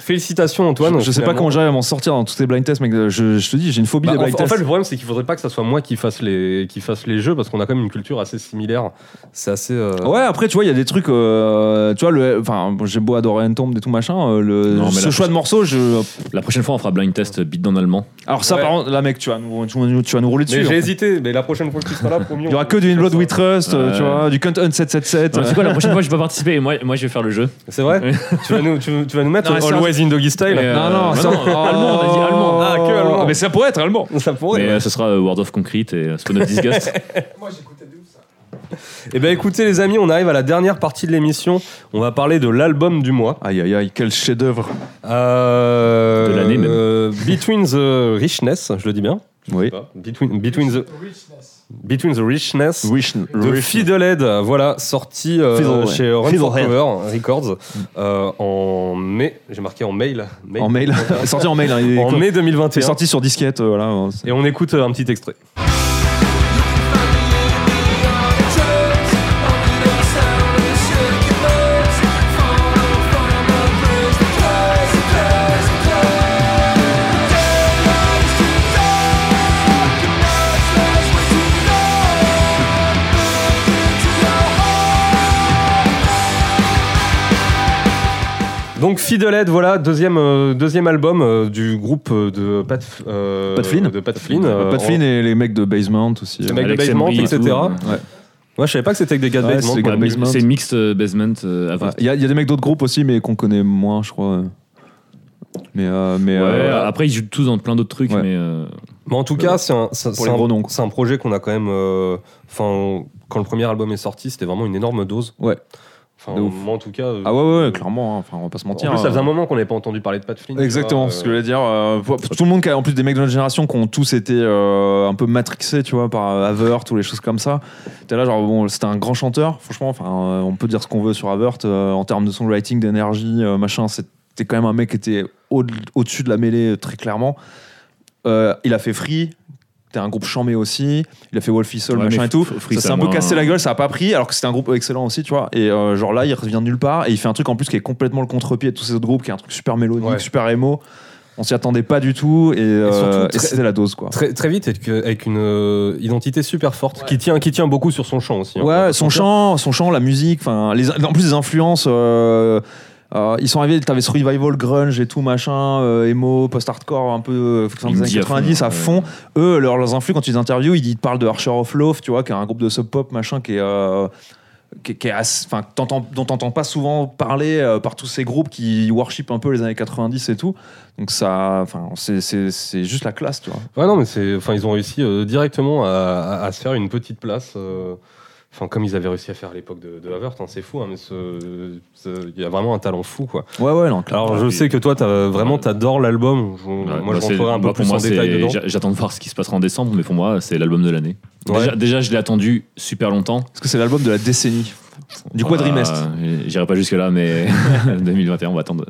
A: félicitations Antoine.
B: je, je sais pas
A: finalement.
B: comment j'arrive à m'en sortir dans tous ces blind tests, mec. Je, je te dis, j'ai une phobie
A: Bah,
B: des
A: en,
B: blind
A: en
B: tests.
A: fait, le problème, c'est qu'il faudrait pas que ça soit moi qui fasse les, qui fasse les jeux parce qu'on a quand même une culture assez similaire. C'est assez. euh,
B: Ouais, après, tu vois, il y a des trucs. euh, tu vois, le, enfin, bon, j'ai beau adorer Entombed et tout machin. euh, le,
C: Non, mais
B: ce
C: là,
B: choix de morceaux, je.
C: La prochaine fois, on fera blind test beat en allemand.
B: Alors, ça,
A: Ouais.
B: par contre, là, mec, tu vas nous, tu, tu vas nous rouler dessus.
A: Mais
B: en
A: j'ai
B: fait.
A: hésité, mais la prochaine fois que tu seras là, promis.
B: Il y aura que du In Blood We Trust, euh,
C: Ouais.
B: tu vois, du Cunt Un 777.
C: C'est quoi la prochaine fois Je vais pas participer. Et moi, moi, je vais faire le jeu.
A: C'est vrai tu, vas nous, tu, tu vas nous mettre
B: Non, mais c'est
A: Always in Doggy Style
C: Et, euh,
B: Non, non,
C: bah
B: c'est-
C: non, allemand, on a dit allemand.
A: Ah, que allemand.
B: mais ça pourrait être allemand.
A: Ça pourrait.
C: Mais euh, ce sera euh, World of Concrete et euh, Spawn of Disgust.
F: Moi, j'écoutais de ouf ça.
A: Eh ben écoutez les amis, on arrive à la dernière partie de l'émission. On va parler de l'album du mois.
B: Aïe, aïe, aïe, quel chef-d'œuvre.
A: Euh,
C: De l'année même.
A: euh, Between the Richness, je le dis bien.
B: Oui.
A: Between, between, the,
F: Richness.
A: between the Richness.
B: Wish.
A: De Fiddlehead, voilà, sorti euh,
B: Fiddle, ouais.
A: chez Run for
B: Fiddlehead.
A: Cover Records euh, en mai, j'ai marqué en mail, mail.
B: En mail. sorti en mail. hein, il est
A: en
B: quoi.
A: mai
B: C'est
A: 2021.
B: sorti sur disquette, euh, voilà. hein, c'est-
A: Et on écoute euh, un petit extrait. Donc Fiddlehead, voilà, deuxième, euh, deuxième album euh, du groupe euh, de Pat, F- euh,
B: Pat Flynn.
A: De Pat Flynn. euh,
B: Pat Flynn et les mecs de Basement aussi. euh.
A: Les mecs de
C: Alex
A: Basement,
C: Emery et
A: etc.
C: tout,
A: Ouais.
C: euh,
A: Moi, je savais pas que c'était avec des gars de
B: Ouais,
A: basement.
B: c'est
A: quoi.
B: Gars Basement. Ah,
C: C'est mixed euh, basement euh, avant.
B: Ouais, Il y, a- il y a des mecs d'autres groupes aussi, mais qu'on connaît moins, je crois. euh. Mais, euh, mais
C: Ouais,
B: euh,
A: ah,
C: Après, ils jouent tous dans plein d'autres trucs,
B: Ouais.
C: mais. euh,
A: Mais en tout cas, c'est un, c'est-
B: Pour
A: c'est
B: les
A: un-
B: gros noms, quoi.
A: c'est un projet qu'on a quand même. euh, Enfin, on- quand le premier album est sorti, c'était vraiment une énorme dose.
B: Ouais.
A: Enfin,
B: De ouf.
A: moi, en tout cas. euh,
B: ah ouais, ouais, ouais, clairement. hein. Enfin, on va pas se
A: En
B: mentir.
A: plus, ça
B: euh.
A: faisait un moment qu'on n'avait pas entendu parler de Pat Flynn. tu
B: Exactement,
A: vois,
B: ce
A: euh,
B: que je voulais dire. euh, pour- pour tout le monde, qui a- en plus des mecs de notre génération, qui ont tous été euh, un peu matrixés, tu vois, par euh, Avert ou les choses comme ça. T'es là, genre, bon, c'était un grand chanteur, franchement, enfin, euh, on peut dire ce qu'on veut sur Avert, euh, en termes de songwriting, d'énergie, euh, machin, c'était quand même un mec qui était au- au-dessus de la mêlée, euh, très clairement. Euh, il a fait Free, t'es un groupe chambé aussi, il a fait Wolfie Soul,
C: Ouais,
B: machin
C: mais
B: et tout.
C: F- hein. Free,
B: ça
C: ça
B: s'est un peu
C: moins-
B: cassé la gueule, ça a pas pris, alors que c'était un groupe excellent aussi, tu vois. Et euh, genre là, il revient de nulle part, et il fait un truc en plus qui est complètement le contre-pied de tous ces autres groupes, qui est un truc super mélodique,
A: Ouais.
B: super émo. On s'y attendait pas du tout, et, euh,
A: surtout,
B: et
A: très-
B: c'était la dose, quoi.
A: Très, très vite, avec, avec une euh, identité super forte qui, tient, qui tient beaucoup sur son chant aussi. hein.
B: Ouais, son chant, son chant, la musique, enfin, les, en plus les influences. euh, euh, ils sont arrivés, t'avais ce revival grunge et tout machin, euh, emo, post-hardcore, un peu euh, fin des
C: Indie
B: années
C: à
B: 90 à
C: fond,
B: fond.
C: ouais.
B: Eux, leurs, leurs influx quand ils interviewent, ils, ils parlent de Archer of Love, tu vois, qui est un groupe de sub pop machin qui est, euh, qui, qui est assez- enfin, que t'entends- dont t'entends pas souvent parler euh, par tous ces groupes qui worshipent un peu les années 90 et tout. Donc ça, enfin, c'est- c'est c'est juste la classe, tu vois.
A: Ouais, non, mais c'est. Enfin, ils ont réussi euh, directement à, à- à se faire une petite place. euh, Enfin, comme ils avaient réussi à faire à l'époque de, de Havert, hein, c'est fou, hein, mais ce- ce- il y a vraiment un talent fou, quoi.
B: Ouais, ouais, non,
A: Alors,
C: Ouais,
A: je
C: puis-
A: sais que toi, t'as, euh, vraiment, t'adores l'album. Je- moi,
C: Ouais, bah,
A: je
C: c'est-
A: rentrerai un peu
C: moi,
A: plus
C: pour moi,
A: en
C: c'est-
A: détail dedans.
C: j'a- J'attends de voir ce qui se passera en décembre, mais pour moi, c'est l'album de l'année.
A: Ouais.
C: Déjà, déjà, je l'ai attendu super longtemps.
B: Parce que c'est l'album de la décennie, du quadrimestre.
C: Euh, Ah, J'irai pas jusque là, mais 2021, on va attendre.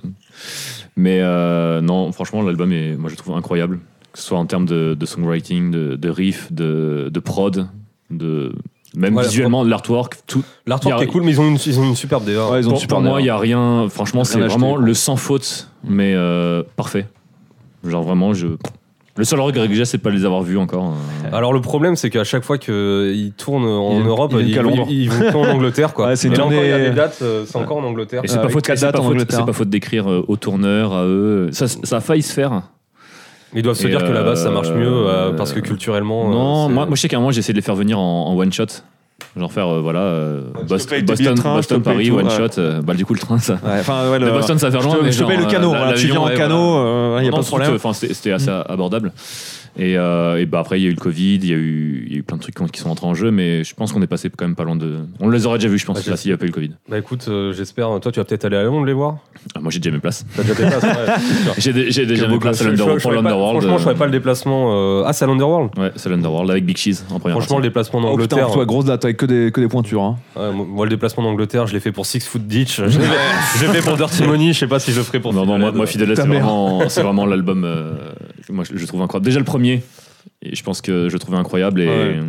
C: Mais euh, non, franchement, l'album est, moi, je le trouve incroyable, que ce soit en termes de, de songwriting, de, de riff, de, de prod, de même
A: Ouais,
C: visuellement, de l'artwork, tout.
A: L'artwork
C: Il y a-
A: est cool, mais ils ont une, ils ont une superbe DA.
B: Ouais, ils ont
C: pour,
B: super
C: pour moi,
B: derrière.
C: il y a rien. Franchement, c'est
B: à acheter,
C: vraiment
B: quoi.
C: le sans faute, mais euh, parfait. Genre vraiment, je. Le seul regret que j'ai, c'est de pas les avoir vus encore. euh.
A: Alors le problème, c'est qu'à chaque fois qu'ils tournent en
B: Ils-
A: Europe,
B: ils viennent
A: ils,
B: qu'à Londres.
A: ils, ils vont qu'en Angleterre, quoi.
B: Ouais, c'est
A: Et
B: une
A: là encore, il y a
B: tournée-
A: des dates, euh, c'est encore en Angleterre.
C: Et c'est
B: Euh,
C: pas
B: avec
C: faute,
B: quatre
C: et c'est
B: dates
C: pas
B: en
C: faute-
B: Angleterre.
C: c'est pas faute d'écrire euh, aux tourneurs, à eux. Ça, ça a failli se faire.
A: Mais Ils doivent se
C: Et
A: dire que là-bas, ça marche mieux euh,
C: euh,
A: parce que culturellement.
C: non,
A: euh, c'est-
C: moi, moi je sais qu'à un moment j'ai essayé de les faire venir en, en one shot. Genre faire, euh, voilà, euh,
B: Je te
C: Bost-
B: paye tes billets
C: Boston,
B: de train, je te
C: Boston,
B: paye
C: Paris,
B: tout,
C: one
B: ouais.
C: shot. euh, bah, du coup, le train, ça.
B: Ouais, enfin, ouais,
C: De
B: le-
C: Boston, ça va faire loin.
B: je te,
C: mais
B: je te
C: genre,
B: paye le
C: euh,
B: canot, hein,
C: la-
B: voilà, tu viens
C: l'avion,
B: en
C: ouais, voilà.
B: canot, il n'y a
C: Non,
B: pas de
C: surtout que,
B: problème.
A: euh,
B: Mm.
C: enfin, c'était c'était assez abordable. Et, euh, et bah après, il y a eu le Covid, il y, a eu- il y a eu plein de trucs qui ont- qui sont entrés en jeu, mais je pense qu'on est passé quand même pas loin de. On les aurait déjà vus, je pense,
A: Ouais,
C: là,
A: c'est-
C: s'il n'y a pas eu le Covid.
A: Bah écoute, euh, j'espère. Toi, tu vas peut-être aller à Londres les voir.
C: Ah, moi, j'ai déjà mes places.
A: T'as déjà tes places, ouais, c'est sûr.
C: J'ai dé- j'ai déjà mes places à
A: Je- je-
C: l'Underworld
A: je
C: pour
A: ferais pas-
C: l'Underworld.
A: Franchement, je
C: euh,
A: ferais pas le déplacement. euh, Ah, c'est à l'Underworld.
C: Ouais, c'est l'Underworld avec Big Cheese en première
A: Franchement, le
C: partie.
A: déplacement en
B: Oh putain,
A: Angleterre.
B: toi, grosse date avec que des, que des pointures. hein.
A: Ouais, moi- moi, le déplacement en Angleterre, je l'ai fait pour Six Foot Ditch. Je l'ai je l'ai fait pour Dirty Money. Je sais pas si je le ferai pour.
C: Non, non, moi,
A: Fidelade.
C: moi Fidelette,
B: Ta
C: c'est
B: mère.
C: vraiment, c'est vraiment l'album euh, que moi je, je trouve incroyable. Déjà le premier, et je pense que je le trouvais incroyable. Et, euh,
B: Ouais.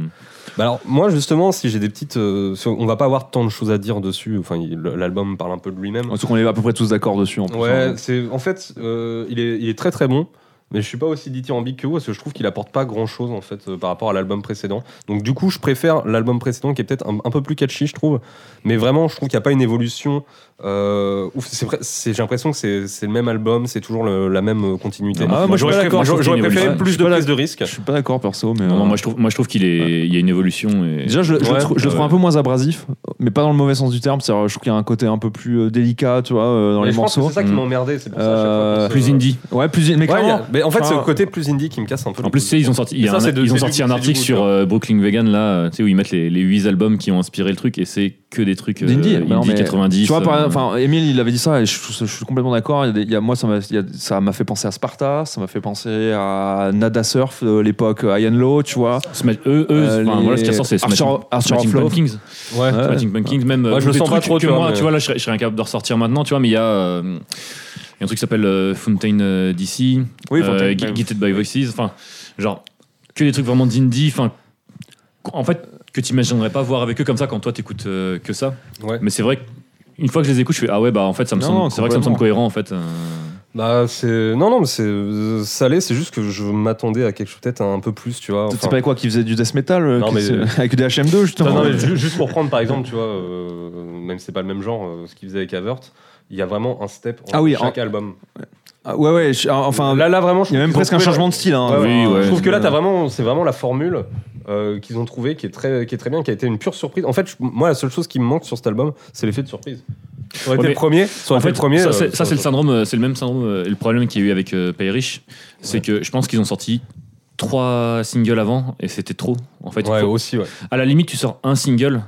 A: Bah alors moi justement si j'ai des petites euh, sur- on va pas avoir tant de choses à dire dessus enfin il- l'album parle un peu de lui-même
B: Surtout qu'on est à peu près tous d'accord dessus. En plus,
A: ouais
B: hein.
A: c'est en fait euh, il, est, il est très très bon mais je suis pas aussi dithyrambique que vous parce que je trouve qu'il apporte pas grand chose en fait euh, par rapport à l'album précédent donc du coup je préfère l'album précédent qui est peut-être un, un peu plus catchy je trouve mais vraiment je trouve qu'il n'y a pas une évolution euh, ouf, c'est vrai- c'est- j'ai l'impression que c'est c'est le même album c'est toujours le- la même euh, continuité
C: Ah,
B: moi, je suis
A: j'aurais
B: pas
A: préféré-
B: d'accord, je
A: j'aurais-
C: trouve
A: j'aurais
C: qu'il y a une
A: préféré
C: évolution.
A: plus de prise de risque
B: Je suis pas d'accord perso, mais.
C: Non, non,
B: euh,
C: moi je trouve, moi je trouve qu'il est, il y a une évolution. Et...
B: Déjà, je, je
A: Ouais.
B: le trou- je le trouve un peu moins abrasif, mais pas dans le mauvais sens du terme. C'est-à-dire, je trouve qu'il y a un côté un peu plus euh, délicat, tu vois, euh, dans
A: Mais
B: les
A: je pense que
B: morceaux.
A: c'est ça qui
C: Mm.
A: m'a emmerdé c'est pour ça à chaque
B: Euh,
A: fois qu'on se-
C: plus indie.
B: Ouais, plus. Mais
A: Ouais,
B: clairement,
A: il y a- mais en fait,
B: enfin,
A: c'est le côté plus indie qui me casse un peu.
C: En plus, tu sais, ils ont sorti, il y a
A: Mais ça,
C: un-
A: c'est de-
C: ils ont
A: c'est
C: sorti
A: du-
C: un
A: c'est du
C: article
A: goût,
C: sur
A: ça.
C: euh, Brooklyn Vegan là, tu sais où ils mettent les, les 8 albums qui ont inspiré le truc et c'est que des trucs euh,
B: D'indie,
C: indie
B: mais non, mais
C: 90.
B: Tu vois, par
C: euh,
B: exemple, enfin, Emile, il avait dit ça, et je, je- je suis complètement d'accord. Il y a des- il y a- moi, ça m'a- il y a- ça m'a fait penser à Sparta, ça m'a fait penser à Nada Surf de l'époque euh, Ian Low, tu vois.
C: Smash- eux, eux
B: Euh,
C: enfin,
B: les-
C: voilà ce qui ressort, c'est
B: Archer-
C: Smashing-
B: Archer
C: Smashing
B: of Love.
C: Pumpkins.
A: Ouais.
C: Smashing Pumpkins, même.
A: Ouais,
C: euh,
A: je le
C: des
A: sens pas
C: trucs
A: trop,
C: que
A: tu vois,
C: moi,
A: mais-
C: tu vois, là, je serais, je serais incapable de ressortir maintenant, tu vois, mais il y a. euh, il y a un truc qui s'appelle euh, Fountain euh, DC,
A: Oui,
C: euh,
A: Fountain,
C: Gu-
A: ouais.
C: Guided by Voices, enfin, genre, que des trucs vraiment d'indie, enfin, en fait, que tu imaginerais pas voir avec eux comme ça quand toi t'écoutes euh, que ça.
A: Ouais.
C: Mais c'est vrai qu'une fois que je les écoute, je fais, ah ouais, bah en fait, ça me
B: Non,
C: semble, c'est vrai que ça me semble cohérent, en fait. euh,
A: Bah, c'est. Non, non, mais c'est euh, salé, c'est juste que je m'attendais à quelque chose peut-être un peu plus, tu vois.
B: C'est
A: enfin.
B: pas quoi qui faisait du death metal euh,
A: Non,
B: qui
A: mais-
B: se- avec des HM2
A: Non,
B: justement.
A: non, mais ju- juste pour prendre par exemple, tu vois, euh, même si c'est pas le même genre, euh, ce qu'ils faisaient avec Avert, il y a vraiment un step entre
B: Ah oui,
A: chaque album.
B: Ah, ouais ouais, je- ah, enfin
A: là, là, vraiment, je
B: il y
A: trouve
B: a même
A: qu'ils ont
B: presque un
A: trouvé
B: changement
A: la-
B: de style hein.
A: Ouais, ouais.
C: Oui, ouais.
A: Je trouve que là, t'as vraiment, c'est vraiment la formule euh, qu'ils ont trouvé qui est, très, qui est très bien, qui a été une pure surprise. En fait, je- moi, la seule chose qui me manque sur cet album, c'est l'effet de surprise. Ça aurait
C: Ouais,
A: été
C: mais
A: le premier. Ça aurait
C: En
A: été
C: fait,
A: le premier.
C: ça,
A: euh,
C: c'est, ça, c'est le
A: aurait-
C: syndrome, euh, c'est le même syndrome euh, et le problème qu'il y a eu avec euh, Payrich, c'est que je pense qu'ils ont sorti trois singles avant et c'était trop. En fait,
A: Ouais,
C: Faut-
A: aussi, ouais.
C: à la limite, tu sors un single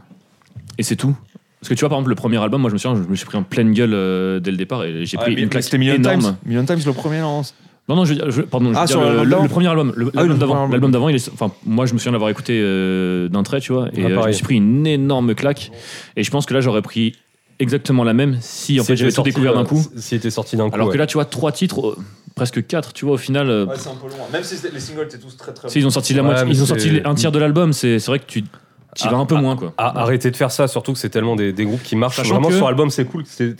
C: et c'est tout. Parce que tu vois, par exemple, le premier album, moi, je me souviens, je me suis pris en pleine gueule euh, dès le départ et j'ai pris une claque
B: Ah, C'était Million
C: énorme.
B: Times. Million Times, le premier, hein, non
C: Non, non, je, veux dire- je- pardon, je veux
B: Ah,
C: dire
B: sur
C: le,
B: l'album
C: le-
B: d'avant
C: le premier album. le-
B: Ah oui,
C: L'album
B: le premier
C: d'avant,
B: album.
C: l'album d'avant, il est. Enfin, moi, je me souviens l'avoir écouté euh, d'un trait, tu vois, et
A: Ah,
C: euh, je me
A: pareil.
C: suis pris une énorme claque. Et je pense que là, j'aurais pris exactement la même si en fait
A: S'il
C: j'avais
A: était
C: tout découvert
A: sorti,
C: d'un coup.
A: euh, S'il était sorti d'un coup.
C: Alors que
A: ouais.
C: là, tu vois, trois titres, euh, presque quatre, tu vois, au final. euh,
B: c'est un peu loin. Même si les singles étaient tous très très
C: tu sais, ils ont sorti la
A: Ouais,
C: moitié,
A: mais
C: ils ont
A: c'est-
C: sorti un tiers de l'album. C'est c'est vrai que tu, tu
A: Ah,
C: vas un peu
A: ah,
C: moins, quoi.
A: Ah, arrêtez de faire ça, surtout que c'est tellement des, des groupes qui marchent.
C: Sachant
A: Vraiment,
C: que-
A: sur album, c'est cool. que C'est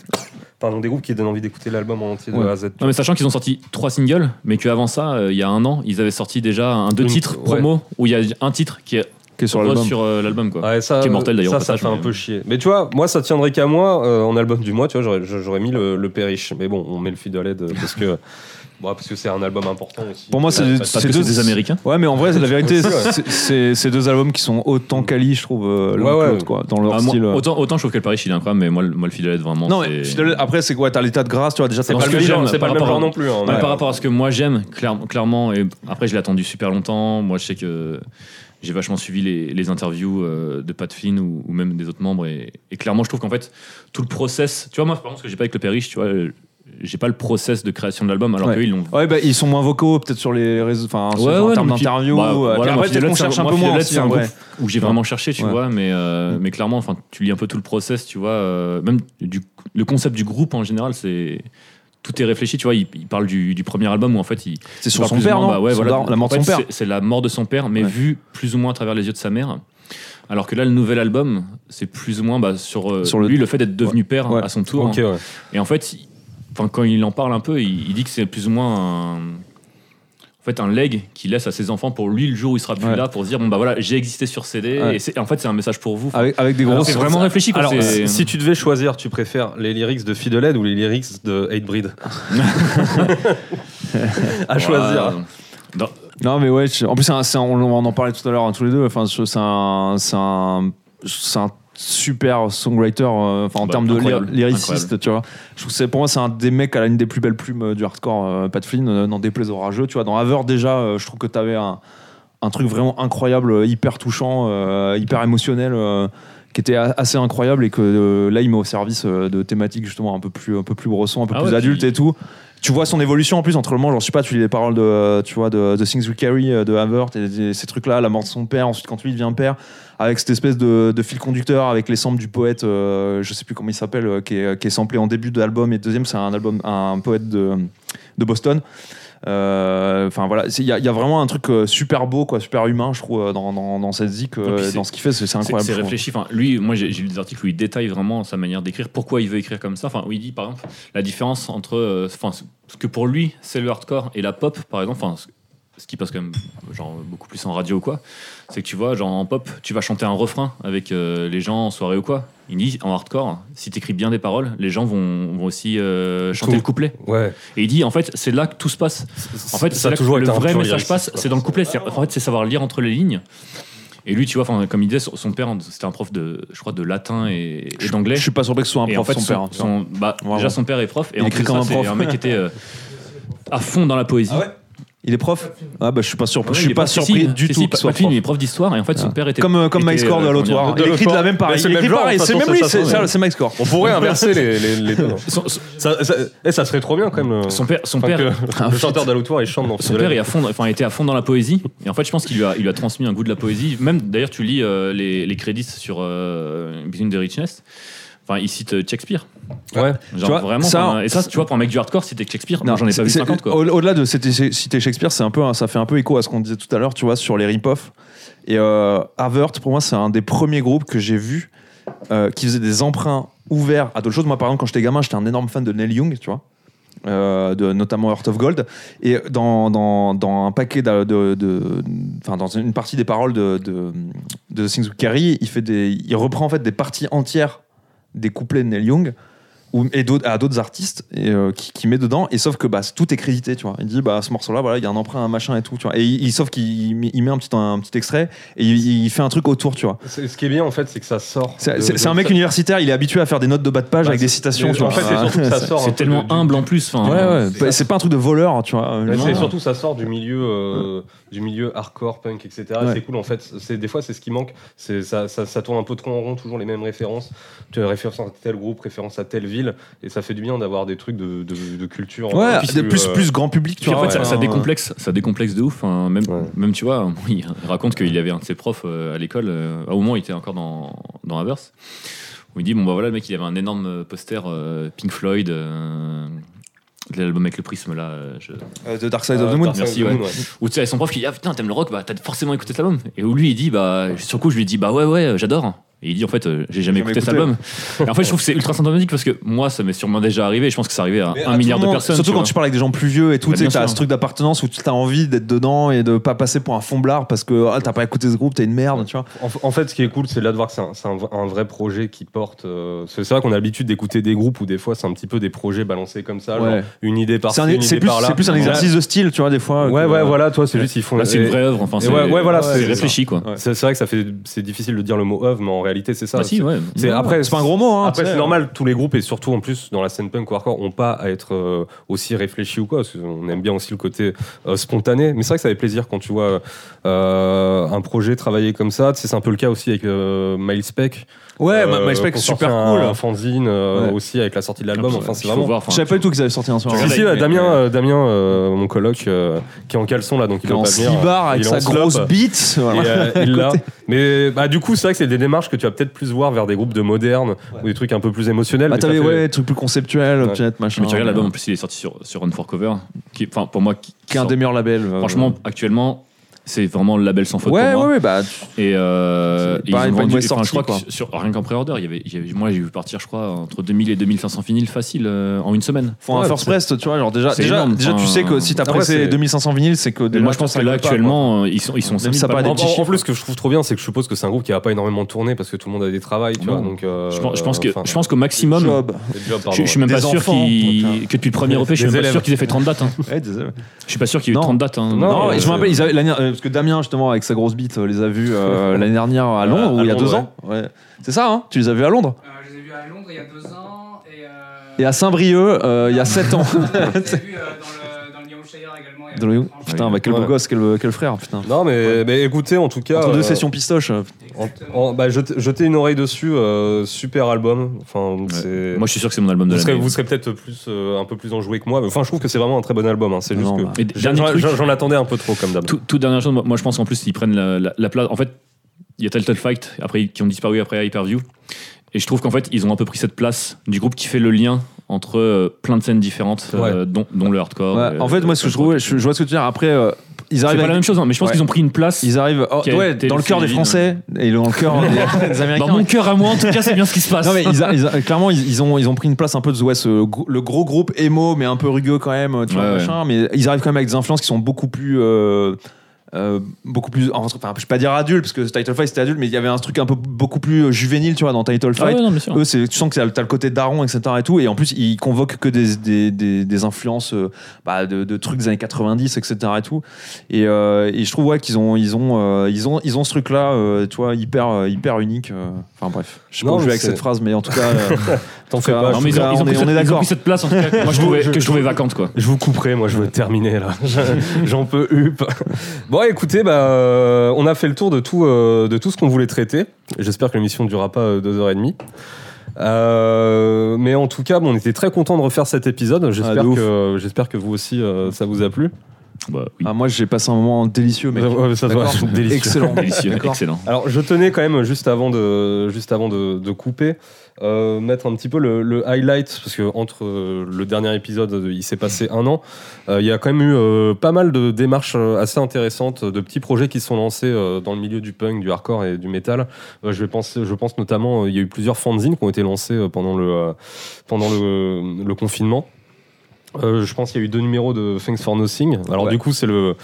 A: pardon, des groupes qui donnent envie d'écouter l'album en entier de
B: Ouais.
A: A à Z.
C: Non mais sachant qu'ils ont sorti trois singles, mais qu'avant ça, euh, il y a un an, ils avaient sorti déjà un deux
A: Une-
C: titres
A: ouais.
C: promo où il y a un titre qui est
B: sur
C: re-
B: l'album. Ah,
C: sur euh, l'album quoi.
A: Ouais, ça,
C: Qui est mortel, d'ailleurs, au
A: Ça, ça
C: passage,
A: fait un
C: mais-
A: peu chier. Mais tu vois, moi, ça tiendrait qu'à moi euh, en album du mois. Tu vois, j'aurais- j'aurais mis le, le Perriche. Mais bon, on met le Fiddle Head, euh, parce que bon, parce que c'est un album important aussi.
B: Pour moi, c'est
C: Parce
B: c'est
C: que
B: deux
C: c'est des Américains.
B: Ouais, mais en vrai, c'est la vérité.
A: Aussi, ouais.
B: c'est- C'est c'est deux albums qui sont autant quali, je trouve, euh, l'un
A: Ouais,
B: que
A: ouais.
B: l'autre, quoi, dans leur
C: Ah, moi,
B: style. euh.
C: autant, autant je trouve que le Paris il est incroyable, mais moi le, moi, le Fiddlehead vraiment.
B: Non,
C: c'est-
B: mais Fiddle- après, c'est quoi T'as l'état de grâce, tu vois, déjà,
A: c'est
B: t'as
C: Parce
A: pas
B: pas
A: le
C: que
A: même
C: j'aime,
A: genre, c'est pas
C: par
A: le même
C: rapport
A: genre
C: à-
A: non plus. hein,
C: Ouais,
A: ouais.
C: par rapport à ce que moi j'aime, clair- clairement, et après je l'ai attendu super longtemps, moi je sais que j'ai vachement suivi les, les interviews euh, de Pat Flynn ou, ou même des autres membres, et, et clairement je trouve qu'en fait tout le process, tu vois, moi par exemple ce que j'ai pas avec le Perriche, tu vois, euh, j'ai pas le process de création de l'album alors
B: Ouais.
C: qu'eux ils l'ont.
B: Ouais, bah, ils sont moins vocaux, peut-être sur les réseaux, enfin, sur- en termes
C: non, mais puis-
B: d'interview.
C: bah,
B: euh,
C: voilà,
B: puis
C: moi,
B: après, peut-être
C: Fiddlehead,
B: qu'on
C: c'est un-
B: cherche un
C: moi,
B: peu moins
C: Fiddlehead,
B: aussi, hein,
C: bah, c'est un
B: en vrai.
C: groupe où j'ai vraiment cherché, tu
B: Ouais. Mm.
C: vois, mais, euh, mais clairement, enfin, tu lis un peu tout le process, tu vois, euh, même du, le concept du groupe en général, c'est. Tout est réfléchi, tu vois. Il, il parle du, du premier album où en fait il,
B: C'est
C: Pas
B: sur son
C: plus ou
B: père,
C: moins, bah
B: non
C: ouais,
B: Son
C: voilà.
B: dar- La mort de
C: En
B: son
C: fait,
B: père. hein.
C: c'est- C'est la mort de son père, mais
B: Ouais.
C: vue plus ou moins à travers les yeux de sa mère. Alors que là, le nouvel album, c'est plus ou moins bah, sur, euh,
B: Sur le-
C: lui le fait d'être devenu père
B: Ouais.
C: à son tour.
A: Ok, ouais.
C: Et en fait, il- enfin, quand il en parle un peu, il, il dit que c'est plus ou moins un, en fait, un leg qu'il laisse à ses enfants pour lui le jour où il sera plus
B: Ouais.
C: là, pour se dire bon bah voilà, j'ai existé sur CD.
B: Ouais.
C: Et c'est- en fait, c'est un message pour
A: Ah,
C: vous.
B: Avec avec des
C: Alors,
B: gros.
C: Ah, c'est vraiment réfléchi. quoi,
A: Alors,
C: c'est-
A: si si tu devais choisir, tu préfères les lyrics de Fiddlehead ou les lyrics de Hatebreed À choisir.
C: Voilà. Dans-
B: Non, mais ouais, je- en plus, c'est un- c'est un- on, on en parlait tout à l'heure, hein, tous les deux. Enfin, je- c'est un, c'est un, c'est un super songwriter, euh, enfin, en
C: Bah,
B: termes de lyr-
C: incroyable,
B: lyriciste, tu vois. Je trouve que c'est- pour moi, c'est un des mecs à l'une des plus belles plumes euh, du hardcore, euh, Pat Flynn, euh, dans Déplaise aux Rageux, tu vois. Dans Haver, déjà, euh, je trouve que t'avais un, un truc vraiment incroyable, euh, hyper touchant, euh, hyper émotionnel. euh, qui était a- assez incroyable et que euh, là il met au service euh, de thématiques justement un peu plus un peu plus brossant, un peu
C: Ah
B: plus
C: ouais,
B: adulte
C: puis-
B: et tout tu vois son évolution en plus entre le moment genre je sais pas tu lis les paroles de euh, tu vois de, de Things We Carry euh, de Havert et, des- ces trucs là la mort de son père ensuite quand lui il devient père avec cette espèce de, de fil conducteur avec les samples du poète euh, je sais plus comment il s'appelle euh, qui, est, qui est samplé en début de l'album et deuxième c'est un album un poète de, de Boston Euh, enfin voilà c'est- il y, a- il y a vraiment un truc euh, super beau quoi super humain je trouve euh, dans, dans, dans cette zik euh,
C: Et puis c'est-
B: dans ce qu'il fait c'est c'est
C: C'est-
B: incroyable
C: C'est
B: je trouve.
C: réfléchi. Enfin, lui, moi, j'ai j'ai lu des articles où il détaille vraiment sa manière d'écrire, pourquoi il veut écrire comme ça. Enfin, où il dit, par exemple, la différence entre euh, enfin, ce- ce que pour lui, c'est le hardcore et la pop, par exemple. Enfin, ce- ce qui passe quand même genre, beaucoup plus en radio ou quoi, c'est que tu vois, genre en pop, tu vas chanter un refrain avec euh, les gens en soirée ou quoi. Il dit en hardcore, si t'écris bien des paroles, les gens vont, vont aussi euh, chanter
A: Tout.
C: le couplet.
A: Ouais.
C: Et il dit en fait, c'est là que tout se passe. En fait, c'est
A: ça a
C: là que
A: toujours
C: le
A: été un
C: vrai
A: pur
C: message
A: lyriciste,
C: passe,
A: quoi.
C: c'est dans le couplet. C'est- En fait, c'est savoir lire entre les lignes. Et lui, tu vois, enfin, comme il disait, son son père, c'était un prof de, je crois, de latin et, et d'anglais.
B: je suis pas surpris que ce soit un
C: Et
B: prof
C: en
B: son,
C: fait, son-
B: père hein, tu vois.
C: son- bah,
B: Vraiment.
C: déjà son père est prof. Et
B: Il
C: en
B: écrit
C: plus,
B: comme
C: ça,
B: un
C: c'est
B: prof.
C: un mec qui était euh, à fond dans la poésie.
B: il est prof ah bah je suis pas surpris
C: Ouais,
B: je
C: il
B: suis
C: est
B: pas
C: prof- si,
B: surpris
C: si,
B: du
C: si,
B: tout
C: si,
B: qu'il soit
C: Pat Flynn,
B: prof.
C: il est prof d'histoire et en fait son père était
B: Comme, euh, comme
C: était,
B: My Score de
C: euh,
B: l'autre
C: comment
B: soir.
C: dire,
B: Il
A: De
B: écrit de la
A: l'autre
B: même
A: soir.
B: pareil.
A: Mais c'est
B: Il
A: le
B: écrit
A: même genre,
B: pareil.
A: en fait,
B: C'est
A: de
B: même
A: toute
B: lui,
A: façon,
B: c'est ça,
A: ouais.
B: c'est Mike Score.
A: On pourrait inverser les, les, les deux. hein.
C: son- son-
A: Ça, ça- eh, ça serait trop bien quand même. le-
C: son père, son
A: enfin,
C: père,
A: que le chanteur d'Aloutoir il chante dans
C: Son père est à fond, enfin, était à fond dans la poésie. Et en fait, je pense qu'il lui, a- il lui a transmis un goût de la poésie. Même, d'ailleurs, tu lis euh, les, les crédits sur euh, Between the Richness. Enfin, il cite euh, Shakespeare.
A: Ouais.
C: Genre,
B: Tu vois,
C: vraiment.
B: ça-
C: enfin, et ça, tu vois, pour un mec du hardcore, c'était Shakespeare. Moi, J'en ai pas vu
B: c'est-
C: 50, quoi.
B: au- Au-delà de citer- citer Shakespeare, c'est un peu, un- ça fait un peu écho à ce qu'on disait tout à l'heure, tu vois, sur les rip-off. Et euh, Avert, pour moi, c'est un des premiers groupes que j'ai vu euh, qui faisait des emprunts ouverts à d'autres choses. Moi, par exemple, quand j'étais gamin, j'étais un énorme fan de Neil Young, tu vois. euh, de, notamment Heart of Gold et dans, dans, dans un paquet d'a- de, de- enfin, dans une partie des paroles de, de, de Things We Carry il, fait des, il reprend en fait des parties entières des couplets de Neil Young ou, et d'autres- à d'autres artistes et, euh, qui, qui met dedans. Et sauf que bah, tout est crédité, tu vois. Il dit, bah, ce morceau-là, voilà, il y a un emprunt, un machin et tout, tu vois. Et il, il- sauf qu'il met- il met un petit, un petit extrait et il, il fait un truc autour, tu vois.
A: C'est- Ce qui est bien en fait, c'est que ça sort.
B: C'est
A: de-
B: c'est-
A: de-
B: c'est un mec universitaire, il est habitué à faire des notes de bas de page
A: Bah,
B: avec des
A: c'est-
B: citations,
A: mais
B: tu vois.
A: En fait, c'est surtout que ça sort. un
C: C'est
A: peu
C: tellement
A: de- du-
C: humble en plus. Enfin, euh,
B: Ouais, ouais.
A: c'est
B: Bah,
A: ça.
B: C'est pas un truc de voleur, tu vois.
A: Ouais,
B: Non.
A: c'est surtout ça sort du milieu euh, du milieu hardcore punk etc
B: Ouais.
A: c'est cool en fait c'est des fois c'est ce qui manque c'est ça, ça, ça tourne un peu trop en rond toujours les mêmes références tu as référence à tel groupe référence à telle ville et ça fait du bien d'avoir des trucs de, de, de culture
B: Ouais,
A: euh,
B: plus, plus,
A: euh,
B: grand public, tu
C: Puis en
B: vois.
C: fait, ça,
B: ouais.
C: ça décomplexe, ça décomplexe de ouf. hein. Même,
A: Ouais.
C: même, tu vois, il raconte qu'il y avait un de ses profs euh, à l'école, euh, au moment où il était encore dans, dans Havers, où il dit Bon, bah voilà, le mec, il avait un énorme poster euh, Pink Floyd, euh, de l'album avec le prisme là. euh, je-
B: Euh, de Dark Side
A: euh,
B: of the Moon.
A: Dark Side
C: merci,
A: of the
C: ouais.
A: Moon, ouais.
C: Où tu sais, son prof qui dit Ah putain, t'aimes le rock, bah t'as forcément écouté cet album. Et où lui, il dit Bah, sur le coup, je lui dis Bah ouais, ouais, euh, j'adore. Et il dit En fait, euh, j'ai jamais,
B: J'ai jamais
C: écouté, cet
B: écouté.
C: album. Et en fait, je trouve que c'est ultra symptomatique parce que moi, ça m'est sûrement déjà arrivé. et Je pense que ça arrivait à
B: Mais à
C: un
B: tout
C: milliard de
B: moment,
C: personnes.
B: Surtout quand
C: vois.
B: tu parles avec des gens plus vieux et tout,
C: Bah,
B: tu sais,
C: bien
B: t'as
C: sûr.
B: ce truc d'appartenance où tu as envie d'être dedans et de pas passer pour un fomblard parce que ah, t'as pas écouté ce groupe, t'es une merde, tu vois.
A: En, en fait, ce qui est cool, c'est là de voir que c'est un, c'est un v- un vrai projet qui porte. euh, c'est c'est vrai qu'on a l'habitude d'écouter des groupes où des fois c'est un petit peu des projets balancés comme ça, genre
B: Ouais.
A: une idée par-ci,
B: C'est un-
A: une
B: c'est
A: idée
B: plus,
A: par-là.
B: c'est plus un
A: Ouais.
B: exercice de style, tu vois, des fois.
A: Ouais,
B: que-
A: ouais, voilà, toi, c'est juste ils font.
C: Là, c'est
A: et-
C: une vraie œuvre. Enfin,
A: et
C: c'est
A: ouais, ouais, voilà,
C: c'est
A: c'est-
C: réfléchi, quoi.
A: Ouais. C'est c'est vrai que ça fait, c'est difficile de dire le mot œuvre, mais en réalité, c'est ça.
C: Bah, si,
A: C'est-
C: ouais.
A: c'est après,
B: C'est pas un gros mot, hein.
A: Après,
B: tu sais.
A: c'est normal, tous les groupes, et surtout en plus dans la scène punk ou hardcore, ont pas à être euh, aussi réfléchis ou quoi. Parce on aime bien aussi le côté euh, spontané. Mais c'est vrai que ça fait plaisir quand tu vois euh, un projet travailler comme ça. Tu sais, c'est un peu le cas aussi avec euh, Milespec.
B: Ouais,
A: Euh,
B: MySpace,
A: qu'on
B: c'est super
A: sortait un-
B: cool.
A: Un fanzine euh,
B: Ouais.
A: aussi avec la sortie de l'album.
C: Album,
A: Enfin, c'est
C: il faut
A: vraiment.
C: voir, enfin,
B: Je savais pas du tout qu'ils avaient sorti un soir.
A: Si, si,
C: Ouais.
A: Damien, euh, Damien euh, mon coloc, euh, qui est en caleçon là, donc il
B: Il est
A: peut
B: en
A: pas venir.
C: euh,
B: slibard avec
A: Il est
B: sa
A: en slop.
B: grosse bite.
A: Et,
B: voilà.
A: euh, il l'a. Mais bah, du coup, c'est vrai que c'est des démarches que tu vas peut-être plus voir vers des groupes de modernes ou des trucs un peu plus émotionnels.
B: Bah,
A: mais ça
B: t'avais,
A: fait-
B: ouais, truc plus conceptuel,
A: Ouais.
B: peut-être, machin.
C: Mais tu regardes l'album, en plus il est sorti sur, sur Run for Cover, qui est- enfin pour moi, qui, qui
B: Qui est un
C: sort-
B: des meilleurs labels. euh.
C: franchement actuellement c'est vraiment le label sans faute
B: Ouais,
C: pour
B: ouais,
C: moi.
B: ouais, bah. tu-
C: Et, euh,
B: C'est
C: et ils
B: pareil,
C: ont
B: pas une
C: vendu,
B: mauvaise
C: enfin, je
B: sortie,
C: crois que sur, rien qu'en pré-order, il y avait, il y avait- moi j'ai vu partir je crois entre 2000 et 2500 vinyles facile euh, en une semaine.
B: Faut un
A: Ouais,
B: first
A: c'est-
B: press, tu vois. Genre, déjà,
C: C'est
B: déjà,
C: énorme,
B: déjà tu
C: enfin,
B: sais que si t'as
A: après,
B: pressé
A: c'est-
B: 2500 vinyles, c'est que
C: Et
B: déjà.
C: moi je pense que là actuellement euh, ils sont ils sont
B: Même
C: 5000
B: ça a pas
C: pas
A: En,
B: des
C: dedans.
A: en- en plus, ce que je trouve trop bien, c'est que je suppose que c'est un groupe qui va pas énormément tourné parce que tout le monde a des travails, tu vois.
C: Non.
A: Donc, euh,
C: Mm. je, pense- je pense que
A: enfin,
C: je pense qu'au maximum
B: Job.
A: des jobs,
C: je,
A: pardon,
C: je suis même
B: Des
C: pas sûr
B: enfants,
C: qu'ils-
B: putain.
C: que depuis le premier EP, je
A: Des
C: suis même pas
A: élèves.
C: sûr qu'ils aient fait 30 dates. hein.
B: Ouais, désolé.
C: Je suis pas sûr qu'il y ait eu
B: Non.
C: 30 dates. hein.
B: Non,
A: Non,
B: et je me
A: c'est-
B: rappelle, ils avaient- l'année- euh, parce que Damien, justement, avec sa grosse bite, euh, les a vus euh, l'année dernière à Londres,
A: à
B: ou il y a
A: Londres,
B: deux
A: ouais.
B: ans. Ouais. C'est ça, hein Tu les as vus à Londres
F: Euh, je les ai vus à Londres il y a deux ans et. Euh...
B: Et à Saint-Brieuc, euh, il y a sept ans.
F: Je les ai vus euh, dans le, dans le Yorkshire également. il y a
B: Dans le-
F: quatre ans.
B: Putain, bah, quel beau
A: Ouais.
B: gosse, quel, quel frère, putain.
A: ouais. Non, mais, mais écoutez, en tout cas.
B: Entre
A: euh,
B: deux sessions pistoche. euh,
A: en-
F: Exactement.
A: en- bah, jetez, jetez une oreille dessus, euh, super album. Enfin, c'est.
C: Moi je suis sûr que c'est mon album de
A: vous serez,
C: l'année.
A: vous serez peut-être plus euh, un peu plus enjoué que moi. mais Enfin, je trouve que c'est vraiment un très bon album. hein, C'est juste
B: Non,
A: que
B: bah.
C: Et
A: j'en,
C: dernier truc-
A: j'en- j'en attendais un peu trop comme d'hab.
C: Tout, toute dernière chose, moi, moi, je pense en plus ils prennent la, la- la place. En fait, il y a Telltale Fight après, qui ont disparu après Hyperview. Et je trouve qu'en fait, ils ont un peu pris cette place du groupe qui fait le lien entre euh, plein de scènes différentes, euh, dont, dont le hardcore.
B: ouais.
C: euh,
B: En fait, moi, ce que je trouve, je, je vois ce que tu veux dire. Après, euh, ils
C: c'est pas
B: arrivent.
C: la
B: avec-
C: même chose, hein, mais je pense
B: Ouais.
C: qu'ils ont pris une place.
B: Ils arrivent oh,
C: Qui a
B: ouais,
C: été
B: dans le cœur des
C: féminine.
B: Français et dans le cœur des, des
C: Dans
B: Américains. hein.
C: mon cœur à moi, en tout cas, c'est bien ce qui se passe.
B: Non mais ils a- ils a- clairement ils, ils ont ils ont pris une place un peu de ouais, ce gro- le gros groupe emo mais un peu rugueux quand même euh, tu vois
C: Ouais, ouais.
B: machin mais ils arrivent quand même avec des influences qui sont beaucoup plus euh, euh, beaucoup plus enfin je vais pas dire adulte parce que Title Fight c'était adulte mais il y avait un truc un peu beaucoup plus euh, juvénile tu vois dans Title
C: Ah ouais,
B: Fight
C: non, bien sûr.
B: eux c'est tu sens que t'as le- t'as le côté daron etc et tout et en plus ils convoquent que des des, des, des influences euh, bah, de, de trucs des années 90 etc et tout et, euh, et je trouve ouais qu'ils ont ils ont euh, ils ont ils ont ce truc là tu vois hyper euh, hyper unique euh. enfin bref je sais pas
A: Non,
B: où je vais
A: mais
B: avec
A: c'est-
B: cette phrase mais en tout cas euh,
A: T'en fais
B: Non,
A: pas.
C: Non,
A: je-
C: mais ils ont, ils ont
B: on
C: pris
B: est- on
C: cette,
B: est
C: ils ont
B: d'accord.
C: pris cette place en tout cas, que moi, je trouvais, que je trouvais vacante quoi.
A: Je vous couperai, moi je veux terminer là. Je- J'en peux hup. Bon, écoutez, bah, euh, on a fait le tour de tout, euh, de tout ce qu'on voulait traiter. J'espère que l'émission ne durera pas euh, deux heures et demie. Euh, mais en tout cas, bon, on était très content de refaire cet épisode.
B: Ah,
A: J'espère
B: de ouf.
A: que j'espère que vous aussi euh, ça vous a plu.
C: Bah, oui.
B: Ah, moi, j'ai passé un moment délicieux, mec.
A: Ouais, ça se voit,
B: D'accord.
A: délicieux.
B: Excellent.
C: Délicieux,
B: D'accord.
C: excellent.
A: Alors, je tenais quand même, juste avant de, juste avant de, de couper, euh, mettre un petit peu le, le highlight, parce que entre euh, le dernier épisode, euh, il s'est passé un an. Euh, Il y a quand même eu euh, pas mal de démarches euh, assez intéressantes, de petits projets qui se sont lancés euh, dans le milieu du punk, du hardcore et du métal. Euh, je, vais penser, je pense notamment, euh, il y a eu plusieurs fanzines qui ont été lancées euh, pendant le, euh, pendant le, le confinement. Euh, je pense qu'il y a eu deux numéros de Thanks for Nothing. Alors
B: Ouais.
A: du coup, c'est le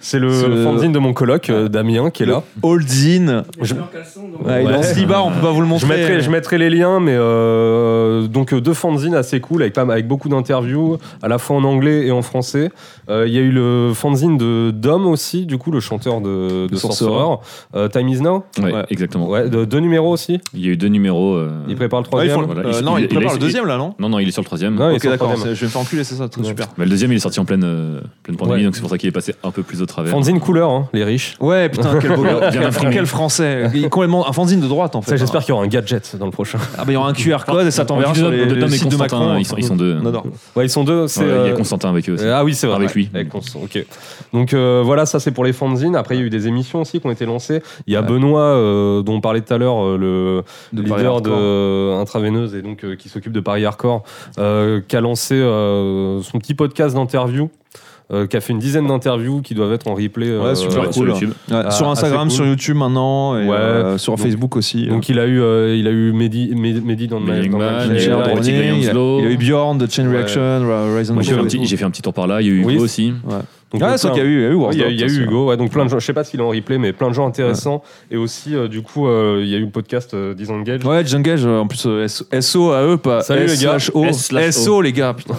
A: c'est le
B: C'est le-
A: fanzine de mon coloc euh, Damien qui est là.
B: Holdin.
F: Il y a
A: Je-
F: plus en caleçon, donc-
B: Ouais, Ah, Il est en
A: Ouais.
B: slibard, on peut pas vous le
A: Je
B: montrer.
A: mettrai, je mettrai les liens, mais euh, donc euh, deux fanzines assez cool avec, pas- avec beaucoup d'interviews, à la fois en anglais et en français. Euh, Il y a eu le fanzine de Dom aussi, du coup, le chanteur de, de
B: Sorcerer.
A: Sorcerer. Euh, Time is Now
C: Ouais,
B: Ouais.
C: exactement.
A: Ouais, de- deux numéros aussi.
C: Il y a eu deux numéros. euh,
A: Il prépare le
B: Ouais, ils
A: troisième.
B: font-
C: Voilà,
B: euh,
C: il-
B: non,
C: il-
B: il,
C: il
B: prépare
C: a-
B: le deuxième là, non
C: Non, non, il est sur le troisième.
A: Non, il est
B: Ok,
A: sur le
B: d'accord,
A: troisième.
B: c'est- je vais me faire enculer, c'est ça, très
A: Ouais.
B: super.
C: Bah, le deuxième, il est sorti en pleine, euh, pleine pandémie,
A: Ouais.
C: donc c'est pour ça qu'il est passé un peu plus au travers.
A: Fanzine couleur, hein, les riches.
B: Ouais, putain, quel beau
C: Bien
B: quel,
C: imprimé.
B: quel français. Il est complètement un fanzine de droite en fait.
A: Ça, j'espère qu'il y aura un gadget dans le prochain.
B: Ah, bah il y aura un QR code et ça
C: En
B: t'enverra
C: plus
B: sur
C: de-
B: les,
C: de
B: le
C: Tom et
B: site de
C: Constantin,
B: Macron.
C: ils sont- ils sont deux.
B: On adore.
A: Ouais, ils sont deux.
C: Ouais,
A: c'est,
C: Il y a
A: euh,
C: Constantin avec eux aussi.
A: Ah oui, c'est vrai.
C: Avec
A: ouais.
C: lui.
A: Avec Constance, ok. Donc euh, voilà, ça c'est pour les fanzines. Après, il y a eu des émissions aussi qui ont été lancées. Il y a Benoît, euh, dont on parlait tout à l'heure, euh, le
B: De Paris
A: leader de
B: Hardcore.
A: intraveineuse et donc euh, qui s'occupe de Paris Hardcore, euh, qui a lancé euh, son petit podcast d'interview, euh, qui a fait une dizaine d'interviews qui doivent être en replay. euh,
B: Ouais, super
C: Ouais, sur
B: cool.
C: YouTube.
B: Ouais,
A: Ah,
B: sur Instagram,
A: assez cool.
B: sur YouTube maintenant, et
A: Ouais.
B: euh, sur
A: Donc-
B: Facebook aussi. hein.
A: Donc il a eu, euh, il a eu Mehdi, Mehdi Mehdi dans le
C: Mehdi
A: dans le- dans
C: Engman,
A: le-
C: il a
B: Richard
C: eu
A: Ouais.
C: Petit
B: Dornier,
C: Brian
B: il, a,
C: Slow.
B: il y a eu Bjorn de Chain
A: Ouais.
B: Reaction, Ra- Rise and
C: Moi, J'ai fait,
B: Fall.
C: un petit- j'ai fait un petit tour par là. Il y a eu Hugo
A: Oui.
C: aussi.
A: Donc,
B: Ah,
A: euh,
B: c'est vrai
A: plein-
B: qu'il y a eu, il y a eu
A: Ouais,
B: Warzone,
A: Il y a, il y a
B: ça,
A: eu
B: c'est
A: Hugo, ouais, donc plein de gens, je sais pas s'il est en replay, mais plein de gens intéressants. Et aussi, euh, du coup, euh, il y a eu le podcast euh, Disengage.
B: vrai. hein. Ouais, Jungage, en plus, euh, S- SO à eux, pas
A: Salut,
B: S
A: les gars.
B: slash O.
C: S slash O.
B: SO, les gars, putain.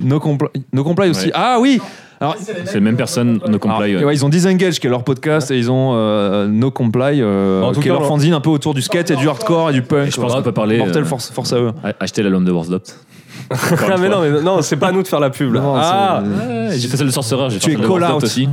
B: No Comply No Comply aussi.
C: Ouais.
B: Ah oui Alors,
C: C'est la même personne, No
B: alors,
C: Comply. ouais.
B: Ah, ouais, ils ont Disengage, qui est leur podcast, et ils ont euh, No Comply, euh,
A: En tout
B: qui est
A: cas,
B: leur
A: on-
B: fanzine un peu autour du skate et du hardcore et du punk.
C: Je pense
B: quoi.
C: qu'on peut parler.
B: Mortel,
C: euh,
B: force, force à eux.
C: a- Acheter l'album de Warsdopt.
A: Ah, mais non, mais non, c'est pas à nous de faire la pub. là.
B: Non,
A: ah,
B: c'est-
C: J'ai fait celle de Sorcerer. j'ai
B: Tu
C: fait
B: es
C: celle de
B: call
C: Warsdopt
B: out.
C: aussi.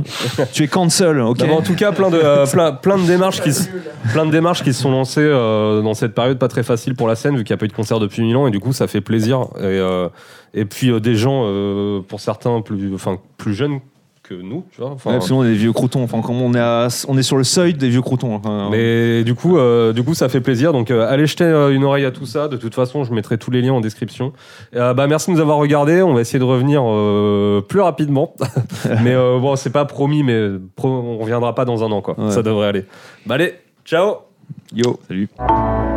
B: tu es cancel, ok
A: Non, mais en tout cas, plein de, euh, plein, plein de démarches qui se, plein de démarches qui se sont lancées euh, dans cette période pas très facile pour la scène, vu qu'il n'y a pas eu de concert depuis mille ans, et du coup, ça fait plaisir. Et, euh, et puis, euh, des gens, euh, pour certains, plus, enfin, plus jeunes que nous, tu vois. enfin,
B: Ouais, parce que nous, on est des vieux croutons. Enfin, comme on est, à- on est sur le seuil des vieux croutons. hein. Enfin,
A: Mais du coup, euh, du coup, ça fait plaisir. Donc, euh, allez jeter euh, une oreille à tout ça. De toute façon, je mettrai tous les liens en description. Euh, bah, merci de nous avoir regardés. On va essayer de revenir euh, plus rapidement. mais euh, bon, c'est pas promis, mais pro- on reviendra pas dans un an, quoi.
B: Ouais.
A: Ça devrait aller. Bah, allez, ciao.
B: Yo.
C: Salut.
B: Salut.